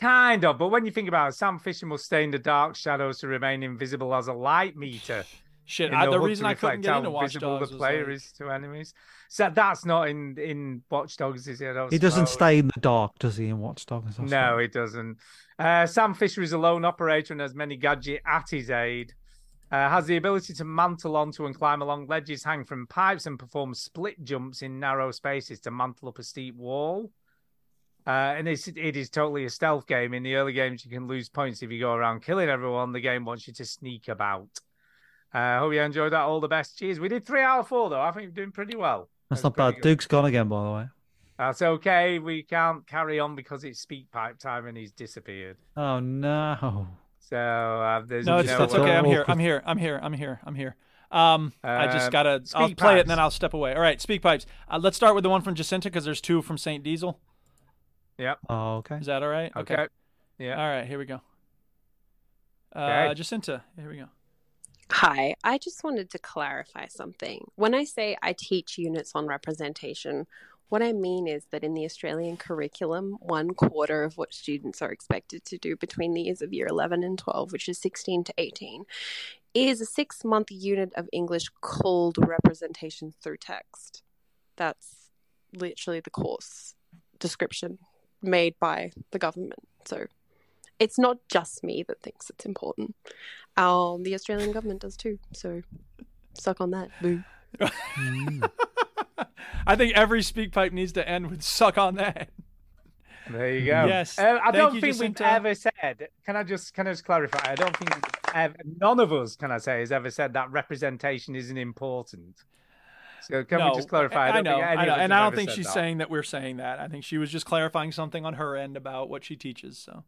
Speaker 2: kind of. But when you think about it, Sam Fisher must stay in the dark shadows to remain invisible as a light meter.
Speaker 3: Shit,
Speaker 2: in
Speaker 3: I, the
Speaker 2: hood to
Speaker 3: reason I couldn't
Speaker 2: reflect
Speaker 3: get
Speaker 2: how
Speaker 3: into Watch
Speaker 2: visible
Speaker 3: Dogs
Speaker 2: the
Speaker 3: was
Speaker 2: player
Speaker 3: like,
Speaker 2: is to enemies. So that's not in in Watch Dogs, is it? I don't
Speaker 5: He doesn't
Speaker 2: suppose.
Speaker 5: stay in the dark, does he? In Watch Dogs? That's
Speaker 2: No,
Speaker 5: right.
Speaker 2: it doesn't. Uh, Sam Fisher is a lone operator and has many gadget at his aid. Uh, has the ability to mantle onto and climb along ledges, hang from pipes, and perform split jumps in narrow spaces to mantle up a steep wall. Uh, and it's, it is totally a stealth game. In the early games, you can lose points if you go around killing everyone. The game wants you to sneak about. Uh, hope you enjoyed that. All the best. Cheers. We did three out of four, though. I think we're doing pretty well.
Speaker 5: that's not
Speaker 2: pretty
Speaker 5: bad.
Speaker 2: good.
Speaker 5: Duke's gone again, by the way.
Speaker 2: That's okay. We can't carry on because it's speak pipe time and he's disappeared.
Speaker 5: Oh no!
Speaker 2: So uh, there's
Speaker 3: no,
Speaker 2: no,
Speaker 3: it's,
Speaker 5: just
Speaker 3: it's
Speaker 5: that
Speaker 3: okay. I'm here.
Speaker 5: awkward-
Speaker 3: I'm here. I'm here. I'm here. I'm here. Um, I just
Speaker 2: Um,
Speaker 3: gotta. I'll play
Speaker 2: speak
Speaker 3: it and then
Speaker 2: pipes.
Speaker 3: I'll step away. All right, speak pipes. Uh, let's start with the one from Jacinta because there's two from Saint Diesel.
Speaker 2: Yep.
Speaker 5: Oh, okay.
Speaker 3: Is that all right?
Speaker 2: Okay. Yeah.
Speaker 3: All right, here we go. Uh,
Speaker 2: Okay.
Speaker 3: Jacinta, here we go.
Speaker 8: Hi, I just wanted to clarify something. When I say I teach units on representation, what I mean is that in the Australian curriculum, one quarter of what students are expected to do between the years of year 11 and 12, which is 16 to 18, is a six month unit of English called representation through text. That's literally the course description made by the government. So it's not just me that thinks it's important. Um, the Australian government does too. So suck on that, boo.
Speaker 3: I think every speak pipe needs to end with "suck on that."
Speaker 2: There you go.
Speaker 3: Yes,
Speaker 2: Um, I
Speaker 3: thank
Speaker 2: don't
Speaker 3: you,
Speaker 2: think we've
Speaker 3: Jacinta.
Speaker 2: ever said. Can I just can I just clarify? I don't think ever, none of us can I say has ever said that representation isn't important. So can
Speaker 3: No,
Speaker 2: we just clarify?
Speaker 3: I, I know,
Speaker 2: think any
Speaker 3: I know.
Speaker 2: of us have
Speaker 3: and I don't
Speaker 2: ever
Speaker 3: think
Speaker 2: said
Speaker 3: she's
Speaker 2: that.
Speaker 3: saying that we're saying that. I think she was just clarifying something on her end about what she teaches. So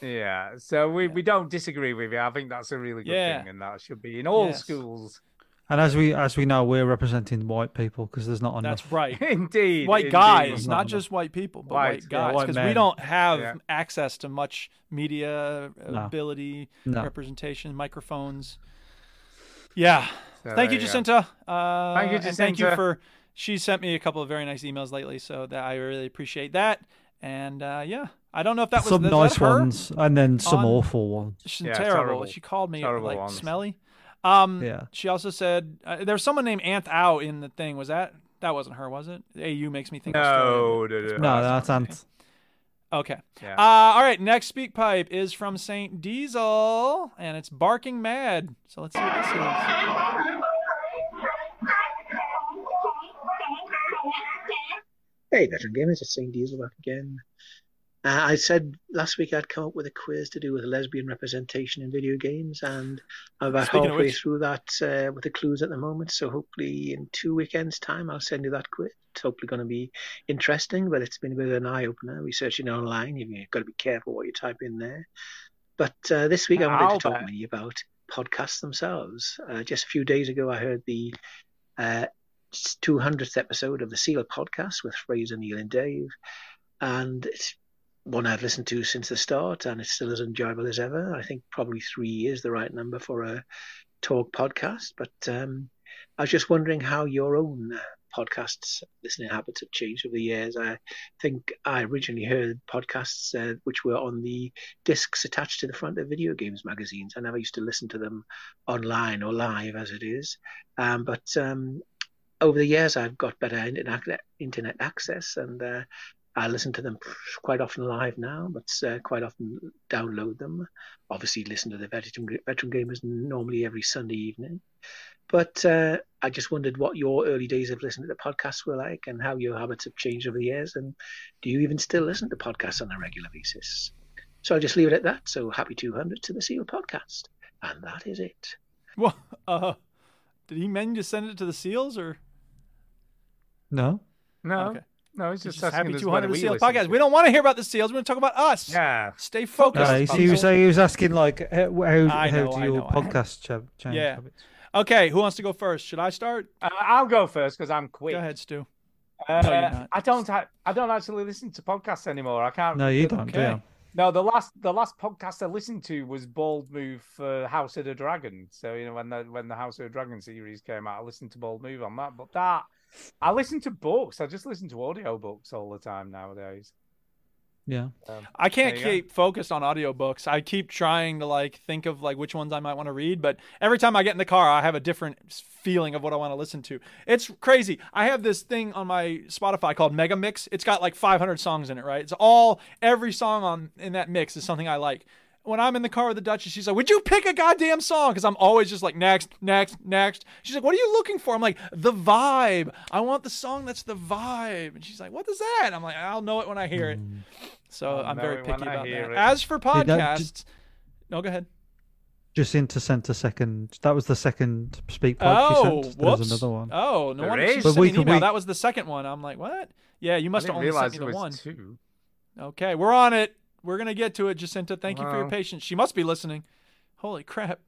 Speaker 2: Yeah. So we, we don't disagree with you. I think that's a really good
Speaker 3: Yeah.
Speaker 2: thing, and that should be in all
Speaker 3: Yes.
Speaker 2: schools.
Speaker 5: And as we as we know, we're representing white people because there's not enough.
Speaker 3: that's right,
Speaker 2: Indeed,
Speaker 3: White
Speaker 2: indeed.
Speaker 3: guys, not just white people, but white,
Speaker 5: White, yeah,
Speaker 3: guys,
Speaker 5: white
Speaker 3: because we
Speaker 5: men.
Speaker 3: don't have
Speaker 5: Yeah.
Speaker 3: access to much media
Speaker 5: No.
Speaker 3: ability,
Speaker 5: No.
Speaker 3: representation, microphones. Yeah.
Speaker 5: So
Speaker 3: thank you,
Speaker 5: there you go.
Speaker 3: Jacinta. Uh,
Speaker 2: Thank you,
Speaker 3: and Thank you
Speaker 2: Jacinta.
Speaker 3: for. She sent me a couple of very nice emails lately, so that I really appreciate that. And uh, yeah, I don't know if that was
Speaker 5: some
Speaker 3: was
Speaker 5: nice
Speaker 3: that her?
Speaker 5: ones and then some
Speaker 3: on-
Speaker 5: awful ones.
Speaker 3: She's terrible. She called me
Speaker 2: Terrible
Speaker 3: like
Speaker 2: ones.
Speaker 3: smelly. Um,
Speaker 5: Yeah.
Speaker 3: She also said uh, there was someone named Anth Au in the thing. Was that that wasn't her? Was it? AU makes me think. of
Speaker 2: No,
Speaker 3: Australia, but
Speaker 2: no,
Speaker 3: it's
Speaker 5: No,
Speaker 3: probably
Speaker 5: that's
Speaker 3: not.
Speaker 5: ant.
Speaker 3: Okay.
Speaker 2: Yeah.
Speaker 3: Uh, all right. Next speak pipe is from Saint Diesel, and it's barking mad. So let's see what this is.
Speaker 8: Hey, veteran gamers, it's Saint Diesel back again. Uh, I said last week I'd come up with a quiz to do with lesbian representation in video games, and I'm about
Speaker 12: Speaking of
Speaker 8: halfway
Speaker 12: which-
Speaker 8: through that uh, with the clues at the moment. So hopefully, in two weekends' time, I'll send you that quiz. It's hopefully going to be interesting, but it's been a bit of an eye opener researching online. You've got to be careful what you type in there. But uh, this week I wanted
Speaker 2: I'll
Speaker 8: to talk
Speaker 2: bet.
Speaker 8: mainly about podcasts themselves. Uh, just a few days ago, I heard the uh, 200th episode of the Seal podcast with Fraser, Neil, and Dave. And it's one I've listened to since the start, and it's still as enjoyable as ever. I think probably three is the right number for a talk podcast. But um, I was just wondering how your own uh, podcasts listening habits have changed over the years. I think I originally heard podcasts uh, which were on the discs attached to the front of video games magazines. I never used to listen to them online or live as it is. Um, but um, over the years, I've got better internet ac- internet access, and uh, I listen to them quite often live now, but uh, quite often download them. Obviously, listen to the veteran, veteran gamers normally every Sunday evening. But uh, I just wondered what your early days of listening to podcasts were like, and how your habits have changed over the years, and do you even still listen to podcasts on a regular basis? So I'll just leave it at that. So happy 200 to the Seal podcast, and that is it.
Speaker 3: Whoa, uh, did he mean to send it to the seals or?
Speaker 5: No.
Speaker 2: No.
Speaker 3: Okay.
Speaker 2: No, it's just,
Speaker 3: Just happy
Speaker 2: asking us
Speaker 3: 200
Speaker 2: whether
Speaker 3: of the
Speaker 2: we
Speaker 3: seals
Speaker 2: listen
Speaker 3: podcast.
Speaker 2: to
Speaker 3: We don't want to hear about the seals. We want to talk about us.
Speaker 2: Yeah.
Speaker 3: Stay focused.
Speaker 5: No, he, he was
Speaker 3: people.
Speaker 5: he was asking like how how,
Speaker 3: I
Speaker 5: how
Speaker 3: know,
Speaker 5: do
Speaker 3: I
Speaker 5: your
Speaker 3: know, I know.
Speaker 5: podcast cha- change?
Speaker 3: yeah. Okay, who wants to go first? Should I start?
Speaker 2: Uh, I'll go first because I'm quick.
Speaker 3: Go ahead, Stu.
Speaker 2: Uh,
Speaker 3: No, you're not.
Speaker 2: I don't. ha- I don't actually listen to podcasts anymore. I can't.
Speaker 5: No, you don't, do you?
Speaker 2: No, the last the last podcast I listened to was Bold Move for House of the Dragon. So you know when the when the House of the Dragon series came out, I listened to Bold Move on that. But that I listen to books. I just listen to audio books all the time nowadays.
Speaker 5: Yeah.
Speaker 2: Um,
Speaker 3: I can't
Speaker 2: there you
Speaker 3: keep focused on audiobooks. I keep trying to like think of like which ones I might want to read, but every time I get in the car, I have a different s- feeling of what I want to listen to. It's crazy. I have this thing on my Spotify called Mega Mix. It's got like 500 songs in it, right? It's all every song on in that mix is something I like. When I'm in the car with the Duchess, she's like, "Would you pick a goddamn song?" Because I'm always just like, "Next, next, next." She's like, "What are you looking for?" I'm like, "The vibe. I want the song that's the vibe." And she's like, "What is that?" I'm like, "I'll know it when I hear it." So I'm
Speaker 2: know
Speaker 3: very
Speaker 2: it
Speaker 3: picky
Speaker 2: when I
Speaker 3: about
Speaker 2: hear
Speaker 3: that.
Speaker 2: it.
Speaker 3: As for
Speaker 5: See, that-
Speaker 3: podcasts, no, go ahead.
Speaker 5: Jacinta sent a second. That was the second speak pod she
Speaker 3: Oh,
Speaker 5: sent. There
Speaker 3: whoops.
Speaker 5: was another one.
Speaker 3: Oh, no
Speaker 2: There
Speaker 3: wonder she
Speaker 2: is?
Speaker 3: sent
Speaker 5: But
Speaker 3: me
Speaker 5: we
Speaker 3: an
Speaker 5: can-
Speaker 3: email.
Speaker 5: we-
Speaker 3: That was the second one. I'm like, what? Yeah, you must have
Speaker 2: didn't
Speaker 3: only
Speaker 2: realize
Speaker 3: sent me
Speaker 2: it
Speaker 3: the
Speaker 2: was
Speaker 3: one.
Speaker 2: two.
Speaker 3: Okay, we're on it. We're gonna get to it, Jacinta. Thank you for your
Speaker 2: Wow.
Speaker 3: patience. She must be listening. Holy crap.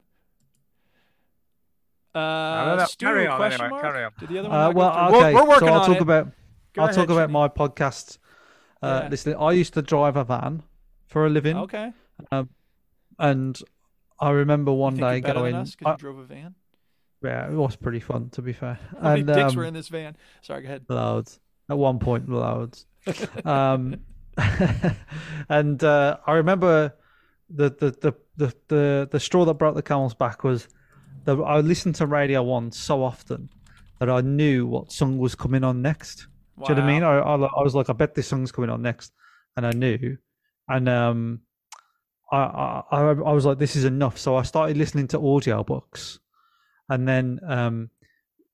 Speaker 2: don't
Speaker 3: Uh,
Speaker 2: know.
Speaker 3: Stu,
Speaker 2: Carry on
Speaker 3: question
Speaker 2: anyway,
Speaker 3: mark?
Speaker 2: carry on.
Speaker 3: Did the other one?
Speaker 5: Uh,
Speaker 3: not go
Speaker 5: well,
Speaker 3: through? We're-
Speaker 5: okay.
Speaker 3: We're, working
Speaker 5: so I'll
Speaker 3: on
Speaker 5: talk
Speaker 3: it.
Speaker 5: about
Speaker 3: Go
Speaker 5: I'll
Speaker 3: ahead,
Speaker 5: talk about
Speaker 3: Trini.
Speaker 5: my podcast. Uh,
Speaker 3: Yeah.
Speaker 5: Listening, I used to drive a van for a living.
Speaker 3: Okay.
Speaker 5: Um, and I remember one
Speaker 3: Think you're
Speaker 5: day Uh,
Speaker 3: better
Speaker 5: going.
Speaker 3: than us because
Speaker 5: I-
Speaker 3: you drove a van.
Speaker 5: yeah, it was pretty fun to be fair.
Speaker 3: How many
Speaker 5: and
Speaker 3: dicks
Speaker 5: um,
Speaker 3: were in this van? Sorry, go ahead.
Speaker 5: loads at one point loads um and uh i remember the the the the the, the straw that broke the camel's back was that i listened to radio one so often that i knew what song was coming on next do you know what i mean I, I i was like i bet this song's coming on next and i knew and um I, I I I was like, this is enough. So I started listening to audiobooks, and then um,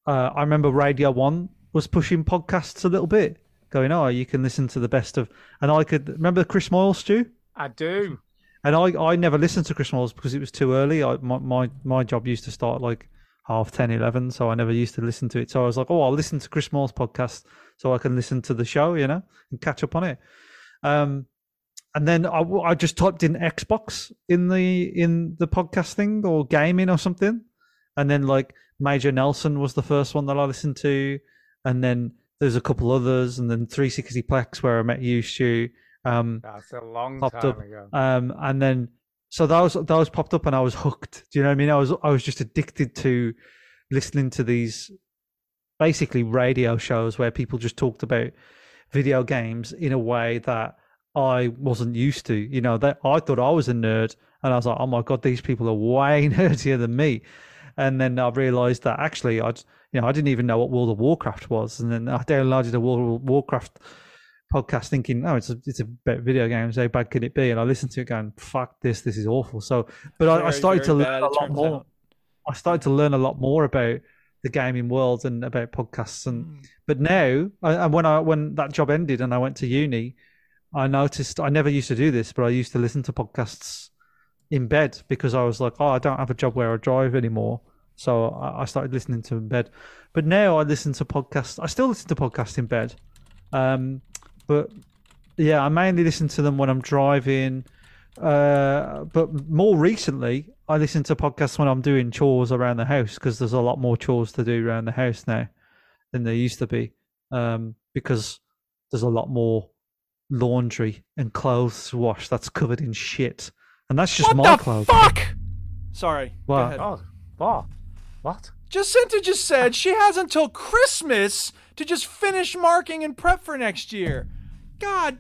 Speaker 5: uh, I remember Radio One was pushing podcasts a little bit, going, oh, you can listen to the best of. And I could remember Chris Moyles, Stu.
Speaker 2: I do.
Speaker 5: And I, I never listened to Chris Moyles because it was too early. I, my, my my job used to start like half 10, 11, so I never used to listen to it. So I was like, oh, I'll listen to Chris Moyles' podcast so I can listen to the show, you know, and catch up on it. Um, and then I, I just typed in Xbox in the in the podcast thing or gaming or something, and then like Major Nelson was the first one that I listened to, and then there's a couple others, and then 360 Plex where I met you, Stu. Um,
Speaker 2: That's a long
Speaker 5: popped
Speaker 2: time
Speaker 5: up,
Speaker 2: ago.
Speaker 5: um, and then so those those popped up, and I was hooked. Do you know what I mean? I was I was just addicted to listening to these basically radio shows where people just talked about video games in a way that I wasn't used to. You know, that I thought I was a nerd, and I was like, oh my god, these people are way nerdier than me. And then I realized that actually, I you know I didn't even know what World of Warcraft was, and then I downloaded a World of Warcraft podcast thinking, oh, it's a, it's about video games. How bad can it be? And I listened to it going, fuck this, this is awful. So, but I, I
Speaker 3: Very,
Speaker 5: started to
Speaker 3: very
Speaker 5: learn
Speaker 3: bad,
Speaker 5: a
Speaker 3: it
Speaker 5: lot
Speaker 3: turns
Speaker 5: more. I started to learn a lot more about the gaming world and about podcasts. And
Speaker 3: Hmm.
Speaker 5: but now, I- and when I when that job ended and I went to uni, I noticed I never used to do this, but I used to listen to podcasts in bed because I was like, oh, I don't have a job where I drive anymore. So I, I started listening to in bed. But now I listen to podcasts. I still listen to podcasts in bed. Um, but yeah, I mainly listen to them when I'm driving. Uh, but more recently, I listen to podcasts when I'm doing chores around the house because there's a lot more chores to do around the house now than there used to be. Um, because there's a lot more laundry and clothes to wash that's covered in shit, and that's just
Speaker 3: What
Speaker 5: my
Speaker 3: the
Speaker 5: clothes.
Speaker 3: fuck? Sorry.
Speaker 5: What?
Speaker 3: Go ahead.
Speaker 5: Oh,
Speaker 2: what? What?
Speaker 3: Jacinta just said she has until Christmas to just finish marking and prep for next year. God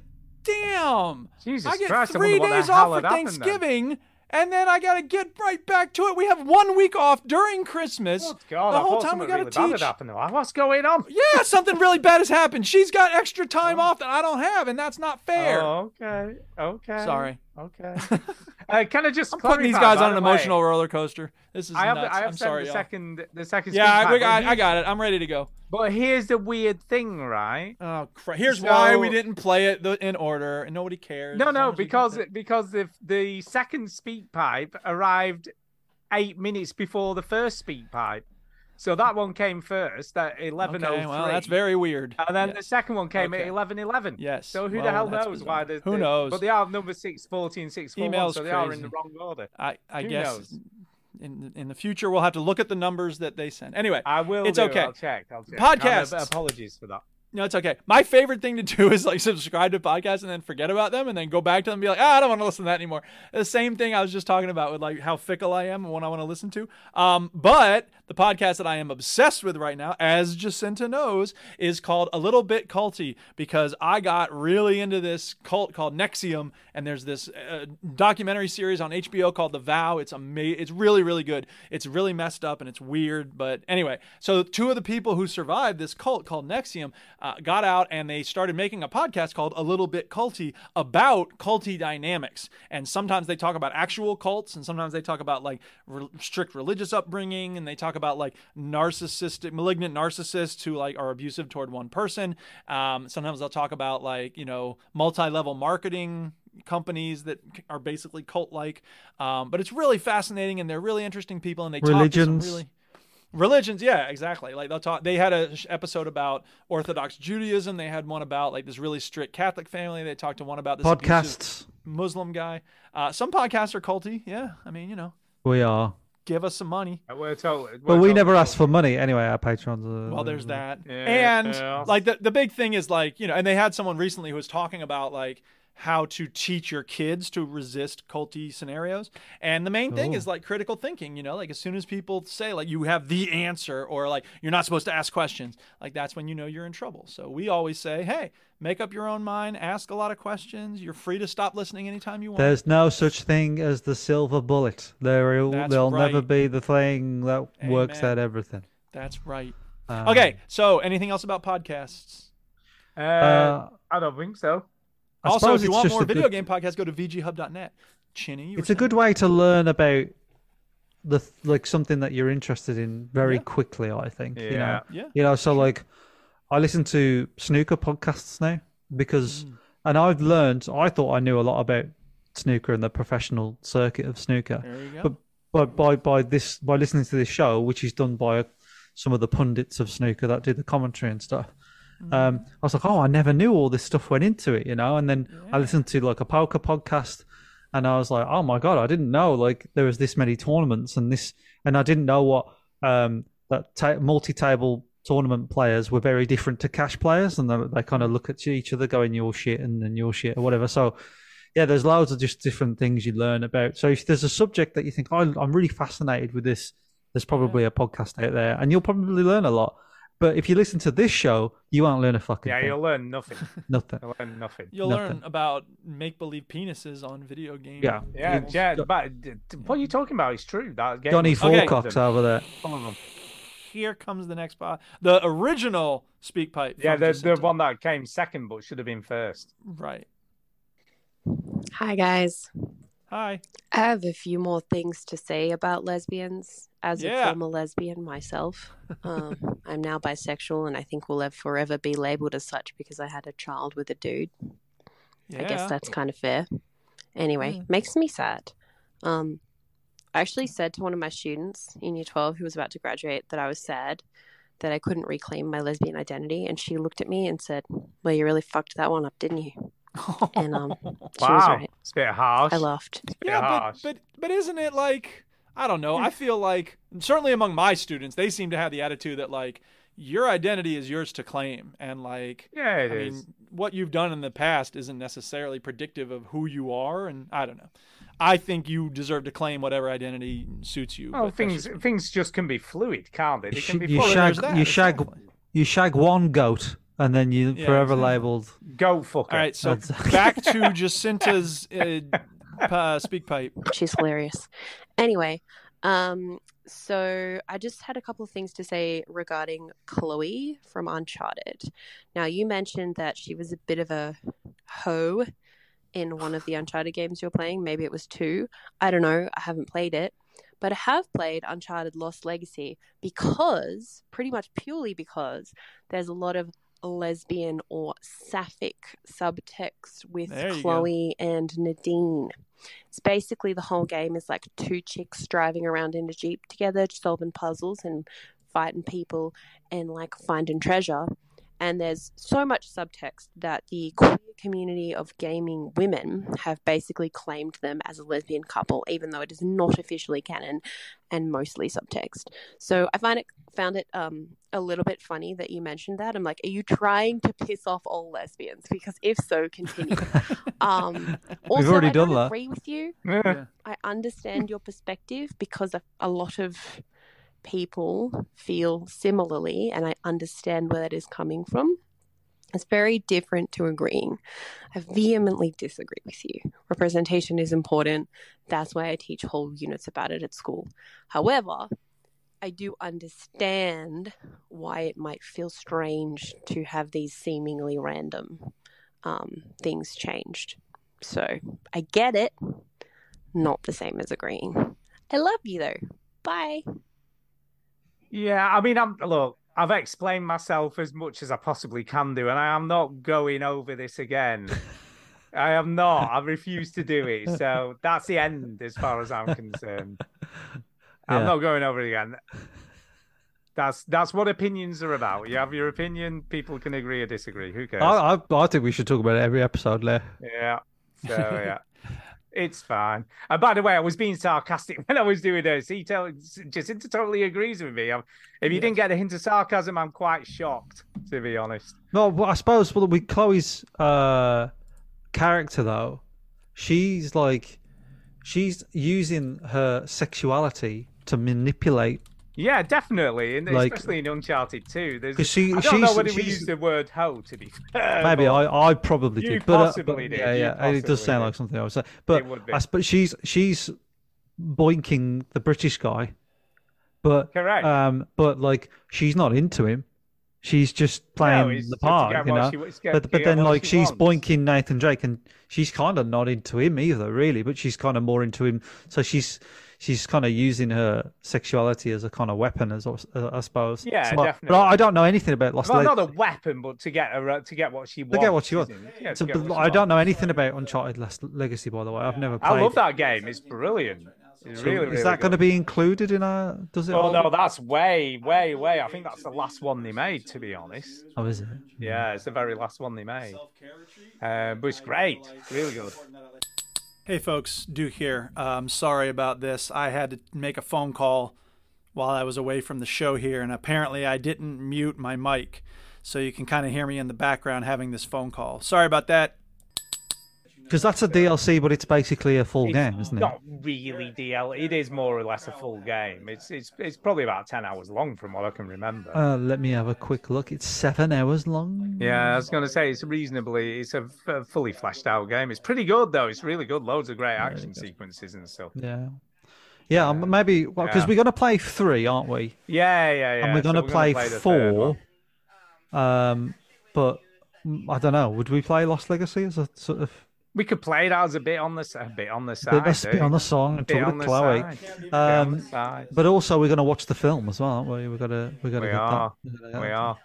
Speaker 3: damn.
Speaker 2: Jesus
Speaker 3: I get
Speaker 2: Christ, I
Speaker 3: three
Speaker 2: wonder what the
Speaker 3: days
Speaker 2: hell
Speaker 3: off for
Speaker 2: had happened then.
Speaker 3: Thanksgiving, and then I gotta get right back to it. We have one week off during Christmas.
Speaker 2: God,
Speaker 3: the
Speaker 2: I
Speaker 3: whole
Speaker 2: thought
Speaker 3: time we
Speaker 2: something
Speaker 3: gotta
Speaker 2: really bad had
Speaker 3: teach.
Speaker 2: happened. though. What's going on?
Speaker 3: Yeah, something really bad has happened. She's got extra time off that I don't have, and that's not fair.
Speaker 2: Oh, okay. Okay.
Speaker 3: Sorry.
Speaker 2: Okay. uh, can I just
Speaker 3: I'm putting these
Speaker 2: clarify,
Speaker 3: guys
Speaker 2: by
Speaker 3: on an
Speaker 2: the way,
Speaker 3: emotional roller coaster. This is
Speaker 2: I have,
Speaker 3: nuts.
Speaker 2: I have
Speaker 3: I'm
Speaker 2: sent
Speaker 3: sorry,
Speaker 2: the
Speaker 3: y'all.
Speaker 2: second, the second.
Speaker 3: Yeah, I,
Speaker 2: speed
Speaker 3: we
Speaker 2: time,
Speaker 3: got,
Speaker 2: but
Speaker 3: I got it. I'm ready to go.
Speaker 2: But here's the weird thing, right?
Speaker 3: Oh, Cra- Here's why we
Speaker 2: So-
Speaker 3: didn't play it th- in order, and nobody cares.
Speaker 2: No,
Speaker 3: as
Speaker 2: no,
Speaker 3: long as we get
Speaker 2: because
Speaker 3: the-
Speaker 2: because the the second speak pipe arrived eight minutes before the first speak pipe, so that one came first at eleven oh
Speaker 3: Okay,
Speaker 2: three.
Speaker 3: well, that's very weird.
Speaker 2: And then the second one came at
Speaker 3: Okay.
Speaker 2: eleven eleven.
Speaker 3: Yes.
Speaker 2: So who the
Speaker 3: Well,
Speaker 2: hell
Speaker 3: that's
Speaker 2: knows
Speaker 3: bizarre.
Speaker 2: why the
Speaker 3: Who
Speaker 2: the-
Speaker 3: knows?
Speaker 2: But they are number six, fourteen, six, four, one.
Speaker 3: Email's
Speaker 2: So they are in the
Speaker 3: crazy.
Speaker 2: wrong order.
Speaker 3: I, I
Speaker 2: Who
Speaker 3: guess
Speaker 2: knows?
Speaker 3: in in the future we'll have to look at the numbers that they send. Anyway,
Speaker 2: I will.
Speaker 3: It's
Speaker 2: do,
Speaker 3: okay.
Speaker 2: I'll check. I'll check.
Speaker 3: Podcasts.
Speaker 2: Um, apologies for that.
Speaker 3: No, it's okay. My favorite thing to do is like subscribe to podcasts and then forget about them and then go back to them and be like, ah, I don't want to listen to that anymore. The same thing I was just talking about with like how fickle I am and what I want to listen to. Um, but the podcast that I am obsessed with right now, as Jacinta knows, is called A Little Bit Culty because I got really into this cult called Nexium and there's this uh, documentary series on HBO called The Vow. It's amazing. It's really, really good. It's really messed up and it's weird. But anyway, so two of the people who survived this cult called Nexium uh, got out and they started making a podcast called A Little Bit Culty about culty dynamics. And sometimes they talk about actual cults and sometimes they talk about like re- strict religious upbringing and they talk about like narcissistic, malignant narcissists who like are abusive toward one person. Um, sometimes they'll talk about like, you know, multi level marketing companies that c- are basically cult like. Um, but it's really fascinating and they're really interesting people and they talk to
Speaker 5: Religions.
Speaker 3: some really religions yeah exactly like they'll talk they had a sh- episode about orthodox judaism they had one about like this really strict catholic family they talked to one about this abusive
Speaker 5: Podcasts.
Speaker 3: muslim guy uh, some podcasts are culty yeah i mean you know
Speaker 5: We are,
Speaker 3: give us some money
Speaker 2: Uh, We're told.
Speaker 5: but we never asked for money anyway. Our patrons. uh, Are,
Speaker 3: well there's that
Speaker 2: Yeah.
Speaker 3: and like the, the big thing is like you know and they had someone recently who was talking about like how to teach your kids to resist culty scenarios and the main thing
Speaker 5: Oh.
Speaker 3: is like critical thinking you know like as soon as people say like you have the answer or like you're not supposed to ask questions like that's when you know you're in trouble so we always say hey make up your own mind ask a lot of questions you're free to stop listening anytime you want
Speaker 5: There's no such thing as the silver bullet. There, will
Speaker 3: That's
Speaker 5: there'll never
Speaker 3: right.
Speaker 5: be the thing that works
Speaker 3: Amen.
Speaker 5: out everything.
Speaker 3: that's right
Speaker 5: Um,
Speaker 3: okay so anything else about podcasts
Speaker 2: Uh, I don't think so.
Speaker 5: I
Speaker 3: also
Speaker 5: suppose
Speaker 3: if you
Speaker 5: it's
Speaker 3: want
Speaker 5: just
Speaker 3: more
Speaker 5: a good-
Speaker 3: video game podcasts go to vghub.net chinny you were
Speaker 5: it's a good way to learn about the th- like something that you're interested in very quickly i think you know
Speaker 3: Yeah. Yeah,
Speaker 5: you know so like I listen to snooker podcasts now because,
Speaker 3: Hmm.
Speaker 5: and I've learned. I thought I knew a lot about snooker and the professional circuit of snooker,
Speaker 3: There you go.
Speaker 5: but by by by this by listening to this show, which is done by some of the pundits of snooker that do the commentary and stuff.
Speaker 3: Hmm.
Speaker 5: Um, I was like, oh, I never knew all this stuff went into it, you know. And then I listened to like a poker podcast, and I was like, oh my god, I didn't know like there was this many tournaments and this, and I didn't know what um, that ta- multi-table tournament players were very different to cash players, and they, they kind
Speaker 2: Mm.
Speaker 5: of look at each other going, your shit and then your shit or whatever. So yeah, there's loads of just different things you learn about. So if there's a subject that you think, oh, I'm really fascinated with this, there's probably a podcast out there, and you'll probably learn a lot. But if you listen to this show, you won't learn a fucking
Speaker 2: Yeah,
Speaker 5: thing.
Speaker 2: you'll learn nothing.
Speaker 5: nothing.
Speaker 2: You'll learn nothing.
Speaker 3: You'll
Speaker 5: Nothing.
Speaker 3: learn about make believe penises on video games.
Speaker 5: Yeah.
Speaker 2: Yeah, yeah, but d- d- what are you talking about? It's true. That game
Speaker 5: Johnny
Speaker 2: was full of them.
Speaker 5: Fourcock's over there.
Speaker 2: Full of them.
Speaker 3: Here comes the next pod. The original speak pipe.
Speaker 2: Yeah,
Speaker 3: from
Speaker 2: the,
Speaker 3: Jacinto.
Speaker 2: the one that came second but should have been first.
Speaker 3: Right.
Speaker 8: Hi, guys.
Speaker 3: Hi.
Speaker 8: I have a few more things to say about lesbians. As
Speaker 3: Yeah.
Speaker 8: a former lesbian myself, um, I'm now bisexual, and I think will ever forever be labeled as such because I had a child with a dude. I
Speaker 13: Yeah.
Speaker 8: guess that's kind of fair. Anyway,
Speaker 13: Mm.
Speaker 8: makes me sad. Um, I actually said to one of my students in Year 12 who was about to graduate that I was sad that I couldn't reclaim my lesbian identity, and she looked at me and said, "Well, you really fucked that one up, didn't you?" And um, she was
Speaker 2: Wow.
Speaker 8: right.
Speaker 2: It's a bit harsh.
Speaker 8: I laughed.
Speaker 2: It's a bit
Speaker 3: Yeah,
Speaker 2: harsh.
Speaker 3: but, but but isn't it like I don't
Speaker 2: Hmm.
Speaker 3: know. I feel like certainly among my students, they seem to have the attitude that like your identity is yours to claim, and like
Speaker 2: Yeah, it
Speaker 3: I
Speaker 2: is.
Speaker 3: mean, what you've done in the past isn't necessarily predictive of who you are, and I don't know. I think you deserve to claim whatever identity suits you.
Speaker 2: Oh,
Speaker 3: but that's
Speaker 2: things
Speaker 3: just-
Speaker 2: things just can be fluid, can't they? They can be
Speaker 5: you
Speaker 2: fluid.
Speaker 5: shag, you shag, you shag one goat, and then you
Speaker 2: Yeah,
Speaker 5: forever
Speaker 2: exactly.
Speaker 5: labelled.
Speaker 2: Go fucker.
Speaker 3: All right, so
Speaker 5: That's-
Speaker 3: back to Jacinta's uh, uh, speak pipe.
Speaker 8: She's hilarious. Anyway, um, so I just had a couple of things to say regarding Chloe from Uncharted. Now, you mentioned that she was a bit of a hoe in one of the Uncharted games you're playing. Maybe it was two. I don't know. I haven't played it. But I have played Uncharted Lost Legacy because, pretty much purely because, there's a lot of lesbian or sapphic subtext with
Speaker 13: There you go.
Speaker 8: Chloe and Nadine. It's basically the whole game is like two chicks driving around in a jeep together, solving puzzles and fighting people and like finding treasure. And there's so much subtext that the queer community of gaming women have basically claimed them as a lesbian couple, even though it is not officially canon and mostly subtext. So I find it found it um, a little bit funny that you mentioned that. I'm like, are you trying to piss off all lesbians? Because if so, continue. um, also,
Speaker 5: already
Speaker 8: I don't
Speaker 5: done that.
Speaker 8: agree with you.
Speaker 5: Yeah. Yeah.
Speaker 8: I understand your perspective because a, a lot of people feel similarly, and I understand where that is coming from. It's very different to agreeing. I vehemently disagree with you. Representation is important. That's why I teach whole units about it at school. However, I do understand why it might feel strange to have these seemingly random um, things changed. So I get it. Not the same as agreeing. I love you though. Bye.
Speaker 2: Yeah, I mean, I'm look. I've explained myself as much as I possibly can do, and I am not going over this again. I am not. I refuse to do it. So that's the end, as far as I'm concerned. I'm
Speaker 5: Yeah.
Speaker 2: not going over it again. That's that's what opinions are about. You have your opinion. People can agree or disagree. Who cares?
Speaker 5: I, I, I think we should talk about it every episode, Leo.
Speaker 2: Yeah. So yeah. It's fine. And by the way, I was being sarcastic when I was doing this. He tell, Jacinta totally agrees with me. i if you didn't get a hint of sarcasm, I'm quite shocked, to be honest.
Speaker 5: No, well, I suppose well, with Chloe's uh, character though, she's like, she's using her sexuality to manipulate.
Speaker 2: Yeah, definitely. And
Speaker 5: Like-
Speaker 2: especially in Uncharted 2. There's,
Speaker 5: 'Cause
Speaker 2: I
Speaker 5: she-
Speaker 2: don't
Speaker 5: she's-
Speaker 2: know whether we
Speaker 5: she's-
Speaker 2: use the word hoe, to be fair.
Speaker 5: Maybe
Speaker 2: but-
Speaker 5: I, I probably
Speaker 2: You
Speaker 5: did, but, uh, but-
Speaker 2: possibly did,
Speaker 5: yeah,
Speaker 2: you
Speaker 5: yeah, and it does
Speaker 2: possibly
Speaker 5: sound
Speaker 2: did.
Speaker 5: like something I would say. But
Speaker 2: It would be.
Speaker 5: I suppose she's she's boinking the British guy, but
Speaker 2: Correct.
Speaker 5: Um, but like she's not into him. She's just playing
Speaker 2: it's
Speaker 5: the
Speaker 2: just to
Speaker 5: part,
Speaker 2: get
Speaker 5: you
Speaker 2: what
Speaker 5: know.
Speaker 2: she- it's get-
Speaker 5: but but
Speaker 2: get
Speaker 5: then
Speaker 2: what
Speaker 5: like
Speaker 2: she
Speaker 5: she's
Speaker 2: wants.
Speaker 5: boinking Nathan Drake, and she's kind of not into him either, really. But she's kind of more into him, so she's she's kind of using her sexuality as a kind of weapon, as I- I suppose.
Speaker 2: Yeah,
Speaker 5: So I-
Speaker 2: definitely.
Speaker 5: But I I don't know anything about Lost
Speaker 2: well,
Speaker 5: Lady.
Speaker 2: not a weapon, but to get her, to get what she wants.
Speaker 5: To get what she wants.
Speaker 2: isn't it? Yeah,
Speaker 5: So,
Speaker 2: to get
Speaker 5: but
Speaker 2: what she
Speaker 5: I don't know anything about Uncharted Last Legacy, by the way. I've never
Speaker 2: I
Speaker 5: played.
Speaker 2: love that game. It's brilliant. It's
Speaker 5: So
Speaker 2: really, really
Speaker 5: is that
Speaker 2: good.
Speaker 5: going to be included in our? Does it?
Speaker 2: Oh
Speaker 5: all-
Speaker 2: no, that's way, way, way. I think that's the last one they made, to be honest.
Speaker 5: Oh, is it?
Speaker 2: Yeah, it's the very last one they made. Uh, but it's great, really good.
Speaker 3: Hey, folks, Duke here. Um, sorry about this. I had to make a phone call while I was away from the show here, and apparently I didn't mute my mic. So you can kind of hear me in the background having this phone call. Sorry about that.
Speaker 5: Because that's a DLC, but it's basically a full game, isn't it?
Speaker 2: Not really DL. It is more or less a full game. It's it's it's probably about ten hours long from what I can remember.
Speaker 5: Uh, let me have a quick look. It's seven hours long.
Speaker 2: Yeah, I was going to say it's reasonably, it's a, f- a fully fleshed out game. It's pretty good though. It's really good. Loads of great action sequences and stuff.
Speaker 5: Yeah. Yeah, um, maybe because
Speaker 2: Yeah.
Speaker 5: we're going to play three, aren't we?
Speaker 2: Yeah, yeah, yeah.
Speaker 5: And we're
Speaker 2: So
Speaker 5: going to
Speaker 2: we're
Speaker 5: play,
Speaker 2: gonna play the third
Speaker 5: four. Um, but mm, I don't know. Would we play Lost Legacy as a sort of
Speaker 2: We could play it as a bit on the s- a bit on the
Speaker 5: bit,
Speaker 2: side.
Speaker 5: let's be
Speaker 2: dude.
Speaker 5: on the song and
Speaker 2: Bit
Speaker 5: talk
Speaker 2: on
Speaker 5: to
Speaker 2: the
Speaker 5: Chloe?
Speaker 2: side. Bit on the
Speaker 5: Um,
Speaker 2: side.
Speaker 5: but also we're going to watch the film as well, aren't we? We're going to we're going to
Speaker 2: We
Speaker 5: get
Speaker 2: are.
Speaker 5: that.
Speaker 2: We are.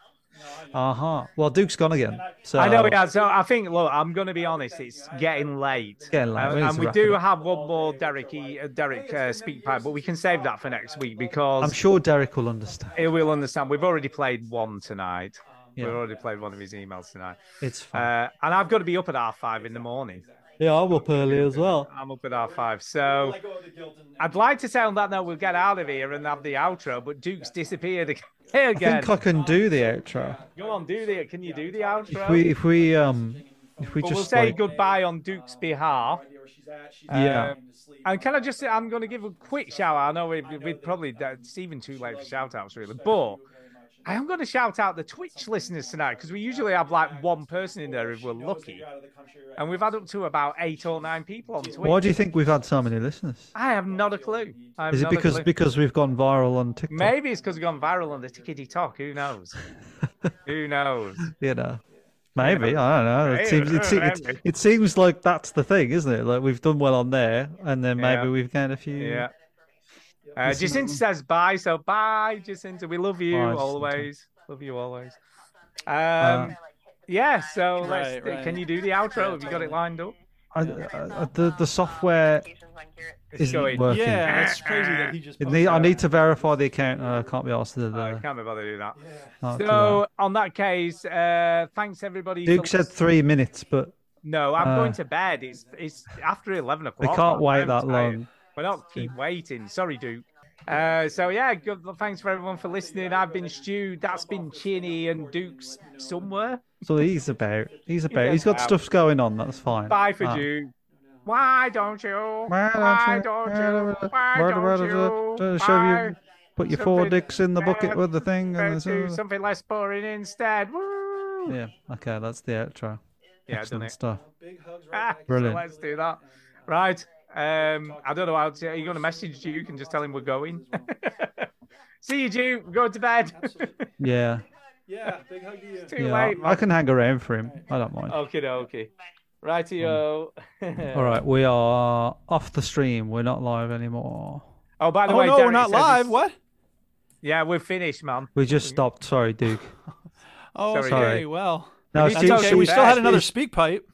Speaker 5: Uh huh. Well, Duke's gone again. So
Speaker 2: I know, yeah. So I think, look, I'm going to be honest. It's getting late.
Speaker 5: Getting late.
Speaker 2: And,
Speaker 5: We need
Speaker 2: and
Speaker 5: to
Speaker 2: we
Speaker 5: wrap
Speaker 2: do
Speaker 5: it up.
Speaker 2: have one more Derek E- uh, Derek uh, speak pipe, but we can save that for next week because
Speaker 5: I'm sure Derek will understand.
Speaker 2: he will understand. We've already played one tonight.
Speaker 5: Yeah.
Speaker 2: We've already played one of his emails tonight.
Speaker 5: It's fine.
Speaker 2: Uh, and I've got to be up at half five in the morning.
Speaker 5: yeah, I'm up early as well.
Speaker 2: I'm up at half five. So I'd like to say on that note, we'll get out of here and have the outro, but Duke's disappeared ag-
Speaker 5: I
Speaker 2: again.
Speaker 5: think I can do the outro.
Speaker 2: Go on, do the. Can you do the outro?
Speaker 5: If we if we um if we
Speaker 2: But
Speaker 5: just
Speaker 2: we'll say
Speaker 5: like,
Speaker 2: goodbye on Duke's behalf.
Speaker 5: Yeah.
Speaker 2: Um, and can I just say, I'm going to give a quick shout out. I know we we probably, it's even too late for shout outs, really. But I am going to shout out the Twitch listeners tonight because we usually have like one person in there if we're lucky. And we've had up to about eight or nine people on Twitch.
Speaker 5: why do you think we've had so many listeners?
Speaker 2: I have not a clue. I have
Speaker 5: Is it
Speaker 2: not a
Speaker 5: because
Speaker 2: clue.
Speaker 5: because we've gone viral on TikTok?
Speaker 2: Maybe it's because we've gone viral on the tickety talk. Who knows? Who knows?
Speaker 5: You know, maybe I don't know. It seems it, seems it, it seems like that's the thing, isn't it? Like we've done well on there, and then maybe
Speaker 2: Yeah.
Speaker 5: we've gained a few.
Speaker 2: Yeah. Uh,
Speaker 5: Listen
Speaker 2: Jacinta says bye. So bye, Jacinta. We love you
Speaker 5: Bye, Jacinta.
Speaker 2: always. Love you always. Um,
Speaker 5: Uh,
Speaker 2: yeah. So
Speaker 5: Right,
Speaker 2: let's,
Speaker 5: right.
Speaker 2: can you do the outro? Have you got it lined up?
Speaker 5: I, I, I- the the software
Speaker 2: It's
Speaker 5: isn't
Speaker 2: going-
Speaker 5: working.
Speaker 2: Yeah, it's crazy that he just
Speaker 5: It need- I need to verify the account. and I can't be asked to do
Speaker 2: I
Speaker 5: that.
Speaker 2: can't be bothered to do that.
Speaker 5: Can't do
Speaker 2: So on that case, uh, thanks everybody. for
Speaker 5: Duke said
Speaker 2: listening.
Speaker 5: three minutes, but
Speaker 2: No, I'm
Speaker 5: Uh,
Speaker 2: going to bed. It's it's after eleven
Speaker 5: we
Speaker 2: o'clock.
Speaker 5: can't wait
Speaker 2: I'm
Speaker 5: that
Speaker 2: tired.
Speaker 5: long.
Speaker 2: We're not keep waiting. Sorry, Duke. Uh, so yeah, good. Thanks for everyone for listening. I've been Stu. That's been Chinny and Duke's somewhere.
Speaker 5: So he's about. He's about.
Speaker 2: gets
Speaker 5: He's got
Speaker 2: out.
Speaker 5: stuffs going on. That's fine.
Speaker 2: Bye for
Speaker 5: Ah.
Speaker 2: Duke. Why don't you? Why
Speaker 5: Why
Speaker 2: don't
Speaker 5: don't
Speaker 2: you? Why don't you?
Speaker 5: Show
Speaker 2: Why
Speaker 5: you put uh, your four dicks in the bucket with the thing.
Speaker 2: don't
Speaker 5: And this,
Speaker 2: you do something less boring instead? Woo!
Speaker 5: yeah. Okay, that's the outro.
Speaker 2: Yeah, done
Speaker 5: Excellent
Speaker 2: it.
Speaker 5: stuff.
Speaker 2: Ah,
Speaker 5: Brilliant.
Speaker 2: So let's do that. Right. Um, I don't know how to. Are you going to message Duke and just tell him we're going? See you, Duke. We're going to bed.
Speaker 5: Yeah.
Speaker 2: yeah, big hug to you. Too
Speaker 5: yeah I,
Speaker 2: late.
Speaker 5: I can hang around for him. I don't mind.
Speaker 2: Okay, okay. Rightio.
Speaker 5: All right, we are off the stream. We're not live anymore.
Speaker 2: Oh, by the
Speaker 3: Oh,
Speaker 2: way,
Speaker 3: no,
Speaker 2: Derek
Speaker 3: we're not
Speaker 2: says he's-
Speaker 3: live. What?
Speaker 2: Yeah, we're finished, man.
Speaker 5: We just stopped. Sorry, Duke.
Speaker 3: Oh,
Speaker 5: Sorry.
Speaker 3: okay.
Speaker 5: Sorry.
Speaker 3: Well,
Speaker 5: No,
Speaker 3: That's
Speaker 5: Steve-
Speaker 3: okay. we
Speaker 5: Steve-
Speaker 3: still had another
Speaker 5: Steve-
Speaker 3: speak pipe.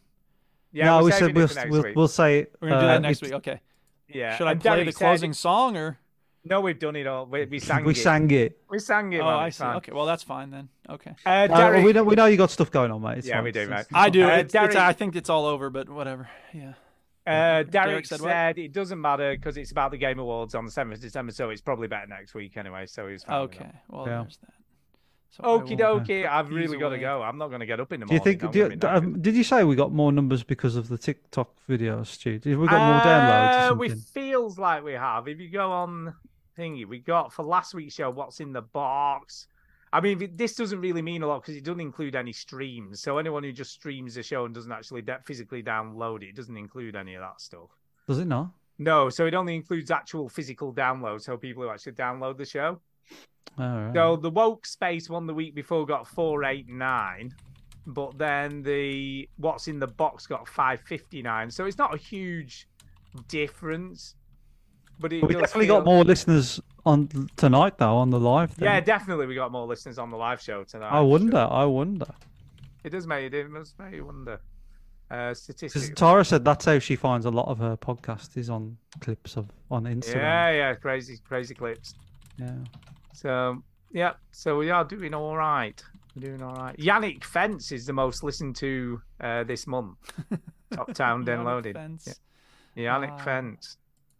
Speaker 5: no, we said we'll we'll, we'll say
Speaker 3: We're gonna do that
Speaker 5: uh,
Speaker 3: next
Speaker 5: it's-
Speaker 3: week. Okay.
Speaker 2: Yeah,
Speaker 3: Should I
Speaker 2: and
Speaker 3: play
Speaker 2: Derek
Speaker 3: the
Speaker 2: said-
Speaker 3: closing song or?
Speaker 2: No, we've done it all. We, we sang
Speaker 5: We
Speaker 2: it.
Speaker 5: sang it.
Speaker 2: We sang it.
Speaker 3: Oh,
Speaker 2: man,
Speaker 3: I
Speaker 2: it's
Speaker 3: see.
Speaker 2: fine.
Speaker 3: Okay. Well, that's fine then. Okay.
Speaker 2: Uh,
Speaker 5: No,
Speaker 2: Derek,
Speaker 5: we know we know you got stuff going on, mate. It's
Speaker 2: Yeah,
Speaker 5: fine.
Speaker 2: we do,
Speaker 5: It's-
Speaker 2: mate.
Speaker 5: it's
Speaker 3: I
Speaker 5: fine.
Speaker 3: do.
Speaker 2: Uh,
Speaker 3: it's, it's,
Speaker 2: Derek-
Speaker 3: I think it's all over, but whatever. Yeah.
Speaker 2: Uh, Derek,
Speaker 3: said
Speaker 2: said,
Speaker 3: what?
Speaker 2: it doesn't matter because it's about the Game Awards on the 7th of December, so it's probably better next week anyway. So he's fine.
Speaker 3: Okay. Well,
Speaker 5: Yeah.
Speaker 3: there's that. So I
Speaker 2: Okie
Speaker 3: will-
Speaker 2: dokie. I've
Speaker 3: He's
Speaker 2: really got to
Speaker 3: away.
Speaker 2: go. I'm not going to get up in the
Speaker 5: Do you
Speaker 2: morning.
Speaker 5: think?
Speaker 2: I'm
Speaker 5: Do you,
Speaker 2: gonna be
Speaker 5: d-
Speaker 2: knackered.
Speaker 5: um, did you say we got more numbers because of the TikTok videos, Stu? Did we got more downloads? Or
Speaker 2: Uh, we
Speaker 5: something?
Speaker 2: feels like we have. If you go on thingy, we got for last week's show. What's in the box? I mean, it- this doesn't really mean a lot because it doesn't include any streams. So anyone who just streams the show and doesn't actually da- physically download it, it doesn't include any of that stuff.
Speaker 5: Does it not?
Speaker 2: No, so it only includes actual physical downloads. So people who actually download the show.
Speaker 5: All right.
Speaker 2: So the woke space one the week before got four eight nine, but then the what's in the box got five fifty nine. So it's not a huge difference. But it
Speaker 5: we
Speaker 2: does
Speaker 5: definitely
Speaker 2: feel-
Speaker 5: got more listeners on tonight though on the live. Thing.
Speaker 2: Yeah, definitely. We got more listeners on the live show tonight.
Speaker 5: I wonder. I wonder.
Speaker 2: It does make it must make you wonder. Uh, statistics.
Speaker 5: Because Tara said that's how she finds a lot of her podcast is on clips of on Instagram.
Speaker 2: Yeah, yeah, crazy, crazy clips.
Speaker 5: um, Yeah.
Speaker 2: So yeah, so we are doing all right. We're doing all right. Yannick Fence is the most listened to uh, this month. Top Town
Speaker 3: Yannick
Speaker 2: Den Loaded.
Speaker 3: Fence.
Speaker 2: Yeah. Yannick
Speaker 3: Ah.
Speaker 2: Fence.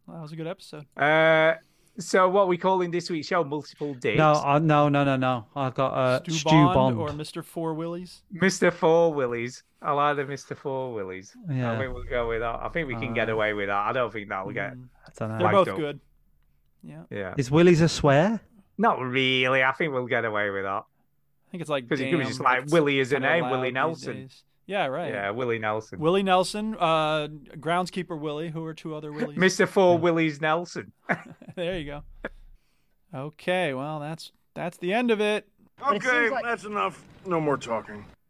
Speaker 3: That was a good episode.
Speaker 2: Uh, so what we calling this week's show? Multiple dicks.
Speaker 5: No, I, no, no, no, no. I got uh,
Speaker 3: Stu,
Speaker 5: Stu
Speaker 3: Bond,
Speaker 5: Bond.
Speaker 3: or Mr. Four Willies.
Speaker 2: Mr. Four Willies. I like the Mr. Four Willies. I
Speaker 5: Yeah.
Speaker 2: think we'll go with that. I think we can get
Speaker 5: Uh,
Speaker 2: away with that. I don't think that'll get.
Speaker 5: I don't know.
Speaker 3: They're
Speaker 2: Liked
Speaker 3: both
Speaker 2: up.
Speaker 3: good. Yeah.
Speaker 2: Yeah.
Speaker 5: Is Willie's a swear?
Speaker 2: Not really. I think we'll get away with that.
Speaker 3: I think it's like
Speaker 2: Because you could be just
Speaker 3: damn,
Speaker 2: like
Speaker 3: that's
Speaker 2: Willie is a
Speaker 3: kinda
Speaker 2: name,
Speaker 3: loud
Speaker 2: Willie
Speaker 3: these
Speaker 2: Nelson.
Speaker 3: days. Yeah, right.
Speaker 2: Yeah, Willie Nelson.
Speaker 3: Willie Nelson, uh, groundskeeper Willie. Who are two other Willies?
Speaker 2: Mr. Four Willies Nelson.
Speaker 3: there you go. Okay, well that's that's the end of it.
Speaker 13: Okay, that's enough. No more talking.